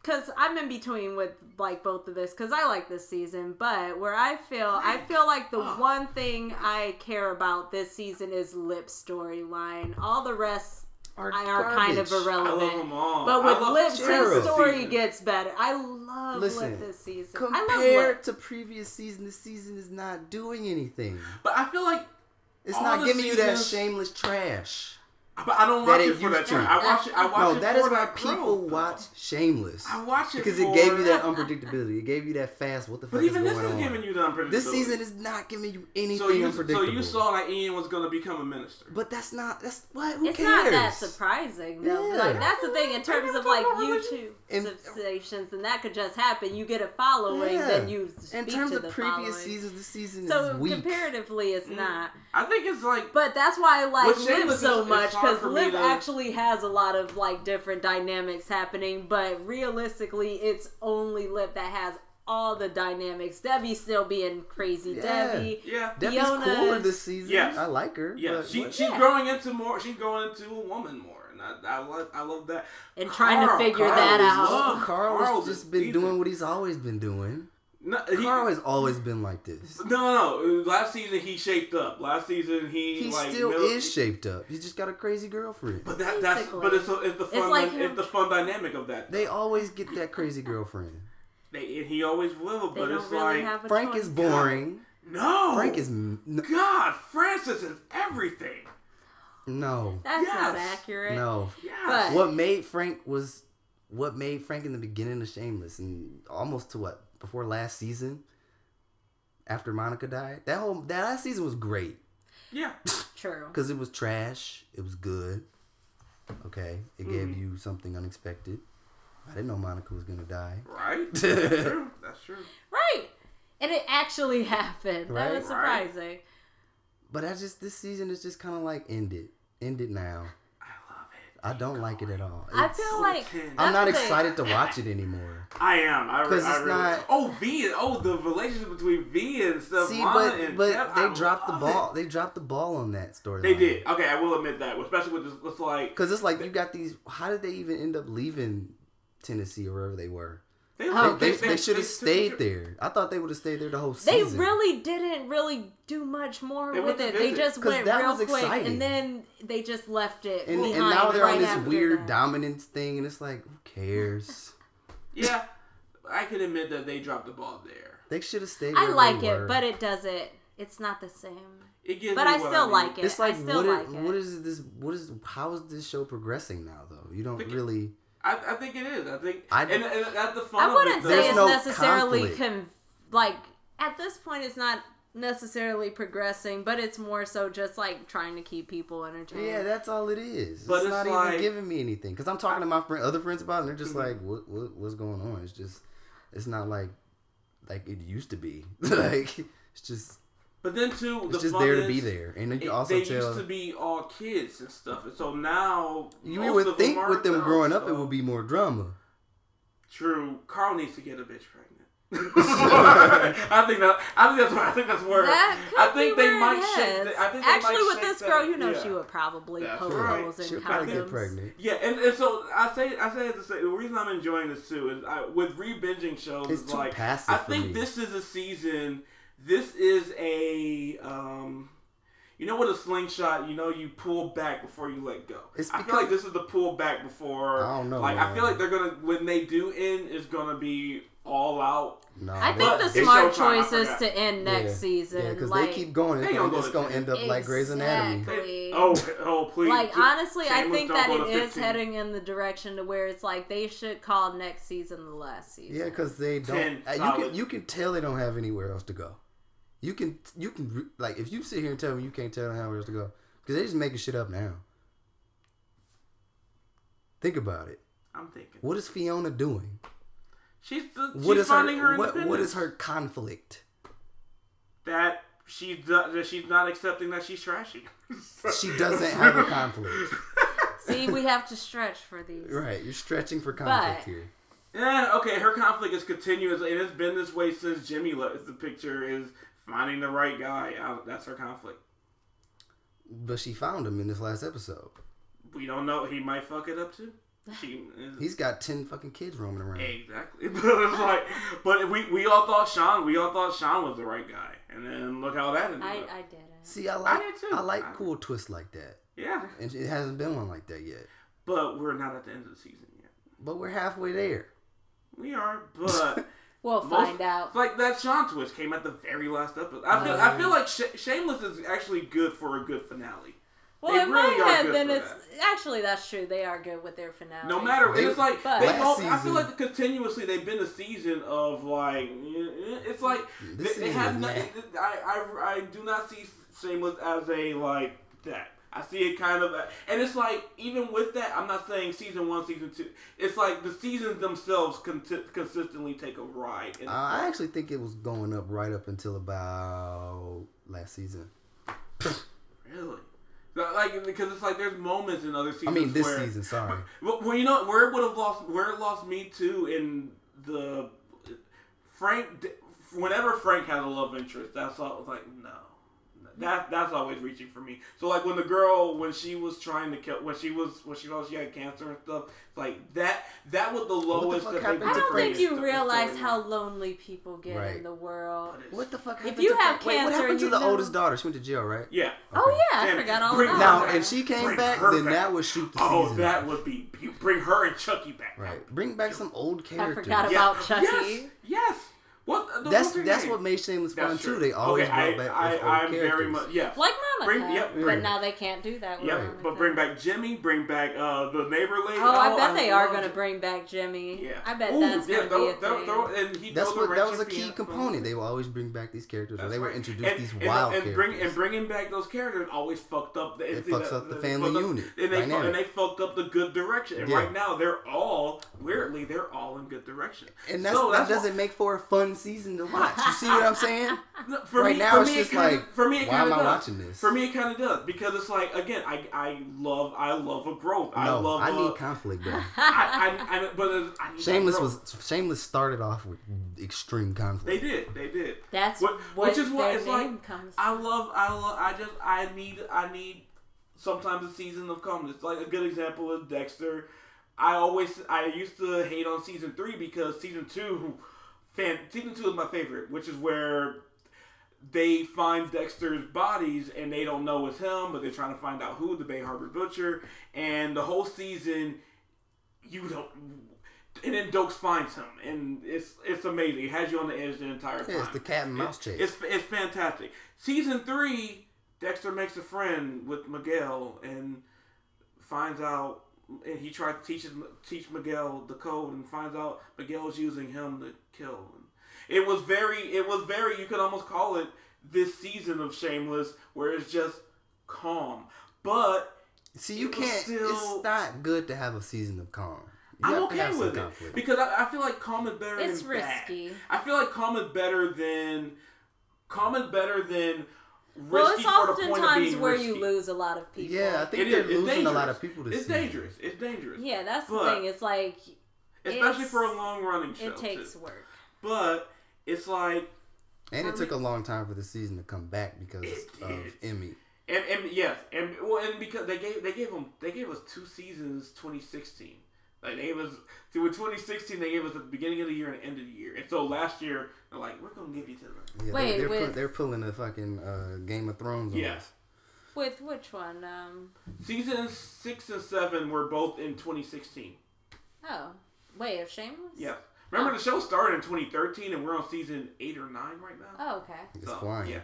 [SPEAKER 4] because I'm in between with like both of this because I like this season, but where I feel I feel like the one thing I care about this season is lip storyline. All the rest
[SPEAKER 3] Are
[SPEAKER 4] are, are kind of
[SPEAKER 3] garbage.
[SPEAKER 4] irrelevant.
[SPEAKER 2] I love them all.
[SPEAKER 4] But
[SPEAKER 2] I
[SPEAKER 4] with
[SPEAKER 2] love
[SPEAKER 4] lips,
[SPEAKER 2] Cheryl.
[SPEAKER 4] his story
[SPEAKER 2] Season.
[SPEAKER 4] gets better. I love
[SPEAKER 3] Listen,
[SPEAKER 4] lip this season. I love
[SPEAKER 3] Compared
[SPEAKER 4] lip.
[SPEAKER 3] to previous season, this season is not doing anything.
[SPEAKER 2] But I feel like
[SPEAKER 3] It's
[SPEAKER 2] All
[SPEAKER 3] not
[SPEAKER 2] the
[SPEAKER 3] giving you that
[SPEAKER 2] seasons-
[SPEAKER 3] shameless trash.
[SPEAKER 2] but I don't
[SPEAKER 3] That
[SPEAKER 2] watch
[SPEAKER 3] it
[SPEAKER 2] it for that
[SPEAKER 3] used to.
[SPEAKER 2] time. I watch it. I watch
[SPEAKER 3] No,
[SPEAKER 2] it
[SPEAKER 3] that
[SPEAKER 2] for
[SPEAKER 3] is why
[SPEAKER 2] that
[SPEAKER 3] people
[SPEAKER 2] growth, though.
[SPEAKER 3] watch Shameless.
[SPEAKER 2] I watch it
[SPEAKER 3] because it gave you
[SPEAKER 2] for-
[SPEAKER 3] that unpredictability. It gave you that fast. What the fuck
[SPEAKER 2] But even
[SPEAKER 3] is
[SPEAKER 2] this
[SPEAKER 3] going
[SPEAKER 2] is
[SPEAKER 3] on?
[SPEAKER 2] giving you the unpredictability.
[SPEAKER 3] this season is not giving you anything
[SPEAKER 2] so you so
[SPEAKER 3] unpredictable.
[SPEAKER 2] you saw that Ian was going to become a minister.
[SPEAKER 3] but that's not. That's what. Who
[SPEAKER 4] It's
[SPEAKER 3] cares?
[SPEAKER 4] not that surprising though.
[SPEAKER 3] Yeah.
[SPEAKER 4] Like that's the thing in terms of like YouTube
[SPEAKER 3] In-
[SPEAKER 4] sensations, and that could just happen. You get a following,
[SPEAKER 3] uh, Yeah.
[SPEAKER 4] then you
[SPEAKER 3] In
[SPEAKER 4] speak
[SPEAKER 3] terms
[SPEAKER 4] to
[SPEAKER 3] of
[SPEAKER 4] the
[SPEAKER 3] previous
[SPEAKER 4] following.
[SPEAKER 3] seasons, this season
[SPEAKER 4] So
[SPEAKER 3] is weak. Mm.
[SPEAKER 4] comparatively, it's not.
[SPEAKER 2] I think it's like
[SPEAKER 4] But that's why I like
[SPEAKER 2] With
[SPEAKER 4] Liv
[SPEAKER 2] Shameless,
[SPEAKER 4] so
[SPEAKER 2] it's-
[SPEAKER 4] much
[SPEAKER 2] it's hard
[SPEAKER 4] because
[SPEAKER 2] for me
[SPEAKER 4] Liv
[SPEAKER 2] to-
[SPEAKER 4] actually has a lot of like different dynamics happening. But realistically, it's only Liv that has all the dynamics. Debbie still being crazy
[SPEAKER 3] Yeah.
[SPEAKER 4] Debbie.
[SPEAKER 2] yeah.
[SPEAKER 3] Debbie's
[SPEAKER 4] Fiona-
[SPEAKER 3] cooler this season.
[SPEAKER 2] Yes.
[SPEAKER 3] I like her.
[SPEAKER 2] Yeah,
[SPEAKER 3] but
[SPEAKER 2] she,
[SPEAKER 3] what-
[SPEAKER 2] she's growing into more. She's growing into a woman more, and I, I love I love that.
[SPEAKER 4] And trying to figure that
[SPEAKER 2] is
[SPEAKER 4] out.
[SPEAKER 2] love.
[SPEAKER 3] Carl has
[SPEAKER 2] Carl's
[SPEAKER 3] just
[SPEAKER 2] a
[SPEAKER 3] been
[SPEAKER 2] decent-
[SPEAKER 3] doing what he's always been doing.
[SPEAKER 2] No, he,
[SPEAKER 3] Carl has always been like this.
[SPEAKER 2] no, no, no. Last season he shaped up. Last season he
[SPEAKER 3] He
[SPEAKER 2] like
[SPEAKER 3] still
[SPEAKER 2] mil-
[SPEAKER 3] is shaped up. He's just got a crazy girlfriend.
[SPEAKER 2] But that, that's
[SPEAKER 4] Basically.
[SPEAKER 2] but it's, a, it's the fun
[SPEAKER 4] It's like
[SPEAKER 2] it's the fun dynamic of that.
[SPEAKER 3] They always get that crazy girlfriend.
[SPEAKER 2] They, and he always will,
[SPEAKER 4] They
[SPEAKER 2] but
[SPEAKER 4] don't
[SPEAKER 2] it's
[SPEAKER 4] really
[SPEAKER 2] like
[SPEAKER 4] have a
[SPEAKER 3] Frank
[SPEAKER 4] choice.
[SPEAKER 3] is boring.
[SPEAKER 2] no.
[SPEAKER 3] Frank is m- n-
[SPEAKER 2] God. Francis is everything.
[SPEAKER 3] no,
[SPEAKER 4] That's not
[SPEAKER 2] Yes.
[SPEAKER 4] accurate.
[SPEAKER 3] no.
[SPEAKER 2] Yes.
[SPEAKER 4] But-
[SPEAKER 3] What made Frank was what made Frank in the beginning of Shameless and almost to what before last season. After Monica died, that whole that last season was great
[SPEAKER 2] yeah.
[SPEAKER 4] True.
[SPEAKER 3] because it was trash. It was good. Okay, it gave you something unexpected. I didn't know Monica was gonna die.
[SPEAKER 2] Right. That's true. That's true.
[SPEAKER 4] Right. And it actually happened.
[SPEAKER 3] Right.
[SPEAKER 4] That was surprising.
[SPEAKER 3] But I just this season is just kind of like end it, end it now.
[SPEAKER 2] I love it.
[SPEAKER 3] I don't like it at all.
[SPEAKER 4] I
[SPEAKER 3] It's-
[SPEAKER 4] feel like
[SPEAKER 2] I'm
[SPEAKER 4] that's
[SPEAKER 3] I'm not
[SPEAKER 4] the thing.
[SPEAKER 3] excited to watch it anymore.
[SPEAKER 2] I am. I, re-
[SPEAKER 3] 'Cause
[SPEAKER 2] I
[SPEAKER 3] it's
[SPEAKER 2] really,
[SPEAKER 3] not-
[SPEAKER 2] Oh, V. and- Oh, the relationship between V and stuff.
[SPEAKER 3] See,
[SPEAKER 2] Lana
[SPEAKER 3] but
[SPEAKER 2] and
[SPEAKER 3] but
[SPEAKER 2] Jeff,
[SPEAKER 3] they
[SPEAKER 2] I
[SPEAKER 3] dropped the
[SPEAKER 2] love
[SPEAKER 3] ball.
[SPEAKER 2] it.
[SPEAKER 3] They dropped the ball on that story.
[SPEAKER 2] They did. Okay, I will admit that. Especially with this, it's like
[SPEAKER 3] because it's like you got these. How did they even end up leaving Tennessee or wherever they were?
[SPEAKER 2] they,
[SPEAKER 4] Oh.
[SPEAKER 3] They,
[SPEAKER 2] they-
[SPEAKER 3] they should
[SPEAKER 2] they-
[SPEAKER 3] have stayed there. I thought they would have stayed there the whole
[SPEAKER 4] They
[SPEAKER 3] season.
[SPEAKER 4] really didn't really do much more
[SPEAKER 2] They went to
[SPEAKER 4] with it. They
[SPEAKER 2] visit.
[SPEAKER 4] just
[SPEAKER 3] 'Cause
[SPEAKER 4] went
[SPEAKER 3] that
[SPEAKER 4] real
[SPEAKER 3] was
[SPEAKER 4] quick
[SPEAKER 3] exciting.
[SPEAKER 4] and then they just left it
[SPEAKER 3] and,
[SPEAKER 4] behind
[SPEAKER 3] and now they're
[SPEAKER 4] right
[SPEAKER 3] on this
[SPEAKER 4] after
[SPEAKER 3] weird
[SPEAKER 4] that.
[SPEAKER 3] dominance thing, and it's like, who cares?
[SPEAKER 2] Yeah, I can admit that they dropped the ball there.
[SPEAKER 3] they should have stayed.
[SPEAKER 4] I
[SPEAKER 3] where
[SPEAKER 4] like
[SPEAKER 3] they
[SPEAKER 4] it,
[SPEAKER 3] were.
[SPEAKER 4] but it doesn't it's not the same.
[SPEAKER 2] It gives
[SPEAKER 4] But
[SPEAKER 2] me
[SPEAKER 4] I
[SPEAKER 2] what
[SPEAKER 4] still
[SPEAKER 2] need.
[SPEAKER 4] like it.
[SPEAKER 3] It's like
[SPEAKER 4] I
[SPEAKER 3] what,
[SPEAKER 4] still like
[SPEAKER 3] it-
[SPEAKER 4] it.
[SPEAKER 3] what is this? What is how is this show progressing now? Though you don't
[SPEAKER 2] Think-
[SPEAKER 3] really.
[SPEAKER 2] I, I think it is. I think
[SPEAKER 3] I-
[SPEAKER 2] and, and that's the fun.
[SPEAKER 4] I wouldn't
[SPEAKER 2] of it,
[SPEAKER 4] say
[SPEAKER 3] There's
[SPEAKER 4] it's
[SPEAKER 3] no
[SPEAKER 4] necessarily
[SPEAKER 3] conflict.
[SPEAKER 4] con- like at this point it's not necessarily progressing, but it's more so just like trying to keep people entertained.
[SPEAKER 3] Yeah, that's all it is.
[SPEAKER 2] But
[SPEAKER 3] it's,
[SPEAKER 2] it's
[SPEAKER 3] not
[SPEAKER 2] like- Mm-hmm.
[SPEAKER 3] even giving me anything because I'm talking to my friend, other friends about, it, and they're just like, what, "What, what's going on?" It's just, it's not like, like it used to be. like it's just,
[SPEAKER 2] But then too,
[SPEAKER 3] it's
[SPEAKER 2] the
[SPEAKER 3] just
[SPEAKER 2] fun
[SPEAKER 3] there to
[SPEAKER 2] is,
[SPEAKER 3] be there, and you
[SPEAKER 2] It,
[SPEAKER 3] can also
[SPEAKER 2] they used to
[SPEAKER 3] tell.
[SPEAKER 2] be all kids and stuff, and so now
[SPEAKER 3] You
[SPEAKER 2] most
[SPEAKER 3] would
[SPEAKER 2] of
[SPEAKER 3] think
[SPEAKER 2] are
[SPEAKER 3] with them
[SPEAKER 2] adults,
[SPEAKER 3] growing up,
[SPEAKER 2] so-
[SPEAKER 3] it would be more drama.
[SPEAKER 2] True. Carl needs to get a bitch pregnant. I think that I think that's where I think that's where
[SPEAKER 4] That could
[SPEAKER 2] I think
[SPEAKER 4] be
[SPEAKER 2] they
[SPEAKER 4] where it
[SPEAKER 2] might shake.
[SPEAKER 4] is.
[SPEAKER 2] the- I think they
[SPEAKER 4] Actually,
[SPEAKER 2] might
[SPEAKER 4] with
[SPEAKER 2] shake
[SPEAKER 4] this
[SPEAKER 2] that
[SPEAKER 4] girl,
[SPEAKER 2] up.
[SPEAKER 4] you know
[SPEAKER 2] Yeah.
[SPEAKER 4] she would probably
[SPEAKER 2] That's
[SPEAKER 4] poke
[SPEAKER 2] right.
[SPEAKER 4] holes in
[SPEAKER 3] She'll
[SPEAKER 4] condoms.
[SPEAKER 3] probably get pregnant.
[SPEAKER 2] Yeah, and, and so I say I say it to say the reason I'm enjoying this too is I, with re-binging shows
[SPEAKER 3] It's
[SPEAKER 2] is
[SPEAKER 3] too
[SPEAKER 2] like
[SPEAKER 3] passive
[SPEAKER 2] I
[SPEAKER 3] for
[SPEAKER 2] think
[SPEAKER 3] me.
[SPEAKER 2] this is a season. This is a um, you know what a slingshot. You know you pull back before you let go.
[SPEAKER 3] It's
[SPEAKER 2] I feel like
[SPEAKER 3] because-
[SPEAKER 2] this is the pull back before.
[SPEAKER 3] I don't know,
[SPEAKER 2] Like I feel
[SPEAKER 3] man.
[SPEAKER 2] like they're gonna when they do end is gonna be all out.
[SPEAKER 3] No,
[SPEAKER 4] I
[SPEAKER 3] they-
[SPEAKER 4] think
[SPEAKER 2] It's
[SPEAKER 4] the smart
[SPEAKER 2] showtime, I
[SPEAKER 4] choice is
[SPEAKER 2] forgot.
[SPEAKER 4] to end next
[SPEAKER 3] yeah,
[SPEAKER 4] season.
[SPEAKER 3] Yeah, because
[SPEAKER 4] like,
[SPEAKER 3] they keep going. It's
[SPEAKER 2] They
[SPEAKER 3] gonna,
[SPEAKER 2] gonna go
[SPEAKER 3] it's
[SPEAKER 2] to
[SPEAKER 3] gonna
[SPEAKER 2] ten.
[SPEAKER 3] end up like Grey's Anatomy.
[SPEAKER 4] Exactly.
[SPEAKER 2] Oh, oh please.
[SPEAKER 4] Like honestly, I
[SPEAKER 2] Shameless
[SPEAKER 4] think
[SPEAKER 2] don't
[SPEAKER 4] that
[SPEAKER 2] go to
[SPEAKER 4] it is
[SPEAKER 2] 15.
[SPEAKER 4] heading in the direction to where it's like they should call next season the last season.
[SPEAKER 3] Yeah, because they don't.
[SPEAKER 2] Ten
[SPEAKER 3] uh, you can
[SPEAKER 2] solid.
[SPEAKER 3] you can tell they don't have anywhere else to go. You can you can re- like if you sit here and tell me you can't tell them how else to go because they're just making shit up now. Think about it.
[SPEAKER 2] I'm thinking
[SPEAKER 3] What is Fiona doing?
[SPEAKER 2] she's the,
[SPEAKER 3] What
[SPEAKER 2] she's
[SPEAKER 3] is
[SPEAKER 2] finding her,
[SPEAKER 3] her what, what
[SPEAKER 2] independence.
[SPEAKER 3] is her conflict?
[SPEAKER 2] that she do- that she's not accepting that she's trashy.
[SPEAKER 3] She doesn't have a conflict.
[SPEAKER 4] See, we have to stretch for these.
[SPEAKER 3] Right, you're stretching for conflict
[SPEAKER 4] But-
[SPEAKER 3] here.
[SPEAKER 2] Yeah, Eh, okay, her conflict is continuous, and it's been this way since Jimmy left. The picture is finding the right guy. I, that's her conflict.
[SPEAKER 3] But she found him in this last episode.
[SPEAKER 2] We don't know. He might fuck it up too. She,
[SPEAKER 3] He's got ten fucking kids roaming around.
[SPEAKER 2] exactly. But it's like, but we we all thought Sean, we all thought Sean was the right guy, and then look how that ended
[SPEAKER 4] I,
[SPEAKER 2] up.
[SPEAKER 4] I did it.
[SPEAKER 3] See, I like
[SPEAKER 2] did too.
[SPEAKER 3] I like
[SPEAKER 2] I-
[SPEAKER 3] cool twists like that,
[SPEAKER 2] yeah,
[SPEAKER 3] and it hasn't been one like that yet.
[SPEAKER 2] but we're not at the end of the season yet.
[SPEAKER 3] But we're halfway there.
[SPEAKER 2] We are, but.
[SPEAKER 4] We'll
[SPEAKER 2] Most-
[SPEAKER 4] find out.
[SPEAKER 2] It's like that Sean twist came at the very last episode. I feel,
[SPEAKER 3] Uh.
[SPEAKER 2] I feel like Sh- Shameless is actually good for a good finale.
[SPEAKER 4] Well,
[SPEAKER 2] They
[SPEAKER 4] in
[SPEAKER 2] really
[SPEAKER 4] my
[SPEAKER 2] are
[SPEAKER 4] head,
[SPEAKER 2] good
[SPEAKER 4] then
[SPEAKER 2] for
[SPEAKER 4] it's actually that's true. They are good with their finale.
[SPEAKER 2] No matter,
[SPEAKER 3] They-
[SPEAKER 2] it's like
[SPEAKER 4] But-
[SPEAKER 2] they all,
[SPEAKER 3] Last
[SPEAKER 2] I feel
[SPEAKER 3] season-
[SPEAKER 2] like continuously they've been a season of like eh, it's like they,
[SPEAKER 3] This
[SPEAKER 2] they
[SPEAKER 3] season
[SPEAKER 2] have
[SPEAKER 3] is
[SPEAKER 2] nothing. I, I I do not see Shameless as a like that. I see it kind of, and it's like even with that, I'm not saying season one, season two. It's like the seasons themselves conti- consistently take a ride. And
[SPEAKER 3] Uh, I actually think it was going up right up until about last season.
[SPEAKER 2] Really? So, Like because it's like there's moments in other
[SPEAKER 3] I
[SPEAKER 2] seasons.
[SPEAKER 3] mean, this
[SPEAKER 2] where,
[SPEAKER 3] season. Sorry.
[SPEAKER 2] Well, well, you know where it would have lost where it lost me too in the Frank. Whenever Frank has a love interest, that's all. I was like no, that that's always reaching for me. So like when the girl when she was trying to kill when she was when she thought she had cancer and stuff like that that was the
[SPEAKER 3] the
[SPEAKER 2] lowest.
[SPEAKER 3] fuck
[SPEAKER 2] that they
[SPEAKER 3] happened
[SPEAKER 2] could
[SPEAKER 3] to
[SPEAKER 4] I
[SPEAKER 2] bring
[SPEAKER 4] don't think
[SPEAKER 2] this
[SPEAKER 4] you
[SPEAKER 2] sto-
[SPEAKER 4] realize
[SPEAKER 2] storyline.
[SPEAKER 4] how lonely people get in
[SPEAKER 3] Right.
[SPEAKER 4] the world.
[SPEAKER 3] What the fuck? Happened
[SPEAKER 4] you
[SPEAKER 3] to
[SPEAKER 4] have
[SPEAKER 3] Wait,
[SPEAKER 4] cancer,
[SPEAKER 3] what happened to
[SPEAKER 4] you
[SPEAKER 3] the
[SPEAKER 4] know-
[SPEAKER 3] oldest daughter? She went to jail, right?
[SPEAKER 2] Yeah.
[SPEAKER 4] Oh yeah, I
[SPEAKER 2] Damn it.
[SPEAKER 4] forgot all
[SPEAKER 2] Bring-
[SPEAKER 4] about
[SPEAKER 3] Now,
[SPEAKER 4] that.
[SPEAKER 3] if she came
[SPEAKER 2] Bring
[SPEAKER 3] back,
[SPEAKER 2] her
[SPEAKER 3] then
[SPEAKER 2] back.
[SPEAKER 3] that would shoot the
[SPEAKER 2] Oh,
[SPEAKER 3] season.
[SPEAKER 2] that would be you bring her and Chucky back.
[SPEAKER 3] right. Bring back some old
[SPEAKER 4] I
[SPEAKER 3] characters.
[SPEAKER 4] forgot
[SPEAKER 2] Yeah.
[SPEAKER 4] about Chucky.
[SPEAKER 2] Yes, yes. What? uh, The,
[SPEAKER 3] That's
[SPEAKER 2] what's her
[SPEAKER 3] that's
[SPEAKER 2] name?
[SPEAKER 3] what made Shameless fun
[SPEAKER 2] That's
[SPEAKER 3] too.
[SPEAKER 2] true.
[SPEAKER 3] They always
[SPEAKER 2] okay, I,
[SPEAKER 3] brought back
[SPEAKER 2] I,
[SPEAKER 3] those old
[SPEAKER 2] I'm
[SPEAKER 3] characters.
[SPEAKER 2] very much yes.
[SPEAKER 4] Like Monica,
[SPEAKER 2] Bring- yep,
[SPEAKER 4] but
[SPEAKER 2] bring-
[SPEAKER 4] now they can't do that. with
[SPEAKER 2] Yep,
[SPEAKER 4] Monica.
[SPEAKER 2] but bring back Jimmy, bring back uh, the neighbor lady.
[SPEAKER 4] Oh, I bet they are
[SPEAKER 2] love
[SPEAKER 4] going to
[SPEAKER 2] it.
[SPEAKER 4] bring back Jimmy.
[SPEAKER 2] Yeah,
[SPEAKER 4] I bet
[SPEAKER 2] Ooh,
[SPEAKER 4] that's
[SPEAKER 2] yeah,
[SPEAKER 4] going to
[SPEAKER 2] throw-
[SPEAKER 4] be a
[SPEAKER 2] throw-
[SPEAKER 4] thing.
[SPEAKER 2] throw- and he
[SPEAKER 3] That's
[SPEAKER 2] throws
[SPEAKER 3] what that was a
[SPEAKER 2] wrench in
[SPEAKER 3] key
[SPEAKER 2] Fiona-
[SPEAKER 3] component. They would always bring back these characters, or
[SPEAKER 2] That's
[SPEAKER 3] they would
[SPEAKER 2] right.
[SPEAKER 3] introduce
[SPEAKER 2] and,
[SPEAKER 3] these
[SPEAKER 2] and,
[SPEAKER 3] wild
[SPEAKER 2] and
[SPEAKER 3] characters.
[SPEAKER 2] Bring, and bringing back those characters always fucked up. The,
[SPEAKER 3] It
[SPEAKER 2] see,
[SPEAKER 3] fucks
[SPEAKER 2] that-
[SPEAKER 3] up the
[SPEAKER 2] that-
[SPEAKER 3] family
[SPEAKER 2] fucked up-
[SPEAKER 3] unit
[SPEAKER 2] And they, fu-
[SPEAKER 3] dynamic.
[SPEAKER 2] and they fucked up the good direction. And
[SPEAKER 3] Yeah.
[SPEAKER 2] right now, they're all weirdly they're all in good direction.
[SPEAKER 3] And that's,
[SPEAKER 2] so
[SPEAKER 3] that
[SPEAKER 2] why-
[SPEAKER 3] doesn't make for a fun season to watch. You see what I'm saying?
[SPEAKER 2] No, for
[SPEAKER 3] Right
[SPEAKER 2] me,
[SPEAKER 3] now,
[SPEAKER 2] for
[SPEAKER 3] it's
[SPEAKER 2] me,
[SPEAKER 3] just
[SPEAKER 2] it kinda,
[SPEAKER 3] like,
[SPEAKER 2] for me, it
[SPEAKER 3] why
[SPEAKER 2] kinda
[SPEAKER 3] am I
[SPEAKER 2] does.
[SPEAKER 3] watching this?
[SPEAKER 2] For me, it kind of does because it's like again, I I love I love a growth. I
[SPEAKER 3] No,
[SPEAKER 2] love. uh,
[SPEAKER 3] I,
[SPEAKER 2] a-
[SPEAKER 3] need conflict, bro.
[SPEAKER 2] I, I, I, but it's- I need
[SPEAKER 3] Shameless
[SPEAKER 2] that growth.
[SPEAKER 3] was Shameless started off with extreme conflict.
[SPEAKER 2] They did. They did.
[SPEAKER 4] That's
[SPEAKER 2] Wh-
[SPEAKER 4] what
[SPEAKER 2] which is why
[SPEAKER 4] their
[SPEAKER 2] it's like
[SPEAKER 4] name comes
[SPEAKER 2] I love. I love. I just. I need. I need. Sometimes a season of calmness. Like a good example is Dexter. I always. I used to hate on season three because season two. Fan, season two is my favorite, which is where they find Dexter's bodies and they don't know it's him, but they're trying to find out who the Bay Harbor Butcher. And the whole season, you don't. And then Dokes finds him, and it's it's amazing. It has you on the edge the entire time.
[SPEAKER 3] Yeah, it's the cat and mouse chase.
[SPEAKER 2] It's it's fantastic. Season three, Dexter makes a friend with Miguel and finds out, and he tries to teach teach Miguel the code, and finds out Miguel's using him to kill. It was very, it was very. You could almost call it this season of Shameless, where it's just calm, but
[SPEAKER 3] See, you
[SPEAKER 2] It was
[SPEAKER 3] can't.
[SPEAKER 2] still-
[SPEAKER 3] It's not good to have a season of calm. You
[SPEAKER 2] I'm
[SPEAKER 3] have to
[SPEAKER 2] okay
[SPEAKER 3] have some
[SPEAKER 2] with it
[SPEAKER 3] conflict.
[SPEAKER 2] because I, I feel like calm is better.
[SPEAKER 4] It's
[SPEAKER 2] than bad.
[SPEAKER 4] risky.
[SPEAKER 2] I feel like calm is better than calm is better than risky
[SPEAKER 4] Well, it's
[SPEAKER 2] for the point of
[SPEAKER 4] oftentimes
[SPEAKER 2] being
[SPEAKER 4] where
[SPEAKER 2] risky.
[SPEAKER 4] you lose a lot of people.
[SPEAKER 3] yeah, I think
[SPEAKER 2] It is.
[SPEAKER 3] they're
[SPEAKER 2] It's
[SPEAKER 3] losing a lot
[SPEAKER 2] dangerous.
[SPEAKER 3] of people this
[SPEAKER 2] It's
[SPEAKER 3] season.
[SPEAKER 2] dangerous. It's dangerous.
[SPEAKER 4] Yeah, that's the
[SPEAKER 2] But-
[SPEAKER 4] thing. It's like
[SPEAKER 2] especially
[SPEAKER 4] It's-
[SPEAKER 2] for a long running show.
[SPEAKER 4] it takes
[SPEAKER 2] too.
[SPEAKER 4] work.
[SPEAKER 2] But it's like
[SPEAKER 3] And it
[SPEAKER 2] For
[SPEAKER 3] took a long time for the season to come back because
[SPEAKER 2] It
[SPEAKER 3] of
[SPEAKER 2] did.
[SPEAKER 3] Emmy.
[SPEAKER 2] and, and yes, and well, and because they gave they gave them they gave us two seasons, 2016. Like they gave us see with 2016 they gave us the beginning of the year and the end of the year, and so last year they're like we're gonna give you to the
[SPEAKER 3] Yeah,
[SPEAKER 4] Wait,
[SPEAKER 3] they, are
[SPEAKER 4] with-
[SPEAKER 3] they're pulling the fucking uh, Game of Thrones.
[SPEAKER 2] Yeah.
[SPEAKER 3] on us.
[SPEAKER 4] With which one? Um,
[SPEAKER 2] season six and seven were both in 2016.
[SPEAKER 4] oh, wait, of Shameless?
[SPEAKER 2] Yes, remember the show started in 2013 and we're on season eight or nine right now.
[SPEAKER 4] Oh, okay.
[SPEAKER 3] it's
[SPEAKER 2] So,
[SPEAKER 3] flying.
[SPEAKER 2] yeah.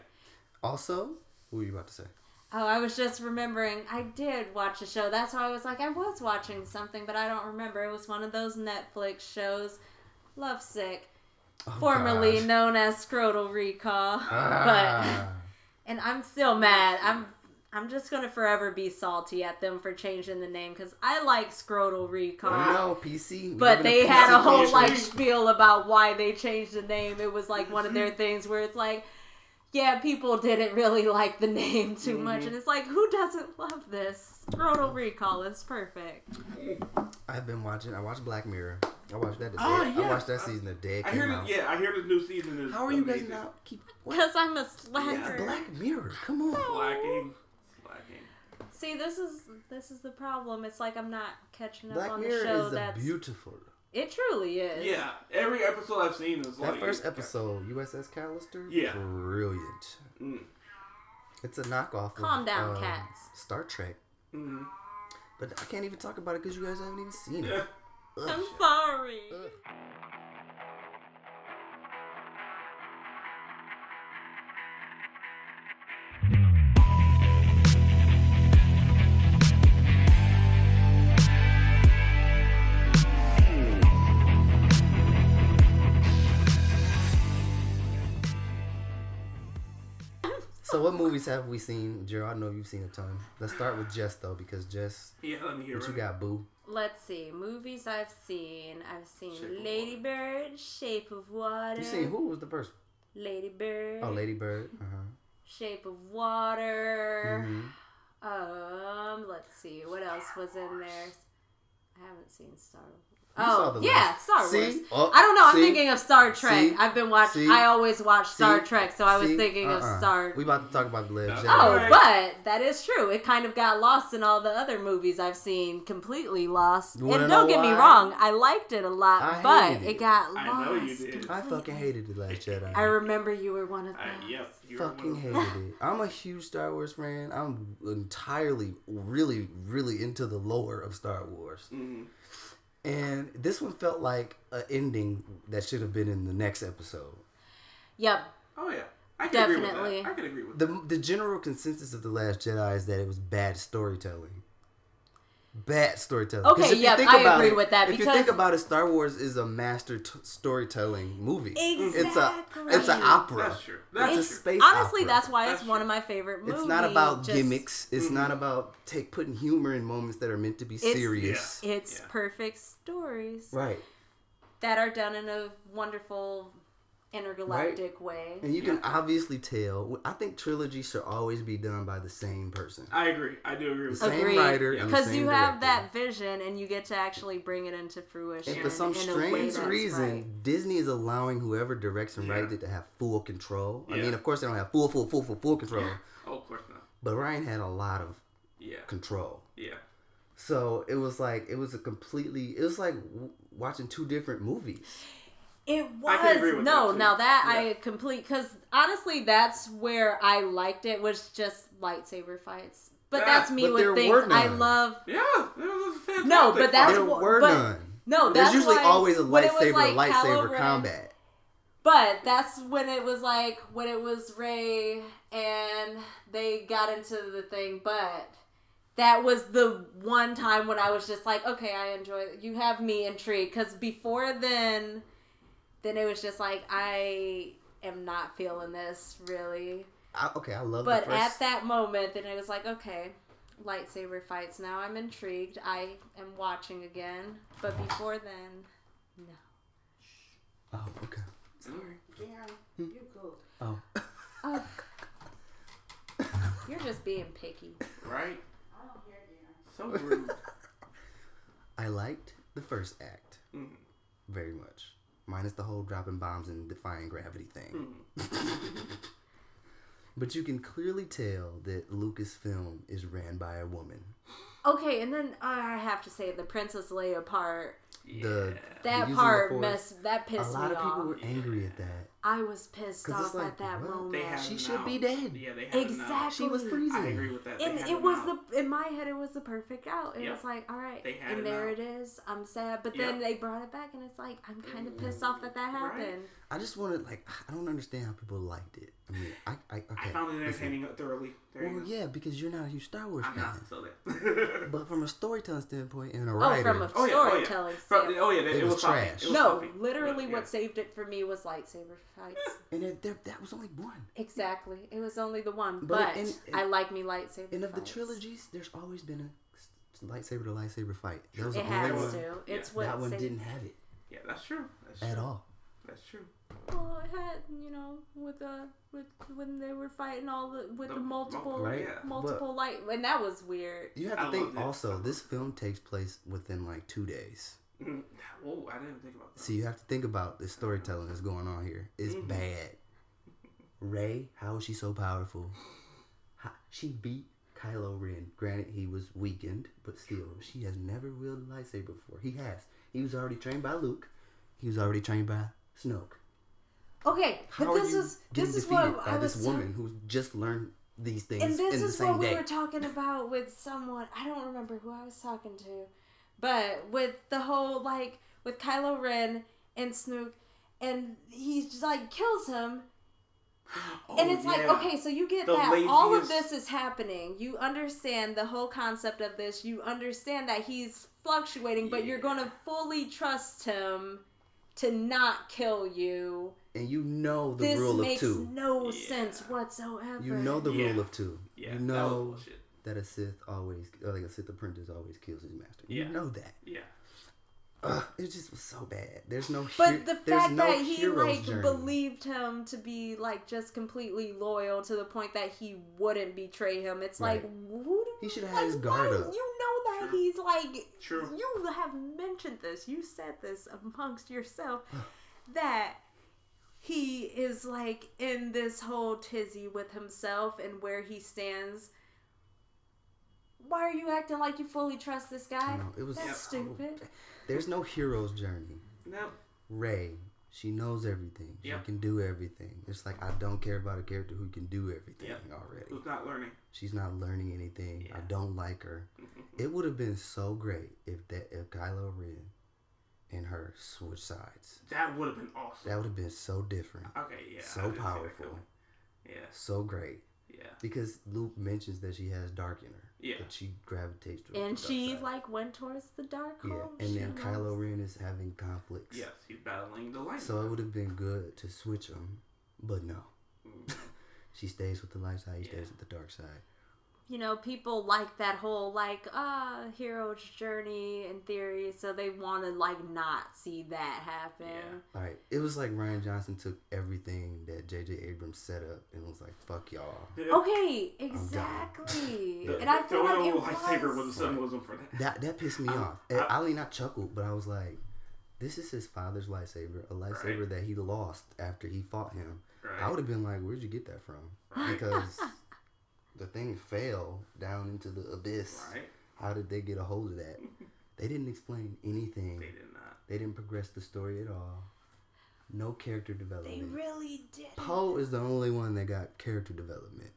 [SPEAKER 3] Also, what were you about to say?
[SPEAKER 4] Oh, I was just remembering. I did watch a show. That's why I was like, I was watching something, but I don't remember. It was one of those Netflix shows, Lovesick,
[SPEAKER 3] Oh,
[SPEAKER 4] formerly
[SPEAKER 3] God.
[SPEAKER 4] known as Scrotal Recall. But
[SPEAKER 3] Ah.
[SPEAKER 4] and I'm still mad. I'm I'm just gonna forever be salty at them for changing the name because I like Scrotal Recall.
[SPEAKER 3] Ah, no PC. we
[SPEAKER 4] But
[SPEAKER 3] live in
[SPEAKER 4] they had a
[SPEAKER 3] PC
[SPEAKER 4] whole
[SPEAKER 3] culture.
[SPEAKER 4] like spiel about why they changed the name. It was like one of
[SPEAKER 3] Mm-hmm.
[SPEAKER 4] their things where it's like, yeah, people didn't really like the name too much,
[SPEAKER 3] Mm-hmm.
[SPEAKER 4] and it's like, who doesn't love this? Scrotal Recall is perfect.
[SPEAKER 3] I've been watching. I watched Black Mirror. I watched that. The day,
[SPEAKER 2] Oh, yeah.
[SPEAKER 3] I watched that season the day it
[SPEAKER 2] I
[SPEAKER 3] came
[SPEAKER 2] hear
[SPEAKER 3] out.
[SPEAKER 2] that. Yeah, I hear this new season is.
[SPEAKER 3] How are you guys
[SPEAKER 2] amazing.
[SPEAKER 3] not keep? What?
[SPEAKER 4] Because I'm a slacker.
[SPEAKER 3] Black Mirror. Come on.
[SPEAKER 2] Slacking, slacking.
[SPEAKER 4] See, this is This is the problem. It's like I'm not catching up
[SPEAKER 3] Black
[SPEAKER 4] on
[SPEAKER 3] Mirror
[SPEAKER 4] the show.
[SPEAKER 3] is a
[SPEAKER 4] that's
[SPEAKER 3] beautiful.
[SPEAKER 4] it. Truly is.
[SPEAKER 2] Yeah, every episode I've seen is like
[SPEAKER 3] That first episode, USS Callister,
[SPEAKER 2] Yeah.
[SPEAKER 3] brilliant.
[SPEAKER 2] Mm.
[SPEAKER 3] It's a knockoff.
[SPEAKER 4] Calm
[SPEAKER 3] of,
[SPEAKER 4] down,
[SPEAKER 3] um,
[SPEAKER 4] cats.
[SPEAKER 3] Star Trek,
[SPEAKER 2] Mhm.
[SPEAKER 3] but I can't even talk about it because you guys haven't even seen it.
[SPEAKER 2] Yeah.
[SPEAKER 3] Ugh.
[SPEAKER 4] I'm sorry.
[SPEAKER 3] Ugh. So what movies have we seen, Gerald? I know you've seen a ton. Let's start with Jess though, because Jess,
[SPEAKER 2] Yeah, let me hear
[SPEAKER 3] what
[SPEAKER 2] it.
[SPEAKER 3] you got, Boo?
[SPEAKER 4] Let's see. Movies I've seen. I've seen
[SPEAKER 2] Shape of
[SPEAKER 4] Lady Bird, Shape of Water.
[SPEAKER 3] You seen who was the first?
[SPEAKER 4] Lady Bird.
[SPEAKER 3] Oh, Lady Bird. Uh huh.
[SPEAKER 4] Shape of Water.
[SPEAKER 3] Mm-hmm.
[SPEAKER 4] Um, let's see. What else was in there? I haven't seen Star Wars.
[SPEAKER 3] saw
[SPEAKER 4] Oh,
[SPEAKER 3] the
[SPEAKER 4] yeah,
[SPEAKER 3] last-
[SPEAKER 4] Star Wars.
[SPEAKER 3] See? Oh,
[SPEAKER 4] I don't know.
[SPEAKER 3] see?
[SPEAKER 4] I'm thinking of Star Trek.
[SPEAKER 3] See?
[SPEAKER 4] I've been watching.
[SPEAKER 3] See?
[SPEAKER 4] I always watch Star
[SPEAKER 3] See?
[SPEAKER 4] Trek, so I was
[SPEAKER 3] See?
[SPEAKER 4] thinking
[SPEAKER 3] Uh-uh.
[SPEAKER 4] of Star.
[SPEAKER 3] We about to talk about the Live.
[SPEAKER 2] Oh.
[SPEAKER 4] Oh,
[SPEAKER 2] Right.
[SPEAKER 4] but that is true. It kind of got lost in all the other movies I've seen, completely lost.
[SPEAKER 3] You wanna
[SPEAKER 4] and don't
[SPEAKER 3] know
[SPEAKER 4] get me
[SPEAKER 3] why?
[SPEAKER 4] wrong, I liked it a lot,
[SPEAKER 3] I
[SPEAKER 4] but
[SPEAKER 3] hated
[SPEAKER 4] it.
[SPEAKER 3] it.
[SPEAKER 4] got lost.
[SPEAKER 2] I know you did.
[SPEAKER 3] I fucking hated the Last Jedi.
[SPEAKER 4] I remember you were one of
[SPEAKER 2] I,
[SPEAKER 4] those.
[SPEAKER 2] yep, you're one
[SPEAKER 3] fucking
[SPEAKER 2] of-
[SPEAKER 3] hated it. I'm a huge Star Wars fan. I'm entirely, really, really into the lore of Star Wars.
[SPEAKER 2] Mhm.
[SPEAKER 3] And this one felt like an ending that should have been in the next episode.
[SPEAKER 4] Yep.
[SPEAKER 2] Oh yeah, I can agree with
[SPEAKER 4] Definitely.
[SPEAKER 2] that. I can agree with
[SPEAKER 3] The, the general consensus of The Last Jedi is that it was bad storytelling. Bad storytelling. 'Cause
[SPEAKER 4] Okay,
[SPEAKER 3] if you
[SPEAKER 4] yep,
[SPEAKER 3] think
[SPEAKER 4] I
[SPEAKER 3] about
[SPEAKER 4] agree
[SPEAKER 3] it-
[SPEAKER 4] with that
[SPEAKER 3] If you think
[SPEAKER 4] because-
[SPEAKER 3] about it, Star Wars is a master t- storytelling movie. It's a it's an
[SPEAKER 4] Exactly.
[SPEAKER 3] opera.
[SPEAKER 2] That's true. That's
[SPEAKER 3] it's a
[SPEAKER 2] true.
[SPEAKER 3] space
[SPEAKER 4] Honestly,
[SPEAKER 3] opera.
[SPEAKER 4] that's why it's
[SPEAKER 2] That's
[SPEAKER 4] one
[SPEAKER 2] true.
[SPEAKER 4] of my favorite movies.
[SPEAKER 3] It's not about
[SPEAKER 4] Just-
[SPEAKER 3] gimmicks. It's not about take putting humor in moments that are meant to be
[SPEAKER 4] It's-
[SPEAKER 3] serious.
[SPEAKER 4] It's
[SPEAKER 2] Yeah.
[SPEAKER 4] perfect stories
[SPEAKER 3] Right.
[SPEAKER 4] that are done in a wonderful intergalactic way.
[SPEAKER 3] And you can obviously tell. I think trilogy should always be done by the same person.
[SPEAKER 2] I agree. I do agree
[SPEAKER 3] The
[SPEAKER 2] with
[SPEAKER 3] same
[SPEAKER 2] that.
[SPEAKER 4] Agreed.
[SPEAKER 3] writer and the
[SPEAKER 4] Because
[SPEAKER 3] same
[SPEAKER 4] you have
[SPEAKER 3] director.
[SPEAKER 4] that vision and you get to actually bring it into fruition.
[SPEAKER 3] And for some
[SPEAKER 4] in a way
[SPEAKER 3] strange
[SPEAKER 4] that's
[SPEAKER 3] reason,
[SPEAKER 4] right.
[SPEAKER 3] Disney is allowing whoever directs and
[SPEAKER 2] Yeah.
[SPEAKER 3] writes it to have full control. I
[SPEAKER 2] Yeah.
[SPEAKER 3] mean, of course, they don't have full, full, full, full, full control.
[SPEAKER 2] Oh, of course not.
[SPEAKER 3] But Ryan had a lot of
[SPEAKER 2] Yeah,
[SPEAKER 3] control.
[SPEAKER 2] yeah.
[SPEAKER 3] So it was like it was a completely. It was like w- watching two different movies.
[SPEAKER 4] It
[SPEAKER 2] I
[SPEAKER 4] was
[SPEAKER 2] can agree with
[SPEAKER 4] no.
[SPEAKER 2] that, too.
[SPEAKER 4] now that
[SPEAKER 2] Yeah.
[SPEAKER 4] I complete because honestly, that's where I liked it was just lightsaber fights. But
[SPEAKER 2] Yeah,
[SPEAKER 4] that's me
[SPEAKER 3] but there
[SPEAKER 4] with
[SPEAKER 3] were
[SPEAKER 4] things. I
[SPEAKER 3] none.
[SPEAKER 4] love
[SPEAKER 2] Yeah, that was fantastic.
[SPEAKER 4] no, but that's
[SPEAKER 3] There
[SPEAKER 4] wh-
[SPEAKER 3] were
[SPEAKER 4] but,
[SPEAKER 3] none.
[SPEAKER 4] No, that's
[SPEAKER 3] There's usually
[SPEAKER 4] why
[SPEAKER 3] always a
[SPEAKER 4] when it was
[SPEAKER 3] lightsaber,
[SPEAKER 4] like
[SPEAKER 3] lightsaber
[SPEAKER 4] Kylo Ren-
[SPEAKER 3] combat.
[SPEAKER 4] But that's when it was like when it was Ray and they got into the thing. But that was the one time when I was just like, okay, I enjoy. You have me intrigued because before then, then it was just like I am not feeling this really.
[SPEAKER 3] I, okay, I love.
[SPEAKER 4] But
[SPEAKER 3] the first,
[SPEAKER 4] at that moment, then it was like, okay, lightsaber fights. Now I'm intrigued. I am watching again. But before then, no.
[SPEAKER 3] Oh, okay. Hmm. Sorry. Yeah, you cool.
[SPEAKER 4] Oh. You're just being picky.
[SPEAKER 2] right. So rude.
[SPEAKER 3] Oh, I liked the first act
[SPEAKER 2] Mm.
[SPEAKER 3] very much, minus the whole dropping bombs and defying gravity thing.
[SPEAKER 2] Mm.
[SPEAKER 3] but you can clearly tell that Lucasfilm is ran by a woman.
[SPEAKER 4] Okay, and then uh, I have to say the Princess Leia part.
[SPEAKER 3] The
[SPEAKER 4] That
[SPEAKER 3] using the
[SPEAKER 4] part
[SPEAKER 3] Force-
[SPEAKER 4] messed. That
[SPEAKER 3] A
[SPEAKER 4] pissed
[SPEAKER 3] lot
[SPEAKER 4] me
[SPEAKER 3] of people
[SPEAKER 4] off.
[SPEAKER 3] were angry at that.
[SPEAKER 4] I was pissed
[SPEAKER 3] 'Cause
[SPEAKER 4] off
[SPEAKER 3] it's like,
[SPEAKER 4] at that
[SPEAKER 3] what?
[SPEAKER 4] moment.
[SPEAKER 2] They had
[SPEAKER 3] She
[SPEAKER 2] it
[SPEAKER 3] should
[SPEAKER 2] out.
[SPEAKER 3] be dead.
[SPEAKER 2] Yeah, they had it out.
[SPEAKER 4] exactly.
[SPEAKER 3] She was freezing.
[SPEAKER 2] I agree with that. They
[SPEAKER 4] And
[SPEAKER 2] had
[SPEAKER 4] it was
[SPEAKER 2] out.
[SPEAKER 4] the in my head it was the perfect out. It
[SPEAKER 2] Yep.
[SPEAKER 4] was like, all right,
[SPEAKER 2] They had it
[SPEAKER 4] and there
[SPEAKER 2] out.
[SPEAKER 4] it is. I'm sad, but
[SPEAKER 2] Yep.
[SPEAKER 4] then they brought it back, and it's like I'm kind of pissed off that that
[SPEAKER 2] Right.
[SPEAKER 4] happened.
[SPEAKER 3] I just wanted like I don't understand how people liked it. I mean, I I, okay,
[SPEAKER 2] I found it
[SPEAKER 3] listen.
[SPEAKER 2] entertaining thoroughly. There you
[SPEAKER 3] Well,
[SPEAKER 2] go.
[SPEAKER 3] yeah, because you're not a huge Star Wars
[SPEAKER 2] I'm
[SPEAKER 3] fan.
[SPEAKER 2] not so that.
[SPEAKER 3] But from a storytelling standpoint and a writer,
[SPEAKER 4] Oh, from a
[SPEAKER 2] Oh yeah, oh yeah.
[SPEAKER 4] storytelling
[SPEAKER 2] From-
[SPEAKER 4] standpoint.
[SPEAKER 2] oh yeah, it,
[SPEAKER 3] It
[SPEAKER 2] was,
[SPEAKER 3] was
[SPEAKER 2] sloppy.
[SPEAKER 3] trash.
[SPEAKER 2] It was
[SPEAKER 4] No,
[SPEAKER 2] sloppy.
[SPEAKER 4] literally,
[SPEAKER 2] Yeah.
[SPEAKER 4] what saved it for me was lightsaber fights.
[SPEAKER 3] and it, there, that was only one.
[SPEAKER 4] exactly, it was only the one, but,
[SPEAKER 3] But in- in-
[SPEAKER 4] I like me lightsaber.
[SPEAKER 3] And of the
[SPEAKER 4] fights.
[SPEAKER 3] trilogies, there's always been a s- lightsaber to lightsaber fight. That was
[SPEAKER 4] It
[SPEAKER 3] the only
[SPEAKER 4] has
[SPEAKER 3] one.
[SPEAKER 4] to. It's what
[SPEAKER 3] That one
[SPEAKER 4] saved-
[SPEAKER 3] didn't have it
[SPEAKER 2] Yeah, that's true. That's true.
[SPEAKER 3] at all.
[SPEAKER 2] That's true.
[SPEAKER 4] Well, it had you know with uh with when they were fighting all the with the,
[SPEAKER 2] The
[SPEAKER 4] multiple
[SPEAKER 2] mul-
[SPEAKER 3] Right?
[SPEAKER 2] yeah.
[SPEAKER 4] multiple light and that was weird.
[SPEAKER 3] You have
[SPEAKER 2] I
[SPEAKER 3] to
[SPEAKER 2] love
[SPEAKER 3] think
[SPEAKER 2] that.
[SPEAKER 3] also. This film takes place within like two days,
[SPEAKER 2] Mm. Whoa, I didn't even think about that.
[SPEAKER 3] so you have to think about the storytelling that's going on here. It's
[SPEAKER 4] Mm-hmm.
[SPEAKER 3] bad. Ray, how is she so powerful? How, she beat Kylo Ren. Granted, he was weakened, but still, she has never wielded a lightsaber before. He has. He was already trained by Luke. He was already trained by Snoke.
[SPEAKER 4] Okay, but
[SPEAKER 3] How are
[SPEAKER 4] this
[SPEAKER 3] you
[SPEAKER 4] was
[SPEAKER 3] getting
[SPEAKER 4] this is
[SPEAKER 3] defeated
[SPEAKER 4] what
[SPEAKER 3] by
[SPEAKER 4] I was
[SPEAKER 3] this woman who's just learned these things
[SPEAKER 4] and this
[SPEAKER 3] in the
[SPEAKER 4] is
[SPEAKER 3] same
[SPEAKER 4] what
[SPEAKER 3] day.
[SPEAKER 4] we were talking about with someone i don't remember who i was talking to but with the whole like with kylo ren and snook and he just like kills him and
[SPEAKER 2] Oh,
[SPEAKER 4] it's like
[SPEAKER 2] yeah.
[SPEAKER 4] okay so you get
[SPEAKER 2] The
[SPEAKER 4] that all of
[SPEAKER 2] laziest-
[SPEAKER 4] this is happening you understand the whole concept of this you understand that he's fluctuating but you're going to fully trust him to not kill you
[SPEAKER 3] and you know the
[SPEAKER 4] this
[SPEAKER 3] rule of
[SPEAKER 4] makes
[SPEAKER 3] two.
[SPEAKER 4] no sense whatsoever
[SPEAKER 3] you know the
[SPEAKER 2] Yeah.
[SPEAKER 3] rule of two.
[SPEAKER 2] Yeah,
[SPEAKER 3] you
[SPEAKER 2] that was
[SPEAKER 3] know
[SPEAKER 2] bullshit.
[SPEAKER 3] that, a Sith always, or like a Sith apprentice always kills his master.
[SPEAKER 2] Yeah.
[SPEAKER 3] You know that.
[SPEAKER 2] Yeah.
[SPEAKER 3] Ugh, it just was so bad. There's no. hero-
[SPEAKER 4] But the
[SPEAKER 3] there's
[SPEAKER 4] fact
[SPEAKER 3] no
[SPEAKER 4] that he
[SPEAKER 3] hero's
[SPEAKER 4] like
[SPEAKER 3] journey.
[SPEAKER 4] believed him to be like just completely loyal to the point that he wouldn't betray him, it's
[SPEAKER 3] Right.
[SPEAKER 4] like who do-
[SPEAKER 3] He should have
[SPEAKER 4] like,
[SPEAKER 3] his guard
[SPEAKER 4] why-
[SPEAKER 3] up.
[SPEAKER 4] You know that he's like
[SPEAKER 2] True.
[SPEAKER 4] You have mentioned this. You said this amongst yourself that he is like in this whole tizzy with himself and where he stands. Why are you acting like you fully trust this guy?
[SPEAKER 3] I know, it was
[SPEAKER 4] That's
[SPEAKER 3] so
[SPEAKER 4] stupid.
[SPEAKER 3] bad. There's no hero's journey.
[SPEAKER 2] No.
[SPEAKER 3] Ray, she knows everything.
[SPEAKER 2] Yeah.
[SPEAKER 3] She can do everything. It's like I don't care about a character who can do everything
[SPEAKER 2] Yeah.
[SPEAKER 3] already.
[SPEAKER 2] Who's not learning?
[SPEAKER 3] She's not learning anything. I
[SPEAKER 2] Yeah.
[SPEAKER 3] don't like her. it would have been so great if that if Kylo Ren and her switched sides.
[SPEAKER 2] That would have been awesome.
[SPEAKER 3] That would have been so different,
[SPEAKER 2] okay. Yeah. I
[SPEAKER 3] so
[SPEAKER 2] didn't see that
[SPEAKER 3] powerful,
[SPEAKER 2] coming. Yes.
[SPEAKER 3] so great.
[SPEAKER 2] Yeah.
[SPEAKER 3] Because Luke mentions that she has dark in her.
[SPEAKER 2] Yeah.
[SPEAKER 3] That she gravitates towards.
[SPEAKER 4] And
[SPEAKER 3] the dark
[SPEAKER 4] she
[SPEAKER 3] side.
[SPEAKER 4] like went towards the dark
[SPEAKER 3] Yeah.
[SPEAKER 4] hole.
[SPEAKER 3] And
[SPEAKER 4] She
[SPEAKER 3] then
[SPEAKER 4] knows.
[SPEAKER 3] Kylo Ren is having conflicts.
[SPEAKER 2] Yes. He's battling the light.
[SPEAKER 3] So it would have been good to switch them, but no.
[SPEAKER 2] Mm.
[SPEAKER 3] she stays with the light side. He stays with the dark side.
[SPEAKER 4] you know, people like that whole like ah hero's journey in theory, so they want to like not see that happen.
[SPEAKER 2] Yeah.
[SPEAKER 3] Like it was like Ryan Johnson took everything that J.J. Abrams set up and was like, "Fuck y'all."
[SPEAKER 4] Okay,
[SPEAKER 3] Oh,
[SPEAKER 4] exactly.
[SPEAKER 3] Yeah.
[SPEAKER 4] And I
[SPEAKER 2] There
[SPEAKER 4] feel
[SPEAKER 2] was
[SPEAKER 4] like
[SPEAKER 2] no
[SPEAKER 4] it
[SPEAKER 2] lightsaber
[SPEAKER 4] was.
[SPEAKER 2] when the sun wasn't for that.
[SPEAKER 3] That that pissed me off. And I, mean, I chuckled, but I was like, "This is his father's lightsaber, a lightsaber
[SPEAKER 2] Right.
[SPEAKER 3] that he lost after he fought him." I
[SPEAKER 2] Right.
[SPEAKER 3] would have been like, "Where'd you get that from?" Because the thing fell down into the abyss.
[SPEAKER 2] Right.
[SPEAKER 3] How did they get a hold of that? They didn't explain anything.
[SPEAKER 2] They did not.
[SPEAKER 3] They didn't progress the story at all. No character
[SPEAKER 4] They
[SPEAKER 3] development.
[SPEAKER 4] really did.
[SPEAKER 3] Poe is the only one that got character development.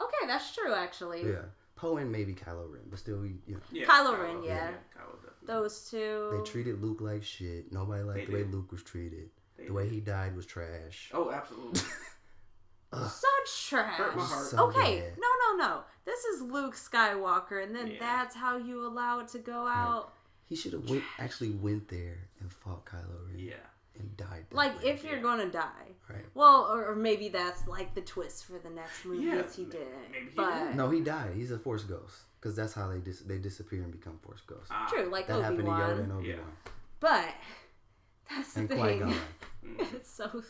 [SPEAKER 4] Okay, that's true actually.
[SPEAKER 3] Yeah. Poe and maybe Kylo Ren, but still, you know,
[SPEAKER 2] Yeah,
[SPEAKER 4] Kylo Ren, yeah.
[SPEAKER 2] Kylo definitely.
[SPEAKER 4] Those two.
[SPEAKER 3] they treated Luke like shit. Nobody liked
[SPEAKER 2] They
[SPEAKER 3] the way
[SPEAKER 2] did.
[SPEAKER 3] Luke was treated.
[SPEAKER 2] They
[SPEAKER 3] the way
[SPEAKER 2] did.
[SPEAKER 3] he died was trash.
[SPEAKER 2] Oh, absolutely.
[SPEAKER 4] Such
[SPEAKER 2] Hurt my
[SPEAKER 4] trash.
[SPEAKER 2] heart.
[SPEAKER 3] So
[SPEAKER 4] Okay,
[SPEAKER 3] bad.
[SPEAKER 4] no, no, no. This is Luke Skywalker, and then
[SPEAKER 2] Yeah.
[SPEAKER 4] that's how you allow it to go out.
[SPEAKER 3] He should have went, actually went there and fought Kylo Ren
[SPEAKER 2] yeah.
[SPEAKER 3] and died. that
[SPEAKER 4] Like,
[SPEAKER 3] way.
[SPEAKER 4] if you're gonna die,
[SPEAKER 3] right?
[SPEAKER 4] Well, or, or maybe that's like the twist for the next movie.
[SPEAKER 2] Yeah,
[SPEAKER 4] yes, he
[SPEAKER 2] ma-
[SPEAKER 4] did.
[SPEAKER 2] maybe he
[SPEAKER 4] but
[SPEAKER 3] No, he died. He's a Force ghost because that's how they dis- they disappear and become Force ghosts.
[SPEAKER 2] Ah,
[SPEAKER 4] true, like
[SPEAKER 3] that
[SPEAKER 4] Obi
[SPEAKER 3] happened to Yoda and
[SPEAKER 4] Wan.
[SPEAKER 3] Obi Wan
[SPEAKER 4] But that's the
[SPEAKER 3] and Qui
[SPEAKER 4] thing.
[SPEAKER 3] Gon.
[SPEAKER 4] it's so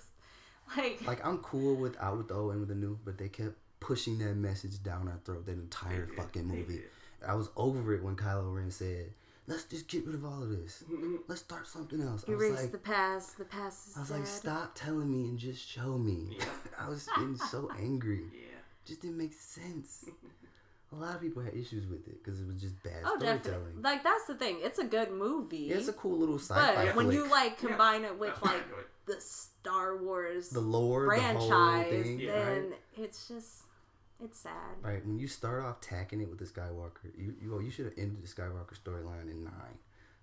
[SPEAKER 4] like,
[SPEAKER 3] like I'm cool with out with the old and with the new, but they kept pushing that message down our throat that entire fucking movie. I was over it when Kylo Ren said, "Let's just get rid of all of this. Let's start something else." I was
[SPEAKER 4] erase
[SPEAKER 3] like,
[SPEAKER 4] the past. The past is
[SPEAKER 3] I was
[SPEAKER 4] dead.
[SPEAKER 3] like, "Stop telling me and just show me." I was getting so angry.
[SPEAKER 2] yeah.
[SPEAKER 3] Just didn't make sense. A lot of people had issues with it because it was just bad
[SPEAKER 4] Oh, definitely.
[SPEAKER 3] storytelling.
[SPEAKER 4] Like that's the thing. It's a good movie.
[SPEAKER 3] Yeah, it's a cool little
[SPEAKER 4] but
[SPEAKER 3] sci-fi
[SPEAKER 4] when
[SPEAKER 3] flick.
[SPEAKER 4] you like combine it with
[SPEAKER 2] That's what I
[SPEAKER 4] like
[SPEAKER 2] do it.
[SPEAKER 4] the Star Wars
[SPEAKER 3] the lore, the whole
[SPEAKER 4] franchise,
[SPEAKER 3] thing,
[SPEAKER 2] Yeah.
[SPEAKER 4] then
[SPEAKER 3] right?
[SPEAKER 4] it's just it's sad.
[SPEAKER 3] Right when you start off tacking it with the Skywalker, you you, well, you should have ended the Skywalker storyline in nine.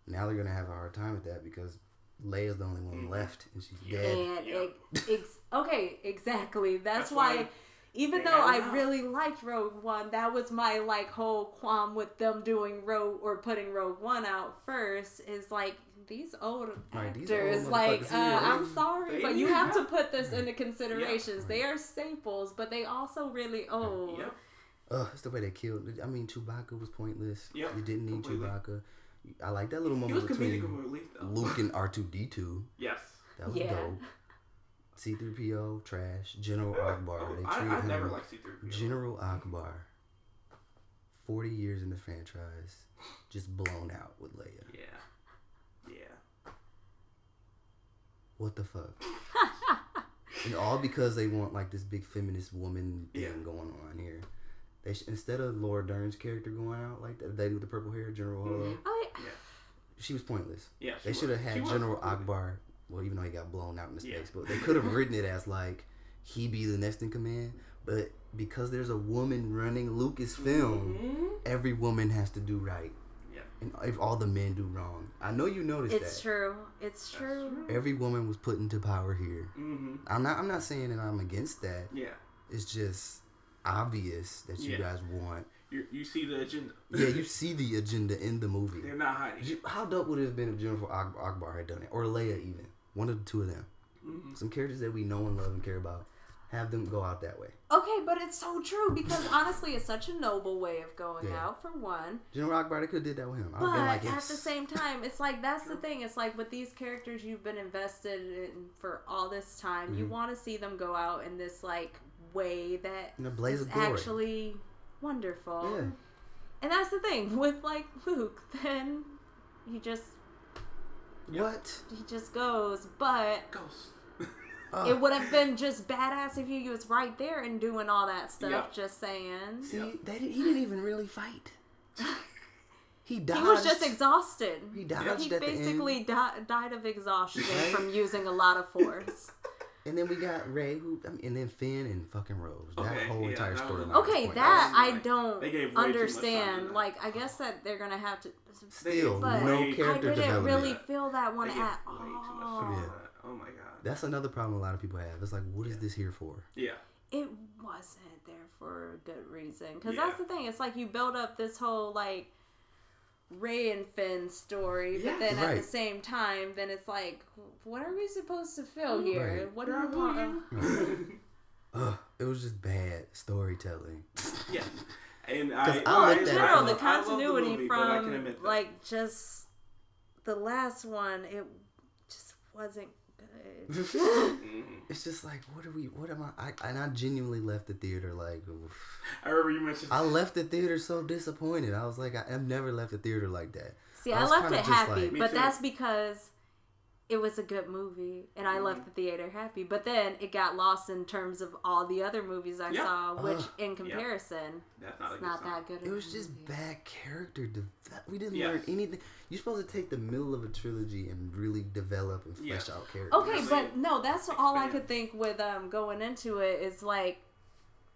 [SPEAKER 3] Now they're gonna have a hard time with that because Leia's the only one
[SPEAKER 2] Mm-hmm.
[SPEAKER 3] left, and she's dead.
[SPEAKER 4] and it, ex- okay exactly that's,
[SPEAKER 2] That's
[SPEAKER 4] why,
[SPEAKER 2] why
[SPEAKER 4] even
[SPEAKER 2] they
[SPEAKER 4] though
[SPEAKER 2] had
[SPEAKER 4] i
[SPEAKER 2] it out.
[SPEAKER 4] really liked rogue one that was my like whole qualm with them doing rogue or putting rogue one out first is like these old
[SPEAKER 3] Right,
[SPEAKER 4] actors
[SPEAKER 3] these old
[SPEAKER 4] like
[SPEAKER 3] motherfuckers,
[SPEAKER 4] uh,
[SPEAKER 3] yeah, they-
[SPEAKER 4] i'm sorry
[SPEAKER 2] they
[SPEAKER 4] but you
[SPEAKER 2] need
[SPEAKER 4] have to
[SPEAKER 2] help.
[SPEAKER 4] put this into considerations they are staples but they also really old
[SPEAKER 2] Yep.
[SPEAKER 3] Ugh, it's the way they killed. I mean, Chewbacca was pointless.
[SPEAKER 2] Yeah,
[SPEAKER 3] you didn't need
[SPEAKER 2] completely.
[SPEAKER 3] Chewbacca. I like that little
[SPEAKER 2] He was
[SPEAKER 3] moment
[SPEAKER 2] comedic
[SPEAKER 3] between
[SPEAKER 2] relief though.
[SPEAKER 3] Luke and R two D two.
[SPEAKER 2] Yes.
[SPEAKER 3] That was
[SPEAKER 4] Yeah.
[SPEAKER 3] dope. C three PO trash. General Akbar. They treated
[SPEAKER 2] Oh, I, I
[SPEAKER 3] him.
[SPEAKER 2] never liked C-3PO.
[SPEAKER 3] General Akbar. Forty years in the franchise, just blown out with Leia.
[SPEAKER 2] yeah. Yeah.
[SPEAKER 3] What the fuck? and all because they want like this big feminist woman thing
[SPEAKER 2] Yeah.
[SPEAKER 3] going on here. They sh- instead of Laura Dern's character going out like that, they do the purple hair General. Hall.
[SPEAKER 4] Oh, yeah.
[SPEAKER 3] She was pointless.
[SPEAKER 2] Mm-hmm. Yeah,
[SPEAKER 3] they
[SPEAKER 2] she
[SPEAKER 3] should have
[SPEAKER 2] was.
[SPEAKER 3] had
[SPEAKER 2] She was.
[SPEAKER 3] General Akbar. Well, even though he got blown out in the
[SPEAKER 2] Yeah.
[SPEAKER 3] space, but they could have written it as like he be the next in command. But because there's a woman running Lucasfilm,
[SPEAKER 2] Mm-hmm.
[SPEAKER 3] every woman has to do right,
[SPEAKER 2] Yeah.
[SPEAKER 3] and if all the men do wrong, I know you noticed
[SPEAKER 4] It's
[SPEAKER 3] that.
[SPEAKER 4] true. It's true.
[SPEAKER 3] Every woman was put into power here.
[SPEAKER 2] Mm-hmm.
[SPEAKER 3] I'm not. I'm not saying that I'm against that.
[SPEAKER 2] Yeah.
[SPEAKER 3] It's just obvious that you
[SPEAKER 2] Yeah.
[SPEAKER 3] guys want.
[SPEAKER 2] You, you see the agenda.
[SPEAKER 3] Yeah, you see the agenda in the movie.
[SPEAKER 2] They're not hiding.
[SPEAKER 3] You- How dope would it have been if Jennifer Ak- Akbar had done it, or Leia even, one of the two of them,
[SPEAKER 2] Mm-hmm.
[SPEAKER 3] some characters that we know and love and care about, have them go out that way.
[SPEAKER 4] Okay, but it's so true because honestly, it's such a noble way of going
[SPEAKER 3] Yeah.
[SPEAKER 4] out for one.
[SPEAKER 3] Jennifer Akbar, they could have did that with him. I'd
[SPEAKER 4] But
[SPEAKER 3] have been like,
[SPEAKER 4] at
[SPEAKER 3] yes.
[SPEAKER 4] the same time, it's like that's the thing. It's like with these characters you've been invested in for all this time, you
[SPEAKER 3] Mm-hmm.
[SPEAKER 4] want to see them go out in this like way that
[SPEAKER 3] In a blaze
[SPEAKER 4] is
[SPEAKER 3] of glory.
[SPEAKER 4] actually wonderful.
[SPEAKER 3] yeah,
[SPEAKER 4] And that's the thing with like Luke, then he just
[SPEAKER 3] what?
[SPEAKER 4] he just goes, but
[SPEAKER 2] Ghost.
[SPEAKER 3] Uh.
[SPEAKER 4] it would have been just badass if he was right there and doing all that stuff.
[SPEAKER 2] Yeah.
[SPEAKER 4] Just saying,
[SPEAKER 3] See, they didn't, he didn't even really fight. He dodged.
[SPEAKER 4] he was just exhausted.
[SPEAKER 3] He dodged
[SPEAKER 4] He
[SPEAKER 3] at the end.
[SPEAKER 4] basically di- died of exhaustion from using a lot of force.
[SPEAKER 3] And then we got Ray, who, I mean, and then Finn and fucking Rose. That
[SPEAKER 2] Okay,
[SPEAKER 3] whole
[SPEAKER 2] yeah,
[SPEAKER 3] entire
[SPEAKER 2] that was
[SPEAKER 3] storyline.
[SPEAKER 2] a-
[SPEAKER 3] was
[SPEAKER 4] Okay,
[SPEAKER 3] pointless.
[SPEAKER 4] that
[SPEAKER 2] Like,
[SPEAKER 4] I
[SPEAKER 2] they gave way too
[SPEAKER 4] don't
[SPEAKER 2] much time to
[SPEAKER 4] understand.
[SPEAKER 2] that.
[SPEAKER 4] Like, I guess that they're gonna have to.
[SPEAKER 3] still
[SPEAKER 4] But
[SPEAKER 3] no
[SPEAKER 2] Way-
[SPEAKER 3] character
[SPEAKER 4] I didn't
[SPEAKER 3] development.
[SPEAKER 4] really feel that one
[SPEAKER 2] They
[SPEAKER 4] at
[SPEAKER 2] gave way too much
[SPEAKER 4] all.
[SPEAKER 2] time to
[SPEAKER 3] Yeah.
[SPEAKER 2] that. Oh my god.
[SPEAKER 3] That's another problem a lot of people have. It's like, what is this here for?
[SPEAKER 2] Yeah.
[SPEAKER 4] It wasn't there for a good reason. Because
[SPEAKER 2] Yeah.
[SPEAKER 4] that's the thing. It's like you build up this whole like Ray and Finn story,
[SPEAKER 2] Yeah.
[SPEAKER 4] but then at
[SPEAKER 3] Right.
[SPEAKER 4] the same time, then it's like, what are we supposed to feel here?
[SPEAKER 3] Right.
[SPEAKER 4] What do we want?
[SPEAKER 3] Ugh, it was just bad storytelling.
[SPEAKER 2] Yeah. And
[SPEAKER 3] Because
[SPEAKER 2] I, oh,
[SPEAKER 3] I
[SPEAKER 4] Well,
[SPEAKER 3] looked
[SPEAKER 4] in
[SPEAKER 3] at it
[SPEAKER 4] general,
[SPEAKER 3] from-
[SPEAKER 4] the
[SPEAKER 2] I love
[SPEAKER 4] continuity
[SPEAKER 2] movie, but I can
[SPEAKER 4] from
[SPEAKER 2] admit that.
[SPEAKER 4] like just the last one, it just wasn't good.
[SPEAKER 2] Mm-hmm.
[SPEAKER 3] It's just like, what are we? What am I? I and I genuinely left the theater like, oof.
[SPEAKER 2] I remember you mentioned.
[SPEAKER 3] I left the theater so disappointed. I was like, I have never left the theater like that.
[SPEAKER 4] See,
[SPEAKER 3] I
[SPEAKER 4] I,
[SPEAKER 3] was
[SPEAKER 4] left
[SPEAKER 3] kinda
[SPEAKER 4] it
[SPEAKER 3] just
[SPEAKER 4] happy,
[SPEAKER 3] like- Me
[SPEAKER 4] but
[SPEAKER 2] too.
[SPEAKER 4] that's because it was a good movie, and I
[SPEAKER 2] Mm-hmm.
[SPEAKER 4] left the theater happy. But then it got lost in terms of all the other movies I
[SPEAKER 2] Yeah.
[SPEAKER 4] saw, which
[SPEAKER 3] Ugh.
[SPEAKER 4] in comparison,
[SPEAKER 2] That's not a
[SPEAKER 4] it's
[SPEAKER 2] good
[SPEAKER 4] not
[SPEAKER 2] sign.
[SPEAKER 4] that good. of
[SPEAKER 3] It was
[SPEAKER 4] a
[SPEAKER 3] just
[SPEAKER 4] movie.
[SPEAKER 3] bad character. Develop. We didn't
[SPEAKER 2] Yeah.
[SPEAKER 3] learn anything. You're supposed to take the middle of a trilogy and really develop and flesh
[SPEAKER 2] Yeah.
[SPEAKER 3] out characters.
[SPEAKER 4] Okay, but no, that's all I
[SPEAKER 2] Expand.
[SPEAKER 4] could think with um going into it is like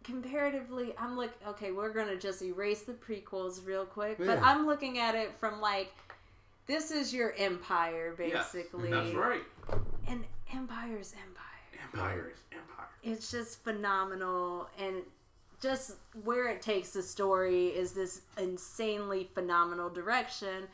[SPEAKER 4] comparatively I'm like okay, we're going to just erase the prequels real quick, but
[SPEAKER 3] Yeah.
[SPEAKER 4] I'm looking at it from like this is your empire
[SPEAKER 2] Yes,
[SPEAKER 4] basically.
[SPEAKER 2] That's right.
[SPEAKER 4] And empire's empire.
[SPEAKER 2] Empire is empire.
[SPEAKER 4] It's just phenomenal and just where it takes the story is this insanely phenomenal direction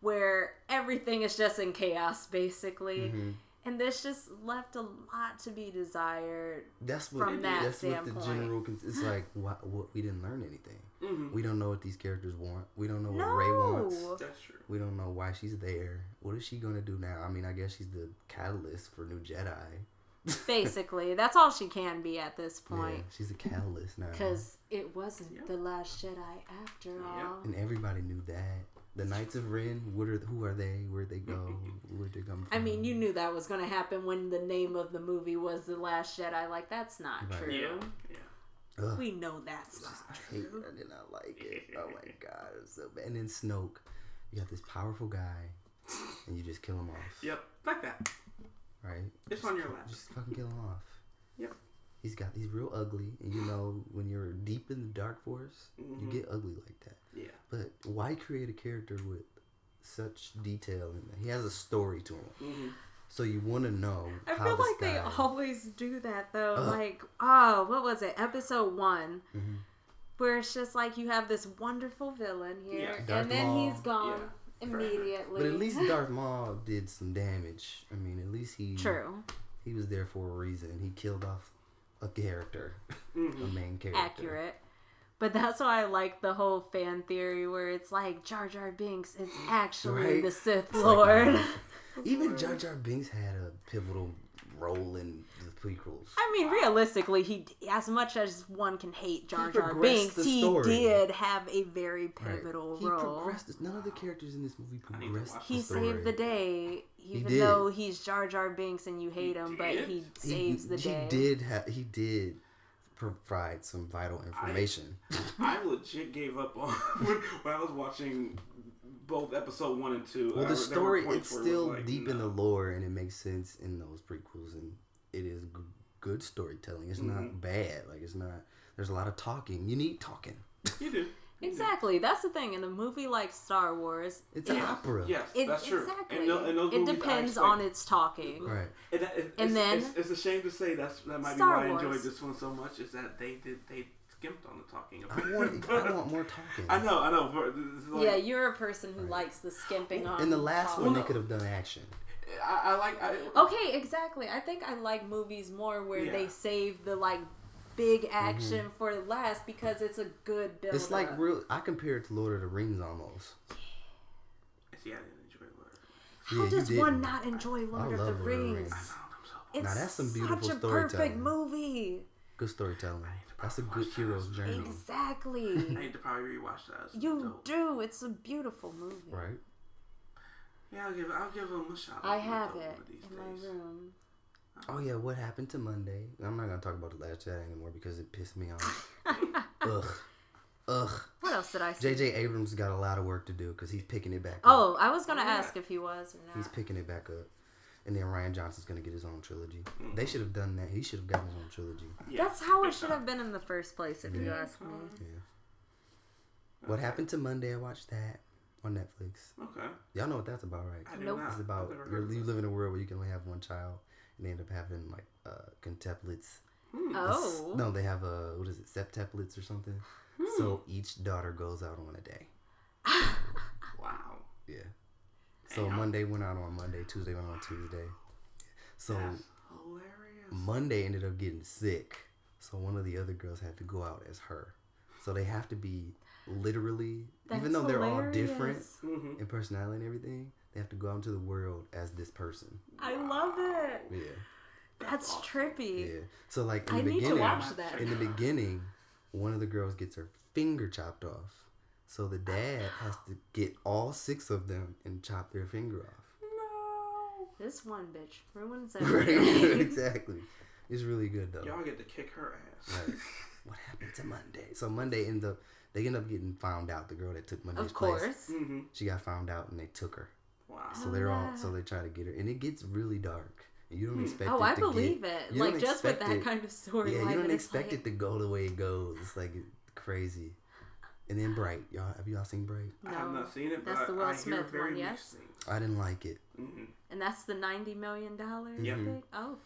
[SPEAKER 4] where everything is just in chaos basically
[SPEAKER 3] Mm-hmm.
[SPEAKER 4] and this just left a lot to be desired
[SPEAKER 3] That's what
[SPEAKER 4] from that
[SPEAKER 3] that's what
[SPEAKER 4] standpoint.
[SPEAKER 3] the general. cons- It's like what, what we didn't learn anything.
[SPEAKER 2] Mm-hmm.
[SPEAKER 3] We don't know what these characters want. We don't know what Ray wants.
[SPEAKER 4] No.
[SPEAKER 2] That's true.
[SPEAKER 3] We don't know why she's there. What is she gonna do now? I mean, I guess she's the catalyst for new Jedi.
[SPEAKER 4] basically that's all she can be at this
[SPEAKER 3] Yeah,
[SPEAKER 4] point
[SPEAKER 3] she's a catalyst now.
[SPEAKER 4] because it wasn't the last jedi after all
[SPEAKER 3] and everybody knew that. The Knights of Ren. What are who are they? Where'd they go? Where'd they come from?
[SPEAKER 4] I mean, you knew that was going to happen when the name of the movie was The Last Jedi. Like, that's not
[SPEAKER 3] Right.
[SPEAKER 4] true.
[SPEAKER 2] Yeah. Yeah.
[SPEAKER 3] Ugh,
[SPEAKER 4] We know that's not
[SPEAKER 3] I hate. it. I did not like it. Oh my god, it was so bad. And then Snoke. You got this powerful guy, and you just kill him off.
[SPEAKER 2] Yep. Like that.
[SPEAKER 3] Right.
[SPEAKER 2] It's on your lap.
[SPEAKER 3] Just fucking kill him off.
[SPEAKER 2] Yep.
[SPEAKER 3] He's got he's real ugly, and you know when you're deep in the dark forest,
[SPEAKER 2] Mm-hmm.
[SPEAKER 3] you get ugly like that.
[SPEAKER 2] Yeah.
[SPEAKER 3] But why create a character with such detail? And he has a story to him,
[SPEAKER 2] Mm-hmm.
[SPEAKER 3] so you want to know.
[SPEAKER 4] I
[SPEAKER 3] how
[SPEAKER 4] feel
[SPEAKER 3] this
[SPEAKER 4] like they
[SPEAKER 3] guy-
[SPEAKER 4] always do that though. Like, oh, what was it? Episode one,
[SPEAKER 3] Mm-hmm.
[SPEAKER 4] where it's just like you have this wonderful villain
[SPEAKER 2] Yeah.
[SPEAKER 4] here,
[SPEAKER 3] Darth
[SPEAKER 4] and then
[SPEAKER 3] Maul.
[SPEAKER 4] he's gone
[SPEAKER 2] Yeah.
[SPEAKER 4] immediately.
[SPEAKER 3] But at least Darth Maul did some damage. I mean, at least he
[SPEAKER 4] true,
[SPEAKER 3] he was there for a reason. He killed off a character, a
[SPEAKER 2] Mm-hmm.
[SPEAKER 3] main character.
[SPEAKER 4] accurate. But that's why I like the whole fan theory where it's like Jar Jar Binks is actually
[SPEAKER 3] Right?
[SPEAKER 4] the Sith
[SPEAKER 3] like,
[SPEAKER 4] Lord.
[SPEAKER 3] Even Jar Jar Binks had a pivotal role in the prequels.
[SPEAKER 4] I mean, realistically, he as much as one can hate Jar Jar
[SPEAKER 3] progressed
[SPEAKER 4] Binks,
[SPEAKER 3] the
[SPEAKER 4] he
[SPEAKER 3] story.
[SPEAKER 4] did have a very
[SPEAKER 3] Right.
[SPEAKER 4] pivotal
[SPEAKER 3] he
[SPEAKER 4] role.
[SPEAKER 3] progressed. this- None of the characters in this movie progressed.
[SPEAKER 2] watch
[SPEAKER 3] the
[SPEAKER 4] He
[SPEAKER 3] story.
[SPEAKER 4] saved the day, even
[SPEAKER 3] did.
[SPEAKER 4] though he's Jar Jar Binks and you hate him, but
[SPEAKER 2] did.
[SPEAKER 4] he
[SPEAKER 3] He-
[SPEAKER 4] saves the
[SPEAKER 3] he
[SPEAKER 4] day.
[SPEAKER 3] did. Ha- he did provide some vital information.
[SPEAKER 2] I legit gave up on when, when I was watching both episode one and two.
[SPEAKER 3] well,
[SPEAKER 2] I-
[SPEAKER 3] the
[SPEAKER 2] there were
[SPEAKER 3] story it's
[SPEAKER 2] points where it was
[SPEAKER 3] still
[SPEAKER 2] like,
[SPEAKER 3] deep in
[SPEAKER 2] nah.
[SPEAKER 3] the lore, and it makes sense in those prequels, and it is g- good storytelling. It's
[SPEAKER 2] Mm-hmm.
[SPEAKER 3] not bad. Like it's not. There's a lot of talking. You need talking.
[SPEAKER 2] You do.
[SPEAKER 4] Exactly. That's the thing. In a movie like Star Wars,
[SPEAKER 3] It's an opera.
[SPEAKER 2] Yes,
[SPEAKER 4] it,
[SPEAKER 2] that's true.
[SPEAKER 4] exactly.
[SPEAKER 2] And, tho- and those
[SPEAKER 4] it
[SPEAKER 2] movies, I
[SPEAKER 4] depends
[SPEAKER 2] expect-
[SPEAKER 4] on its talking.
[SPEAKER 3] Right.
[SPEAKER 2] And, that, it-
[SPEAKER 4] And
[SPEAKER 2] it's,
[SPEAKER 4] then-
[SPEAKER 2] it's, it's a shame to say that's that might
[SPEAKER 4] Star
[SPEAKER 2] be why I
[SPEAKER 4] Wars.
[SPEAKER 2] enjoyed this one so much is that they did they skimped on the talking.
[SPEAKER 3] I want. I want more talking.
[SPEAKER 2] I know, I know. but this is like-
[SPEAKER 4] yeah, you're a person who likes the skimping on.
[SPEAKER 3] In the last one, they
[SPEAKER 4] talking.
[SPEAKER 3] could have done action.
[SPEAKER 2] I, I like. I,
[SPEAKER 4] Okay, exactly. I think I like movies more where
[SPEAKER 2] Yeah.
[SPEAKER 4] they save the like big action for last because it's a good build.
[SPEAKER 3] Mm-hmm. It's like real. I compare it to Lord of the Rings almost.
[SPEAKER 2] See, I didn't enjoy it.
[SPEAKER 4] how
[SPEAKER 3] Yeah, you
[SPEAKER 4] does one
[SPEAKER 3] didn't.
[SPEAKER 4] not enjoy Lord
[SPEAKER 3] love
[SPEAKER 4] of the
[SPEAKER 3] Lord of the
[SPEAKER 4] Rings?
[SPEAKER 3] Rings.
[SPEAKER 4] It's
[SPEAKER 3] Now, that's some
[SPEAKER 4] such
[SPEAKER 3] beautiful
[SPEAKER 4] a perfect
[SPEAKER 3] storytelling.
[SPEAKER 4] movie.
[SPEAKER 3] Good storytelling. That's a good hero's journey.
[SPEAKER 4] Exactly.
[SPEAKER 2] I need to probably rewatch that. It's
[SPEAKER 4] you
[SPEAKER 2] dope.
[SPEAKER 4] do. It's a beautiful movie.
[SPEAKER 3] Right.
[SPEAKER 2] Yeah, I'll give. I'll give them a shot.
[SPEAKER 4] I
[SPEAKER 2] It's
[SPEAKER 4] have
[SPEAKER 2] dope
[SPEAKER 4] it
[SPEAKER 2] one of
[SPEAKER 4] in my room.
[SPEAKER 3] Oh yeah, what happened to Monday? I'm not gonna talk about the last Jedi anymore because it pissed me off. Ugh. Ugh.
[SPEAKER 4] What else did I see?
[SPEAKER 3] J.J. Abrams got a lot of work to do because he's picking it back up.
[SPEAKER 4] Oh, I was gonna ask if he was or
[SPEAKER 3] He's
[SPEAKER 4] not.
[SPEAKER 3] picking it back up. And then Ryan Johnson's gonna get his own trilogy. They should have done that. He should have gotten his own trilogy.
[SPEAKER 2] Yeah,
[SPEAKER 4] That's how it
[SPEAKER 2] big
[SPEAKER 4] should
[SPEAKER 2] time.
[SPEAKER 4] have been in the first place, if you ask me.
[SPEAKER 3] Yeah. What happened to Monday? I watched that on Netflix.
[SPEAKER 2] Okay.
[SPEAKER 3] Y'all know what that's about,
[SPEAKER 2] I
[SPEAKER 3] right?
[SPEAKER 2] do
[SPEAKER 4] Nope.
[SPEAKER 2] not.
[SPEAKER 3] It's
[SPEAKER 2] I've
[SPEAKER 3] about
[SPEAKER 2] never heard
[SPEAKER 3] you're,
[SPEAKER 2] of
[SPEAKER 3] you
[SPEAKER 2] it.
[SPEAKER 3] live in a world where you can only have one child, and they end up having like uh, quintuplets.
[SPEAKER 4] Oh,
[SPEAKER 3] Hmm. No, they have a what is it, septuplets or something. So each daughter goes out on a day.
[SPEAKER 2] Wow.
[SPEAKER 3] Yeah. So Monday went out on Monday, Tuesday went out on Tuesday. So
[SPEAKER 2] That's hilarious.
[SPEAKER 3] Monday ended up getting sick. So one of the other girls had to go out as her. So they have to be literally, even
[SPEAKER 4] That's
[SPEAKER 3] though they're all different
[SPEAKER 4] hilarious.
[SPEAKER 3] in personality and everything, they have to go out into the world as this person.
[SPEAKER 4] I love it.
[SPEAKER 3] Yeah.
[SPEAKER 4] That's trippy.
[SPEAKER 3] Yeah. So like in
[SPEAKER 4] I
[SPEAKER 3] the
[SPEAKER 4] need to
[SPEAKER 3] beginning,
[SPEAKER 4] watch that.
[SPEAKER 3] in the beginning, one of the girls gets her finger chopped off. So the dad has to get all six of them and chop their finger off.
[SPEAKER 4] This one bitch ruins
[SPEAKER 3] Right?
[SPEAKER 4] everything.
[SPEAKER 3] exactly. It's really good though.
[SPEAKER 2] Y'all get to kick her ass.
[SPEAKER 3] Like, what happened to Monday? So Monday ends up they end up getting found out. The girl that took Monday's
[SPEAKER 4] of course. Oh,
[SPEAKER 3] place, Mm. she got found out and they took her.
[SPEAKER 2] Wow.
[SPEAKER 3] So they're all so they try to get her, and it gets really dark. And You don't expect.
[SPEAKER 4] Oh,
[SPEAKER 3] it
[SPEAKER 4] I
[SPEAKER 3] to
[SPEAKER 4] believe
[SPEAKER 3] get,
[SPEAKER 4] it.
[SPEAKER 3] you
[SPEAKER 4] Like
[SPEAKER 3] don't
[SPEAKER 4] just with
[SPEAKER 3] expect
[SPEAKER 4] that
[SPEAKER 3] it-
[SPEAKER 4] kind of storyline.
[SPEAKER 3] Yeah, you don't
[SPEAKER 4] and it's
[SPEAKER 3] expect
[SPEAKER 4] like,
[SPEAKER 3] it to go the way it goes. It's like crazy. And then Bright, y'all have y'all seen Bright?
[SPEAKER 2] I have not seen it, but
[SPEAKER 4] that's the Will
[SPEAKER 2] I hear
[SPEAKER 4] Smith
[SPEAKER 2] very
[SPEAKER 4] one,
[SPEAKER 2] mixed
[SPEAKER 4] yes.
[SPEAKER 2] things.
[SPEAKER 3] I didn't like it.
[SPEAKER 4] And that's the ninety million dollars.
[SPEAKER 2] Yeah. Mm-hmm.
[SPEAKER 4] Oh,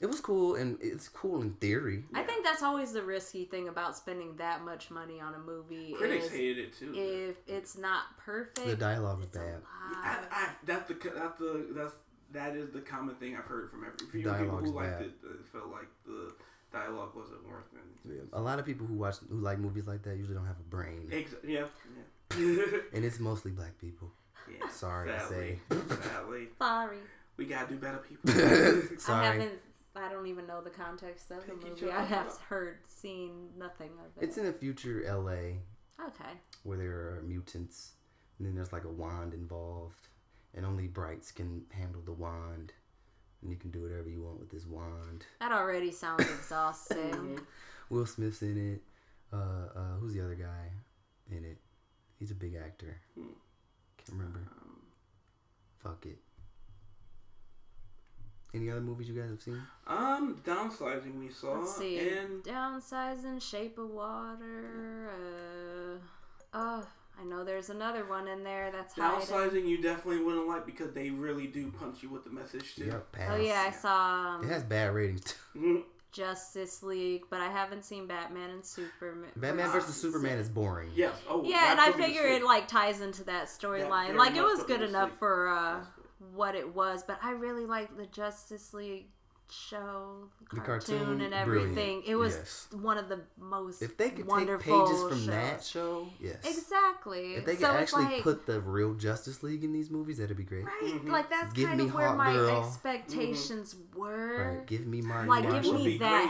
[SPEAKER 3] It was cool, and it's cool in theory.
[SPEAKER 4] I think that's always the risky thing about spending that much money on a movie.
[SPEAKER 2] Critics
[SPEAKER 4] is
[SPEAKER 2] hated it too.
[SPEAKER 4] if it's not perfect.
[SPEAKER 3] The dialogue was
[SPEAKER 4] it's a
[SPEAKER 3] bad.
[SPEAKER 4] lot.
[SPEAKER 2] I, I, that's the that's the that's that is the common thing I've heard from every few people
[SPEAKER 3] Dialogue's
[SPEAKER 2] who liked
[SPEAKER 3] bad.
[SPEAKER 2] it uh, felt like the dialogue wasn't worth it.
[SPEAKER 3] A lot of people who watch who like movies like that usually don't have a brain,
[SPEAKER 2] Ex- yeah, yeah.
[SPEAKER 3] and it's mostly black people.
[SPEAKER 2] yeah.
[SPEAKER 3] Sorry to
[SPEAKER 2] sadly, sadly,
[SPEAKER 4] Sorry,
[SPEAKER 2] we gotta do better, people.
[SPEAKER 3] Sorry,
[SPEAKER 4] I haven't. I don't even know the context of the
[SPEAKER 2] Pinky
[SPEAKER 4] movie. I
[SPEAKER 2] Chocolate.
[SPEAKER 4] have heard, seen nothing of it.
[SPEAKER 3] it's in a future L.A.
[SPEAKER 4] okay.
[SPEAKER 3] where there are mutants, and then there's like a wand involved, and only Brights can handle the wand, and you can do whatever you want with this wand.
[SPEAKER 4] That already sounds exhausting.
[SPEAKER 3] Will Smith's in it. Uh, uh, who's the other guy in it? He's a big actor. Can't remember. Fuck it. Any other movies you guys have seen?
[SPEAKER 2] um, downsizing we saw
[SPEAKER 4] Let's see.
[SPEAKER 2] and
[SPEAKER 4] Downsizing, Shape of Water. Uh, oh, I know there's another one in there that's hiding.
[SPEAKER 2] downsizing you definitely wouldn't like because they really do punch you with the message too.
[SPEAKER 3] Yep. Pass.
[SPEAKER 4] Oh yeah, I saw
[SPEAKER 3] It
[SPEAKER 4] um,
[SPEAKER 3] has bad ratings. too.
[SPEAKER 4] Justice League, but I haven't seen Batman and Superman.
[SPEAKER 3] Batman versus Superman is boring.
[SPEAKER 2] Yes. Oh.
[SPEAKER 4] Yeah, and I
[SPEAKER 2] put me to
[SPEAKER 4] figure it
[SPEAKER 2] sleep.
[SPEAKER 4] like ties into that storyline.
[SPEAKER 2] very
[SPEAKER 4] Like it
[SPEAKER 2] much
[SPEAKER 4] was
[SPEAKER 2] put me
[SPEAKER 4] good
[SPEAKER 2] to
[SPEAKER 4] enough
[SPEAKER 2] sleep.
[SPEAKER 4] for uh,
[SPEAKER 2] That's good.
[SPEAKER 4] what it was, but I really liked the Justice League show,
[SPEAKER 3] The
[SPEAKER 4] cartoon,
[SPEAKER 3] cartoon,
[SPEAKER 4] and
[SPEAKER 3] brilliant.
[SPEAKER 4] everything. It was
[SPEAKER 3] Yes.
[SPEAKER 4] one of the most
[SPEAKER 3] If they could take
[SPEAKER 4] wonderful
[SPEAKER 3] pages from
[SPEAKER 4] shows.
[SPEAKER 3] that show, yes.
[SPEAKER 4] Exactly.
[SPEAKER 3] If they could
[SPEAKER 4] so it's
[SPEAKER 3] actually
[SPEAKER 4] like,
[SPEAKER 3] put the real Justice League in these movies, that'd be great.
[SPEAKER 4] Right,
[SPEAKER 2] Mm-hmm.
[SPEAKER 4] like that's
[SPEAKER 3] Give
[SPEAKER 4] kind
[SPEAKER 3] me
[SPEAKER 4] of where
[SPEAKER 3] Hot
[SPEAKER 4] my
[SPEAKER 3] Girl.
[SPEAKER 4] expectations were.
[SPEAKER 3] Right. Give me my
[SPEAKER 4] Like,
[SPEAKER 2] It
[SPEAKER 4] give
[SPEAKER 2] would
[SPEAKER 4] me
[SPEAKER 2] be
[SPEAKER 4] that
[SPEAKER 2] great. It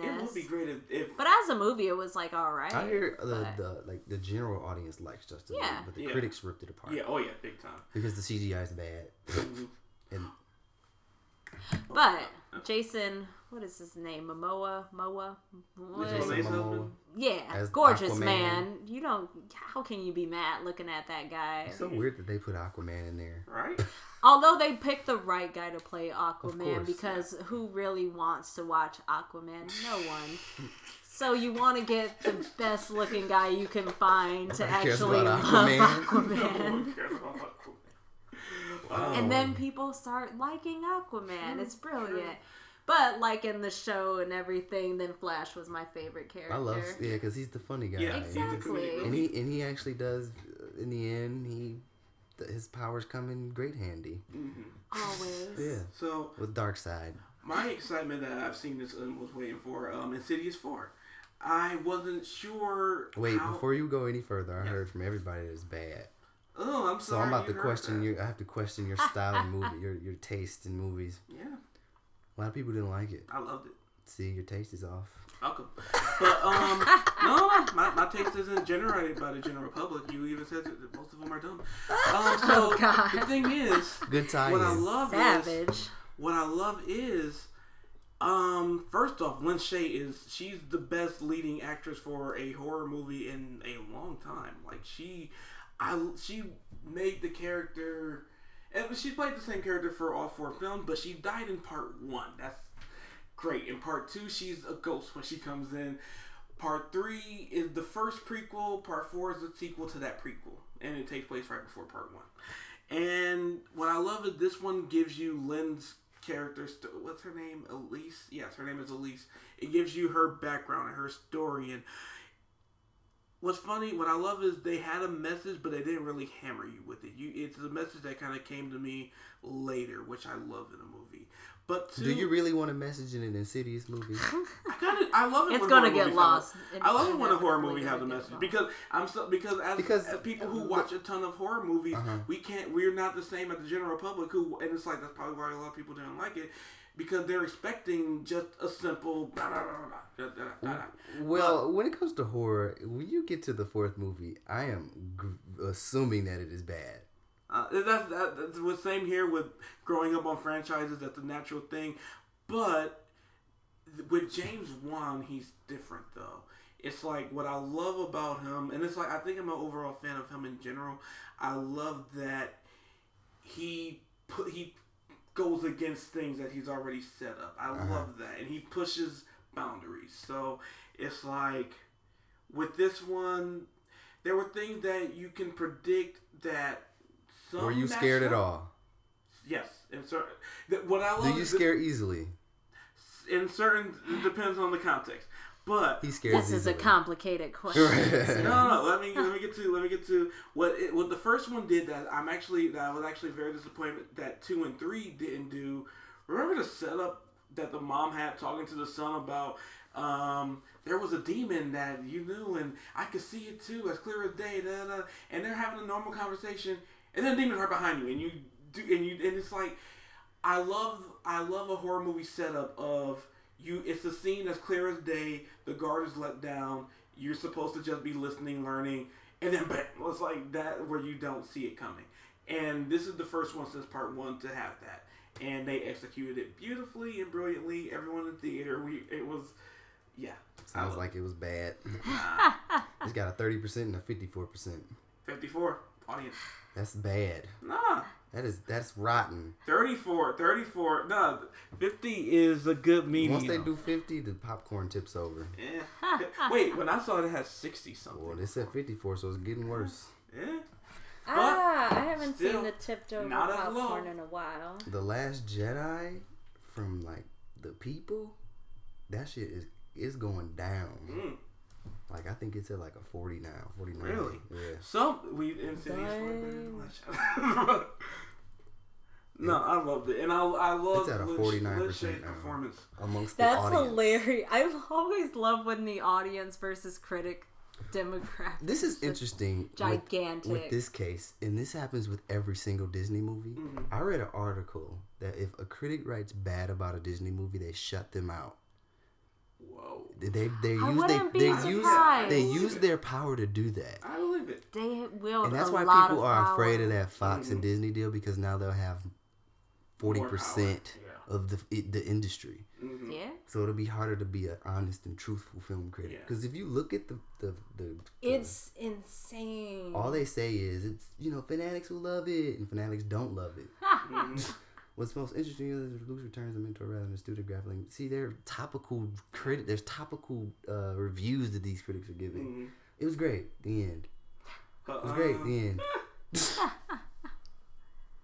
[SPEAKER 4] happiness.
[SPEAKER 2] would be great if, if
[SPEAKER 4] But as a movie, it was like all right.
[SPEAKER 3] I hear the,
[SPEAKER 4] but-
[SPEAKER 3] the like the general audience likes Justice
[SPEAKER 4] Yeah.
[SPEAKER 3] League, but the
[SPEAKER 2] Yeah.
[SPEAKER 3] critics ripped it apart
[SPEAKER 2] yeah. Oh yeah, big time.
[SPEAKER 3] because the CGI is bad. and
[SPEAKER 4] But Jason, what is his name? Momoa, Moa, What?
[SPEAKER 2] Jason Momoa's husband?
[SPEAKER 4] yeah,
[SPEAKER 3] as
[SPEAKER 4] gorgeous
[SPEAKER 3] Aquaman.
[SPEAKER 4] man. You don't. How can you be mad looking at that guy?
[SPEAKER 3] It's so weird that they put Aquaman in there.
[SPEAKER 2] Right?
[SPEAKER 4] Although they picked the right guy to play
[SPEAKER 3] course.
[SPEAKER 4] Aquaman, because who really wants to watch Aquaman? No one. So you want to get the best looking guy you can find to
[SPEAKER 3] Nobody cares
[SPEAKER 4] actually
[SPEAKER 3] about
[SPEAKER 4] love
[SPEAKER 3] Aquaman.
[SPEAKER 4] Aquaman.
[SPEAKER 2] Who cares about Aquaman?
[SPEAKER 4] and then people start liking Aquaman. It's brilliant. But like in the show and everything, then Flash was my favorite character.
[SPEAKER 3] I love yeah, because he's the funny guy.
[SPEAKER 2] Yeah,
[SPEAKER 3] And-
[SPEAKER 2] he's a comedic
[SPEAKER 4] Exactly.
[SPEAKER 3] And
[SPEAKER 2] relief.
[SPEAKER 3] he and he actually does. uh, In the end, he th- his powers come in great handy.
[SPEAKER 4] Always.
[SPEAKER 3] Yeah,
[SPEAKER 2] So
[SPEAKER 3] with Dark Side.
[SPEAKER 2] my excitement that I've seen this and was waiting for um, Insidious Four. I wasn't sure.
[SPEAKER 3] Wait,
[SPEAKER 2] how-
[SPEAKER 3] before you go any further, I heard from everybody that it's bad.
[SPEAKER 2] Oh, I'm
[SPEAKER 3] So
[SPEAKER 2] sorry.
[SPEAKER 3] I'm about
[SPEAKER 2] you
[SPEAKER 3] to
[SPEAKER 2] heard
[SPEAKER 3] question
[SPEAKER 2] that.
[SPEAKER 3] you. I have to question your style in movie, your your taste in movies.
[SPEAKER 2] Yeah,
[SPEAKER 3] A lot of people didn't like it.
[SPEAKER 2] I loved it.
[SPEAKER 3] See, your taste is off.
[SPEAKER 2] Welcome. But um, no, no, my, my taste isn't generated by the general public. You even said that most of them are dumb. Um, so
[SPEAKER 4] Oh, God.
[SPEAKER 2] the thing is,
[SPEAKER 3] Good time.
[SPEAKER 2] what I love is
[SPEAKER 4] Savage.
[SPEAKER 2] what I love is, um, first off, Lynn Shay is she's the best leading actress for a horror movie in a long time. Like she, I she made the character, and she played the same character for all four films, but she died in part one. That's great. In part two, she's a ghost when she comes in. Part three is the first prequel. Part four is the sequel to that prequel, and it takes place right before part one. And what I love is this one gives you Lynn's character. St- what's her name? Elise. Yes, her name is Elise. It gives you her background and her story. And what's funny, what I love is they had a message, but they didn't really hammer you with it. You, it's a message that kind of came to me later, which I love in a movie. But to,
[SPEAKER 3] Do you really want a message in an insidious movie?
[SPEAKER 2] I kind of I love it.
[SPEAKER 4] It's
[SPEAKER 2] when
[SPEAKER 4] gonna
[SPEAKER 2] horror
[SPEAKER 4] get
[SPEAKER 2] movies
[SPEAKER 4] lost.
[SPEAKER 2] Have, a- I love it when a horror
[SPEAKER 4] Inevitably
[SPEAKER 2] movie has a
[SPEAKER 4] gonna get
[SPEAKER 2] message
[SPEAKER 4] lost.
[SPEAKER 2] because I'm so because Uh-huh. as,
[SPEAKER 3] Because-
[SPEAKER 2] as people who watch a ton of horror movies, we can't we're not the same as the general public who and it's like that's probably why a lot of people didn't like it because they're expecting just a simple. blah, blah, blah, blah, blah, blah, blah.
[SPEAKER 3] Well, when it comes to horror, when you get to the fourth movie, I am gr assuming that it is bad.
[SPEAKER 2] Uh, that's, that, that's the same here with growing up on franchises. That's a natural thing, but with James Wan, he's different though. It's like what I love about him, and it's like I think I'm an overall fan of him in general. I love that he put he goes against things that he's already set up. I
[SPEAKER 3] Uh-huh.
[SPEAKER 2] love that, and he pushes boundaries. So it's like with this one, there were things that you can predict that. Some
[SPEAKER 3] Were you scared at
[SPEAKER 2] mashup-
[SPEAKER 3] all?
[SPEAKER 2] Yes, and so that what I love.
[SPEAKER 3] Do you
[SPEAKER 2] is that-
[SPEAKER 3] scare easily?
[SPEAKER 2] in certain it depends on the context. But
[SPEAKER 3] He scares
[SPEAKER 4] This is a
[SPEAKER 3] easily.
[SPEAKER 4] complicated question.
[SPEAKER 2] no, no, let me let me get to let me get to what it, what the first one did that I'm actually that I was actually very disappointed that two and three didn't do. Remember the setup that the mom had talking to the son about um, there was a demon that you knew and I could see it too as clear as day. Da, da, and they're having a normal conversation and then the demon's right behind you and you do and you and it's like I love I love a horror movie setup of you. It's a scene that's clear as day. The guard is let down. You're supposed to just be listening, learning, and then bam, it's like that where you don't see it coming. And this is the first one since part one to have that, and they executed it beautifully and brilliantly. Everyone in the theater, we it was, yeah,
[SPEAKER 3] Sounds like it was bad. He's got a thirty percent and a fifty-four percent.
[SPEAKER 2] fifty four audience.
[SPEAKER 3] That's bad.
[SPEAKER 2] Nah,
[SPEAKER 3] That is that's rotten.
[SPEAKER 2] 34, 34, nah, 50 is a good medium.
[SPEAKER 3] Once they do fifty, the popcorn tips over.
[SPEAKER 2] Eh. Wait, when I saw it, it had 60 something.
[SPEAKER 3] Well, they said fifty-four, so it's getting worse.
[SPEAKER 2] Eh.
[SPEAKER 4] ah, I haven't
[SPEAKER 2] still
[SPEAKER 4] seen the tipped over
[SPEAKER 2] not as low.
[SPEAKER 4] popcorn in a while.
[SPEAKER 3] The Last Jedi from like the people, that shit is is going down.
[SPEAKER 2] Mm.
[SPEAKER 3] Like I think it's at like a forty now, forty nine.
[SPEAKER 2] Really?
[SPEAKER 3] Yeah.
[SPEAKER 2] Some we Insidious were better than Lynch. no, I loved it, and I I love
[SPEAKER 3] It's at a
[SPEAKER 2] Lynch-
[SPEAKER 3] 49%
[SPEAKER 2] Lynch's
[SPEAKER 3] now.
[SPEAKER 2] performance.
[SPEAKER 3] Amongst
[SPEAKER 4] That's
[SPEAKER 3] the audience.
[SPEAKER 4] hilarious. I always love when the audience versus critic demographic.
[SPEAKER 3] This is interesting. with-
[SPEAKER 4] gigantic.
[SPEAKER 3] With, this case, and this happens with every single Disney movie.
[SPEAKER 2] Mm-hmm.
[SPEAKER 3] I read an article that if a critic writes bad about a Disney movie, they shut them out.
[SPEAKER 2] Whoa,
[SPEAKER 3] They they, they
[SPEAKER 4] I
[SPEAKER 3] use
[SPEAKER 4] wouldn't
[SPEAKER 3] they,
[SPEAKER 4] be
[SPEAKER 3] they use
[SPEAKER 4] surprised.
[SPEAKER 3] they use their power to do that.
[SPEAKER 2] I believe it.
[SPEAKER 4] They will.
[SPEAKER 3] And that's
[SPEAKER 4] a
[SPEAKER 3] why
[SPEAKER 4] lot
[SPEAKER 3] people
[SPEAKER 4] of
[SPEAKER 3] are
[SPEAKER 4] power.
[SPEAKER 3] afraid of that Fox and Disney deal because now they'll have forty
[SPEAKER 2] Mm-hmm. More power,
[SPEAKER 3] percent of the it, the industry.
[SPEAKER 4] Yeah.
[SPEAKER 3] So it'll be harder to be an honest and truthful film critic.
[SPEAKER 2] Yeah.
[SPEAKER 3] Because if you look at the the, the
[SPEAKER 8] It's insane.
[SPEAKER 3] all they say is it's you know fanatics who love it and fanatics don't love it.
[SPEAKER 2] Mm-hmm.
[SPEAKER 3] What's most interesting is that Luke's returns a mentor rather than a student grappling. See, they're topical crit. There's topical uh, reviews that these critics are giving.
[SPEAKER 2] Mm-hmm.
[SPEAKER 3] It was great. The end. It was
[SPEAKER 2] Uh,
[SPEAKER 3] great. The end. it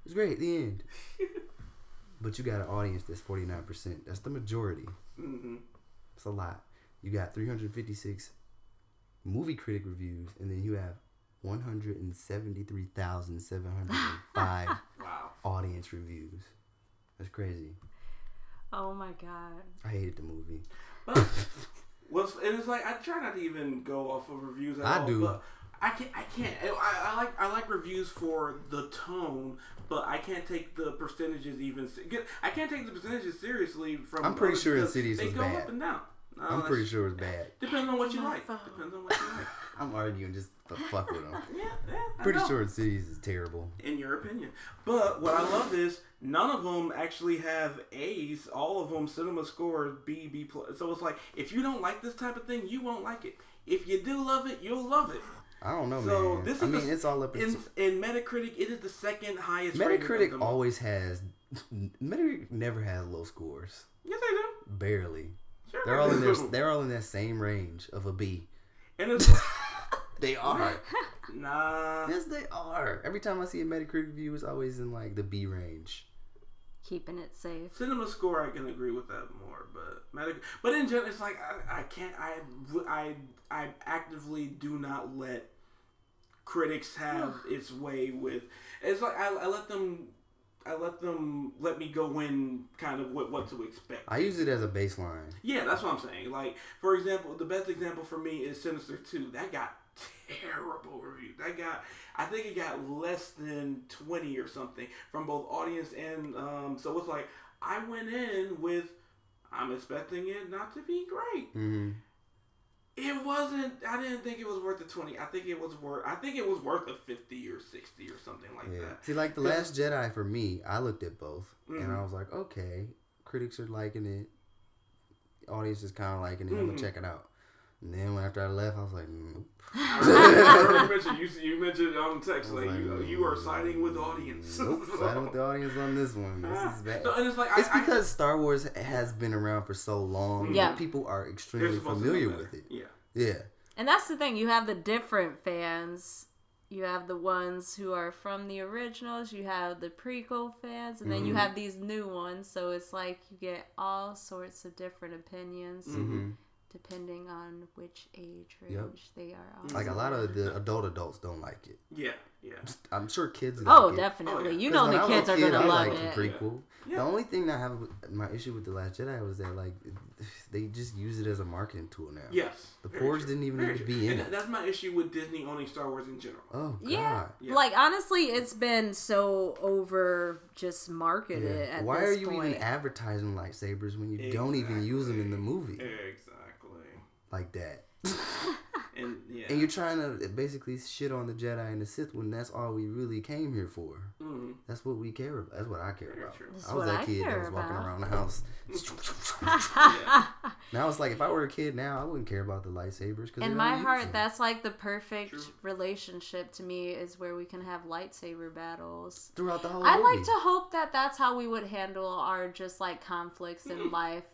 [SPEAKER 3] was great. The end. But you got an audience that's forty nine percent. That's the majority.
[SPEAKER 2] hmm
[SPEAKER 3] It's a lot. You got 356 movie critic reviews, and then you have 173,705
[SPEAKER 2] Wow.
[SPEAKER 3] audience reviews. That's crazy.
[SPEAKER 4] Oh my god.
[SPEAKER 3] I hated the movie.
[SPEAKER 2] But well, and it's like I try not to even go off of reviews. At
[SPEAKER 3] I
[SPEAKER 2] all,
[SPEAKER 3] do.
[SPEAKER 2] But I can't. I can't. I, I- I like. I like reviews for the tone, but I can't take the percentages even. se- get- I can't take the percentages seriously from.
[SPEAKER 3] I'm pretty
[SPEAKER 2] others
[SPEAKER 3] sure in
[SPEAKER 2] because
[SPEAKER 3] cities
[SPEAKER 2] they
[SPEAKER 3] was
[SPEAKER 2] go
[SPEAKER 3] bad.
[SPEAKER 2] up and down. No,
[SPEAKER 3] I'm
[SPEAKER 2] Oh, that's-
[SPEAKER 3] pretty sure it's bad.
[SPEAKER 2] Depends on what you
[SPEAKER 8] My
[SPEAKER 2] like.
[SPEAKER 8] phone.
[SPEAKER 2] Depends on what you like.
[SPEAKER 3] I'm arguing just to fuck with them.
[SPEAKER 2] Yeah, yeah. I
[SPEAKER 3] Pretty
[SPEAKER 2] know.
[SPEAKER 3] sure in cities is terrible.
[SPEAKER 2] in your opinion. But what I love is none of them actually have A's. All of them cinema scores B, B plus. So it's like if you don't like this type of thing, you won't like it. If you do love it, you'll love it.
[SPEAKER 3] I don't know,
[SPEAKER 2] so
[SPEAKER 3] Oh, man.
[SPEAKER 2] this
[SPEAKER 3] I
[SPEAKER 2] is
[SPEAKER 3] mean,
[SPEAKER 2] the-
[SPEAKER 3] it's all up
[SPEAKER 2] in,
[SPEAKER 3] in.
[SPEAKER 2] in Metacritic. It is the second highest. rating of
[SPEAKER 3] Metacritic
[SPEAKER 2] them.
[SPEAKER 3] always has. Metacritic never has low scores.
[SPEAKER 2] Yes, they do.
[SPEAKER 3] Barely.
[SPEAKER 2] Sure,
[SPEAKER 3] They're all in
[SPEAKER 2] do.
[SPEAKER 3] their. They're all in that same range of a B.
[SPEAKER 2] And it's
[SPEAKER 3] They are.
[SPEAKER 2] nah.
[SPEAKER 3] Yes, they are. Every time I see a Metacritic review, it's always in like the B range.
[SPEAKER 4] Keeping it safe.
[SPEAKER 2] Cinema score, I can agree with that more, but Metac- but in general, it's like I, I can't, I, I, I actively do not let critics have its way with. It's like I, I let them, I let them let me go in kind of what what to expect.
[SPEAKER 3] I use it as a baseline.
[SPEAKER 2] yeah, that's what I'm saying. Like for example, the best example for me is Sinister Two. That got terrible reviews. That got, I think it got less than twenty or something from both audience and um. So it's like I went in with, I'm expecting it not to be great.
[SPEAKER 3] Mm-hmm.
[SPEAKER 2] It wasn't. I didn't think it was worth the twenty. I think it was worth. I think it was worth a fifty or sixty or something like
[SPEAKER 3] Yeah.
[SPEAKER 2] that.
[SPEAKER 3] See, like the Last Jedi for me, I looked at both and I
[SPEAKER 2] Mhm.
[SPEAKER 3] was like, okay, critics are liking it, audience is kind of liking it. I'm gonna
[SPEAKER 2] Mhm.
[SPEAKER 3] check it out. And then when after I left, I was like, nope.
[SPEAKER 2] I remember you mentioned you, you mentioned on text like, you, you are siding with the audience.
[SPEAKER 3] Nope, siding with the audience on this one. This is bad.
[SPEAKER 2] So, and it's like
[SPEAKER 3] It's
[SPEAKER 2] I, I,
[SPEAKER 3] because Star Wars has been around for so long.
[SPEAKER 4] Hmm. Yeah.
[SPEAKER 3] that people are extremely
[SPEAKER 2] They're supposed to know
[SPEAKER 3] familiar
[SPEAKER 2] better.
[SPEAKER 3] with it.
[SPEAKER 2] Yeah.
[SPEAKER 3] Yeah.
[SPEAKER 4] And that's the thing, you have the different fans. You have the ones who are from the originals, you have the prequel fans, and then
[SPEAKER 3] Mm-hmm.
[SPEAKER 4] you have these new ones. So it's like you get all sorts of different opinions depending on which age range
[SPEAKER 3] Mm-hmm. Yep.
[SPEAKER 4] they are on.
[SPEAKER 2] Mm-hmm.
[SPEAKER 3] Like a lot of the adult adults don't like it.
[SPEAKER 2] Yeah. Yeah.
[SPEAKER 3] I'm sure kids. Like
[SPEAKER 4] oh,
[SPEAKER 3] it.
[SPEAKER 4] definitely.
[SPEAKER 2] Oh, yeah.
[SPEAKER 4] You
[SPEAKER 3] 'Cause
[SPEAKER 4] know
[SPEAKER 3] when I
[SPEAKER 4] the
[SPEAKER 3] was a
[SPEAKER 4] kids are
[SPEAKER 3] kid,
[SPEAKER 4] going
[SPEAKER 3] I
[SPEAKER 4] to love
[SPEAKER 3] liked
[SPEAKER 4] it.
[SPEAKER 3] the Prequel.
[SPEAKER 2] Yeah.
[SPEAKER 3] The only thing that I have my issue with the Last Jedi was that like they just use it as a marketing tool now.
[SPEAKER 2] Yes.
[SPEAKER 3] The
[SPEAKER 2] Very
[SPEAKER 3] Porgs
[SPEAKER 2] true.
[SPEAKER 3] didn't even
[SPEAKER 2] Very
[SPEAKER 3] need to
[SPEAKER 2] true.
[SPEAKER 3] be in
[SPEAKER 2] And
[SPEAKER 3] it.
[SPEAKER 2] That's my issue with Disney owning Star Wars in general.
[SPEAKER 3] Oh god.
[SPEAKER 4] Yeah.
[SPEAKER 2] Yeah.
[SPEAKER 4] Like honestly, it's been so over just marketed
[SPEAKER 3] Yeah.
[SPEAKER 4] at
[SPEAKER 3] Why are
[SPEAKER 4] this
[SPEAKER 3] you
[SPEAKER 4] point.
[SPEAKER 3] even advertising lightsabers when you don't even use them in the movie
[SPEAKER 2] Exactly.
[SPEAKER 3] like that?
[SPEAKER 2] And yeah.
[SPEAKER 3] And you're trying to basically shit on the Jedi and the Sith when that's all we really came here for.
[SPEAKER 2] Mhm.
[SPEAKER 3] That's what we care about. That's what I care
[SPEAKER 2] Very
[SPEAKER 3] about.
[SPEAKER 2] true.
[SPEAKER 4] That's
[SPEAKER 3] I was
[SPEAKER 4] what
[SPEAKER 3] that
[SPEAKER 4] I
[SPEAKER 3] kid that
[SPEAKER 4] care
[SPEAKER 3] was walking
[SPEAKER 4] about.
[SPEAKER 3] around the house. now it's like if I were a kid now, I wouldn't care about the lightsabers. Cause they
[SPEAKER 4] In
[SPEAKER 3] don't
[SPEAKER 4] my
[SPEAKER 3] use
[SPEAKER 4] heart,
[SPEAKER 3] them.
[SPEAKER 4] that's like the perfect
[SPEAKER 2] True.
[SPEAKER 4] relationship to me is where we can have lightsaber battles.
[SPEAKER 3] throughout
[SPEAKER 2] Oh,
[SPEAKER 3] the whole.
[SPEAKER 4] I like
[SPEAKER 3] movie.
[SPEAKER 4] to hope that that's how we would handle our just like conflicts in life.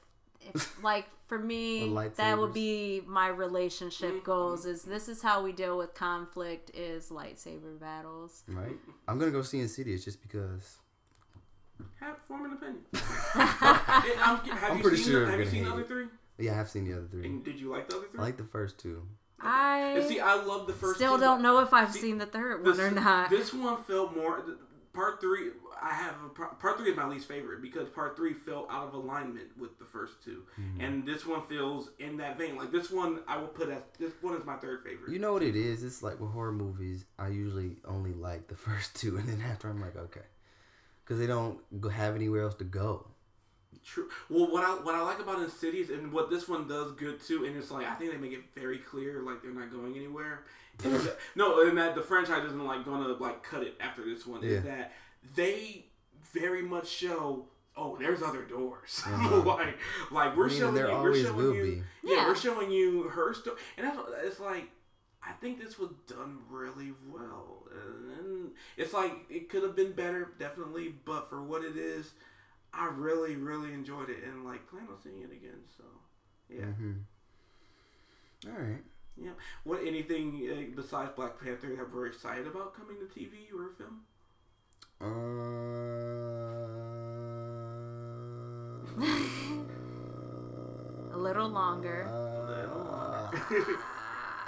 [SPEAKER 4] If, like for me,
[SPEAKER 3] With
[SPEAKER 4] that
[SPEAKER 3] lightsabers.
[SPEAKER 4] would be my
[SPEAKER 2] Mm-hmm.
[SPEAKER 4] relationship goals. Is this is how we deal with conflict is lightsaber battles.
[SPEAKER 3] Right. I'm gonna go see Insidious just because.
[SPEAKER 2] Have form an opinion. Yeah, I'm, have
[SPEAKER 3] I'm
[SPEAKER 2] you
[SPEAKER 3] pretty
[SPEAKER 2] seen
[SPEAKER 3] sure
[SPEAKER 2] The,
[SPEAKER 3] I'm
[SPEAKER 2] have
[SPEAKER 3] gonna
[SPEAKER 2] you seen the
[SPEAKER 3] hate
[SPEAKER 2] other
[SPEAKER 3] it.
[SPEAKER 2] three?
[SPEAKER 3] Yeah, I have seen the other three.
[SPEAKER 2] And did you like the other three?
[SPEAKER 3] I like the first two.
[SPEAKER 2] And see,
[SPEAKER 4] I
[SPEAKER 2] I love the first.
[SPEAKER 4] still
[SPEAKER 2] two.
[SPEAKER 4] don't know if I've
[SPEAKER 2] See,
[SPEAKER 4] seen the third
[SPEAKER 2] This-
[SPEAKER 4] one or not.
[SPEAKER 2] This one felt more. Part three, I have a, par- part three is my least favorite because part three felt out of alignment with the first two, and this one feels in that vein. Like this one, I will put as this one is my third favorite.
[SPEAKER 3] You know what it is? It's like with horror movies. I usually only like the first two, and then after I'm like, okay, because they don't go- have anywhere else to go.
[SPEAKER 2] True. Well, what I what I like about Insidious and what this one does good too, and it's like I think they make it very clear like they're not going anywhere. And that- no, and that the franchise isn't like gonna like cut it after this one.
[SPEAKER 3] Yeah.
[SPEAKER 2] Is that they very much show oh, there's other doors. like, like we're
[SPEAKER 3] I mean,
[SPEAKER 2] showing
[SPEAKER 3] Uh-huh. there
[SPEAKER 2] you, we're
[SPEAKER 3] always
[SPEAKER 2] showing
[SPEAKER 3] will
[SPEAKER 2] you,
[SPEAKER 3] be.
[SPEAKER 2] yeah,
[SPEAKER 4] Yeah.
[SPEAKER 2] we're showing you her story, and that's what- it's like. I think this was done really well, and it's like it could have been better, definitely, but for what it is, I really, really enjoyed it, and like plan on seeing it again. So, yeah,
[SPEAKER 3] Mm-hmm. All right.
[SPEAKER 2] yeah. What anything uh, besides Black Panther that we're excited about coming to TV or film?
[SPEAKER 3] Uh,
[SPEAKER 4] A little longer.
[SPEAKER 3] uh,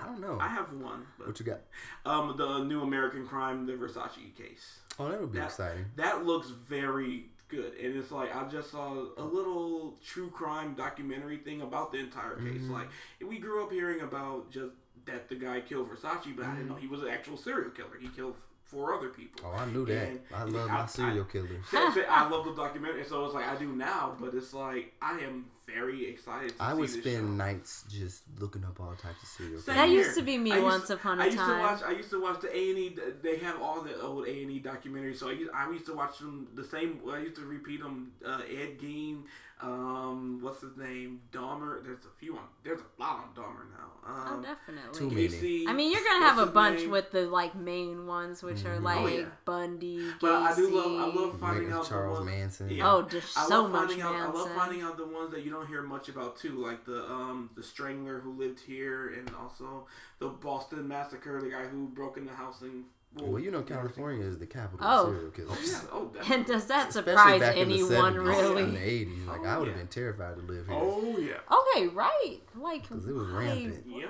[SPEAKER 3] I don't know.
[SPEAKER 2] I have one. But,
[SPEAKER 3] What you got?
[SPEAKER 2] Um, the new American Crime, the Versace case.
[SPEAKER 3] Oh, that'll be
[SPEAKER 2] That-
[SPEAKER 3] exciting.
[SPEAKER 2] That looks very good, and it's like I just saw a little true crime documentary thing about the entire case.
[SPEAKER 3] Mm-hmm.
[SPEAKER 2] Like we grew up hearing about just that the guy killed Versace, but I didn't know he was an actual serial killer. He killed four other people.
[SPEAKER 3] Mm-hmm. Oh, I knew that.
[SPEAKER 2] And-
[SPEAKER 3] I love my serial killers.
[SPEAKER 2] I, I love the documentary, so it's like I do now, but it's like I am very excited. To
[SPEAKER 3] I
[SPEAKER 2] see
[SPEAKER 3] would
[SPEAKER 2] this
[SPEAKER 3] spend
[SPEAKER 2] show.
[SPEAKER 3] nights just looking up all types of serial killers.
[SPEAKER 2] Same
[SPEAKER 4] That
[SPEAKER 2] here.
[SPEAKER 4] used to be me
[SPEAKER 2] I used-
[SPEAKER 4] once upon a
[SPEAKER 2] I used
[SPEAKER 4] time.
[SPEAKER 2] To watch, I used to watch the A and E. They have all the old A and E documentaries. So I used, I used to watch them the same. I used to repeat them. Uh, Ed Gein, um, what's his name, Dahmer. There's a few on. There's a lot on Dahmer now.
[SPEAKER 4] Oh,
[SPEAKER 2] Um,
[SPEAKER 3] Too
[SPEAKER 4] definitely.
[SPEAKER 3] many.
[SPEAKER 2] Casey,
[SPEAKER 4] I mean, you're gonna have
[SPEAKER 2] what's
[SPEAKER 4] a
[SPEAKER 2] his
[SPEAKER 4] bunch
[SPEAKER 2] name?
[SPEAKER 4] with the like main ones, which are
[SPEAKER 3] Mm-hmm.
[SPEAKER 4] like
[SPEAKER 2] Oh, yeah.
[SPEAKER 4] Bundy, Gacy.
[SPEAKER 2] But I do love. I love finding
[SPEAKER 3] Niggas,
[SPEAKER 2] out
[SPEAKER 3] Charles
[SPEAKER 2] the ones,
[SPEAKER 3] Manson.
[SPEAKER 4] Oh, there's
[SPEAKER 2] I
[SPEAKER 4] so
[SPEAKER 2] love
[SPEAKER 4] much
[SPEAKER 2] finding out, I love
[SPEAKER 4] Manson.
[SPEAKER 2] finding out the ones that you don't hear much about too, like the um the strangler who lived here, and also the Boston massacre, the guy who broke in the house and
[SPEAKER 3] Well, you know, California is the capital
[SPEAKER 4] Oh.
[SPEAKER 3] of serial killers.
[SPEAKER 2] Yeah, oh, definitely.
[SPEAKER 4] And does that
[SPEAKER 3] Especially
[SPEAKER 4] surprise
[SPEAKER 3] back in the
[SPEAKER 4] anyone
[SPEAKER 3] 70s and the
[SPEAKER 4] really?
[SPEAKER 3] 80s. Like, I would have
[SPEAKER 2] Oh, yeah.
[SPEAKER 3] been terrified to live here.
[SPEAKER 2] Oh yeah.
[SPEAKER 4] Okay, right? Like,
[SPEAKER 3] 'Cause it was
[SPEAKER 4] why-
[SPEAKER 3] rampant.
[SPEAKER 2] Yeah.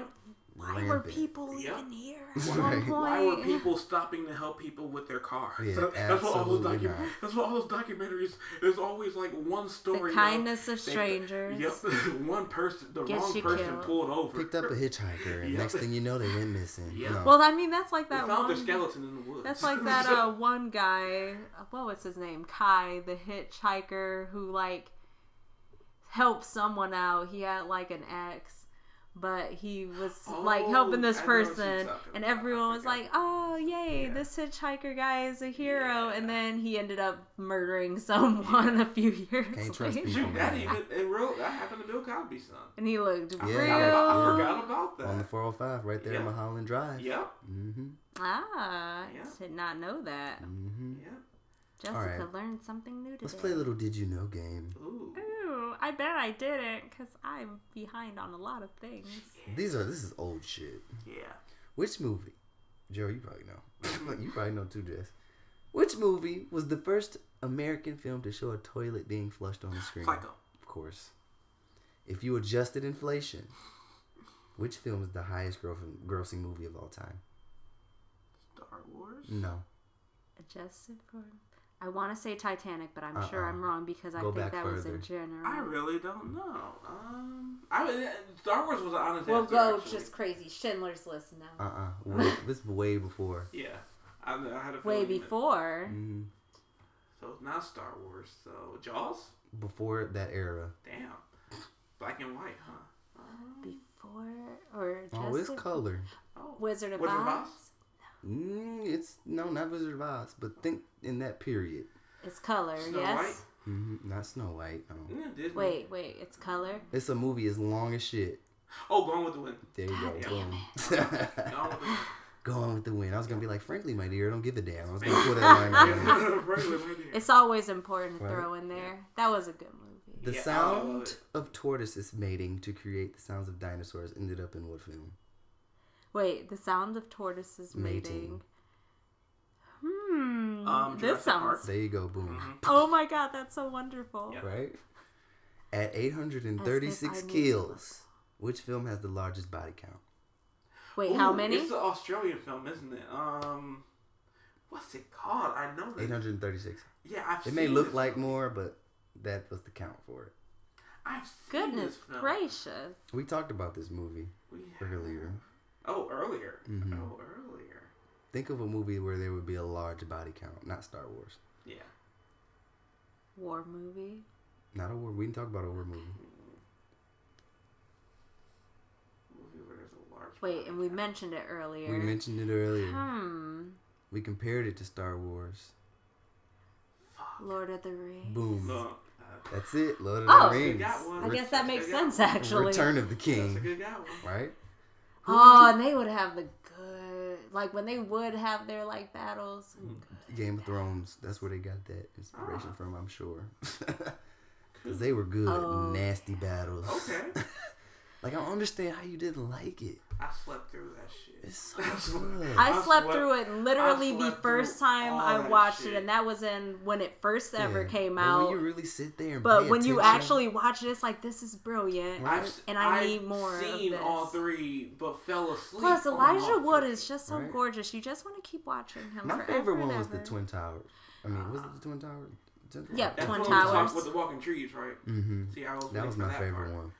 [SPEAKER 4] Why were
[SPEAKER 3] Rampant.
[SPEAKER 4] people
[SPEAKER 2] Yeah.
[SPEAKER 4] even here at
[SPEAKER 3] Right.
[SPEAKER 4] one point?
[SPEAKER 2] Why were people stopping to help people with their cars?
[SPEAKER 3] Yeah,
[SPEAKER 2] that's what all those
[SPEAKER 3] absolutely
[SPEAKER 2] docu-
[SPEAKER 3] not.
[SPEAKER 2] that's what all those documentaries. There's always like one story. of-
[SPEAKER 4] kindness of
[SPEAKER 2] they-
[SPEAKER 4] strangers.
[SPEAKER 2] Yep, one person, the
[SPEAKER 4] Gets
[SPEAKER 2] wrong
[SPEAKER 4] you
[SPEAKER 2] person
[SPEAKER 4] killed.
[SPEAKER 2] pulled over.
[SPEAKER 3] Picked up a hitchhiker, and
[SPEAKER 2] Yeah.
[SPEAKER 3] next thing you know, they went missing.
[SPEAKER 2] Yeah.
[SPEAKER 3] No.
[SPEAKER 4] Well, I mean, that's like
[SPEAKER 2] They
[SPEAKER 4] that
[SPEAKER 2] found their
[SPEAKER 4] one-
[SPEAKER 2] skeleton in the woods.
[SPEAKER 4] That's like that uh, one guy. uh, What was his name? Kai, the hitchhiker, who like helped someone out. He had like an ex, but he was like
[SPEAKER 2] Oh,
[SPEAKER 4] helping this
[SPEAKER 2] I know what you're
[SPEAKER 4] person,
[SPEAKER 2] talking
[SPEAKER 4] and
[SPEAKER 2] about. I
[SPEAKER 4] everyone was
[SPEAKER 2] forgot.
[SPEAKER 4] like, "Oh, yay!
[SPEAKER 2] Yeah.
[SPEAKER 4] This hitchhiker guy is a hero." And then he ended up murdering someone a few years
[SPEAKER 3] Can't trust
[SPEAKER 4] later.
[SPEAKER 3] people.
[SPEAKER 2] Shoot, that even in real that happened to Bill Cosby's son.
[SPEAKER 4] And he looked
[SPEAKER 3] Yeah.
[SPEAKER 4] real.
[SPEAKER 2] I, forgot- I
[SPEAKER 3] Yeah.
[SPEAKER 2] forgot about that.
[SPEAKER 3] On the 405, right there
[SPEAKER 2] Yeah.
[SPEAKER 3] on Mulholland Drive.
[SPEAKER 2] Yep.
[SPEAKER 3] Mm-hmm.
[SPEAKER 4] Ah,
[SPEAKER 2] Yeah.
[SPEAKER 4] did not know that.
[SPEAKER 3] Mm-hmm.
[SPEAKER 2] Yep.
[SPEAKER 4] Jessica
[SPEAKER 3] right.
[SPEAKER 4] learned something new today.
[SPEAKER 3] Let's play a little Did You Know game.
[SPEAKER 2] Ooh.
[SPEAKER 4] Ooh, I bet I didn't because I'm behind on a lot of things.
[SPEAKER 3] These are, this is old shit.
[SPEAKER 2] Yeah.
[SPEAKER 3] Which movie? Joe, you probably know. you probably know too, Jess. Which movie was the first American film to show a toilet being flushed on the screen?
[SPEAKER 2] Psycho.
[SPEAKER 3] Of course. If you adjusted inflation, which film is the highest gross- grossing movie of all time?
[SPEAKER 2] Star Wars.
[SPEAKER 3] No.
[SPEAKER 4] Adjusted for. I want to say Titanic, but I'm sure
[SPEAKER 3] Uh-uh.
[SPEAKER 4] I'm wrong because I
[SPEAKER 3] Go back
[SPEAKER 4] think that was
[SPEAKER 3] further.
[SPEAKER 4] in general.
[SPEAKER 2] I really don't know. Um, I mean, Star Wars was an honest
[SPEAKER 4] we'll
[SPEAKER 2] answer,
[SPEAKER 4] go
[SPEAKER 2] actually.
[SPEAKER 4] just crazy. Schindler's List
[SPEAKER 3] Uh
[SPEAKER 4] now.
[SPEAKER 3] uh Way, this is way before.
[SPEAKER 2] Yeah, I, I had a feeling
[SPEAKER 4] Way
[SPEAKER 2] that-
[SPEAKER 4] before.
[SPEAKER 3] Mm,
[SPEAKER 2] So it's not Star Wars. So Jaws.
[SPEAKER 3] before that era.
[SPEAKER 2] Damn. Black and white, huh?
[SPEAKER 4] Before. Or
[SPEAKER 3] Oh, it's
[SPEAKER 4] Adjusted-
[SPEAKER 3] color.
[SPEAKER 2] Oh.
[SPEAKER 4] Wizard of
[SPEAKER 2] Wizard of
[SPEAKER 4] Oz.
[SPEAKER 2] Oz?
[SPEAKER 3] Mm, it's no, not Wizard of Oz, but think in that period.
[SPEAKER 4] It's color,
[SPEAKER 2] Snow
[SPEAKER 4] yes?
[SPEAKER 3] hmm Not Snow White. No.
[SPEAKER 2] White. Yeah, Disney.
[SPEAKER 4] Wait, wait. It's color?
[SPEAKER 3] It's a movie as long as shit.
[SPEAKER 2] Oh, Gone with the Wind.
[SPEAKER 3] There you go.
[SPEAKER 2] damn Gone with the Wind.
[SPEAKER 3] Going with the wind. I was gonna be like, frankly, my dear, I don't give a damn. I was gonna pull that line. out.
[SPEAKER 2] Right, right there.
[SPEAKER 4] It's always important to
[SPEAKER 3] Right.
[SPEAKER 4] throw in there. That was a good movie.
[SPEAKER 3] The
[SPEAKER 2] Yeah, I love
[SPEAKER 3] sound
[SPEAKER 2] it.
[SPEAKER 3] of tortoises mating to create the sounds of dinosaurs ended up in what film?
[SPEAKER 4] Wait, the sound of tortoises mating.
[SPEAKER 3] Mating.
[SPEAKER 4] Hmm.
[SPEAKER 2] Um,
[SPEAKER 4] this
[SPEAKER 2] Jurassic Park.
[SPEAKER 4] sounds
[SPEAKER 3] There you go, boom.
[SPEAKER 4] Oh my god, that's so wonderful.
[SPEAKER 2] Mm-hmm. Yeah.
[SPEAKER 3] Right? At
[SPEAKER 4] As
[SPEAKER 3] 836
[SPEAKER 4] if I knew.
[SPEAKER 3] kills, which film has the largest body count?
[SPEAKER 4] Wait, how
[SPEAKER 2] Ooh,
[SPEAKER 4] many?
[SPEAKER 2] Oh, It's an Australian film, isn't it? Um, what's it called? I know that.
[SPEAKER 3] 836.
[SPEAKER 2] Yeah, I've
[SPEAKER 3] It may
[SPEAKER 2] seen
[SPEAKER 3] look
[SPEAKER 2] this
[SPEAKER 3] like
[SPEAKER 2] film.
[SPEAKER 3] more, but that was the count for it.
[SPEAKER 2] I've seen
[SPEAKER 4] Goodness
[SPEAKER 2] this film.
[SPEAKER 4] gracious.
[SPEAKER 3] We talked about this movie
[SPEAKER 2] We have-
[SPEAKER 3] earlier. Mm-hmm.
[SPEAKER 2] Oh, earlier. Oh, earlier.
[SPEAKER 3] Think of a movie where there would be a large body count, not Star Wars.
[SPEAKER 2] Yeah.
[SPEAKER 4] War movie.
[SPEAKER 3] Not a war. We didn't talk about a war movie.
[SPEAKER 2] Movie where there's a large.
[SPEAKER 4] Wait, and we mentioned it earlier.
[SPEAKER 3] We mentioned it earlier.
[SPEAKER 4] Hmm.
[SPEAKER 3] We compared it to Star Wars.
[SPEAKER 2] Fuck.
[SPEAKER 4] Lord of the Rings.
[SPEAKER 3] Boom.
[SPEAKER 2] Uh,
[SPEAKER 3] That's it. Lord of
[SPEAKER 4] Oh,
[SPEAKER 3] the
[SPEAKER 4] they
[SPEAKER 3] Rings.
[SPEAKER 2] got one.
[SPEAKER 4] I guess that makes
[SPEAKER 2] They got
[SPEAKER 4] sense, actually.
[SPEAKER 3] Return of the
[SPEAKER 2] that's a
[SPEAKER 3] King.
[SPEAKER 2] good guy. One.
[SPEAKER 3] Right?
[SPEAKER 4] Oh, and they would have the good, like when they would have their like battles.
[SPEAKER 2] Hmm.
[SPEAKER 3] Game of Thrones. That's where they got that
[SPEAKER 4] Ah.
[SPEAKER 3] inspiration from, I'm sure. Because they were good,
[SPEAKER 4] Oh.
[SPEAKER 3] nasty battles.
[SPEAKER 2] Okay,
[SPEAKER 3] Like, I don't understand how you didn't like it.
[SPEAKER 2] I slept through that shit.
[SPEAKER 3] It's so good.
[SPEAKER 4] I,
[SPEAKER 2] I
[SPEAKER 4] slept
[SPEAKER 2] slept-
[SPEAKER 4] through it
[SPEAKER 2] I
[SPEAKER 4] literally the
[SPEAKER 2] slept
[SPEAKER 4] first
[SPEAKER 2] through
[SPEAKER 4] time
[SPEAKER 2] all
[SPEAKER 4] I
[SPEAKER 2] that
[SPEAKER 4] watched
[SPEAKER 2] shit.
[SPEAKER 4] it, and that was in when it first ever
[SPEAKER 3] Yeah.
[SPEAKER 4] came
[SPEAKER 3] But
[SPEAKER 4] out.
[SPEAKER 3] When you really sit there and
[SPEAKER 4] but
[SPEAKER 3] pay
[SPEAKER 4] when you
[SPEAKER 3] attention-
[SPEAKER 4] actually watch it, it's like this is brilliant.
[SPEAKER 3] Right.
[SPEAKER 2] s-
[SPEAKER 4] And I
[SPEAKER 2] I've
[SPEAKER 4] need more of
[SPEAKER 2] Seen
[SPEAKER 4] this.
[SPEAKER 2] all three, but fell asleep.
[SPEAKER 4] Plus,
[SPEAKER 2] on
[SPEAKER 4] Elijah
[SPEAKER 2] all
[SPEAKER 4] Wood
[SPEAKER 2] three.
[SPEAKER 4] is just so
[SPEAKER 3] Right.
[SPEAKER 4] gorgeous. You just want to keep watching him.
[SPEAKER 3] My
[SPEAKER 4] forever
[SPEAKER 3] favorite one
[SPEAKER 4] and
[SPEAKER 3] was the
[SPEAKER 4] ever.
[SPEAKER 3] Twin Towers. I mean, was it the Twin Towers?
[SPEAKER 4] Yeah,
[SPEAKER 2] That's
[SPEAKER 4] Twin
[SPEAKER 2] what we talked
[SPEAKER 4] Towers.
[SPEAKER 2] with the walking trees, right?
[SPEAKER 3] Mm-hmm.
[SPEAKER 2] See, I was
[SPEAKER 3] That
[SPEAKER 2] waiting
[SPEAKER 3] was
[SPEAKER 2] for
[SPEAKER 3] my
[SPEAKER 2] that
[SPEAKER 3] favorite
[SPEAKER 2] part.
[SPEAKER 3] one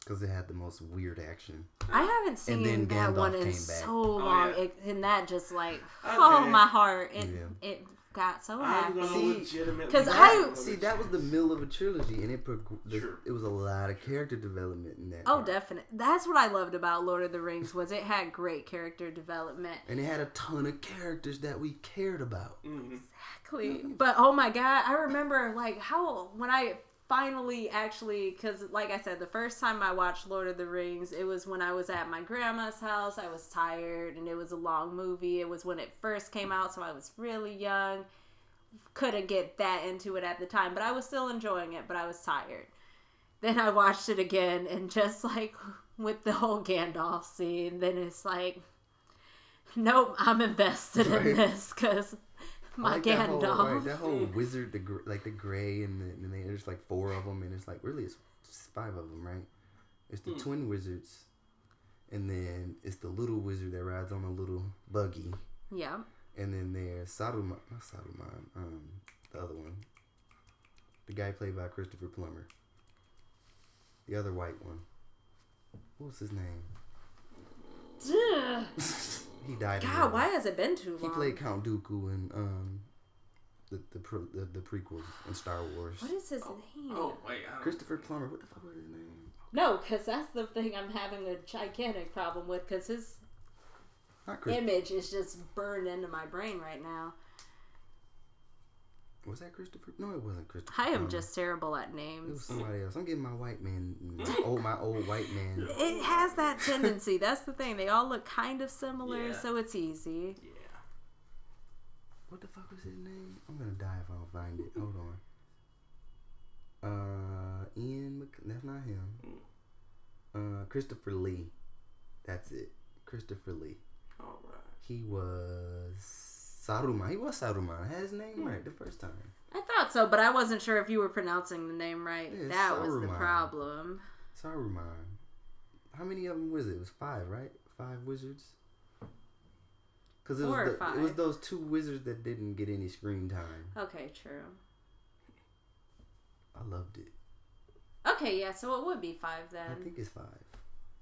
[SPEAKER 3] because it had the most weird action.
[SPEAKER 4] I haven't seen
[SPEAKER 3] And then
[SPEAKER 4] that
[SPEAKER 3] Gandalf
[SPEAKER 4] one in
[SPEAKER 3] came back.
[SPEAKER 4] so
[SPEAKER 3] Oh,
[SPEAKER 4] long,
[SPEAKER 2] yeah.
[SPEAKER 4] it, and that just like oh
[SPEAKER 2] Okay.
[SPEAKER 4] my heart, it
[SPEAKER 3] Yeah.
[SPEAKER 4] it got so
[SPEAKER 2] I'm
[SPEAKER 4] happy.
[SPEAKER 2] gonna
[SPEAKER 3] See,
[SPEAKER 2] legitimately
[SPEAKER 4] 'cause
[SPEAKER 2] give
[SPEAKER 4] I-
[SPEAKER 2] it another
[SPEAKER 3] See, that was the
[SPEAKER 2] chance.
[SPEAKER 3] middle of a trilogy, and it prog- the,
[SPEAKER 2] Sure.
[SPEAKER 3] it was a lot of character development in that.
[SPEAKER 4] Oh,
[SPEAKER 3] part.
[SPEAKER 4] definitely. That's what I loved about Lord of the Rings was it had great character development.
[SPEAKER 3] And it had a ton of characters that we cared about.
[SPEAKER 2] Mm.
[SPEAKER 4] Exactly. But oh my god, I remember like how when I finally actually cuz like I said the first time I watched Lord of the Rings, it was when I was at my grandma's house. I was tired and it was a long movie. It was when it first came out, so I was really young. Couldn't get that into it at the time, but I was still enjoying it, but I was tired. Then I watched it again and just like with the whole Gandalf scene, then it's like nope, I'm invested
[SPEAKER 3] Right.
[SPEAKER 4] in this cuz
[SPEAKER 3] I
[SPEAKER 4] my
[SPEAKER 3] like that
[SPEAKER 4] Gandalf.
[SPEAKER 3] whole, right, that whole wizard, the gr- like the gray, and, the, and they, there's like four of them, and it's like really it's five of them, right? It's
[SPEAKER 2] Mm.
[SPEAKER 3] the twin wizards, and then it's the little wizard that rides on a little buggy,
[SPEAKER 4] yeah.
[SPEAKER 3] and then there's Saruman, not Saruman, um, the other one, the guy played by Christopher Plummer, the other white one. What was his name? He died. in
[SPEAKER 4] God,
[SPEAKER 3] the-
[SPEAKER 4] why has it been too
[SPEAKER 3] He
[SPEAKER 4] long?
[SPEAKER 3] played Count Dooku in um, the the, pre- the the prequels in Star Wars.
[SPEAKER 4] what is his name?
[SPEAKER 2] Oh wait, I don't-
[SPEAKER 3] Christopher Plummer. What the fuck was his name?
[SPEAKER 4] No, because that's the thing I'm having a gigantic problem with. Because his
[SPEAKER 3] Not Chris.
[SPEAKER 4] image is just burned into my brain right now.
[SPEAKER 3] Was that Christopher? No, it wasn't Christopher.
[SPEAKER 4] I am
[SPEAKER 3] Plummer.
[SPEAKER 4] just terrible at
[SPEAKER 3] It was
[SPEAKER 4] names.
[SPEAKER 3] somebody else. I'm getting my white man. My old my old white man.
[SPEAKER 4] It has that tendency. That's the thing. They all look kind of similar,
[SPEAKER 2] Yeah.
[SPEAKER 4] so it's easy.
[SPEAKER 2] Yeah.
[SPEAKER 3] What the fuck was his name? I'm gonna die if I don't find it. Hold on. Uh, Ian. Mc- that's not him. Uh, Christopher Lee. That's it. Christopher Lee.
[SPEAKER 2] All right.
[SPEAKER 3] He was Saruman. He was Saruman. I had his name right the first time.
[SPEAKER 4] I thought so, but I wasn't sure if you were pronouncing the name right.
[SPEAKER 3] Yeah, it's
[SPEAKER 4] that was the
[SPEAKER 3] Saruman.
[SPEAKER 4] problem.
[SPEAKER 3] Saruman. How many of them was it? It was five, right? Five wizards. Because it,
[SPEAKER 4] Four
[SPEAKER 3] was
[SPEAKER 4] or
[SPEAKER 3] the- it was
[SPEAKER 4] five.
[SPEAKER 3] those two wizards that didn't get any screen time.
[SPEAKER 4] Okay, true.
[SPEAKER 3] I loved it.
[SPEAKER 4] Okay, yeah, so it would be five
[SPEAKER 3] I
[SPEAKER 2] Um,
[SPEAKER 4] then.
[SPEAKER 3] think it's five.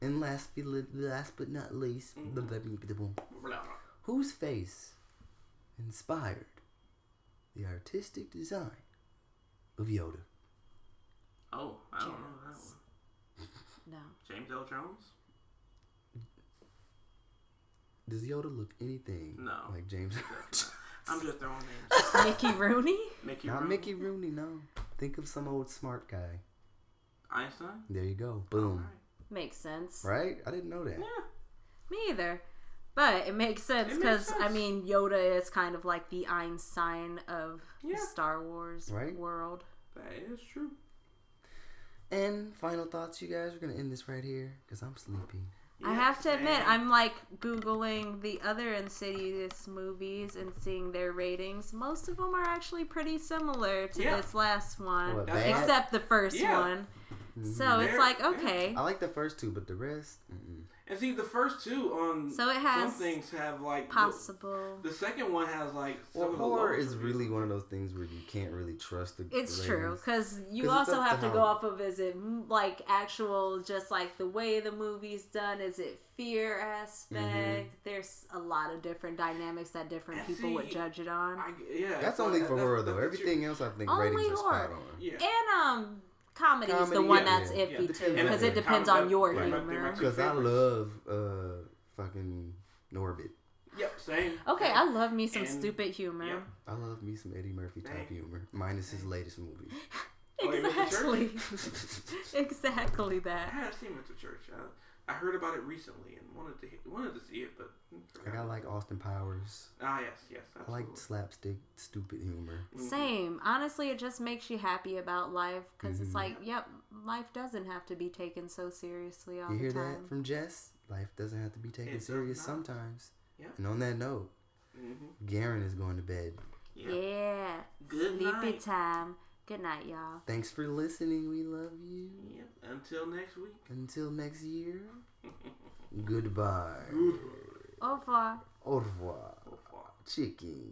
[SPEAKER 3] And last, be- last but not least,
[SPEAKER 2] Mm-hmm. Blah, blah.
[SPEAKER 3] whose face inspired the artistic design of Yoda?
[SPEAKER 2] Oh, I don't know that one.
[SPEAKER 4] No.
[SPEAKER 2] James L. Jones.
[SPEAKER 3] Does Yoda look anything
[SPEAKER 2] No.
[SPEAKER 3] like James?
[SPEAKER 2] I'm just throwing names.
[SPEAKER 4] Mickey Rooney?
[SPEAKER 2] Mickey.
[SPEAKER 3] Not
[SPEAKER 2] Rooney?
[SPEAKER 3] Mickey Rooney, no. Think of some old smart guy.
[SPEAKER 2] Einstein.
[SPEAKER 3] There you go. Boom.
[SPEAKER 4] Makes sense.
[SPEAKER 3] Right? I didn't know that.
[SPEAKER 4] Me either. But it makes sense
[SPEAKER 2] It makes
[SPEAKER 4] because I
[SPEAKER 2] sense.
[SPEAKER 4] mean Yoda is kind of like the Einstein of the
[SPEAKER 2] Yeah.
[SPEAKER 4] Star Wars
[SPEAKER 3] Right.
[SPEAKER 4] world.
[SPEAKER 2] That is true.
[SPEAKER 3] And final thoughts, you guys. We're going to end this right here because I'm sleepy.
[SPEAKER 4] I
[SPEAKER 2] Yeah,
[SPEAKER 4] have to admit,
[SPEAKER 2] same.
[SPEAKER 4] I'm like googling the other Insidious movies and seeing their ratings. Most of them are actually pretty similar to
[SPEAKER 2] Yeah.
[SPEAKER 4] this last one,
[SPEAKER 3] What,
[SPEAKER 2] That's
[SPEAKER 3] bad?
[SPEAKER 4] except the first
[SPEAKER 2] Yeah.
[SPEAKER 4] one. So it's
[SPEAKER 2] They're-
[SPEAKER 4] like
[SPEAKER 2] they're-
[SPEAKER 4] okay,
[SPEAKER 3] I like the first two, but the rest, mm-mm.
[SPEAKER 2] And see, the first two on
[SPEAKER 4] So it has
[SPEAKER 2] some things have like the-
[SPEAKER 4] possible.
[SPEAKER 2] The, second one has like some
[SPEAKER 3] Well,
[SPEAKER 2] of the
[SPEAKER 3] horror
[SPEAKER 2] lower
[SPEAKER 3] is
[SPEAKER 2] reviews.
[SPEAKER 3] really one of those things where you can't really trust the.
[SPEAKER 4] It's
[SPEAKER 3] the
[SPEAKER 4] true
[SPEAKER 3] ratings.
[SPEAKER 4] because you
[SPEAKER 3] 'Cause it's
[SPEAKER 4] also
[SPEAKER 3] up
[SPEAKER 4] have
[SPEAKER 3] to
[SPEAKER 4] to
[SPEAKER 3] how-
[SPEAKER 4] go off of is it mm, like actual just like the way the movie's done? Is it fear aspect? There's a lot of different dynamics that different
[SPEAKER 2] And
[SPEAKER 4] people would
[SPEAKER 2] see,
[SPEAKER 4] judge it on.
[SPEAKER 2] I, yeah,
[SPEAKER 3] That's
[SPEAKER 2] it's like-
[SPEAKER 3] only for
[SPEAKER 2] that-
[SPEAKER 3] horror
[SPEAKER 2] that's
[SPEAKER 3] though.
[SPEAKER 2] the
[SPEAKER 3] Everything else,
[SPEAKER 2] truth.
[SPEAKER 3] I think
[SPEAKER 4] Only
[SPEAKER 3] ratings are spot
[SPEAKER 4] horror.
[SPEAKER 3] on.
[SPEAKER 2] Yeah.
[SPEAKER 4] and um, comedy, is the
[SPEAKER 3] Comedy,
[SPEAKER 4] one
[SPEAKER 3] yeah,
[SPEAKER 4] that's
[SPEAKER 3] yeah.
[SPEAKER 4] iffy
[SPEAKER 2] Yeah,
[SPEAKER 4] too because it
[SPEAKER 2] depends
[SPEAKER 4] depends
[SPEAKER 2] on-
[SPEAKER 4] on your
[SPEAKER 2] Right.
[SPEAKER 4] humor.
[SPEAKER 2] Right.
[SPEAKER 3] Because I
[SPEAKER 2] Favorites.
[SPEAKER 3] love uh fucking Norbit.
[SPEAKER 2] Yep, same.
[SPEAKER 4] Okay, I love me some
[SPEAKER 2] And-
[SPEAKER 4] stupid humor.
[SPEAKER 2] Yep.
[SPEAKER 3] I love me some Eddie Murphy type
[SPEAKER 2] Dang.
[SPEAKER 3] humor, minus his latest movie.
[SPEAKER 2] Oh, you went to
[SPEAKER 4] Exactly.
[SPEAKER 2] church?
[SPEAKER 4] exactly
[SPEAKER 2] I
[SPEAKER 4] that.
[SPEAKER 2] haven't seen it to church. I, I heard about it recently and wanted to wanted to see it, but
[SPEAKER 3] Like I like Austin Powers.
[SPEAKER 2] ah yes, yes,
[SPEAKER 3] I
[SPEAKER 2] absolutely.
[SPEAKER 3] like slapstick, stupid humor.
[SPEAKER 4] Same. Honestly, it just makes you happy about life because
[SPEAKER 3] Mm-hmm.
[SPEAKER 4] it's like, yep, life doesn't have to be taken so seriously all
[SPEAKER 3] You
[SPEAKER 4] the
[SPEAKER 3] hear
[SPEAKER 4] time.
[SPEAKER 3] that from Jess? Life doesn't have to be taken
[SPEAKER 2] It does
[SPEAKER 3] serious
[SPEAKER 2] not.
[SPEAKER 3] sometimes.
[SPEAKER 2] Yeah. Mm-hmm.
[SPEAKER 3] And on that note, Garen is going to bed.
[SPEAKER 2] Yeah.
[SPEAKER 4] Yeah.
[SPEAKER 2] Good
[SPEAKER 4] Sleepy
[SPEAKER 2] night.
[SPEAKER 4] time. Good night, y'all.
[SPEAKER 3] Thanks for listening. We love you.
[SPEAKER 2] Yep. Until next week.
[SPEAKER 3] Until next year. Goodbye.
[SPEAKER 4] Au revoir.
[SPEAKER 2] Oh,
[SPEAKER 3] Au revoir,
[SPEAKER 2] Fuck.
[SPEAKER 3] chicken.